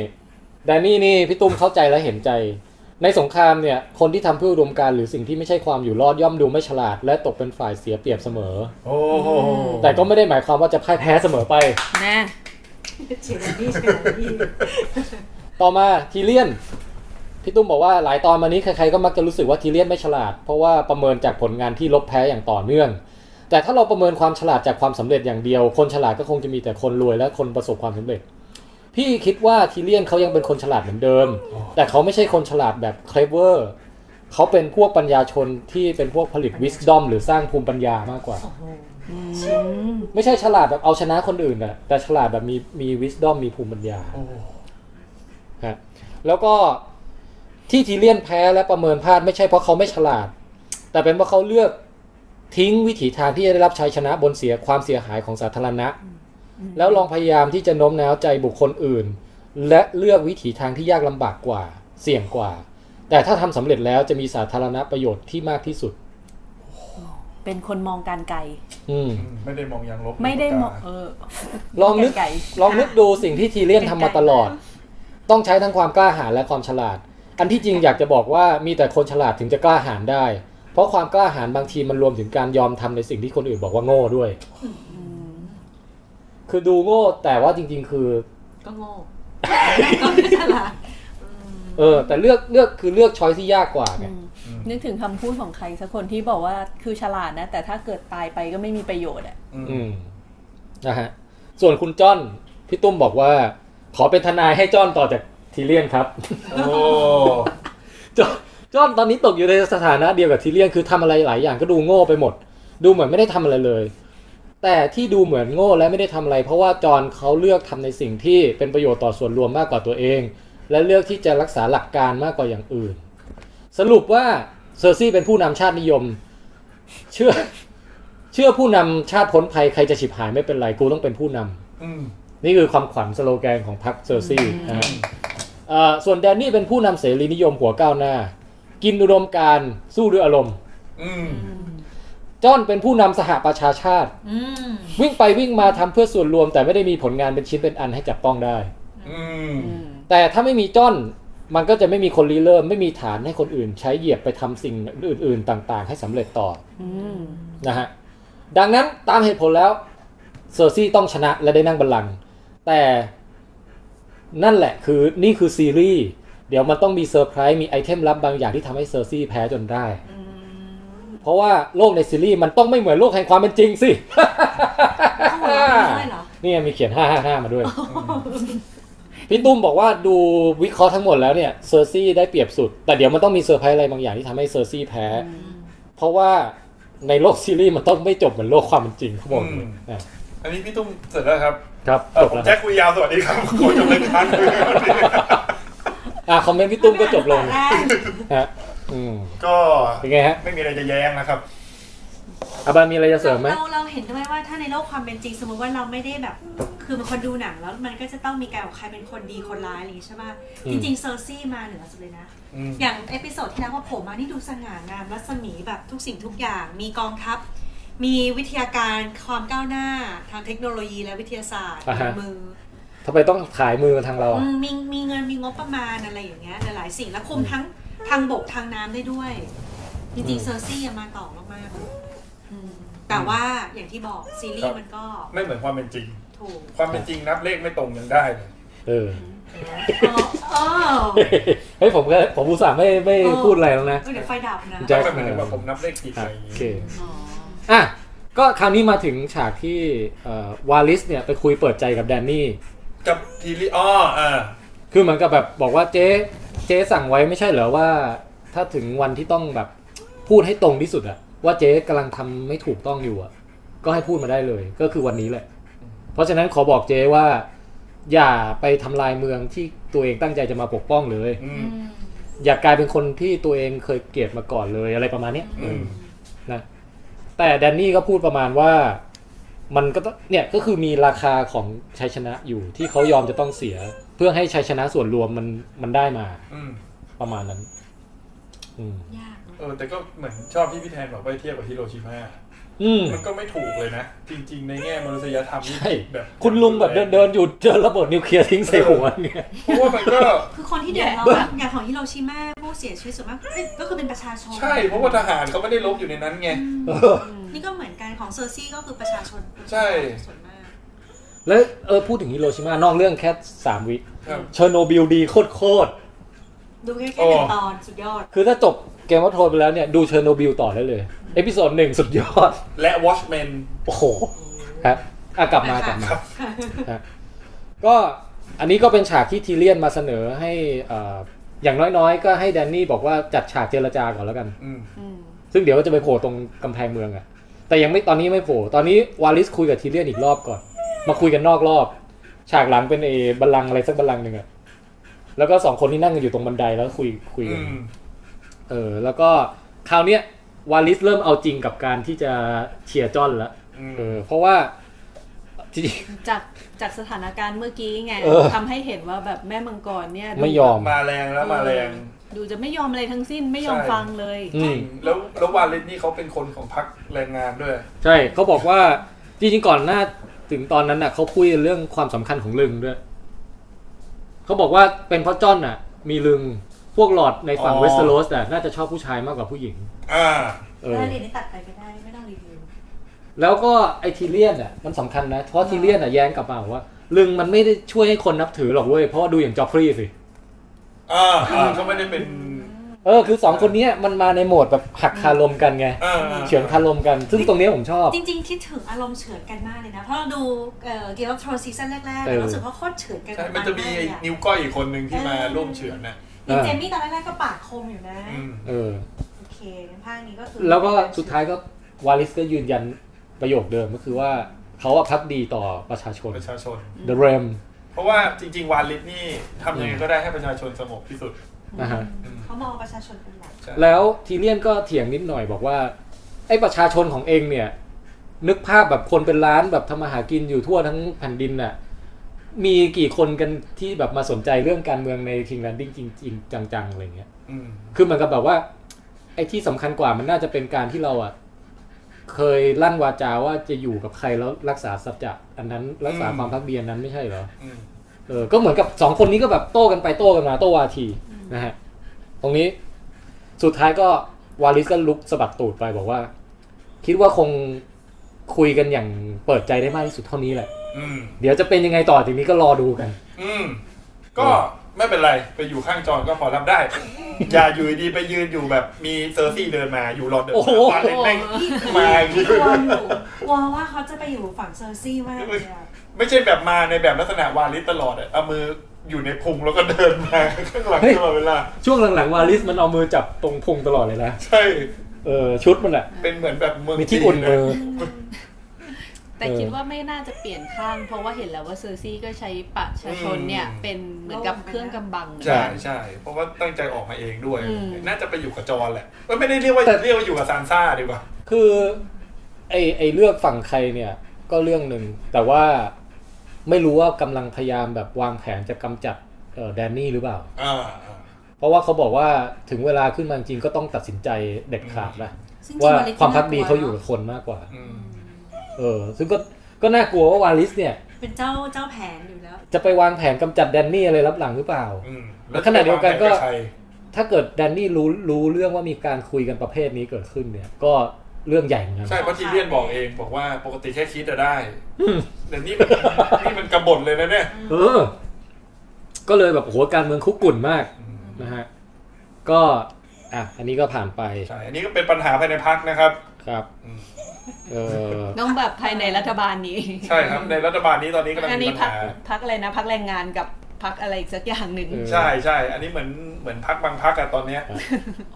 Speaker 1: แดนนี่นี่พี่ตุ้มเข้าใจและเห็นใจ ในสงครามเนี่ย คนที่ทำเพื่ออุดมการณ์หรือสิ่งที่ไม่ใช่ความอยู่รอดย่อมดูไม่ฉลาด และตกเป็นฝ่ายเสียเปรียบเสมอ
Speaker 2: โอ้โห
Speaker 1: แต่ก็ไม่ได้หมายความว่าจะพ่ายแพ้เสมอไป
Speaker 5: นะ
Speaker 4: เฉยๆนี่เฉยๆนี่
Speaker 1: ต่อมาทีเลียน พี่ตุ้มบอกว่าหลายตอนมานี้ใครๆก็มักจะรู้สึกว่าทีเลียนไม่ฉลาด เพราะว่าประเมินจากผลงานที่ลบแพ้อย่างต่อเนื่อง แต่ถ้าเราประเมินความฉลาดจากความสำเร็จอย่างเดียว คนฉลาดก็คงจะมีแต่คนรวยและคนประสบความสำเร็จ พี่คิดว่าทีเลียนเขายังเป็นคนฉลาดเหมือนเดิม แต่เขาไม่ใช่คนฉลาดแบบเคลเวอร์เขาเป็นพวกปัญญาชนที่เป็นพวกผลิตวิสดอมหรือสร้างภูมิปัญญามากกว่า ไม่ใช่ฉลาดแบบเอาชนะคนอื่นนะแต่ฉลาดแบบมีมีวิสดอมมีภูมิปัญญา
Speaker 2: โอ้โห
Speaker 1: ฮะแล้วก็ที่ทีเลียนแพ้และประเมินพลาดไม่ใช่เพราะเขาไม่ฉลาด แต่เป็นเพราะเขาเลือกทิ้งวิถีทางที่จะได้รับชัยชนะบนเสียความเสียหายของสาธารณะ แล้วลองพยายามที่จะโน้มน้าวใจบุคคลอื่น และเลือกวิถีทางที่ยากลำบากกว่า เสี่ยงกว่า แต่ถ้าทำสำเร็จแล้วจะมีสาธารณประโยชน์ที่มากที่สุด
Speaker 5: เป็นคนมองการไกล
Speaker 1: อืม
Speaker 2: ไม่ได้มองยางลบ
Speaker 5: ไม่ได้มองเออ
Speaker 1: ลองนึก
Speaker 5: ไกล
Speaker 1: ลองนึกดูสิ่งที่ทีเลียนทำมาตลอด ต้องใช้ทั้งความกล้าหาญและความฉลาด อันที่จริงอยากจะบอกว่ามีแต่คนฉลาดถึงจะกล้าหาญได้ เพราะความกล้าหาญบางทีมันรวมถึงการยอมทำในสิ่งที่คนอื่นบอกว่าโง่ด้วย คือดูโง่แต่ว่าจริง ๆ คือ
Speaker 4: ก็โง่ ก็ไม่ฉลาด
Speaker 1: เออ แต่เลือกเลือกคือเลือกช้อยที่ยากกว่าไง
Speaker 5: อืมนึกถึงคำพูดของใครสักคนที่บอกว่าคือฉลาดนะ แต่ถ้าเกิดตายไปก็ไม่มีประโยชน์อ่ะ
Speaker 1: อืมนะฮะส่วนคุณจ้อนพี่ตุ้มบอกว่า ขอเป็นทนายให้จ้อนต่อจากทีเลียนครับ
Speaker 2: โอ้
Speaker 1: จอห์น จอห์นตอนนี้ตกอยู่ในสถานะเดียวกับทีเลียนคือทำอะไรหลายอย่างก็ดูโง่ไปหมด ดูเหมือนไม่ได้ทำอะไรเลย แต่ที่ดูเหมือนโง่และไม่ได้ทำอะไร เพราะว่าจอห์นเขาเลือกทำในสิ่งที่เป็นประโยชน์ต่อส่วนรวมมากกว่าตัวเอง และเลือกที่จะรักษาหลักการมากกว่าอย่างอื่น สรุปว่าเซอร์ซี่เป็นผู้นำชาตินิยม เชื่อ เชื่อผู้นำชาติพ้นภัยใครจะฉิบหายไม่เป็นไรกูต้องเป็นผู้นำ
Speaker 2: อืม
Speaker 1: นี่คือความขวัญสโลแกนของพรรคเซอร์ซี่นะฮะเอ่อส่วนแดนนี่เป็นผู้นำเสรีนิยมหัวก้าวหน้า กินอุดมการณ์สู้ด้วยอารมณ์
Speaker 2: อืม
Speaker 1: จอห์นเป็นผู้นำสหประชาชาติ
Speaker 4: อืม
Speaker 1: วิ่งไปวิ่งมาทำเพื่อส่วนรวม แต่ไม่ได้มีผลงานเป็นชิ้นเป็นอันให้จับต้องได้
Speaker 2: อืม
Speaker 1: แต่ถ้าไม่มีจอห์นมันก็จะไม่มีคนริเริ่ม ไม่มีฐานให้คนอื่น ใช้เหยียบไปทำสิ่งอื่น ๆ ต่าง ๆ ให้สำเร็จต่อ
Speaker 5: อืม
Speaker 1: นะฮะดังนั้นตามเหตุผลแล้วเซอร์ซี่ต้องชนะและได้นั่งบัลลังก์แต่นั่นแหละคือนี่คือซีรีส์เดี๋ยวมันต้องมีเซอร์ไพรส์มีไอเทมลับบางอย่างที่ทำให้เซอร์ซี่แพ้จนได้ เพราะว่าโลกในซีรีส์มันต้องไม่เหมือนโลกแห่งความเป็นจริงสิ
Speaker 4: ต้องหัวเราะไปด้วยเหรอ
Speaker 1: นี่ไงมีเขียน 555 มา ด้วย พี่ตุ้มบอกว่าดูวิเคราะห์ทั้งหมดแล้วเนี่ยเซอร์ซี่ได้เปรียบสุด แต่เดี๋ยวมันต้องมีเซอร์ไพรส์อะไรบางอย่างที่ทำให้เซอร์ซี่แพ้ เพราะว่าในโลกซีรีส์มันต้องไม่จบเหมือนโลกความเป็นจริงเขาบอกอย่างนี้
Speaker 2: อืม
Speaker 1: อ่ะ
Speaker 2: อันนี้พี่ตุ้มเสร็จแล้วครับ
Speaker 1: ครับ
Speaker 2: เอ่อ
Speaker 1: จบ
Speaker 2: ผม
Speaker 1: แล้วค
Speaker 2: แจ็
Speaker 1: รับ
Speaker 2: คคุยยาวสวัสดีครับ คุยจบเลยครับ
Speaker 1: อ่ะคอมเมนต์พี่ตุ้มก็จบลงฮะอืม
Speaker 2: ก็
Speaker 1: เป็นไงฮะ
Speaker 2: ไม่มีอะไรจะแย้งนะครับ
Speaker 1: อาบานมีอะไรจะเสริมไหม
Speaker 4: เราเราเราเห็นด้วยว่าถ้าในโลกความเป็นจริง สมมติว่าเราไม่ได้แบบ คือเป็นคนดูหนังแล้วมันก็จะต้องมีการบอกใครเป็นคนดีคนร้ายอะไรอย่างงี้ใช่ป่ะ
Speaker 1: อื
Speaker 4: จ
Speaker 1: ม
Speaker 4: ริงๆเซอร์ซี่มาเหนือสุดเลยนะ
Speaker 2: อืม
Speaker 4: อย่างเอพิโซดที่แล้วว่าผมมานี่ดูสง่างามรัศมีแบบทุกสิ่งทุกอย่างมีกองทัพ มีวิทยาการความก้าวหน้าทางเทคโนโลยีและวิทยาศาสตร์
Speaker 1: อ่าฮะ
Speaker 4: มือ
Speaker 1: ทำไมต้องขายมือมาทางเราอ่ะ
Speaker 4: อืมมีมีเงินมีงบประมาณอะไรอย่างเงี้ยหลายๆสิ่งแล้วคุมทั้งทางบกทางน้ำได้ด้วย จริงๆเซอร์ซี่ยังมาต่อมากๆเลยอืมแต่ว่าอย่างที่บอกซีรี
Speaker 2: ครับ
Speaker 4: ส์มันก็
Speaker 2: ไม่เหมือนความเป็นจริง
Speaker 4: ถูก
Speaker 2: ความเป็นจริงนับเลขไม่ตรงยังได้เลย
Speaker 1: เออ
Speaker 4: อ๋อเออ
Speaker 1: เฮ้ยผมก็ผมอุตส่าห์ไม่ไม่
Speaker 4: เออ
Speaker 1: พูดอะไรแล้วนะ
Speaker 4: เออเดี๋ยวไฟดับนะ
Speaker 1: แจ็ค
Speaker 2: ไม่เหมือนว่าผมนับเลขผิดอะไรอย่าง
Speaker 1: โอ
Speaker 2: งี้
Speaker 1: เค
Speaker 4: อ๋อ
Speaker 1: อ่ะก็คราวนี้มาถึงฉากที่เอ่อวาลิสเนี่ยไปคุยเปิดใจกับแดนนี่
Speaker 2: กับทีรีอ้ออ่า
Speaker 1: คือเหมือนกับแบบบอกว่าเจ๊เจ๊สั่งไว้ไม่ใช่เหรอว่า ถ้าถึงวันที่ต้องแบบพูดให้ตรงที่สุดอะว่าเจ๊กำลังทำไม่ถูกต้องอยู่อะก็ให้พูดมาได้เลย ก็คือวันนี้แหละ เพราะฉะนั้นขอบอกเจ๊ว่า อย่าไปทำลายเมืองที่ตัวเองตั้งใจจะมาปกป้องเลย
Speaker 2: อืม
Speaker 4: อืม
Speaker 1: อย่ากลายเป็นคนที่ตัวเองเคยเกลียดมาก่อนเลยอะไรประมาณเนี้ย
Speaker 2: อืม
Speaker 1: นะแต่แดนนี่ก็พูดประมาณว่ามันก็ต้องเนี่ยก็คือมีราคาของชัยชนะอยู่ที่เขายอมจะต้องเสีย เพื่อให้ชัยชนะส่วนรวมมันมันได้มา
Speaker 2: อืม
Speaker 1: ประมาณนั้น อืม
Speaker 4: ยากเนอะ
Speaker 2: ออแต่ก็เหมือนชอบที่พี่แทนบอกไปเทียบกับฮิโรชิมา
Speaker 1: อืม
Speaker 2: มันก็ไม่ถูกเลยนะ จริง ๆ ในแง่มนุษยธรรมนี่
Speaker 1: ใช่
Speaker 2: แบบ
Speaker 1: คุณลุงแบบเดินเดินๆอยู่เจอระเบิดนิวเคลียร์ทิ้งใส่หัว เนี่ย
Speaker 2: เพราะว่ามันก็
Speaker 4: คือคนที่เดือดร้อนอย่างของฮิโรชิมาผู้เสียชีวิตส่วนมากก็คือเป็นประชาชน
Speaker 2: ใช่เพราะว่าทหารเขาไม่ได้ลบอยู่ในนั้นไง
Speaker 4: นี่ก็เหมือนกันของเซอร์ซี่ก็คือประชาชน
Speaker 2: ใช่
Speaker 4: ส่วนมาก
Speaker 1: แล้วเออพูดถึงฮิโรชิมานอกเรื่องแค่สามวิ
Speaker 2: ครับ
Speaker 1: เชอร์โนบิลดีโคตรโคตร
Speaker 4: ดูแค่แค่หนึ่งตอนสุดยอด
Speaker 1: ๆคือถ้าจบเกมวัตโทนไปแล้วเนี่ย ดูเชอร์โนบิลต่อได้เลย เอพิโซดหนึ่งสุดยอด
Speaker 2: และวอชแมน
Speaker 1: โอ้โหครับอ่ะกลับมากลับมา
Speaker 2: ครับ
Speaker 1: ฮะก็อันนี้ก็เป็นฉากที่ทีเลียนมาเสนอให้เอ่ออย่างน้อยๆ ก็ให้แดนนี่บอกว่าจัดฉากเจรจาก่อนแล้วกัน
Speaker 2: อืม
Speaker 1: ซึ่งเดี๋ยวก็จะไปโผล่ตรงกำแพงเมืองอะแต่ยังไม่ตอนนี้ไม่โผล่ตอนนี้วาลิสคุยกับทีเลียนอีกรอบก่อน มาคุยกันนอกรอบ ฉากหลังเป็นเอบัลลังก์อะไรสักบัลลังก์หนึ่งอะแล้วก็สองคนที่นั่งกันอยู่ตรงบันไดแล้วก็คุยคุย
Speaker 2: อื
Speaker 1: กัน
Speaker 2: ม
Speaker 1: เออ แล้วก็คราวเนี้ยวาลิสเริ่มเอาจริงกับการที่จะเชียร์จอนละ
Speaker 2: อืม
Speaker 1: เออ เพราะว่าจริง
Speaker 5: จากจากสถานการณ์เมื่อกี้ไง
Speaker 1: เออ
Speaker 5: ทำให้เห็นว่าแบบแม่มังกรเนี่ยดู
Speaker 1: ไม่ยอม
Speaker 2: มาแรงแล้วมาแรง
Speaker 5: ดูจะไม่ยอมอะไรทั้งสิ้นไม่ยอม
Speaker 2: ใช่
Speaker 5: ฟังเลย
Speaker 1: อืม
Speaker 2: แล้วแล้ววาเลนนี่เขาเป็นคนของพรรคแรงงานด้วย
Speaker 1: ใช่เขาบอกว่าจริงๆก่อนหน้าถึงตอนนั้นน่ะเขาพูดเรื่องความสำคัญของลึงด้วยเขาบอกว่าเป็นเพราะจอนน่ะ มีลึงพวกหลอดในฝั่ง
Speaker 2: อ๋อ
Speaker 1: เวสเทอโรสน่ะน่าจะชอบผู้ชายมากกว่าผู้หญิง
Speaker 2: อ่า
Speaker 1: เออ
Speaker 4: รายละเอียดนี้ตัดไปก็ได้ไม่ต้องรีวิว
Speaker 1: แล้วก็ไอทีเลียนน่ะมันสำคัญนะ เพราะทีเลียนน่ะแย้งกลับมาว่า ลึงมันไม่ได้ช่วยให้คนนับถือหรอกเว้ยเพราะว่าดูอย่างจอฟฟรีย์สิ
Speaker 2: อ่าอ่าเขาไม่ได้เป็น
Speaker 1: เออคือสองคนเนี้ยมันมาในโหมดแบบหักคาลมกันไง
Speaker 2: อ่า
Speaker 1: เฉือนคาลมกัน ซึ่งตรงเนี้ยผมชอบ
Speaker 4: จริงๆคิดถึงอารมณ์เฉือนกันมากเลยนะ เพราะเราดูเกี่ยวกับทรอนซีซั่นแรกๆ
Speaker 1: เออ
Speaker 4: เรารู้สึกว่าโคตรเฉือนกัน
Speaker 2: ใช่มันจะมีไอ้นิ้วก้อยอีกคนหนึ่งที่มาร่วมเฉือนน่ะ
Speaker 4: มีเจมี่ตอนแรกๆก็ปากคมอยู่นะ
Speaker 2: อืม
Speaker 1: เออ
Speaker 4: โอเคงั้นภาคนี้ก็คือ
Speaker 1: แล้วก็สุดท้ายก็วาลิสก็ยืนยันประโยคเดิมก็คือว่าเขาอะพักดีต่อประชาชน
Speaker 2: ประชาชน
Speaker 1: The Rem
Speaker 2: เพราะว่าจริง ๆ วานลิตนี่ทำยังไงก็ได้ให้ประชาชนสงบที่สุด
Speaker 1: นะฮะ
Speaker 2: อืม
Speaker 4: เขามองประชาชนเป็นหลัก
Speaker 2: ใช่
Speaker 1: แล้วทีเลียนก็เถียงนิดหน่อยบอกว่า ไอ้ประชาชนของเองเนี่ย นึกภาพแบบคนเป็นล้านแบบทำมาหากินอยู่ทั่วทั้งแผ่นดินน่ะ มีกี่คนกันที่แบบมาสนใจเรื่องการเมืองในคิงแลนดิ้งจริงๆจังๆอะไรเงี้ย
Speaker 2: อืม
Speaker 1: คือเหมือนกับแบบว่า ไอ้ที่สำคัญกว่ามันน่าจะเป็นการที่เราอ่ะ เคยลั่นวาจาว่าจะอยู่กับใครแล้วรักษาสัจจะอันนั้นรักษาความพักดีอันนั้นไม่ใช่เหรอ
Speaker 2: อืม
Speaker 1: เออ ก็เหมือนกับสองคนนี้ก็แบบโต้กันไปโต้กันมาโต้วาทีนะฮะ ตรงนี้สุดท้ายก็วาลิสก็ลุกสะบัดตูดไปบอกว่า คิดว่าคงคุยกันอย่างเปิดใจได้มากที่สุดเท่านี้แหละ
Speaker 2: อืม
Speaker 1: เดี๋ยวจะเป็นยังไงต่อจากนี้ก็รอดูกัน
Speaker 2: อืมก็ไม่เป็นไรไปอยู่ข้างจอนก็พอรับได้ อย่าอยู่ดีๆไปยืนอยู่แบบมีเซอร์ซี่เดินมาอยู่รอเดิน
Speaker 1: โอ้โห
Speaker 2: วานลิตแม่งมาอย่างนี้
Speaker 4: กลัวอยู่กลัวว่าเขาจะไปอยู่ฝั่งเซอร์ซี่มากเลยอะ
Speaker 2: ไม่ใช่แบบมาในแบบลักษณะวานลิตตลอดอะเอามืออยู่ในพุงแล้วก็เดินมาข้างหลังตลอดเวลา
Speaker 1: ช่วงหลังๆวาลิสมันเอามือจับตรงพุงตลอดเลยนะ
Speaker 2: ใช่
Speaker 1: เออชุดมันแหละ
Speaker 2: เป็นเหมือนแบบเมือง
Speaker 1: มีที่อุ่น
Speaker 2: จี
Speaker 1: มื
Speaker 2: เลย
Speaker 1: อ
Speaker 5: แต่
Speaker 1: เออ
Speaker 5: คิดว่าไม่น่าจะเปลี่ยนข้าง เพราะว่าเห็นแล้วว่าเซอร์ซี่ก็ใช้ประชาชนเนี่ย เป็นเหมือนกับเครื่องกำบังเหมือน
Speaker 2: ใช่
Speaker 5: กัน
Speaker 2: ใช่เพราะว่าตั้งใจออกมาเองด้วย
Speaker 5: อืม
Speaker 2: น่าจะไปอยู่กับจอนแหละเอ้ยไม่ได้เรียกว่า
Speaker 1: แต่
Speaker 2: เรียกว่าอยู่กับซานซ่าดีกว่า
Speaker 1: คือไอไอเลือกฝั่งใครเนี่ย ก็เรื่องหนึ่ง แต่ว่าไม่รู้ว่ากำลังพยายามแบบวางแผนจะกำจัดเอ่อแดนนี่หรือเปล่า
Speaker 2: อ่า
Speaker 1: เพราะว่าเขาบอกว่าถึงเวลาขึ้นมาจริงก็ต้องตัดสินใจเด็ดขาดนะ
Speaker 4: ซึ่งจริ
Speaker 1: ว่าง
Speaker 4: ๆนนี้
Speaker 1: ความพักดี
Speaker 4: น่ลัว
Speaker 1: เขาอยู่กับคนมากกว่า
Speaker 2: อืม
Speaker 1: เออ ซึ่งก็ก็น่ากลัวว่าวาลิสเนี่ย
Speaker 4: เป็นเจ้าเจ้าแผนอยู่แล้ว
Speaker 1: จะไปวางแผนกำจัดแดนนี่อะไรรับหลังหรือเปล่า
Speaker 2: อืม
Speaker 1: แล้วขณะเดียวกันก็
Speaker 2: แล้จะวางแผบใคร
Speaker 1: ถ้าเกิดแดนนี่รู้รู้เรื่องว่ามีการคุยกันประเภทนี้เกิดขึ้นเนี่ย ก็เรื่องใหญ่เหมือนกัน
Speaker 2: ใช่เพราะทีเลียนบอกเองบอกว่าปกติแค่คิดจะได้
Speaker 1: อืม
Speaker 2: แต่นี่มันนี่มันกบฏเลยนะเนี่ย
Speaker 1: เออ ก็เลยแบบโอ้โหการเมืองคุกกุ่นมากนะฮะ ก็อ่ะอันนี้ก็ผ่านไป
Speaker 2: ใช่อันนี้ก็เป็นปัญหาภายในพักนะครับ
Speaker 1: ครับ
Speaker 2: อืม
Speaker 1: เออ
Speaker 5: ต้องแบบภายในรัฐบาลนี้
Speaker 2: ใช่ครับ ในรัฐบาลนี้ตอนนี้กำลัง
Speaker 5: อัน
Speaker 2: มี
Speaker 5: นี้
Speaker 2: ปัญ
Speaker 5: พัก
Speaker 2: หา
Speaker 5: พักอะไรนะ พักแรงงานกับพักอะไรอีกสักอย่างหนึ่ง
Speaker 1: เออ
Speaker 2: ใช่ใช่อันนี้เหมือนเหมือนพักบางพักอะตอนเนี้ย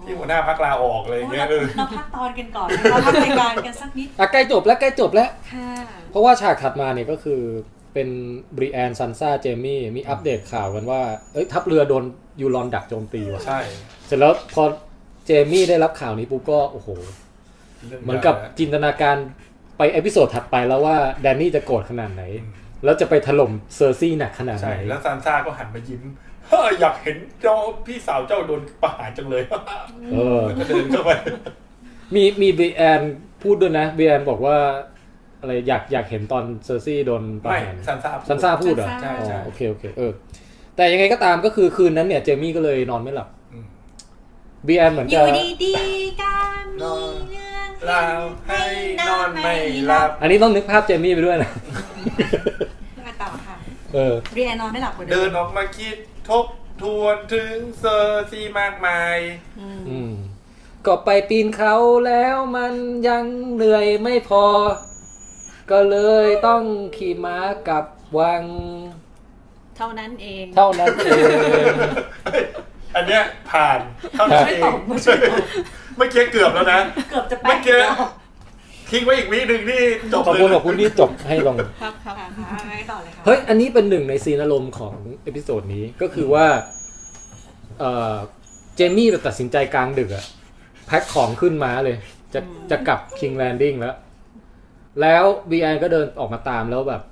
Speaker 2: ที่หัวหน้าพักลาออกอะไรอย่างเงี้ยเออ
Speaker 4: เราพักตอนกันก่อนเราพักรายการกันสักนิด
Speaker 1: อ่ะใกล้จบแล้วใกล้จบแล้ว
Speaker 4: ค่ะ
Speaker 1: เพราะว่าฉากถัดมาเนี่ยก็คือเป็นบริแอนซันซ่าเจมี่มีอัปเดตข่าวกันว่า เอ้ยทัพเรือโดนยูรอนดักโจมตีว่ะ
Speaker 2: ใช่
Speaker 1: เสร็จแล้วพอเจมี่ได้รับข่าวนี้ปุ๊บก็โอ้โห
Speaker 2: รื่อง
Speaker 1: เหมือนกับ
Speaker 2: ยาวะ
Speaker 1: จินตนาการไปเอพิโซดถัดไปแล้วว่าแดนนี่จะโกรธขนาดไหน
Speaker 2: อืม
Speaker 1: แล้วจะไปถล่มเซอร์ซี่หนักขนาดไห
Speaker 2: ใช่
Speaker 1: น
Speaker 2: แล้วซานซ่าก็หันมายิ้ม เฮ้ยอยากเห็นเจ้าพี่สาวเจ้าโดนประหารจังเลย
Speaker 1: เออ
Speaker 2: ก็เดินเข้าไป
Speaker 1: มีมีบีแอนพูดด้วยนะบีแอนบอกว่า อะไรอยากอยากเห็นตอนเซอร์ซี่โดนประ
Speaker 2: ไม่
Speaker 1: หาร
Speaker 2: ซันซ่าพูด
Speaker 1: ซันซ่าพูดเหรอ
Speaker 2: ใช่ใช่
Speaker 1: อ๋อโอเคโอเคเออ แต่ยังไงก็ตามก็คือคืนนั้นเนี่ยเจมี่ก็เลยนอนไม่หลับ
Speaker 2: อืม
Speaker 1: บีแอนเหมือน
Speaker 4: อ
Speaker 1: จะ
Speaker 4: ยู่ดีๆก็มีเรื่อง
Speaker 2: ลาวให้นอนไม่หลับ
Speaker 1: อันนี้ต้องนึกภาพเจมี่ไปด้วยนะ
Speaker 4: อ่ะต่อค่ะ
Speaker 1: เออ
Speaker 4: เรียนนอนไม่หลับกว่าเดิ
Speaker 2: เดิ
Speaker 4: ม
Speaker 2: นออกมาคิดทบทวนถึงเซอร์ซีมากมาย
Speaker 1: อืมก็ไปปีนเขาแล้วมันยังเหนื่อยไม่พอ ก็เลยต้องขี่ม้ากลับวัง
Speaker 5: เท่านั้นเอง
Speaker 1: เท่านั้นเอง
Speaker 2: อันเนี้ยผ่านเท่านั้นเองเมื่อกี้เกือบแล้วนะ
Speaker 4: เกือบจะไป
Speaker 2: เมื่อกี้ทิ้งไว้อีกวิหนึ่งนี่จบ
Speaker 1: ขอบ
Speaker 2: เลย
Speaker 1: คุณขอบคุณที่จบให้ลง
Speaker 5: ครับครับ
Speaker 4: ค่ะไปต่อเลยค่ะ
Speaker 1: เฮ้ย อันนี้เป็นหนึ่งในซีนอารมณ์ของเอพิโซดนี้ก็คือว่า เอ่อ เจมี่แบบตัดสินใจกลางดึกอะแพ็คของขึ้นมาเลย จะจะกลับคิงแลนดิ้งแล้ว แล้วบีแอนก็เดินออกมาตามแล้วแบบ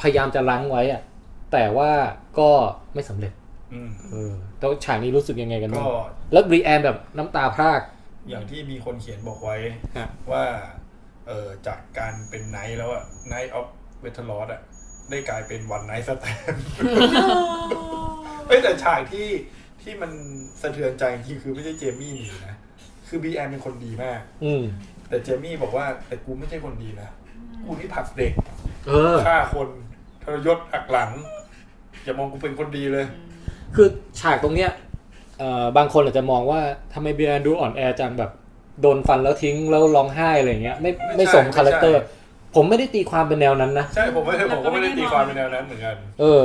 Speaker 1: พยายามจะล้างไว้อะแต่ว่าก็ไม่สำเร็จ
Speaker 2: อืม
Speaker 1: เออแล้วฉากนี้รู้สึกยังไงกันบ้า
Speaker 2: ก็
Speaker 1: งแล้วบีแอนแบบน้ำตาพราก
Speaker 2: อย่างที่มีคนเขียนบอกไว้
Speaker 1: ฮะ
Speaker 2: ว่าเออจากการเป็นไนท์แล้วอะไนท์ออฟเวทลอสอะได้กลายเป็นวันไนท์สแตน เอ้ยแต่ฉากที่ที่มันสะเทือนใจจริงๆคือไม่ใช่เจมี่หนีนะ คือบีแอนเป็นคนดีมาก
Speaker 1: อืม
Speaker 2: แต่เจมี่บอกว่าแต่กูไม่ใช่คนดีนะ กูนี่ผลักเด็ก
Speaker 1: เออ
Speaker 2: ฆ่าคนทรยศอักหลัง อย่ามองกูเป็นคนดีเลย
Speaker 1: คือฉากตรงเนี้ยเอ่อบางคนอาจจะมองว่าทำไมเบียร์ดูอ่อนแอจังแบบโดนฟันแล้วทิ้งแล้วร้องไห้อะไรเงี้ยไม่
Speaker 2: ไม่
Speaker 1: ไม่
Speaker 2: ใช่
Speaker 1: สมคาแรคเตอร์
Speaker 2: ไม่ใช่
Speaker 1: ผมไม่ได้ตีความเป็นแนวนั้นนะ
Speaker 2: ใช่ผมไม่ได้ผมก็ไม่ได้ตีความเป็นแนวนั้นเหมือนกัน
Speaker 1: เออ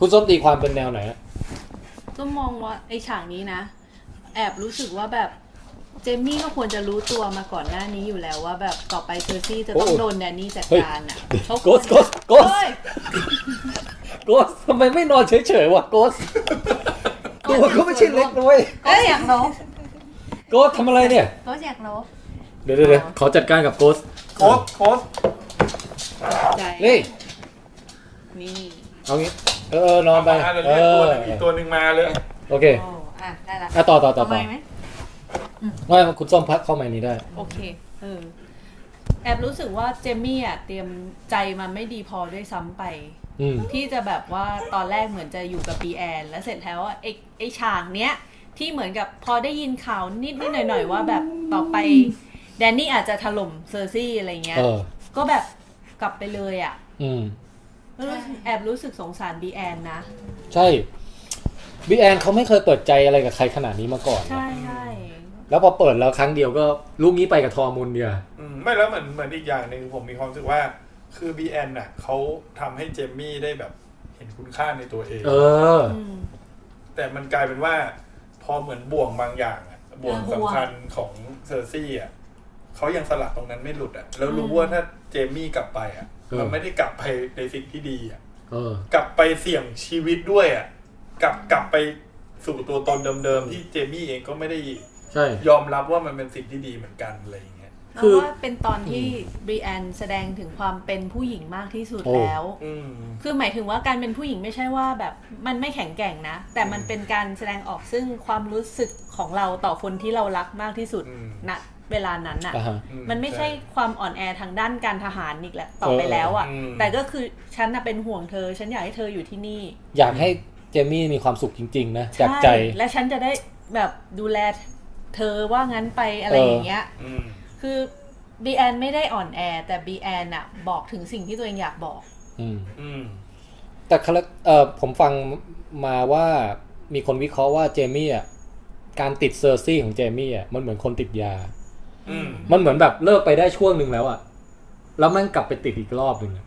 Speaker 1: คุณส้มตีความเป็นแนวไหนอะ
Speaker 5: ก็มองว่าไอฉากนี้นะ แอบรู้สึกว่าแบบเจมมี่ก็ควรจะรู้ตัวมาก่อนหน้านี้อยู่แล้วว่าแบบต่อไปเซอร์ซี่จะต้องโดนแดนนี่จัดการอ่ะเขา
Speaker 1: โกสโกสโกส
Speaker 5: เฮ้ย
Speaker 1: โกสทำไมไม่นอนเฉยๆวะโกสตัวก็ไม่ใช่เล็กนะเลย
Speaker 5: โก็อยากลบ
Speaker 1: โกสทำอะไรเนี่ย
Speaker 5: โก็อยากลบ
Speaker 1: เดี๋ยวเดี๋ยวเดี๋ยวขอจัดการกับโกส
Speaker 2: โค้ชโค้ช
Speaker 5: ใจ
Speaker 1: นี่
Speaker 5: นี่
Speaker 1: เอางี้เออเออนอนไป
Speaker 2: มาเลย
Speaker 1: เอ
Speaker 2: เนี่ย
Speaker 1: อ
Speaker 2: ตัวหนึงอีกตัวหนึ่งมาเลย
Speaker 1: โอเค
Speaker 4: โอ้อ่ะได้ละ
Speaker 1: อ่ะต่อต่อต่อ
Speaker 4: ทำ
Speaker 1: ต่
Speaker 4: ไม
Speaker 1: อ
Speaker 4: ไหม
Speaker 1: ไม่คุณส้มพักเข้ามานี้ได้
Speaker 5: โอเค เออ แอบรู้สึกว่าเจมมี่อ่ะเตรียมใจมาไม่ดีพอด้วยซ้ำไป
Speaker 1: อืม
Speaker 5: ที่จะแบบว่าตอนแรกเหมือนจะอยู่กับปีแอน แล้วเสร็จแล้วอะไอ้ไอ้ฉากเนี้ย ที่เหมือนกับพอได้ยินข่าวนิดนิดหน่อยหน่อยๆ ว่าแบบต่อไป แดนนี่อาจจะถล่มเซอร์ซี่อะไรเงี้ย
Speaker 1: เออ
Speaker 5: ก็แบบกลับไปเลยอ่ะ
Speaker 1: อืม
Speaker 5: ก็รู้สึกแอบรู้สึกสงสารบีแอนนะ
Speaker 1: ใช่บิ๊กแอนเขาไม่เคยเปิดใจอะไรกับใครขนาดนี้มาก่อน
Speaker 5: ใช่ใช่
Speaker 1: แล้วพอเปิดแล้วครั้งเดียวก็ลูกนี้ไปกับทอร์มูลเดีย
Speaker 2: อืมไม่แล้วเหมือนเหมือนอีกอย่างหนึ่งผมมีความรู้สึกว่า คือบีแอนน่ะเขาทำให้เจมมี่ได้แบบเห็นคุณค่าในตัวเอง
Speaker 1: เออ
Speaker 5: อืม
Speaker 2: แต่มันกลายเป็นว่า พอเหมือนบ่วงบางอย่างอะบ่วงสำคัญของเซอร์ซี่อ่ะเขายังสลัดตรงนั้นไม่หลุดอ่ะแล้วรู้ว่าถ้าเจมี่กลับไปอ่ะ
Speaker 1: เออ
Speaker 2: มันไม่ได้กลับไปในสิ่งที่ดีอ่ะ
Speaker 1: เออ
Speaker 2: กลับไปเสี่ยงชีวิตด้วยอ่ะกลับกลับไปสู่ตัวตนเดิมๆที่เจมี่เองก็ไม่ได้
Speaker 1: ใช่
Speaker 2: ยอมรับว่ามันเป็นสิ่งที่ดีเหมือนกันอะไรอย่างเงี้ย
Speaker 5: เพ
Speaker 1: คือ
Speaker 5: ราะว่าเป็นตอนที่บีแอนแสดงถึงความเป็นผู้หญิงมากที่สุดแล้ว
Speaker 2: อืม
Speaker 5: คือหมายถึงว่าการเป็นผู้หญิงไม่ใช่ว่าแบบมันไม่แข็งแกร่งนะ แต่มันเป็นการแสดงออกซึ่งความรู้สึกของเราต่อคนที่เรารักมากที่สุด
Speaker 2: อืม
Speaker 5: ณเวลานั้น
Speaker 1: อ่า
Speaker 5: น่ะ
Speaker 1: ฮะ
Speaker 2: อื
Speaker 5: มันไม่ใช่ความอ่อนแอทางด้านการทหารอีกแหละต่อไปแล้วอ่ะ
Speaker 2: เออเออ
Speaker 5: แต่ก็คือฉันน่ะเป็นห่วงเธอ ฉันอยากให้เธออยู่ที่นี่
Speaker 1: อยากให้เจมี่มีความสุขจริง ๆ นะ จากใจ
Speaker 5: และฉันจะได้แบบดูแลเธอว่างั้นไปอะไรอย่างเงี้ย
Speaker 2: อืม
Speaker 5: คือบีแอนไม่ได้อ่อนแอ แต่บีแอนอะบอกถึงสิ่งที่ตัวเองอยากบอก
Speaker 1: อืม
Speaker 2: อืม
Speaker 1: แต่คาแรคเอ่อผมฟังมาว่ามีคนวิเคราะห์ว่าเจมี่อ่ะ การติดเซอร์ซี่ของเจมี่อ่ะ มันเหมือนคนติดยา
Speaker 2: อืม
Speaker 1: มันเหมือนแบบเลิกไปได้ช่วงหนึ่งแล้วอ่ะ แล้วมันกลับไปติดอีกรอบหนึ่งอะ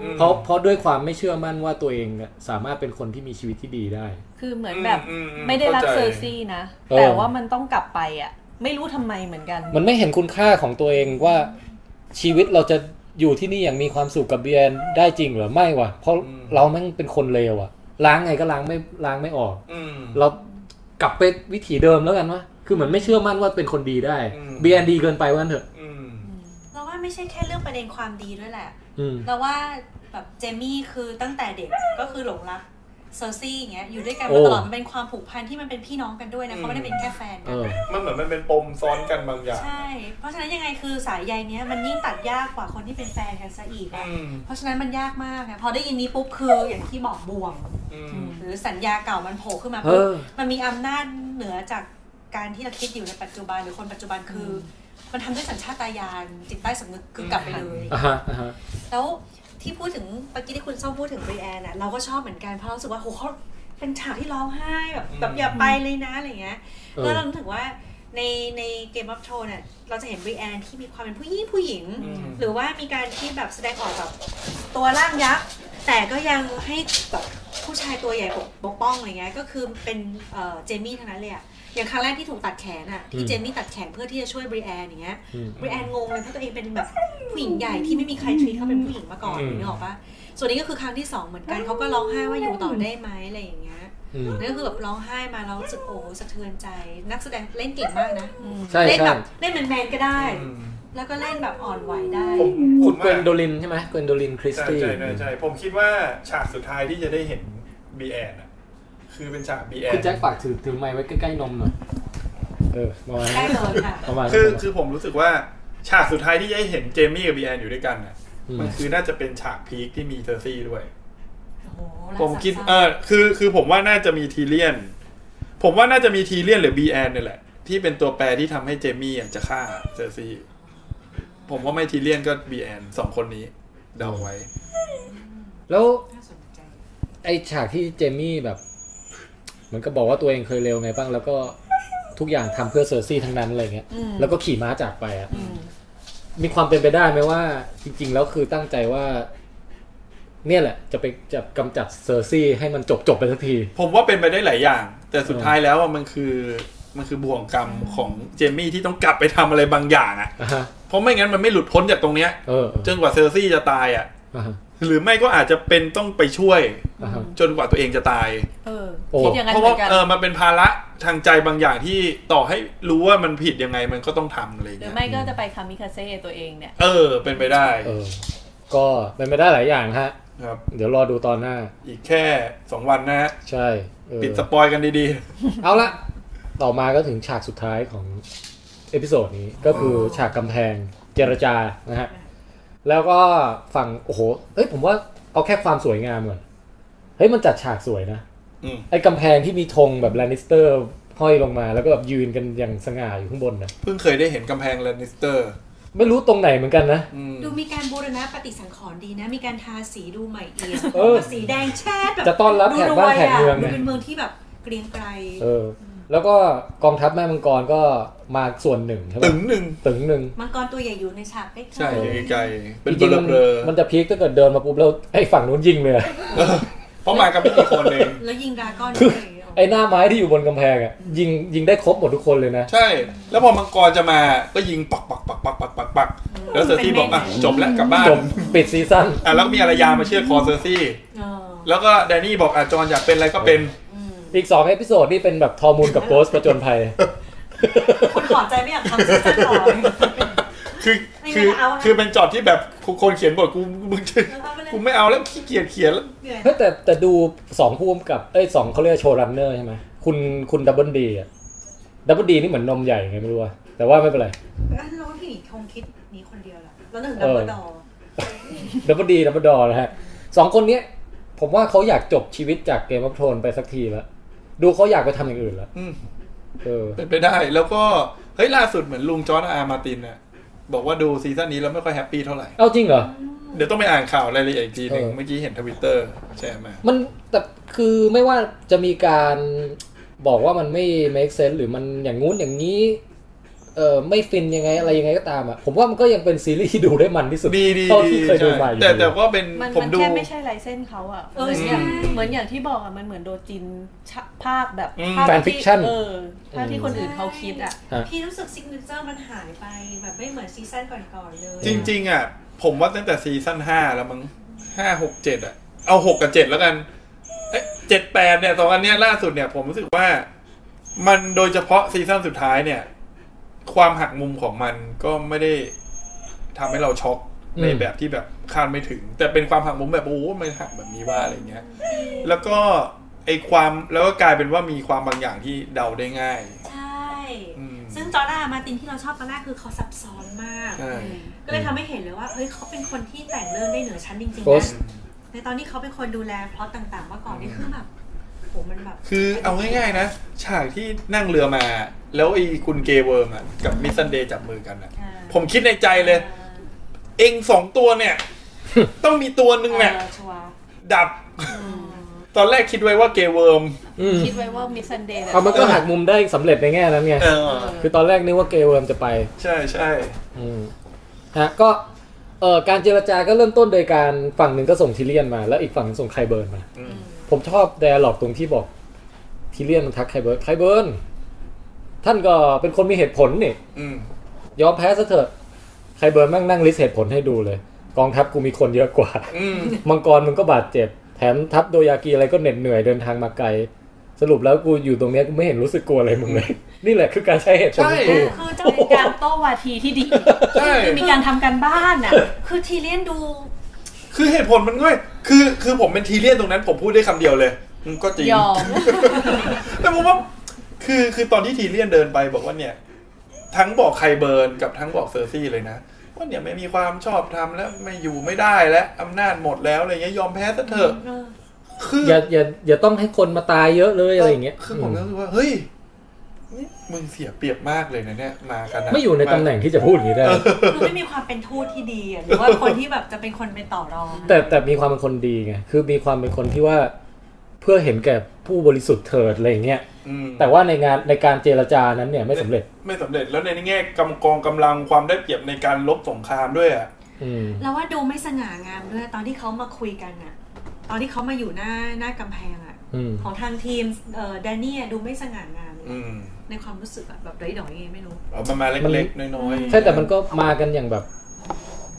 Speaker 2: อืม
Speaker 1: เพราะเพราะด้วยความไม่เชื่อมั่นว่าตัวเองอะสามารถเป็นคนที่มีชีวิตที่ดีได้
Speaker 5: คือเหมือนแบบ
Speaker 2: อือื
Speaker 5: ไม่ได้รัก
Speaker 2: ข้า
Speaker 5: เซ
Speaker 2: ใจ
Speaker 5: อร์ซี่นะ
Speaker 1: เออ
Speaker 5: แต่ว่ามันต้องกลับไปอ่ะ ไม่รู้ทำไมเหมือนกัน
Speaker 1: มันไม่เห็นคุณค่าของตัวเองว่าชีวิตเราจะอยู่ที่นี่อย่างมีความสุขกับเบียนได้จริงเหรือไม่วะเพราะเราแม่งเป็นคนเลวอะล้างไงก็ล้างไม่ล้างไม่ออก
Speaker 2: อืม
Speaker 1: เรากลับไปวิถีเดิมแล้วกันวะคือเหมือนไม่เชื่อมั่นว่าเป็นคนดีได้
Speaker 2: อืม
Speaker 1: เบียนดีเกินไปวางันเถอะ
Speaker 2: อืม
Speaker 4: เราว่าไม่ใช่แค่เรื่องประเด็นความดีด้วยแหละ
Speaker 1: อืม
Speaker 4: เราว่าแบบเจมี่คือตั้งแต่เด็กก็คือหลงรัก เซอร์ซี่อย่างเงี้ยอยู่ด้วยกัน
Speaker 1: โอ้
Speaker 4: มาตลอดมันเป็นความผูกพันที่มันเป็นพี่น้องกันด้วยนะเขาไม่ได้เป็นแค่แฟน
Speaker 1: เอ
Speaker 4: กัน
Speaker 1: อ
Speaker 2: มันเหมือนมันเป็นปมซ้อนกันบางอย่าง
Speaker 4: ใช่ เพราะฉะนั้นยังไงคือสายใยเนี้ยมันยิ่งตัดยากกว่าคนที่เป็นแฟนกันซะอีก
Speaker 2: อื
Speaker 4: อะ
Speaker 2: ม
Speaker 4: เพราะฉะนั้นมันยากมากไงพอได้ยินนี้ปุ๊บคืออย่างที่บอกบ่วง
Speaker 2: อืม
Speaker 4: หรือสัญญาเก่ามันโผล่ขึ้นมา
Speaker 1: เอ
Speaker 4: ปุ๊บ
Speaker 1: อ
Speaker 4: มันมีอำนาจเหนือจากการที่เราคิดอยู่ในปัจจุบันหรือคนปัจจุบันคืออมันทำด้วยสัญชาตญาณจิตใต้สำนึกคือกลับไปเลย
Speaker 1: อ่าฮะอ่าฮะ
Speaker 4: แล้วที่พูดถึงเมื่อกี้ที่คุณส้มพูดถึงบรีแอนน่ะเราก็ชอบเหมือนกันเพราะเรารู้สึกว่าโหเขาเป็นฉากที่ร้องไห้แบบแบบอย่าไปเลยนะอะไรเงี้ย
Speaker 1: เออ
Speaker 4: แล้วเรารู้สึกว่าในในเกมออฟโทนเนี่ยเราจะเห็นบรีแอนที่มีความเป็นผู้หญิงผู้หญิง
Speaker 2: อืม
Speaker 4: หรือว่ามีการที่แบบแสดงออกแบบตัวร่างยักษ์แต่ก็ยังให้แบบผู้ชายตัวใหญ่ปกปกป้องอะไรเงี้ยก็คือเป็นเอ่อเจมี่ทั้งนั้นเลยอะอย่างครั้งแรกที่ถูกตัดแขนอะที่เจมี่ตัดแขนเพื่อที่จะช่วยบรีแอนอย่างเงี้ย
Speaker 1: อืม
Speaker 4: บริแอนงงเลยเพราะตัวเองเป็นแบบผู้หญิงใหญ่ที่ไม่มีใครทีเขาเป็นผู้หญิงมาก่อน
Speaker 1: อืม
Speaker 4: นึกออกปะส่วนนี้ก็คือครั้งที่สองเหมือนกันเขาก็ร้องไห้ว่าอยู่ต่อได้ไหมอะไรอย่างเงี้ย
Speaker 1: อืม
Speaker 4: นั่นก็คือแบบร้องไห้มาแล้วรู้สึกโอ้สะเทือนใจ นักแสดงเล่นเก่งมากนะ
Speaker 1: ใช่
Speaker 4: เล่น
Speaker 1: ใช่
Speaker 4: แบบเล่นแมนๆก็ได้
Speaker 2: อืม
Speaker 4: แล้วก็เล่นแบบอ่อนไหวได้
Speaker 2: ผมผ
Speaker 1: คุ
Speaker 2: ม
Speaker 1: ณ
Speaker 2: ว่า
Speaker 1: เกวนโดลินใช่ไหมเกวนโดลินคริส
Speaker 2: ใช่
Speaker 1: ตี้
Speaker 2: ใช่ใช่ใช่ผมคิดว่าฉากสุดท้ายที่จะได้เห็นบีแอนอะคือเป็นฉากบีแอ
Speaker 1: คุ
Speaker 2: น
Speaker 1: ณแจ็คฝากถือถือไม้ไว้ใกล้ๆนมหน่อย เออประมาณ
Speaker 4: ได้
Speaker 1: นั้น
Speaker 4: เลยค่ะ
Speaker 1: ประมาณนั้น
Speaker 2: คือคือผมรู้สึกว่าฉากสุดท้ายที่จะได้เห็นเจมี่กับบีแอนอยู่ด้วยกันอะ
Speaker 1: ม
Speaker 2: มันคือน่าจะเป็นฉากพีคที่มีเทอร์ซี่ด้วย
Speaker 4: โอ้โห
Speaker 2: ผมคิด
Speaker 4: รักษา
Speaker 2: เออคือคือผมว่าน่าจะมีทีเลียน ผมว่าน่าจะมีทีเลียนหรือบีแอนเนี่ยแหละ ที่เป็นตัวแปรที่ทำให้เจมี่อะจะฆ่าเทอร์ซี่ ผมว่าไม่ทีเลียนก็บีแอนสองคนนี้เดาไว้
Speaker 1: แล้ว
Speaker 4: น่าสนใจ
Speaker 1: ไอฉากที่เจมี่แบบ เหมือนก็บอกว่าตัวเองเคยเร็วไงบ้าง แล้วก็ทุกอย่างทำเพื่อเซอร์ซี่ทั้งนั้นอะไรเงี้ย
Speaker 4: อืม
Speaker 1: แล้วก็ขี่ม้าจากไปอ่ะ
Speaker 4: อืม
Speaker 1: มีความเป็นไปได้ไหมว่า จริง ๆ แล้วคือตั้งใจว่า เนี่ยแหละ จะไปจะกำจัดเซอร์ซี่ให้มันจบจบๆไปสักที
Speaker 2: ผมว่าเป็นไปได้หลายอย่าง แต่สุดท้ายแล้วอะมันคือมันคือบ่วงกรรมของเจมี่ที่ต้องกลับไปทำอะไรบางอย่างอะ
Speaker 1: อ่ะฮะ
Speaker 2: เพราะไม่งั้นมันไม่หลุดพ้นจากตรงเนี้ย
Speaker 1: เออ
Speaker 2: จนกว่าเซอร์ซี่จะตายอะ
Speaker 1: อ่ะฮะ
Speaker 2: หรือไม่ก็อาจจะเป็นต้องไปช่วย
Speaker 1: อ่ะฮะ
Speaker 2: จนกว่าตัวเองจะตาย
Speaker 5: เออ
Speaker 1: โอ้
Speaker 5: คิดอย่างนั้น
Speaker 2: เพราะ
Speaker 5: เหมื
Speaker 2: ว่า
Speaker 5: อนกัน
Speaker 2: เออมันเป็นภาระทางใจบางอย่างที่ต่อให้รู้ว่ามันผิดยังไงมันก็ต้องทำอะไร
Speaker 5: หรือ
Speaker 2: เงี้ย
Speaker 5: ไม่ก็จะไปคามิคาเซ่ตัวเองเนี่ย
Speaker 2: เออ เป็นไปได้
Speaker 1: เออ ก็เป็นไปได้หลายอย่างฮะ
Speaker 2: ครับ
Speaker 1: เดี๋ยวรอดูตอนหน้า
Speaker 2: อีกแค่สองวันนะฮะ
Speaker 1: ใช่เออ
Speaker 2: ปิดสปอยกันดี
Speaker 1: เอาละ ต่อมาก็ถึงฉากสุดท้ายของเอพิโซดนี้ก็คือฉากกำแพงเจรจา นะฮะ แล้วก็ฝั่งโอ้โห เอ้ยผมว่าเอาแค่ความสวยงามก่อน เฮ้ยมันจัดฉากสวยนะ
Speaker 2: ๆอืม
Speaker 1: ไอ้กำแพงที่มีธงแบบแลนนิสเตอร์ห้อยลงมา แล้วก็แบบยืนกันอย่างสง่าอยู่ข้างบนนะ
Speaker 2: เพิ่งเคยได้เห็นกำแพงแลนนิสเตอร์
Speaker 1: ไม่รู้ตรงไหนเหมือนกันนะ
Speaker 2: อืม
Speaker 4: ดูมีการบูรณะปฏิสังขรณ์ดีนะ มีการทาสีดูใหม่เอี่ยม
Speaker 1: เออ
Speaker 4: สีแดงแช่แบบ
Speaker 1: จะต้อนรับแขกบ้านแขกเมือง
Speaker 4: ดูรวยะ
Speaker 1: เนี่ย
Speaker 4: ดูเป็นเมืองที่แบบเกรียงไกร
Speaker 1: เออ แล้วก็กองทัพแม่มังกรก็มาส่วนหนึ่งใช่ไหม
Speaker 2: ตึงหนึ่ง
Speaker 1: ตึงหนึ่ง
Speaker 4: มังกรตัวใหญ่อยู่ในฉากใกล้ๆ
Speaker 2: ใช่ไกลๆเป็น
Speaker 1: จ
Speaker 2: เบ
Speaker 1: ริง
Speaker 2: ล
Speaker 1: ๆมัน
Speaker 2: เบลอๆ
Speaker 1: มันจะพีคถ้าเกิดเดินมาปุ๊บแล้วไอ้ฝั่งนู้นยิงเลยอะ
Speaker 2: เออเพราะมา กันไม่กี่คนเอง
Speaker 4: แล้วยิงดราก้อนด้วย
Speaker 1: ไอ้หน้าไม้ที่อยู่บนกำแพงอ่ะยิงยิงได้ครบหมดทุกคนเลยนะ
Speaker 2: ใช่ แล้วพอมังกรจะมาก็ยิงปักปักปักปักปักปักปักแล้วเซอร์ซี่บอกอ่ะจบแล้วกลับบ้าน
Speaker 1: จบปิดซีซั่น
Speaker 2: อ่ะแล้วก็มีอารยามาเชื่อดคอเซอร์ซี่
Speaker 4: เออ
Speaker 2: แล้วก็แดนนี่บอกอ่ะจอนอยากเป็นอะไรก็เป็น
Speaker 4: อืม
Speaker 1: อีก 2 เอพิโซดนี่เป็นแบบทอมูลกับโกสประจนภัย
Speaker 4: คนถอนใจไม่อยากทำซีซั่นต่อเลย
Speaker 2: คือ
Speaker 4: ไม่
Speaker 2: คือ
Speaker 4: เอานะ
Speaker 2: คือเป็นจอดที่แบบคนเขียนบทกู มึงจะกูไม่เอาแล้วขี้เกียจเขียนแล้ว
Speaker 4: เหนื่อย
Speaker 1: เฮ้ยแต่แต่ดู 2ผู้กำกับเอ้ยสองเขาเรียกโชว์รันเนอร์ใช่ไหมคุณคุณดับเบิลดีอ่ะดับเบิลดีนี่เหมือนนมใหญ่ไงไม่รู้อะแต่ว่าไม่เป็นไร
Speaker 4: เราก็พี่หนีคงคิดนี้คนเดียวแหละแล้วนึกถึงดับเบิลดอร์
Speaker 1: ดับเบิลดีดับเบิลดอนะฮะสองคนเนี้ยผมว่าเขาอยากจบชีวิตจากเกม o อ t โ o นไปสักทีละดูเขาอยากไปทำอย่างอื่นละ
Speaker 2: อืม
Speaker 1: เออ
Speaker 2: เป็นไปได้แล้วก็เฮ้ยล่าสุดเหมือนลุงจอร์นอาร์มาตินน่ะบอกว่าดูซีซั่นนี้แล้วไม่ค่อยแฮปปี้เท่าไหร่
Speaker 1: เอาจริงเหรอ
Speaker 2: เดี๋ยวต้องไปอ่านข่าวรายละเอียดอีกทีหนึ่ง
Speaker 1: เออ
Speaker 2: เมื่อกี้เห็นทวิตเตอร์แชร์มา
Speaker 1: มันแต่คือไม่ว่าจะมีการบอกว่ามันไม่ make sense หรือมันอย่างงู้นอย่างนี้ เออไม่ฟินยังไงอะไรยังไงก็ตามอ่ะ ผมว่ามันก็ยังเป็นซีรีส์ที่ดูได้มันที่สุด
Speaker 2: ดีดี
Speaker 1: เท่า
Speaker 2: ดี
Speaker 1: ที่เคยดูมาอยู่
Speaker 2: แต่แต่ก็เป็น
Speaker 5: มัน
Speaker 2: ผม
Speaker 5: มัน
Speaker 2: ดู
Speaker 5: แค่ไม่ใช่ลายเส้นเขาอ่ะ
Speaker 4: เออ
Speaker 5: เหมือน
Speaker 4: ใช่
Speaker 5: ย่างเหมือนอย่างที่บอกอ่ะ มันเหมือนโดจินฉะภาคแบบ
Speaker 2: อืม
Speaker 5: ภาค
Speaker 1: fan
Speaker 5: ที่
Speaker 1: fiction
Speaker 5: เออภาคที่คนอื่นเขาคิดอ่ะ
Speaker 4: พี่รู้สึกซิกเนเจอร์มันหายไปแบบไม่เหมือนซีซั่นก่อนๆเลย
Speaker 2: จริง ๆ อ่ะ ผมว่าตั้งแต่ซีซั่นห้าแล้วมั้งห้าหกเจ็ดอ่ะ เอาหกกับเจ็ดแล้วกันเอ้เจ็ดแปดเนี่ยสองอันเนี้ยล่าสุดเนี่ย ผมรู้สึกว่ามันโดยเฉพาะซีซั่นสุดท้ายเนี่ย ความหักมุมของมันก็ไม่ได้ทำให้เราช็อก
Speaker 1: อืม
Speaker 2: ในแบบที่แบบคาดไม่ถึง แต่เป็นความหักมุมแบบโอ้มันหักแบบนี้ว่าอะไรเงี้ย แล้วก็ ไอความแล้วก็กลายเป็นว่ามีความบางอย่างที่เดาได้ง่าย
Speaker 4: ใช่
Speaker 2: อืม
Speaker 4: ซึ่งจอร์แดนมาร์ตินที่เราชอบตอนแรกคือเขาซับซ้อนมาก
Speaker 2: ใช่
Speaker 4: ก็เลยทำให้เห็นเลยว่าเฮ้ยเขาเป็นคนที่แต่งเรื่องได้เหนือชั้นจริง
Speaker 1: โพ
Speaker 4: ๆ
Speaker 1: ส
Speaker 4: นะ
Speaker 1: ต์
Speaker 4: ในตอนนี้เขาเป็นคนดูแลพล็อตต่างๆ ว่าก่อนนี่คือแบบโอ้โหมันแบบ
Speaker 2: คือเอาง่ายๆนะ ฉากที่นั่งเรือมา แล้วไอคุณเกเวิร์มอะกับมิสซันเดย์จับมือกันอะ
Speaker 4: อ่า
Speaker 2: ผมคิดในใจเลย เองสองตัว เนี่ย ต้องมีตัวหนึ่งแหละ
Speaker 4: เออชัวร์
Speaker 2: ดับ ตอนแรกคิดไว้ว่าเกเวิร์ม
Speaker 1: อืม
Speaker 5: คิดไว้ว่ามิสซันเดย์
Speaker 1: เอามันก็หักมุมได้สำเร็จในแง่นั้นไง
Speaker 2: เออ
Speaker 1: คือตอนแรกนึกว่าเกเวิร์มจะไป
Speaker 2: ใช่ใช่
Speaker 1: อืมฮะก็เอ่อการเจรจาก็เริ่มต้นโดยการฝั่งหนึ่งก็ส่งทิเลียนมา แล้วอีกฝั่งหนึ่งส่งไคเบิร์นมา
Speaker 2: อืม
Speaker 1: ผมชอบแดร์ล็อกตรงที่บอกทิเลียนมันทักไคเบิร์นไคเบิร์นท่านก็เป็นคนมีเหตุผลนี่
Speaker 2: อืม
Speaker 1: ยอมแพ้ซะเถอะไคเบิร์นแม่งนั่งลิสต์เหตุผลให้ดูเลย กองทัพกูมีคนเยอะกว่า
Speaker 2: อืม
Speaker 1: มังกรมันก็บาดเจ็บ แถมทัพโดยากีอะไรก็เหน็ดเหนื่อยเดินทางมาไกล สรุปแล้วกูอยู่ตรงเนี้ยกูไม่เห็นรู้สึกกลัวอะไรมึงเลย นี่แหละคือการใช้เหตุผลของกู
Speaker 2: ใช่
Speaker 4: คือจะ
Speaker 5: จะเป็นการโต้วาทีที่ดี
Speaker 2: ใช่
Speaker 5: คือมีการทำการบ้านอ่ะ
Speaker 4: คือทีเลียนดู
Speaker 2: คือเหตุผลมันง่ายคือ คือผมเป็นทีเรียนตรงนั้น ผมพูดได้คำเดียวเลยอืมก็จริง
Speaker 5: ยอม
Speaker 2: แต่ผมว่า คือ คือตอนที่ทีเรียนเดินไปบอกว่าเนี่ย ทั้งบอกใครเบิร์นกับทั้งบอกเซอร์ซี่เลยนะว่าเนี่ยไม่มีความชอบธรรมแล้วไม่อยู่ไม่ได้แล้วอำนาจหมดแล้วอะไรเงี้ยยอมแพ้ซะเถอะ คือ
Speaker 1: อย่าอย่าอย่าต้องให้คนมาตายเยอะเลยอะไรอย่างเงี้ย
Speaker 2: คือผมก็รู้สึกว่า เฮ้ยนี่มึงเสียเปรียบมากเลยนะเนี่ยมากัน
Speaker 1: ไม่อยู่ในตำแหน่งที่จะพูดอย่างนี้ได้
Speaker 4: คือไม่มีความเป็นทูตที่ดีอะหรือ ว่าคนที่แบบจะเป็นคนไปต่อรอง
Speaker 1: แต่แต่มีความเป็นคนดีไง คือมีความเป็นคนที่ว่าเพื่อเห็นแก่ผู้บริสุทธิ์เถิดอะไรอย่างเงี้ย
Speaker 2: อืม
Speaker 1: แต่ว่าในงานในการเจรจานั้นเนี่ยไม่สำเร็จ
Speaker 2: ไม่สำเร็จแล้วในแง่กำกองกำลังความได้เปรียบในการลบสงครามด้วยอ่ะ
Speaker 1: อืม
Speaker 4: แล้วว่าดูไม่สง่างามด้วยตอนที่เขามาคุยกันอะตอนที่เขามาอยู่หน้าหน้ากำแพงอะ
Speaker 1: อืม
Speaker 4: ของทางทีมเอ่อแดนนี่อะดูไม่สง่างามเลย
Speaker 2: อืม
Speaker 4: ในความรู้สึกอะแบบดอยๆยังไงไม่รู้
Speaker 2: เอามามาเล็กๆ น้อยๆ
Speaker 1: ใช่แต่มันก็มากันอย่างแบบ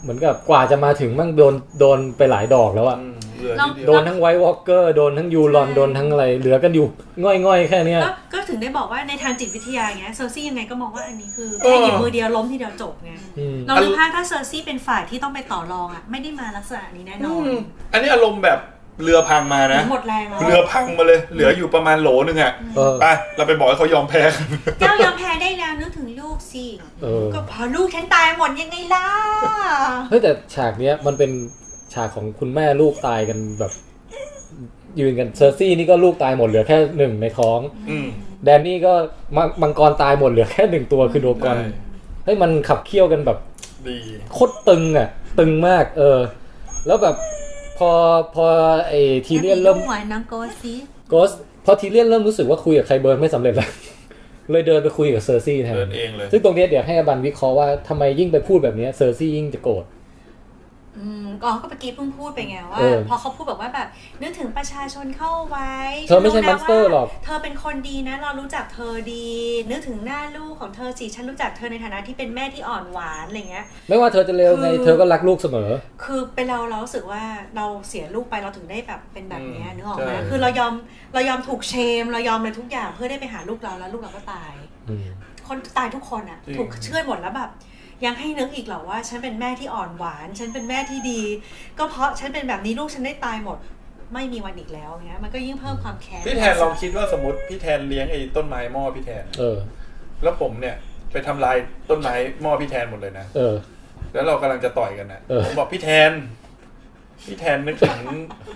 Speaker 1: เหมือนกับกว่าจะมาถึงมั่งโดนโดนไปหลายดอกแล้วอะ
Speaker 2: อืมเหลือนิดเดียว
Speaker 1: โดนทั้งไวท์วอลเกอร์โดนทั้งยูรอน
Speaker 4: ใช่
Speaker 1: โดนทั้งอะไร เหลือกันอยู่ง่อยๆแค่เนี้ย
Speaker 4: ก็ก็ถึงได้บอกว่าในทางจิตวิทยาอย่างเงี้ยเซอร์ซี่ยังไงก็มองว่าอันนี้คือแค่หยิบมือเดียวล้มทีเดียวจบไง
Speaker 1: อืม
Speaker 4: เราดูภาพถ้าเซอร์ซี่เป็นฝ่ายที่ต้องไปต่อรองอะไม่ได้มาลักษณะนี้แน่น
Speaker 2: อื
Speaker 4: อน
Speaker 2: มอันนี้อารมณ์แบบเรือพังมานะ
Speaker 4: หมดแรงแล้ว
Speaker 2: เรือพังมาเลย เหลืออยู่ประมาณโหลนึงอ่ะ
Speaker 1: เออ
Speaker 2: ไปเราไปบอกให้เขายอมแพ้ กัน
Speaker 4: เจ้ายอมแพ้ได้แล้วนึกถึงลูกสิ
Speaker 1: เออ
Speaker 4: ก็พอลูกฉันตายหมดยังไงล่ะ
Speaker 1: เฮ้ยแต่ฉากเนี้ยมันเป็นฉากของคุณแม่ลูกตายกันแบบ ยืนกันเซอร์ซี่นี่ก็ลูกตายหมดเหลือแค่หนึ่งในท้อง
Speaker 2: อืม
Speaker 1: แดนนี่ก็มังมังกรตายหมดเหลือแค่หนึ่งตัวคือโดกอน
Speaker 2: ได้
Speaker 1: เฮ้ยมันขับเคี่ยวกันแบบ
Speaker 2: ดี
Speaker 1: โคตรตึงอ่ะ ตึงมาก เออ แล้วแบบพอพอไอ้ทีเรียนเริ่ม
Speaker 4: หัวน้องโกสิ
Speaker 1: โกสพอทีเรียนเริ่มรู้สึกว่าคุยกับใครเบิร์นไม่สำเร็จแล้ว เลยเดินไปคุยกับเซอร์ซี่แท
Speaker 2: เดิ
Speaker 1: น
Speaker 2: นเองเลย
Speaker 1: ซึ่งตรงเนี้ยเดี๋ยวให้อบันวิเคราะห์ว่าทำไมยิ่งไปพูดแบบเนี้ยเซอร์ซี่ยิ่งจะโกรธ
Speaker 4: อืมก็ก็เมื่อกี้เพิ่งพูดไปไงว่า
Speaker 1: เออ
Speaker 4: พอเขาพูดแบบว่าแบบนึกถึงประชาชนเข้าไว้
Speaker 1: เธอไม่ใช่
Speaker 4: ะว่า
Speaker 1: monster หรอก
Speaker 4: เธอเป็นคนดีนะ เรารู้จักเธอดี นึกถึงหน้าลูกของเธอสิฉันรู้จักเธอในฐานะที่เป็นแม่ที่อ่อนหวานอะไรเงี้ย
Speaker 1: ไม่ว่าเธอจะเลวไง
Speaker 4: คือ
Speaker 1: เธอก็รักลูกเสมอ
Speaker 4: คือเป็นเราเรารู้สึกว่าเราเสียลูกไปเราถึงได้แบบเป็นแบบเนี้ยนึกออกไหม
Speaker 1: ใช่
Speaker 4: คือเรายอมเรายอมถูกเชม เรายอมอะไรทุกอย่างเพื่อได้ไปหาลูกเราแล้วลูกเราก็ตาย
Speaker 1: อืม
Speaker 4: คนตายทุกคนอะถูกเชื่อดหมดแล้วแบบ ยังให้นึกอีกเหรอว่า ฉันเป็นแม่ที่อ่อนหวาน ฉันเป็นแม่ที่ดี ก็เพราะฉันเป็นแบบนี้ลูกฉันได้ตายหมด ไม่มีวันอีกแล้วเงี้ยมันก็ยิ่งเพิ่มความแค้น
Speaker 2: พี่แทนลองคิดว่าสมมติพี่แทนเลี้ยงไอ้ต้นไม้หม้อพี่แทน
Speaker 1: เออ
Speaker 2: แล้วผมเนี่ยไปทำลายต้นไม้หม้อพี่แทนหมดเลยนะ
Speaker 1: เออ
Speaker 2: แล้วเรากำลังจะต่อยกันนะ
Speaker 1: เออ
Speaker 2: ผมบอกพี่แทน พี่แทนนึกถึง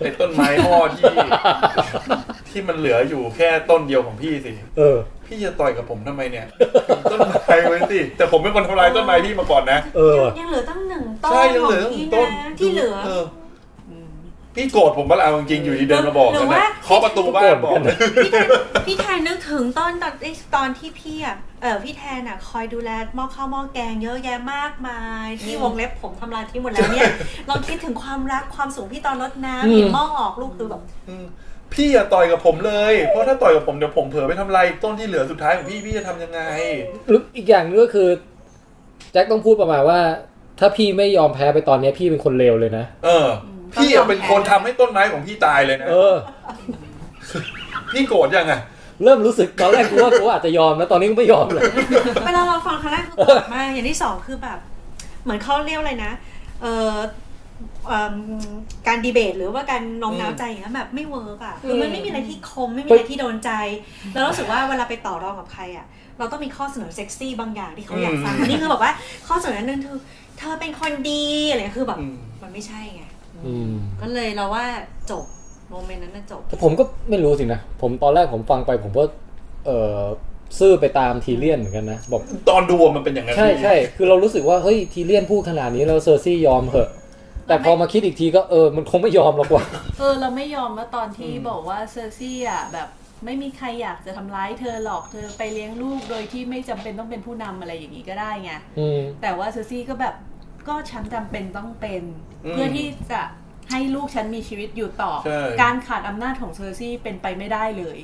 Speaker 2: ไอ้ต้นไม้ห่อที่ ที่มันเหลืออยู่แค่ต้นเดียวของพี่สิ
Speaker 1: เออ
Speaker 2: พี่จะต่อยกับผมทำไมเนี่ยถึงต้นไม้ไว้สิ แต่ผมเป็นคนทำลายต้นไม้พี่มาก่อนนะ
Speaker 1: เออ
Speaker 4: ยังเหลือตั้งหนึ่งต้น
Speaker 2: ใช่ยัง
Speaker 4: ขอ
Speaker 2: เหลือง
Speaker 4: พี่
Speaker 2: ต้น
Speaker 4: นะที่เหลือ
Speaker 2: พี่โกรธผมปะล่ะเอาจริงๆอยู่ดีเดินมาบอก
Speaker 4: หรื
Speaker 2: กันนะ
Speaker 4: อว่า
Speaker 2: เคาะประตูบ้านบอก
Speaker 1: โกรธเหมือนกันนะ
Speaker 4: พี่แทนพี่แทนนึกถึงตอนตอนเอ้ยตอนที่พี่อะเออพี่แทนอะคอยดูแลหม้อข้าวหม้อแกงเยอะแยะมากมาย ที่วงเล็บผมทำลายที่หมดแล้วเนี่ยลองคิดถึงความรักความสูงพี่ตอนรด
Speaker 1: อืม
Speaker 4: น้ำเห็นหม้อออกลูกคือแบบ
Speaker 2: อืมพี่อย่าต่อยกับผมเลย เพราะถ้าต่อยกับผมเดี๋ยวผมเผลอไปทำลายต้นที่เหลือสุดท้ายของพี่พี่จะทำยังไง
Speaker 1: หรืออีกอย่างหนึงก็คือแจ็คต้องพูดประมาณว่า ถ้าพี่ไม่ยอมแพ้ไปตอนเนี้ยพี่เป็นคนเลวเลยนะ
Speaker 2: เออ พี่อะเป็นคนทำให้ต้นไม้ของพี่ตายเลยนะ
Speaker 1: เออ
Speaker 2: พี่โกรธยังไง
Speaker 1: เริ่มรู้สึกตอนแรกกูว่ากูอาจจะยอมแล้วตอนนี้กูไม่ยอมเลย
Speaker 4: เวลาเราฟังครั้งแรกคือโกรธมากอย่างที่สองคือแบบ เหมือนเขาเรียกอะไรนะ เออ เอิ่มการดีเบตหรือว่าการโน้มน้าวใจอย่างเงี้ยแบบไม่เวิร์กอ่ะคือมันไม่มีอะไรที่คมไม่มีอะไรที่โดนใจ แล้วเรารู้สึกว่าเวลาไปต่อรองกับใครอ่ะ เราต้องมีข้อเสนอเซ็กซี่บางอย่างที่เขาอยากฟัง
Speaker 2: อืม
Speaker 4: นี่คือแบบว่าข้อเสนอหนึงคือเธอเป็นคนดีอะไรเงี้ยคือแบบมันไม่ใช่ไง
Speaker 1: อืม
Speaker 4: ก็เลยเราว่าจบโมเมนต์นั้นน่ะจบ
Speaker 1: ผมก็ไม่รู้สินะ ผมตอนแรกผมฟังไปผมก็เออซื่อไปตามทีเลียนเหมือนกันนะบอก
Speaker 2: ตอนดูมันเป็นอย่างนั้น
Speaker 1: ใช่ใช่คือเรารู้สึกว่าเฮ้ยทีเลียนพูดขนาดนี้แล้วเซอร์ซี่ยอมเหอะ แต่พอมาคิดอีกทีก็เออมันคงไม่ยอมหรอกว่า
Speaker 5: เออเราไม่ยอมว่าตอนที่บอกว่าเซอร์ซี่อ่ะแบบไม่มีใครอยากจะทำร้ายเธอหรอกเธอไปเลี้ยงลูกโดยที่ไม่จำเป็นต้องเป็นผู้นำอะไรอย่างนี้ก็ได้ไง
Speaker 1: อืม
Speaker 5: แต่ว่าเซอร์ซี่ก็แบบก็ฉันจำเป็นต้องเป็น
Speaker 2: อืม
Speaker 5: เพื่อที่จะให้ลูกฉันมีชีวิตอยู่ต่อ
Speaker 2: ใช่
Speaker 5: การขาดอำนาจของเซอร์ซี่เป็นไปไม่ได้เลย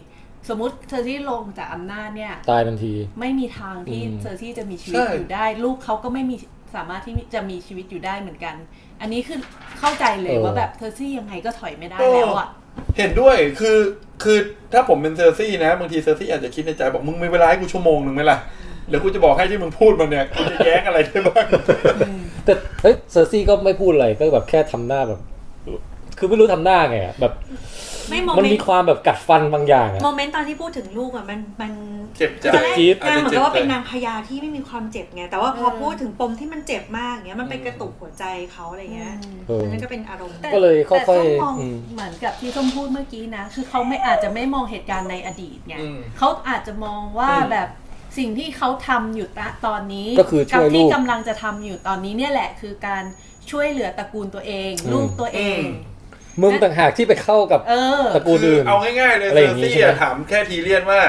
Speaker 5: สมมติเซอร์ซี่ลงจากอำนาจเนี่ย
Speaker 1: ตายทันที
Speaker 5: ไม่มีทางที่
Speaker 1: อืม
Speaker 5: เซอร์ซี่จะมีชีวิต
Speaker 2: ใช่
Speaker 5: อยู่ได้ ลูกเขาก็ไม่มีสามารถที่จะมีชีวิตอยู่ได้เหมือนกัน อันนี้คือเข้าใจเลยว่าแบบเซอร์ซี่ยังไงก็ถอยไม่ได้แล้วอ่ะ
Speaker 2: เห็นด้วยคือคือถ้าผมเป็นเซอร์ซี่นะบางทีเซอร์ซี่อาจจะคิดในใจบอกมึงมีเวลาให้กูชั่วโมงหนึ่งไหมล่ะเดี๋ยวกูจะบอกให้ที่มึงพูดมันเนี่ยกูจะแย้งอะไรได้ บ้าง
Speaker 1: แต่เฮ้ยเซอร์ซี่ก็ไม่พูดอะไรก็แบบแค่ทำหน้าแบบ คือไม่รู้ทำหน้าไงอะแบบ
Speaker 4: ไม่โม
Speaker 1: มัน
Speaker 4: เมน
Speaker 1: มี
Speaker 4: ต์
Speaker 1: ความแบบกัดฟันบางอย่างอะ
Speaker 4: โมเมนต์ตอนที่พูดถึงลูกอ่ะมันมัน
Speaker 2: เจ็บใจ
Speaker 4: ตอนแรก
Speaker 1: จี๊ด
Speaker 4: นางเหมือนกับว่าเป็นนางพญาที่ไม่มีความเจ็บไง แต่ว่าพออ
Speaker 5: ม
Speaker 4: พูดถึงปมที่มันเจ็บมากเงี้ย มันไปกระตุกหัวใจเขาอะไรเงี้ย
Speaker 1: เออ
Speaker 4: อันนั่นก็เป็นอารมณ์
Speaker 5: แต่
Speaker 1: ก็เลยค่อยๆ
Speaker 5: แต่ส้มมอง
Speaker 1: อืม
Speaker 5: เหมือนกับที่ส้มพูดเมื่อกี้นะ คือเขาไม่อาจจะไม่มองเหตุการณ์ในอดีตไง
Speaker 2: อืม
Speaker 5: เขาอาจจะมองว่า
Speaker 2: อืม
Speaker 5: แบบสิ่งที่เขาทำอยู่ณตอนนี้
Speaker 1: ก็คือช่วย
Speaker 5: กัที่
Speaker 1: ลูก
Speaker 5: กำลังจะทำอยู่ตอนนี้เนี่ยแหละ คือการช่วยเหลือตระกูลตัวเอง
Speaker 1: อืม
Speaker 5: ลูกตัวเอง
Speaker 1: มึงต่างหากที่ไปเข้ากับ
Speaker 5: เออ
Speaker 1: ตระกูล
Speaker 2: คือ
Speaker 1: อื่น
Speaker 2: เอาง่ายๆเลย
Speaker 1: อะไร
Speaker 2: เซ
Speaker 1: อางงี้
Speaker 2: อย่ร์ซี่
Speaker 1: ใช่ไหม
Speaker 2: อะถามแค่ทีเรียนว่า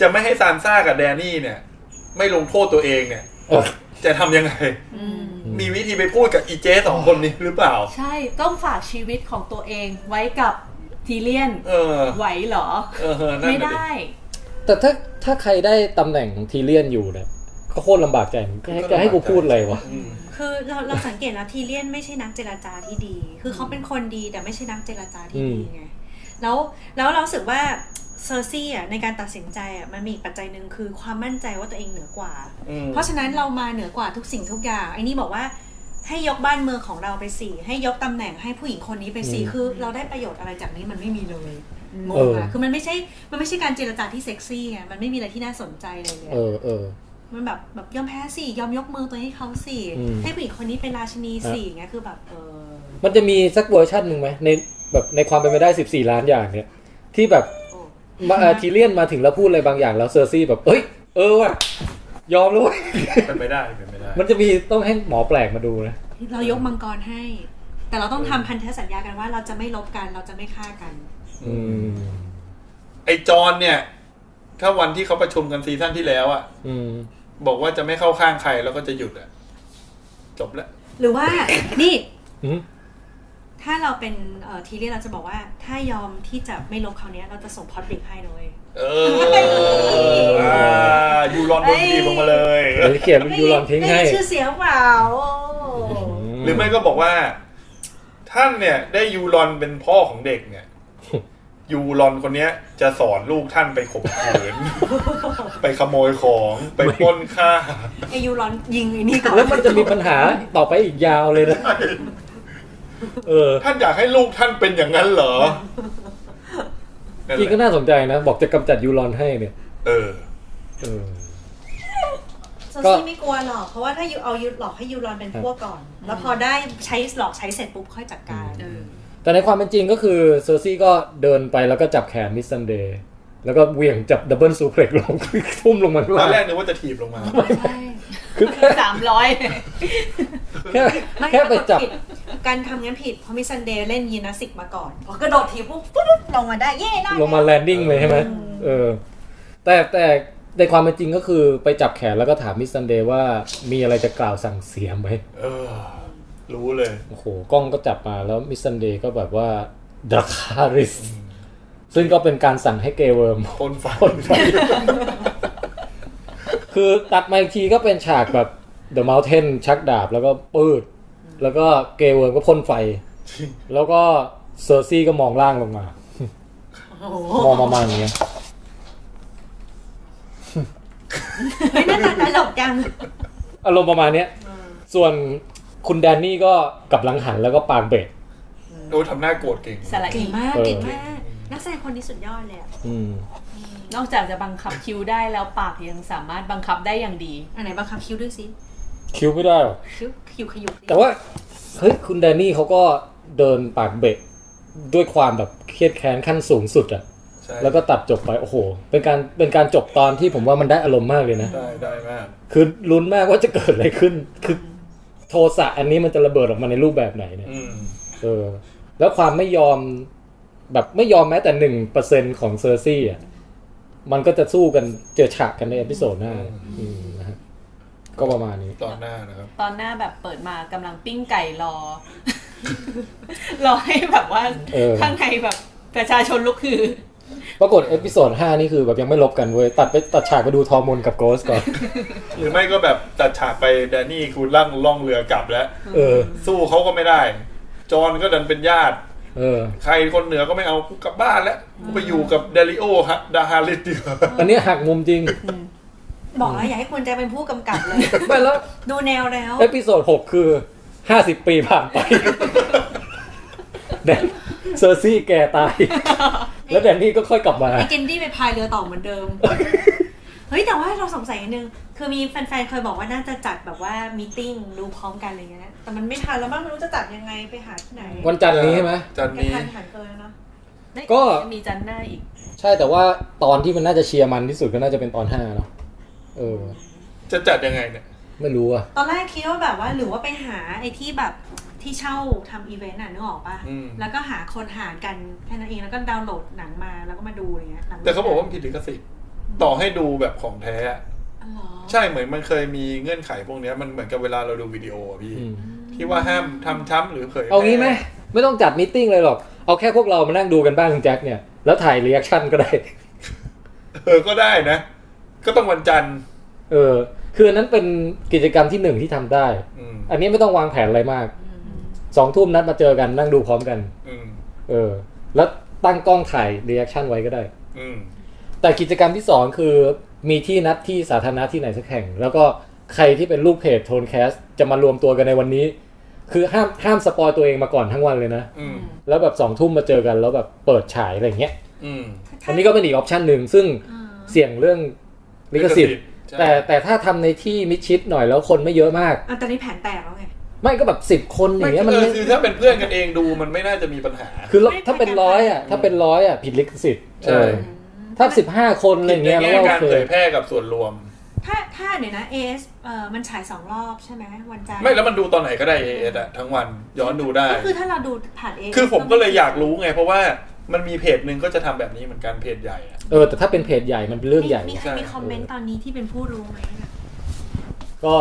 Speaker 2: จะไม่ให้ซานซ่ากับแดนนี่เนี่ย ไม่ลงโทษตัวเองเนี่ย
Speaker 1: เออ
Speaker 2: จะทำยังไง
Speaker 1: อืม
Speaker 2: มีวิธีไปพูดกับอีเจสองคนนี้หรือเปล่า
Speaker 5: ใช่ ต้องฝากชีวิตของตัวเองไว้กับทีเลียน
Speaker 2: เออ
Speaker 5: ไหวเหรอ
Speaker 2: เออนั่น
Speaker 5: ไม่
Speaker 2: น่ะดิ
Speaker 5: ได้
Speaker 1: แต่ถ้าถ้าใครได้ตำแหน่งทีเลียนอยู่เนี่ยก็โคตรลำบากใจเหมือนกันจะให้กูพูดอะไรวะ
Speaker 2: อืม
Speaker 4: คือเราเราสังเกตแล้วทีเลียนไม่ใช่นักเจรจาที่ดี คือเขาเป็นคนดีแต่ไม่ใช่นักเจรจาที่ดี
Speaker 1: อืม
Speaker 4: ไง แล้วแล้วเรารู้สึกว่าเซอร์ซี่อ่ะในการตัดสินใจอ่ะมันมีอีกปัจจัยหนึ่งคือความมั่นใจว่าตัวเองเหนือกว่า
Speaker 2: อืม
Speaker 4: เพราะฉะนั้นเรามาเหนือกว่าทุกสิ่งทุกอย่างไอ้นี่บอกว่าให้ยกบ้านเมืองของเราไปสี่ให้ยกตำแหน่งให้ผู้หญิงคนนี้ไปสี่
Speaker 1: อืม
Speaker 4: คือเราได้ประโยชน์อะไรจากนี้มันไม่มีเลยง
Speaker 1: เอง อ
Speaker 4: อะคือมันไม่ใช่มันไม่ใช่การเจรจาที่เซ็กซี่ไงมันไม่มีอะไรที่น่าสนใจเลยเลย
Speaker 1: เออเออ
Speaker 4: มันแบบแบบยอมแพ้สี่ยอมยกมือตัวให้เขาสี่
Speaker 1: อืม
Speaker 4: ให้ผู้หญิงคนนี้เป็นราชินีสี่ไงยคือแบบเออ
Speaker 1: มันจะมีสักเวอร์ชันหนึ่งไหมในแบบในความเป็นไปได้ 14 ล้านอย่างเนี่ย ที่แบบ
Speaker 4: โอ้
Speaker 1: มาเอ่อทีเลียนมาถึงแล้วพูดอะไรบางอย่างแล้วเซอร์ซี่แบบเอ้ย เออว่ะ ยอมแล้วเว้ย
Speaker 2: เป็นไปได้เป็นไปได้
Speaker 1: มันจะมีต้องให้หมอแปลกมาดูนะ
Speaker 4: เรายกมังกรให้ แต่เราต้องทำพันธสัญญากันว่าเราจะไม่ลบกันเราจะไม่ฆ่ากัน
Speaker 1: อืม
Speaker 2: ไอจอนเนี่ย ถ้าวันที่เขาประชุมกันซีซั่นที่แล้วอะ
Speaker 1: อืม
Speaker 2: บอกว่าจะไม่เข้าข้างใครแล้วก็จะหยุดอะจบแล้ว
Speaker 4: หรือว่า นี่
Speaker 1: อืม
Speaker 4: ถ้าเราเป็นเอ่อทีเรียกเราจะบอกว่าถ้ายอมที่จะไม่ลบคราวเนี้ยเราจะส่งพอดบิกให้เลย
Speaker 2: เอออ่ายูรอนโดนบีบลงมาเลย
Speaker 1: เดี๋ยวเขียนยูรอนทิ้งให้
Speaker 4: ไม่มีชื่อเสียงเปล่าโอ้
Speaker 2: หรือไม่ก็บอกว่า ท่านเนี่ย ได้ยูรอนเป็นพ่อของเด็กเนี่ย ยูรอนคนเนี้ย จะสอนลูกท่านไปข่มขื น ไปขโมยของไปปล้นค่า
Speaker 4: ไอยูร้อนยิงไอ้นี่ก่อน
Speaker 1: แล้วมันจะมีปัญหาต่อไปอีกยาวเลยนะ เออ
Speaker 2: ท่านอยากให้ลูกท่านเป็นอย่างนั้นเหรอนั่น
Speaker 1: จริงก็
Speaker 2: แหละ
Speaker 1: น่าสนใจนะ บอกจะกำจัดยูรอนให้เนี่ย
Speaker 2: เออ
Speaker 1: เออ
Speaker 4: โซซี่ไม่กลัวหรอก เพราะว่าถ้ายูเอายูหลอกให้ยูร้อนเป็นพวกก่อน แล้วพอได้ใช้หลอกใช้เสร็จปุ๊บค่อยจัดการ
Speaker 5: เออ
Speaker 1: แต่ในความเป็นจริงก็คือเซอร์ซี่ก็เดินไปแล้วก็จับแขนมิสซันเดย์แล้วก็เหวี่ยงจับดับเบิลซูเพล็กซ์ลง ทุ่มลงมาข้าง
Speaker 2: ตอ
Speaker 1: ล่าน ง
Speaker 2: แรกนึกว่าจะถีบลงมา
Speaker 4: ใช่
Speaker 1: คือแค่
Speaker 5: สามร้อย
Speaker 1: แค่แค่ไปจับ
Speaker 4: ผิดการทำงั้นผิด เพราะมิซันเดย์เล่นยิมนาสติกมาก่อนพอกระโดดทีปุ๊บปุ๊บลงมาได้เย่ได้
Speaker 1: ลงมาแลนดิ้งเลยใช่ไหมเออ แต่แต่ในความเป็นจริงก็คือไปจับแขนแล้วก็ถามมิสซันเดย์ว่ามีอะไรจะกล่าวสั่งเสียไหม
Speaker 2: เออ รู้เลย
Speaker 1: โอ้โห กล้องก็จับมาแล้วมิสซันเดย์ก็แบบว่าดราคาริส ซึ่งก็เป็นการสั่งให้เกย์เวิร์ม
Speaker 2: คนฟัน
Speaker 1: คือตัดมาอีกทีก็เป็นฉากแบบ The Mountain ชักดาบแล้วก็ปืด แล้วก็เกย์เวิร์มก็พ่นไฟ แล้วก็เซอร์ซี่ก็มองล่างลงมา
Speaker 4: โอ้โห
Speaker 1: มองประมาณอย่างเงี้ย
Speaker 4: ไม่น่าตาตลกจัง
Speaker 1: อารมณ์ประมาณเนี้ย ส่วน คุณแดนนี่ก็กลับหลังหันแล้วก็ปางเบรก
Speaker 2: โอ้ยทำหน้าโกรธเก่ง
Speaker 3: สระอี
Speaker 4: เก่งมาก
Speaker 1: เออ
Speaker 4: เก่งมากนักแสดงคนนี้สุดยอดเลยอะ
Speaker 1: อืม
Speaker 3: นอกจากจะบังคับคิวได้แล้วปากยังสามารถบังคับได้อย่างดี
Speaker 4: อันไหนบังคับคิ้วด้วยสิ
Speaker 1: คิ้วไม่ได้หรอก
Speaker 4: คิ้วคิ้วขยุกดิ
Speaker 1: แต่ว่าเฮ้ยคุณแดนนี่เขาก็เดินปากเบรกด้วยความแบบเครียดแค้นขั้นสูงสุดอะ
Speaker 2: ใช่
Speaker 1: แล้วก็ตัดจบไปโอ้โห เป็นการเป็นการจบตอนที่ผมว่ามันได้อารมณ์มากเลยนะ
Speaker 2: ได้ได้มาก
Speaker 1: คือลุ้นมากว่าจะเกิดอะไรขึ้น คือโทสะอันนี้มันจะระเบิดออกมาในรูปแบบไหนเนี่ย
Speaker 2: อืม
Speaker 1: เออ แล้วความไม่ยอมแบบไม่ยอมแม้แต่หนึ่งเปอร์เซ็นของเซอร์ซี่อ่ะ มันก็จะสู้กันเจอฉากกันในเอพิโซดหน้า อืมนะฮะ ก็ประมาณนี้
Speaker 2: ตอนหน้านะครับ
Speaker 3: ตอนหน้าแบบเปิดมากำลังปิ้งไก่รอ รอให้แบบว่า
Speaker 1: เออ
Speaker 3: ข้างในแบบประชาชนลุกคือ
Speaker 1: ปรากฏเอพิโซดห้านี่คือแบบยังไม่ลบกันเว้ย ตัดไปตัดฉากไปดูทอร์มนกับโกสก่อน
Speaker 2: หรือไม่ก็แบบตัดฉากไปแดนนี่คือล่างล่องเรือกลับแล้ว
Speaker 1: เออ
Speaker 2: สู้เขาก็ไม่ได้ จอห์นก็ดันเป็นญาติ
Speaker 1: เออ
Speaker 2: ใครคนเหนือก็ไม่เอากูกลับบ้านแล้วกูไปอยู่กับเดลิโอฮะดาฮาริสดีกว่า
Speaker 1: อันเนี้ยหักมุมจริง
Speaker 4: บอกแล้วอยากให้คุณแจเป็นผู้กำกับเลย
Speaker 1: ไม่แล้ว
Speaker 4: ดูแนวแล้ว
Speaker 1: เอพิโซดหกคือห้าสิบปีผ่านไป แดนเซอร์ซี่แก่ตาย แล้วแดนนี่ก็ค่อยกลับมา
Speaker 4: ไอ้เกนดี้ไปพายเรือต่อเหมือนเดิม เฮ้ยแต่ว่าเราสงสัยนิดนึง คือมีแฟนๆเคยบอกว่าน่าจะจัดแบบว่ามีตติ้งดูพร้อมกันอะไรเงี้ยนะแต่มันไม่ทันแล้วบ้างไม่รู้จะจัดยังไงไปหาที่ไหน
Speaker 1: วันจันทร์นี้ใช่ไหม
Speaker 2: จันทร์
Speaker 4: กระ
Speaker 2: นี้
Speaker 4: ทันหันเกินแล้วเนาะ
Speaker 1: ก็
Speaker 3: มีจันหน้าอีก
Speaker 1: ใช่แต่ว่าตอนที่มันน่าจะเชียร์มันที่สุดก็น่าจะเป็นตอนห้าเนาะเออ
Speaker 2: จะจัดยังไงเนี่ย
Speaker 1: ไม่รู้อะ
Speaker 4: ตอนแรกคิดว่าแบบว่าหรือว่าไปหาไอ้ที่แบบที่เช่าทำอีเวนต์น่ะนึกออกปะ
Speaker 2: อืม
Speaker 4: แล้วก็หาคนหารกันแค่นั้นเองแล้วก็ดาวน์โหลดหนังมาแล้วก็มาดูอะไรเงี้ยหนัง
Speaker 2: แต่เขาบอกว่ามันผิดลิขสิทธิ์ต่อให้ดูแบบของแท้อะ
Speaker 4: อ๋อเหรอ
Speaker 2: ใช่เหมือนมันเคยมีเงื่อนไขพวกเนี้ยมันเหมือนกับเวลาเราดูวิดีโออะพี่
Speaker 1: อืม
Speaker 2: ที่ว่าห้ามทำช้ำหรือเผยแพร่
Speaker 1: เอางี้ไหมไม่ต้องจัดมตติ팅เลยหรอก เอาแค่พวกเรามานั่งดูกันบ้างคุณแจ็คเนี่ย แล้วถ่ายรีแอคชั่นก็ได้
Speaker 2: เออก็ได้นะ ก็ต้องวันจันทร์
Speaker 1: เออ คืออันนั้นเป็นกิจกรรมที่หนึ่งที่ทำได้
Speaker 2: อืม
Speaker 1: อันนี้ไม่ต้องวางแผนอะไรมากสองทุ่มนัดมาเจอกันนั่งดูพร้อมกัน
Speaker 2: อืม
Speaker 1: เออ แล้วตั้งกล้องถ่ายรีแอคชั่นไว้ก็ได้
Speaker 2: อืม
Speaker 1: แต่กิจกรรมที่สองคือมีที่นัดที่สาธารณะที่ไหนสักแห่ง แล้วก็ใครที่เป็นลูกเพจโทนแคสจะมารวมตัวกันในวันนี้ คือห้ามห้ามสปอยตัวเองมาก่อนทั้งวันเลยนะ
Speaker 2: อืม
Speaker 1: แล้วแบบสองทุ่มมาเจอกันแล้วแบบเปิดฉายอะไรอย่างเงี้ย
Speaker 2: อืม
Speaker 1: อันนี้ก็เป็นอีกออปชันหนึ่งซึ่ง
Speaker 4: อ่า
Speaker 1: เสี่ยงเรื่องลิขสิทธิ์
Speaker 2: ใช่
Speaker 1: แต่แต่ถ้าทำในที่มิดชิดหน่อยแล้วคนไม่เยอะมาก
Speaker 4: อ่ะแต่นี่แผนแตกแล้วไง
Speaker 1: ไม่ก็แบบสิบคนอ
Speaker 2: ไม่
Speaker 1: ย่างเงี้ย
Speaker 2: มั
Speaker 1: มันนไม่
Speaker 2: คือถ้าเป็นเพื่อนกันเองดูมันไม่น่าจะมีปัญหา
Speaker 1: คือเรา
Speaker 4: ไม่
Speaker 1: ถ้าเป็น
Speaker 4: ไม่กัน
Speaker 1: ร้อยอ่ะถ้าเป็นร้อยอ่ะผิดลิขสิทธิ์เอ
Speaker 2: ใช่
Speaker 1: อถ้าสิบห้าคนอะไรอ
Speaker 2: คิด
Speaker 1: ย่าง
Speaker 2: ใน
Speaker 1: เงี้ยแล้ว
Speaker 2: แง่
Speaker 1: ก็
Speaker 2: การ
Speaker 1: โอ
Speaker 2: เผ
Speaker 1: เค
Speaker 2: ยแพร่กับส่วนรวม
Speaker 4: ถ้าถ้าเดี๋ยวนะเอสเออมันฉายสองรอบใช่ไหมวันจันทร์
Speaker 2: ไม่แล้วมันดูตอนไหนก็ได้เอเออะทั้งวันย้อนดูได้
Speaker 4: ก็คือถ้าเราดูผ่านเอส
Speaker 2: คือผมก็เลยอยากรู้ไง เพราะว่ามันมีเพจหนึ่งก็จะทำแบบนี้เหมือนกันเพจใหญ่อะ
Speaker 1: เออแต่ถ้าเป็นเพจใหญ่มันเป็นเรื่องใหญ่
Speaker 4: มี
Speaker 1: ไง
Speaker 4: ใครมีคอมเมนต์ตอนนี้ที่เป็นผู้รู้ไหมอะ
Speaker 1: ก็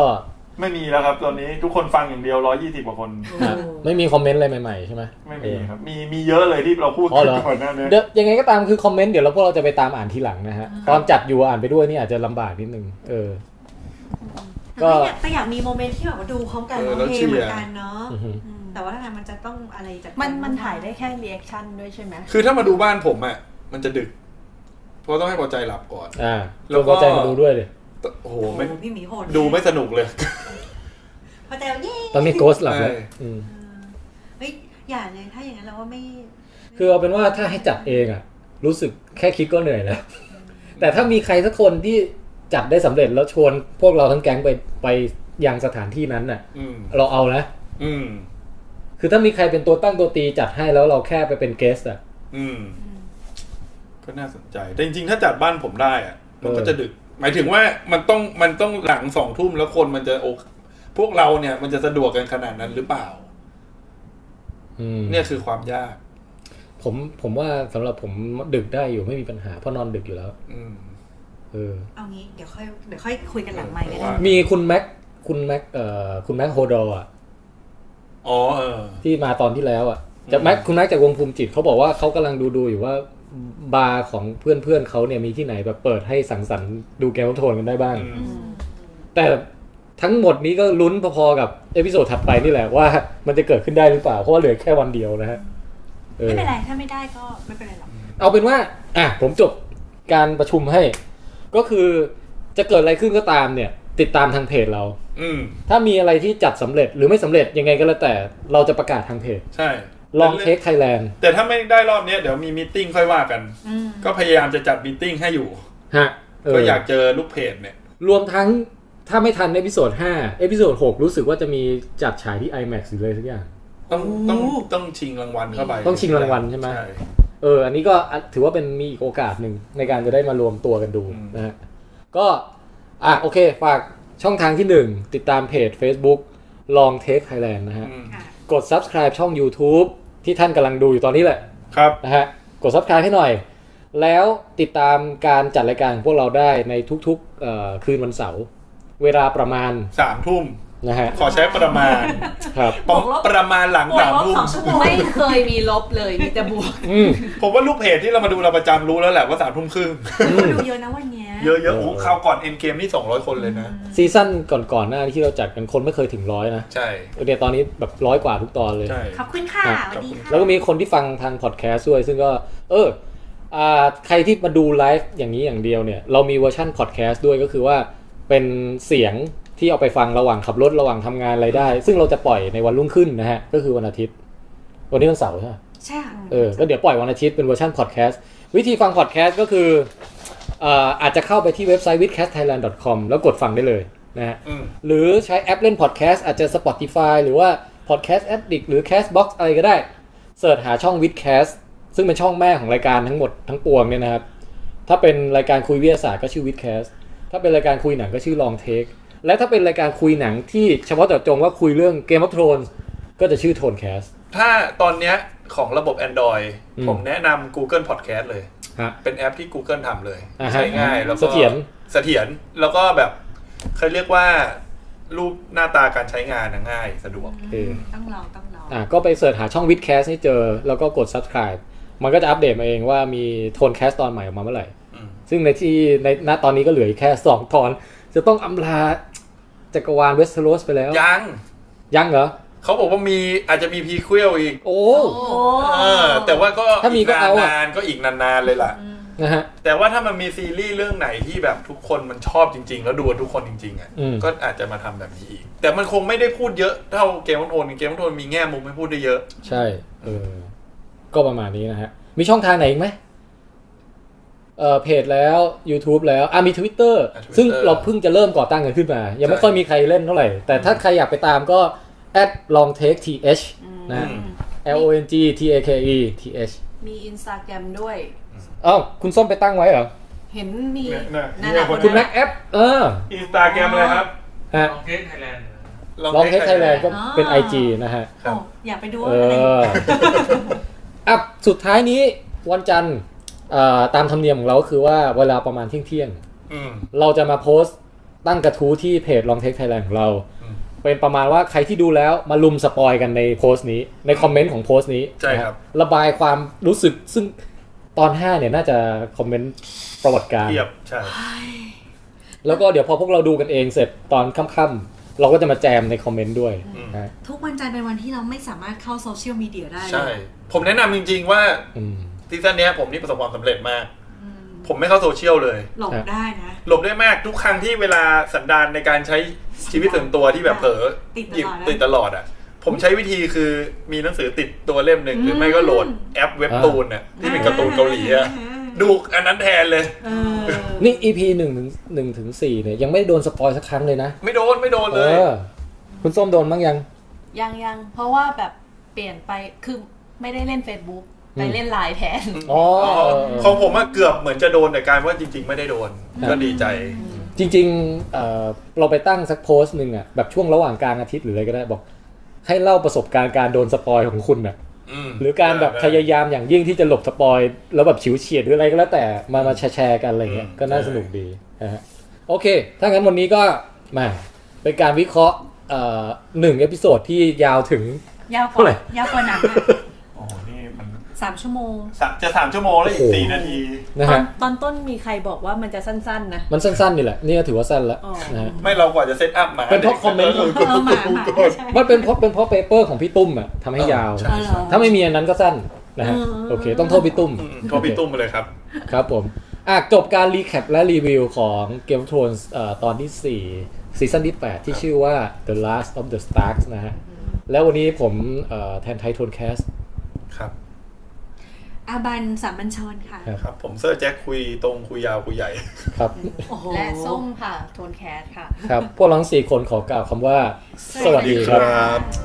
Speaker 2: ไม่มีแล้วครับตอนนี้ทุกคนฟังอย่างเดียวร้อยี่สิบกว่าคน
Speaker 1: อ่ะไม่มีคอมเมนต์อะไรใหม่ๆใช่ไหม
Speaker 2: ไม่มีครับ มีมีเยอะเลยที่เราพูด
Speaker 1: อ๋อเหรอ
Speaker 2: ก่อนหน้านี้
Speaker 1: เดี๋ยวยังไงก็ตามคือคอมเมนต์เดี๋ยวเราพวกเราจะไปตามอ่านทีหลังนะฮะ ตอนจัดอยู่อ่านไปด้วยนี่อาจจะลำบากนิดนึง เออ
Speaker 4: แต่
Speaker 1: ก็
Speaker 4: ไม่อยากแต่อยากมีโมเมนต์ที่แบบว่าดูพร้อมกันร้องเพลงเหมือนกันเนาะ
Speaker 1: อือหือ
Speaker 4: อืมแต่ว่าถ้าทางมันจะต้องอะไรจัด
Speaker 3: มันมันถ่ายได้แค่เรีแอคชั่นด้วยใช่ไหม
Speaker 2: คือถ้ามาดูบ้านผมอ่ะมันจะดึก เพราะต้องให้พอใจหลับก่อน
Speaker 1: อ่า
Speaker 2: แล้
Speaker 1: เรา
Speaker 2: วก็
Speaker 1: ก็ใจมาดูด้วยเลย
Speaker 2: โอ้โห
Speaker 4: โอ้โห
Speaker 2: ไม่
Speaker 4: พี่หมีโหด
Speaker 2: ดูไม่สนุกเลย
Speaker 4: พอใจแล้วเย้
Speaker 1: ตอนนี้โกสหลับแล้ว
Speaker 2: ใช่
Speaker 1: อืม
Speaker 4: เฮ้ยอย่าเลยถ้าอย่างนั้นเราว่าไม่
Speaker 1: คือเอาเป็นว่าถ้าให้จัดเองอ่ะ รู้สึกแค่คิดก็เหนื่อยแล้ว แต่ถ้ามีใครสักคนที่จัดได้สำเร็จแล้วชวนพวกเราทั้งแก๊งไปไปยังสถานที่นั้นน่ะ
Speaker 2: อืม
Speaker 1: เราเอานะ
Speaker 2: อืม
Speaker 1: คือถ้ามีใครเป็นตัวตั้งตัวตีจัดให้แล้วเราแค่ไปเป็นเกสอ่ะ
Speaker 2: อืมก็น่าสนใจ แต่จริงๆ ถ้าจัดบ้านผมได้อ่ะ มันก็จะดึก หมายถึงว่ามันต้องมันต้องหลังสองทุ่มแล้วคนมันจะโอเคพวกเราเนี่ยมันจะสะดวกกันขนาดนั้นหรือเปล่า
Speaker 1: อืม
Speaker 2: เนี่ยคือความยาก
Speaker 1: ผมผมว่าสำหรับผมดึกได้อยู่ไม่มีปัญหาเพราะนอนดึกอยู่แล้ว
Speaker 2: อืม
Speaker 1: เออ
Speaker 4: เอางี้เดี๋ยวค่อยเดี๋ยวค่อยคุยกันหลังไมค์ก็ได้
Speaker 2: ว่า
Speaker 1: มีคุณแม็กคุณแม็กเอ่อคุณแม็กโฮดอร์อะ
Speaker 2: อ๋อเออ
Speaker 1: ที่มาตอนที่แล้วอ่ะจาก
Speaker 2: อืม
Speaker 1: แม็กคุณแม็กจากวงภูมิจิตเขาบอกว่าเขากำลังดูดูอยู่ว่าบาร์ของเพื่อนเพื่อนๆเขาเนี่ยมีที่ไหนแบบเปิดให้สังสรรค์ดูแกวโทนกันได้บ้าง
Speaker 2: อืม
Speaker 1: แต่ทั้งหมดนี้ก็ลุ้นพอๆกับเอพิโซดถัดไปนี่แหละว่ามันจะเกิดขึ้นได้หรือเปล่าเพราะว่าเหลือแค่วันเดียวนะฮะเออ
Speaker 4: ไม่เป็นไรถ้าไม่ได้ก็ไม่เป็นไรหรอก
Speaker 1: เอาเป็นว่าอ่ะผมจบการประชุมให้ ก็คือจะเกิดอะไรขึ้นก็ตามเนี่ย ติดตามทางเพจเรา
Speaker 2: อืม
Speaker 1: ถ้ามีอะไรที่จัดสำเร็จหรือไม่สำเร็จยังไงก็แล้วแต่เราจะประกาศทางเพจ
Speaker 2: ใช่
Speaker 1: ลองเทคไทยแลนด์
Speaker 2: แต่ถ้าไม่ได้รอบเนี้ยเดี๋ยวมีมตติ팅ค่อยว่ากัน
Speaker 4: อืม
Speaker 2: ก็พยายามจะจัดมตติ팅ให้อยู่
Speaker 1: ฮะเ
Speaker 2: ก็อยากเจอลูกเพจเนี่ย
Speaker 1: รวมทั้งถ้าไม่ทันเอพิโซด5เอพิโซด6รู้สึกว่าจะมีจัดฉายที่ IMAX หรือเลยสักอย่าง
Speaker 2: ต้องต้องต้องชิงรางวัลเข้าไป
Speaker 1: ต้องชิงรางวัลใช่ไหม
Speaker 2: ใช่
Speaker 1: เออ อันนี้ก็อ่ะถือว่าเป็นมีอีกโอกาสหนึ่งในการจะได้มารวมตัวกันดู
Speaker 2: อืม
Speaker 1: นะฮะ ก็อ่ะโอเค ฝากช่องทางที่หนึ่งติดตามเพจ Facebook ลองเทคไทยแลนด์นะฮะ
Speaker 2: อืม
Speaker 4: ค่ะ
Speaker 1: กด subscribe ช่อง YouTube ที่ท่านกำลังดูอยู่ตอนนี้แหละ
Speaker 2: ครับ
Speaker 1: นะฮะ กด subscribe ให้หน่อย แล้วติดตามการจัดรายการของพวกเราได้ในทุกๆเอ่อคืนวันเสาร์เวลาประมาณ
Speaker 2: สามทุ่ม
Speaker 1: นะฮะ
Speaker 2: ขอใช้ประมาณ
Speaker 1: ครับ
Speaker 2: ประประมาณหลังสามทุ่ม
Speaker 3: ไม่เคยมีลบเลยมีแต่บวก
Speaker 1: อืม
Speaker 2: ผมว่าลูกเพจที่เรามาดูเราประจำรู้แล้วแหละว่าสามทุ่มครึ่ง
Speaker 4: คนดูเยอะนะวันเนี้ย
Speaker 2: เยอะๆโอ้คราวก่อนเอ็นเกมนี่สองร้อยคนเลยนะ
Speaker 1: ซีซั่นก่อนๆหน้าที่เราจัดกันคนไม่เคยถึงร้อยนะ
Speaker 2: ใช่
Speaker 1: เนี่ยตอนนี้แบบร้อยกว่าทุกตอนเลย
Speaker 2: ใช่
Speaker 4: ขอบคุณค่ะสวัสดีค่ะ
Speaker 1: แล้วก็มีคนที่ฟังทางพอดแคสต์ด้วย ซึ่งก็ เอออ่าใครที่มาดูไลฟ์อย่างนี้อย่างเดียวเนี่ย เรามีเวอร์ชั่นพอดแคสต์ด้วยก็คือว่าเป็นเสียงที่เอาไปฟังระหว่างขับรถระหว่างทำงานอะไรได้ ซึ่งเราจะปล่อยในวันรุ่งขึ้นนะฮะ ก็คือวันอาทิตย์ วันนี้วันเสาร์ใช่ไหม
Speaker 4: ใช่ค่ะ
Speaker 1: เออแล้วเดี๋ยวปล่อยวันอาทิตย์เป็นเวอร์ชันพอดแคสต์วิธีฟังพอดแคสต์ก็คือเอ่ออาจจะเข้าไปที่เว็บไซต์ withcastthailand.com แล้วกดฟังได้เลยนะฮะ
Speaker 2: อืม
Speaker 1: หรือใช้แอปเล่นพอดแคสต์อาจจะ Spotify หรือว่า Podcast Addict หรือ Castbox อะไรก็ได้เสิร์ชหาช่อง withcast ซึ่งเป็นช่องแม่ของรายการทั้งหมดทั้งปวงเนี่ยนะครับ ถ้าเป็นรายการคุยวิทยาศาสตร์ก็ชื่อ withcast ถ้าเป็นรายการคุยหนังก็ชื่อ long take และถ้าเป็นรายการคุยหนังที่เฉพาะเจาะจงว่าคุยเรื่อง Game of Thrones ก็จะชื่อ Tonecast
Speaker 2: ถ้าตอนเนี้ยของระบบ Android
Speaker 1: อืม
Speaker 2: ผมแนะนำ Google Podcast เลย
Speaker 1: ฮะ
Speaker 2: เป็นแอปที่ Google ทำเลย
Speaker 1: อ่าฮะ
Speaker 2: ใช้ง่ายแล้วก็
Speaker 1: เสถียร
Speaker 2: เสถียรแล้วก็แบบเขาเรียกว่ารูปหน้าตาการใช้งานน่ะง่ายสะดวก
Speaker 1: เออ
Speaker 4: ต้องลองต้องลอง
Speaker 1: อ่ะก็ไปเสิร์ชหาช่องวิดแคสให้เจอ แล้วก็กด subscribe มันก็จะอัปเดตมาเองว่ามีโทนแคสตอนใหม่ออกมาเมื่อไหร่
Speaker 2: อืม
Speaker 1: ซึ่งในที่ในณตอนนี้ก็เหลืออีกแค่ 2 ตอน จะต้องอำลาจักรวาลเวสเทโรสไปแล้ว
Speaker 2: ยัง
Speaker 1: ยังเหรอ
Speaker 2: เขาบอกว่ามีอาจจะมีพีควลอีก
Speaker 1: โอ้
Speaker 4: โอ้
Speaker 2: เออแต่ว่าก็
Speaker 1: ถ้ามีก็เอาอะ
Speaker 2: นานๆก็อีกนานๆเลยล่ะ
Speaker 1: นะฮะ
Speaker 2: แต่ว่าถ้ามันมีซีรีส์เรื่องไหนที่แบบทุกคนมันชอบจริง ๆ แล้วดูกันทุกคนจริงๆอ่ะ
Speaker 1: อืม
Speaker 2: ก็อาจจะมาทำแบบนี้อีก แต่มันคงไม่ได้พูดเยอะเท่าเกมวันโทนเกมวันโทนมีแง่มุมให้พูดได้เยอะ
Speaker 1: ใช่เออก็ประมาณนี้นะฮะ มีช่องทางไหนอีกไหมเออเพจแล้ว YouTube แล้วอ่ะมี Twitter
Speaker 2: อ่ะ Twitter
Speaker 1: ซึ่งเราเพิ่งจะเริ่มก่อตั้งกันขึ้นมา ยังไม่
Speaker 2: ใช่
Speaker 1: ค่อยมีใครเล่นเท่าไหร่ แต่ถ้าใครอยากไปตามก็ long take th นะฮะ
Speaker 2: อืม
Speaker 1: L O N G T A K E T H
Speaker 3: มีอินสตาแกรมด้วย
Speaker 1: อ้าวคุณส้มไปตั้งไว้เหรอ
Speaker 3: เห็นมี
Speaker 2: เนี่ยน่ะ
Speaker 3: นั่น
Speaker 2: เนี่ย
Speaker 3: แหละ
Speaker 2: คน
Speaker 1: คุณแม็กแอปเออ
Speaker 2: อินสตาแกรมเลยครับ
Speaker 1: ฮะ
Speaker 6: ลองเทสไทยแลนด์
Speaker 1: ลองเทสไทยแลนด์ก็เป็น
Speaker 4: า
Speaker 1: IG นะฮะ
Speaker 2: ครับ
Speaker 4: โอ้อยากไปดู
Speaker 1: เอ
Speaker 4: ว่าอะไร
Speaker 1: ออ่ะสุดท้ายนี้วันจันทร์เอ่อตามธรรมเนียมของเราก็คือว่าเวลาประมาณเที่ยงเที่ยง
Speaker 2: อืม
Speaker 1: ๆเราจะมาโพสต์ตั้งกระทู้ที่เพจลองเทคไทยแลนด์ของเรา
Speaker 2: อืม
Speaker 1: เป็นประมาณว่าใครที่ดูแล้วมาลุมสปอยกันในโพสต์นี้ ในคอมเมนต์ของโพสต์นี้
Speaker 2: ใช่ครับ
Speaker 1: นะระบายความรู้สึกซึ่งตอน5เนี่ยน่าจะคอมเมนต์ประวัติการ
Speaker 2: เทียบใช่
Speaker 1: แล้วก็เดี๋ยวพอพวกเราดูกันเองเสร็จตอนค่ำๆเราก็จะมาแจมในคอมเมนต์ด้วย
Speaker 2: อืม
Speaker 1: นะฮะ
Speaker 4: ทุกวันจันทร์เป็นวันที่เราไม่สามารถเข้าโซเชียลมีเดียได้เลย
Speaker 2: ใช่ ผมแนะนำจริง ๆ ว่า
Speaker 1: อืม
Speaker 2: ซีซั่นเนี้ยผมนี่ประสบความสำเร็จมาก
Speaker 4: อืม
Speaker 2: ผมไม่เข้าโซเชียลเลย
Speaker 4: หลบได้นะ
Speaker 2: หลบได้มากทุกครั้งที่เวลาสันดานในการใช้ชีวิตส่วนตัวที่แบบเผลอ
Speaker 4: ติดตลอด
Speaker 2: หยิบ
Speaker 4: นะ
Speaker 2: ติดตลอดอ่ะ ผมใช้วิธีคือมีหนังสือติดตัวเล่มหนึ่งหรือไม่ก็โหลดแอปเว็บตูนน่ะที่เป็นการ์ตูนเกาหลีอ่ะดูอันนั้นแทนเลย
Speaker 4: เออ
Speaker 1: นี่ EP หนึ่งถึงหนึ่งถึงสี่เนี่ยยังไม่ได้โดนสปอยสักครั้งเลยนะ
Speaker 2: ไม่โดนไม่โดน
Speaker 1: เอ
Speaker 2: เลย
Speaker 1: อ คุณส้มโดนบ้างยัง
Speaker 3: ยังยังเพราะว่าแบบเปลี่ยนไปคือไม่ได้เล่น Facebook ไป
Speaker 1: อืม
Speaker 3: เล่นไลน์แทน
Speaker 1: อ๋อ
Speaker 2: อ๋อ
Speaker 1: เออเออ
Speaker 2: ของผมอะเกือบเหมือนจะโดนแต่กลารว่าจริง ๆ ไม่ได้โดน
Speaker 1: ครับ
Speaker 2: ก็ดีใจ
Speaker 1: จริงๆเอ่อเราไปตั้งสักโพสต์หนึ่งอะแบบช่วงระหว่างกลางอาทิตย์หรืออะไรก็ได้บอก ให้เล่าประสบการณ์การโดนสปอยของคุณน่ะ
Speaker 2: อืม
Speaker 1: หรือการแบบพยายามอย่างยิ่งที่จะหลบสปอยแล้วแบบฉิวเฉียดหรืออะไรก็แล้วแต่มามาแชร์ๆกันอะไรเงี้ยก็น่าสนุกดีนะฮะ โอเค ถ้างั้นวันนี้ก็มาเป็นการวิเคราะห์เอ่อหนึ่งเอพิโซดที่ยาวถึง
Speaker 4: ยาวก
Speaker 1: เท่าไหร่
Speaker 4: ว่ายาวกว่าหนังอะ
Speaker 2: โอ้โหนี่มัน
Speaker 4: สามชั่วโมง
Speaker 2: สามจะสามชั่วโมงแล้วอีก
Speaker 1: โอ้โห
Speaker 2: สี่นาที
Speaker 1: นะ
Speaker 5: ตอน
Speaker 1: ฮะ
Speaker 5: ตอนต้นมีใครบอกว่ามันจะสั้นๆนะ
Speaker 1: มันสั้นๆนี่แหละ นี่ก็ถือว่าสั้นแล้ว
Speaker 5: อ๋อ
Speaker 1: นะฮะ
Speaker 2: ไม่เรากว่าจะเซตอัพมา
Speaker 1: เป็นเพราะคอมเมนต์
Speaker 2: ออ
Speaker 4: เออหมาหมา
Speaker 2: ก่อน
Speaker 4: ใช่
Speaker 1: มันเป็นเพราะเป็นเพราะเปเปอร์ของพี่ตุ้มอะทำให้ยาว
Speaker 2: ใช่
Speaker 4: เออเหรอ
Speaker 1: ถ้าไม่มีอันนั้นก็สั้นนะฮะ
Speaker 4: เออ
Speaker 1: โอเค ต้องโทษพี่ตุ้ม
Speaker 2: อืมโทรพี่ตุ้มไปเลยครับ
Speaker 1: ครับผม อ่ะ จบการรีแคปและรีวิวของ Game of Thrones เอ่อตอนที่ 4 ซีซั่นที่ 8 ที่ชื่อว่า The Last of the Starks นะฮะ แล้ววันนี้ผมเอ่อแทนไทยโทนแคส
Speaker 2: ครับ
Speaker 4: อาบันสามัญชนค่ะ
Speaker 1: ครับ
Speaker 2: ครับ ผมเซอร์แจ็คคุยตรงคุยยาวคุยใหญ่
Speaker 1: ครับ
Speaker 4: โอ้โห
Speaker 3: และส้มค่ะ โทนแคสค่ะ
Speaker 1: ครับ พวกเราทั้งสี่คนขอกล่าวคำว่า สวัสดีครับ
Speaker 2: บ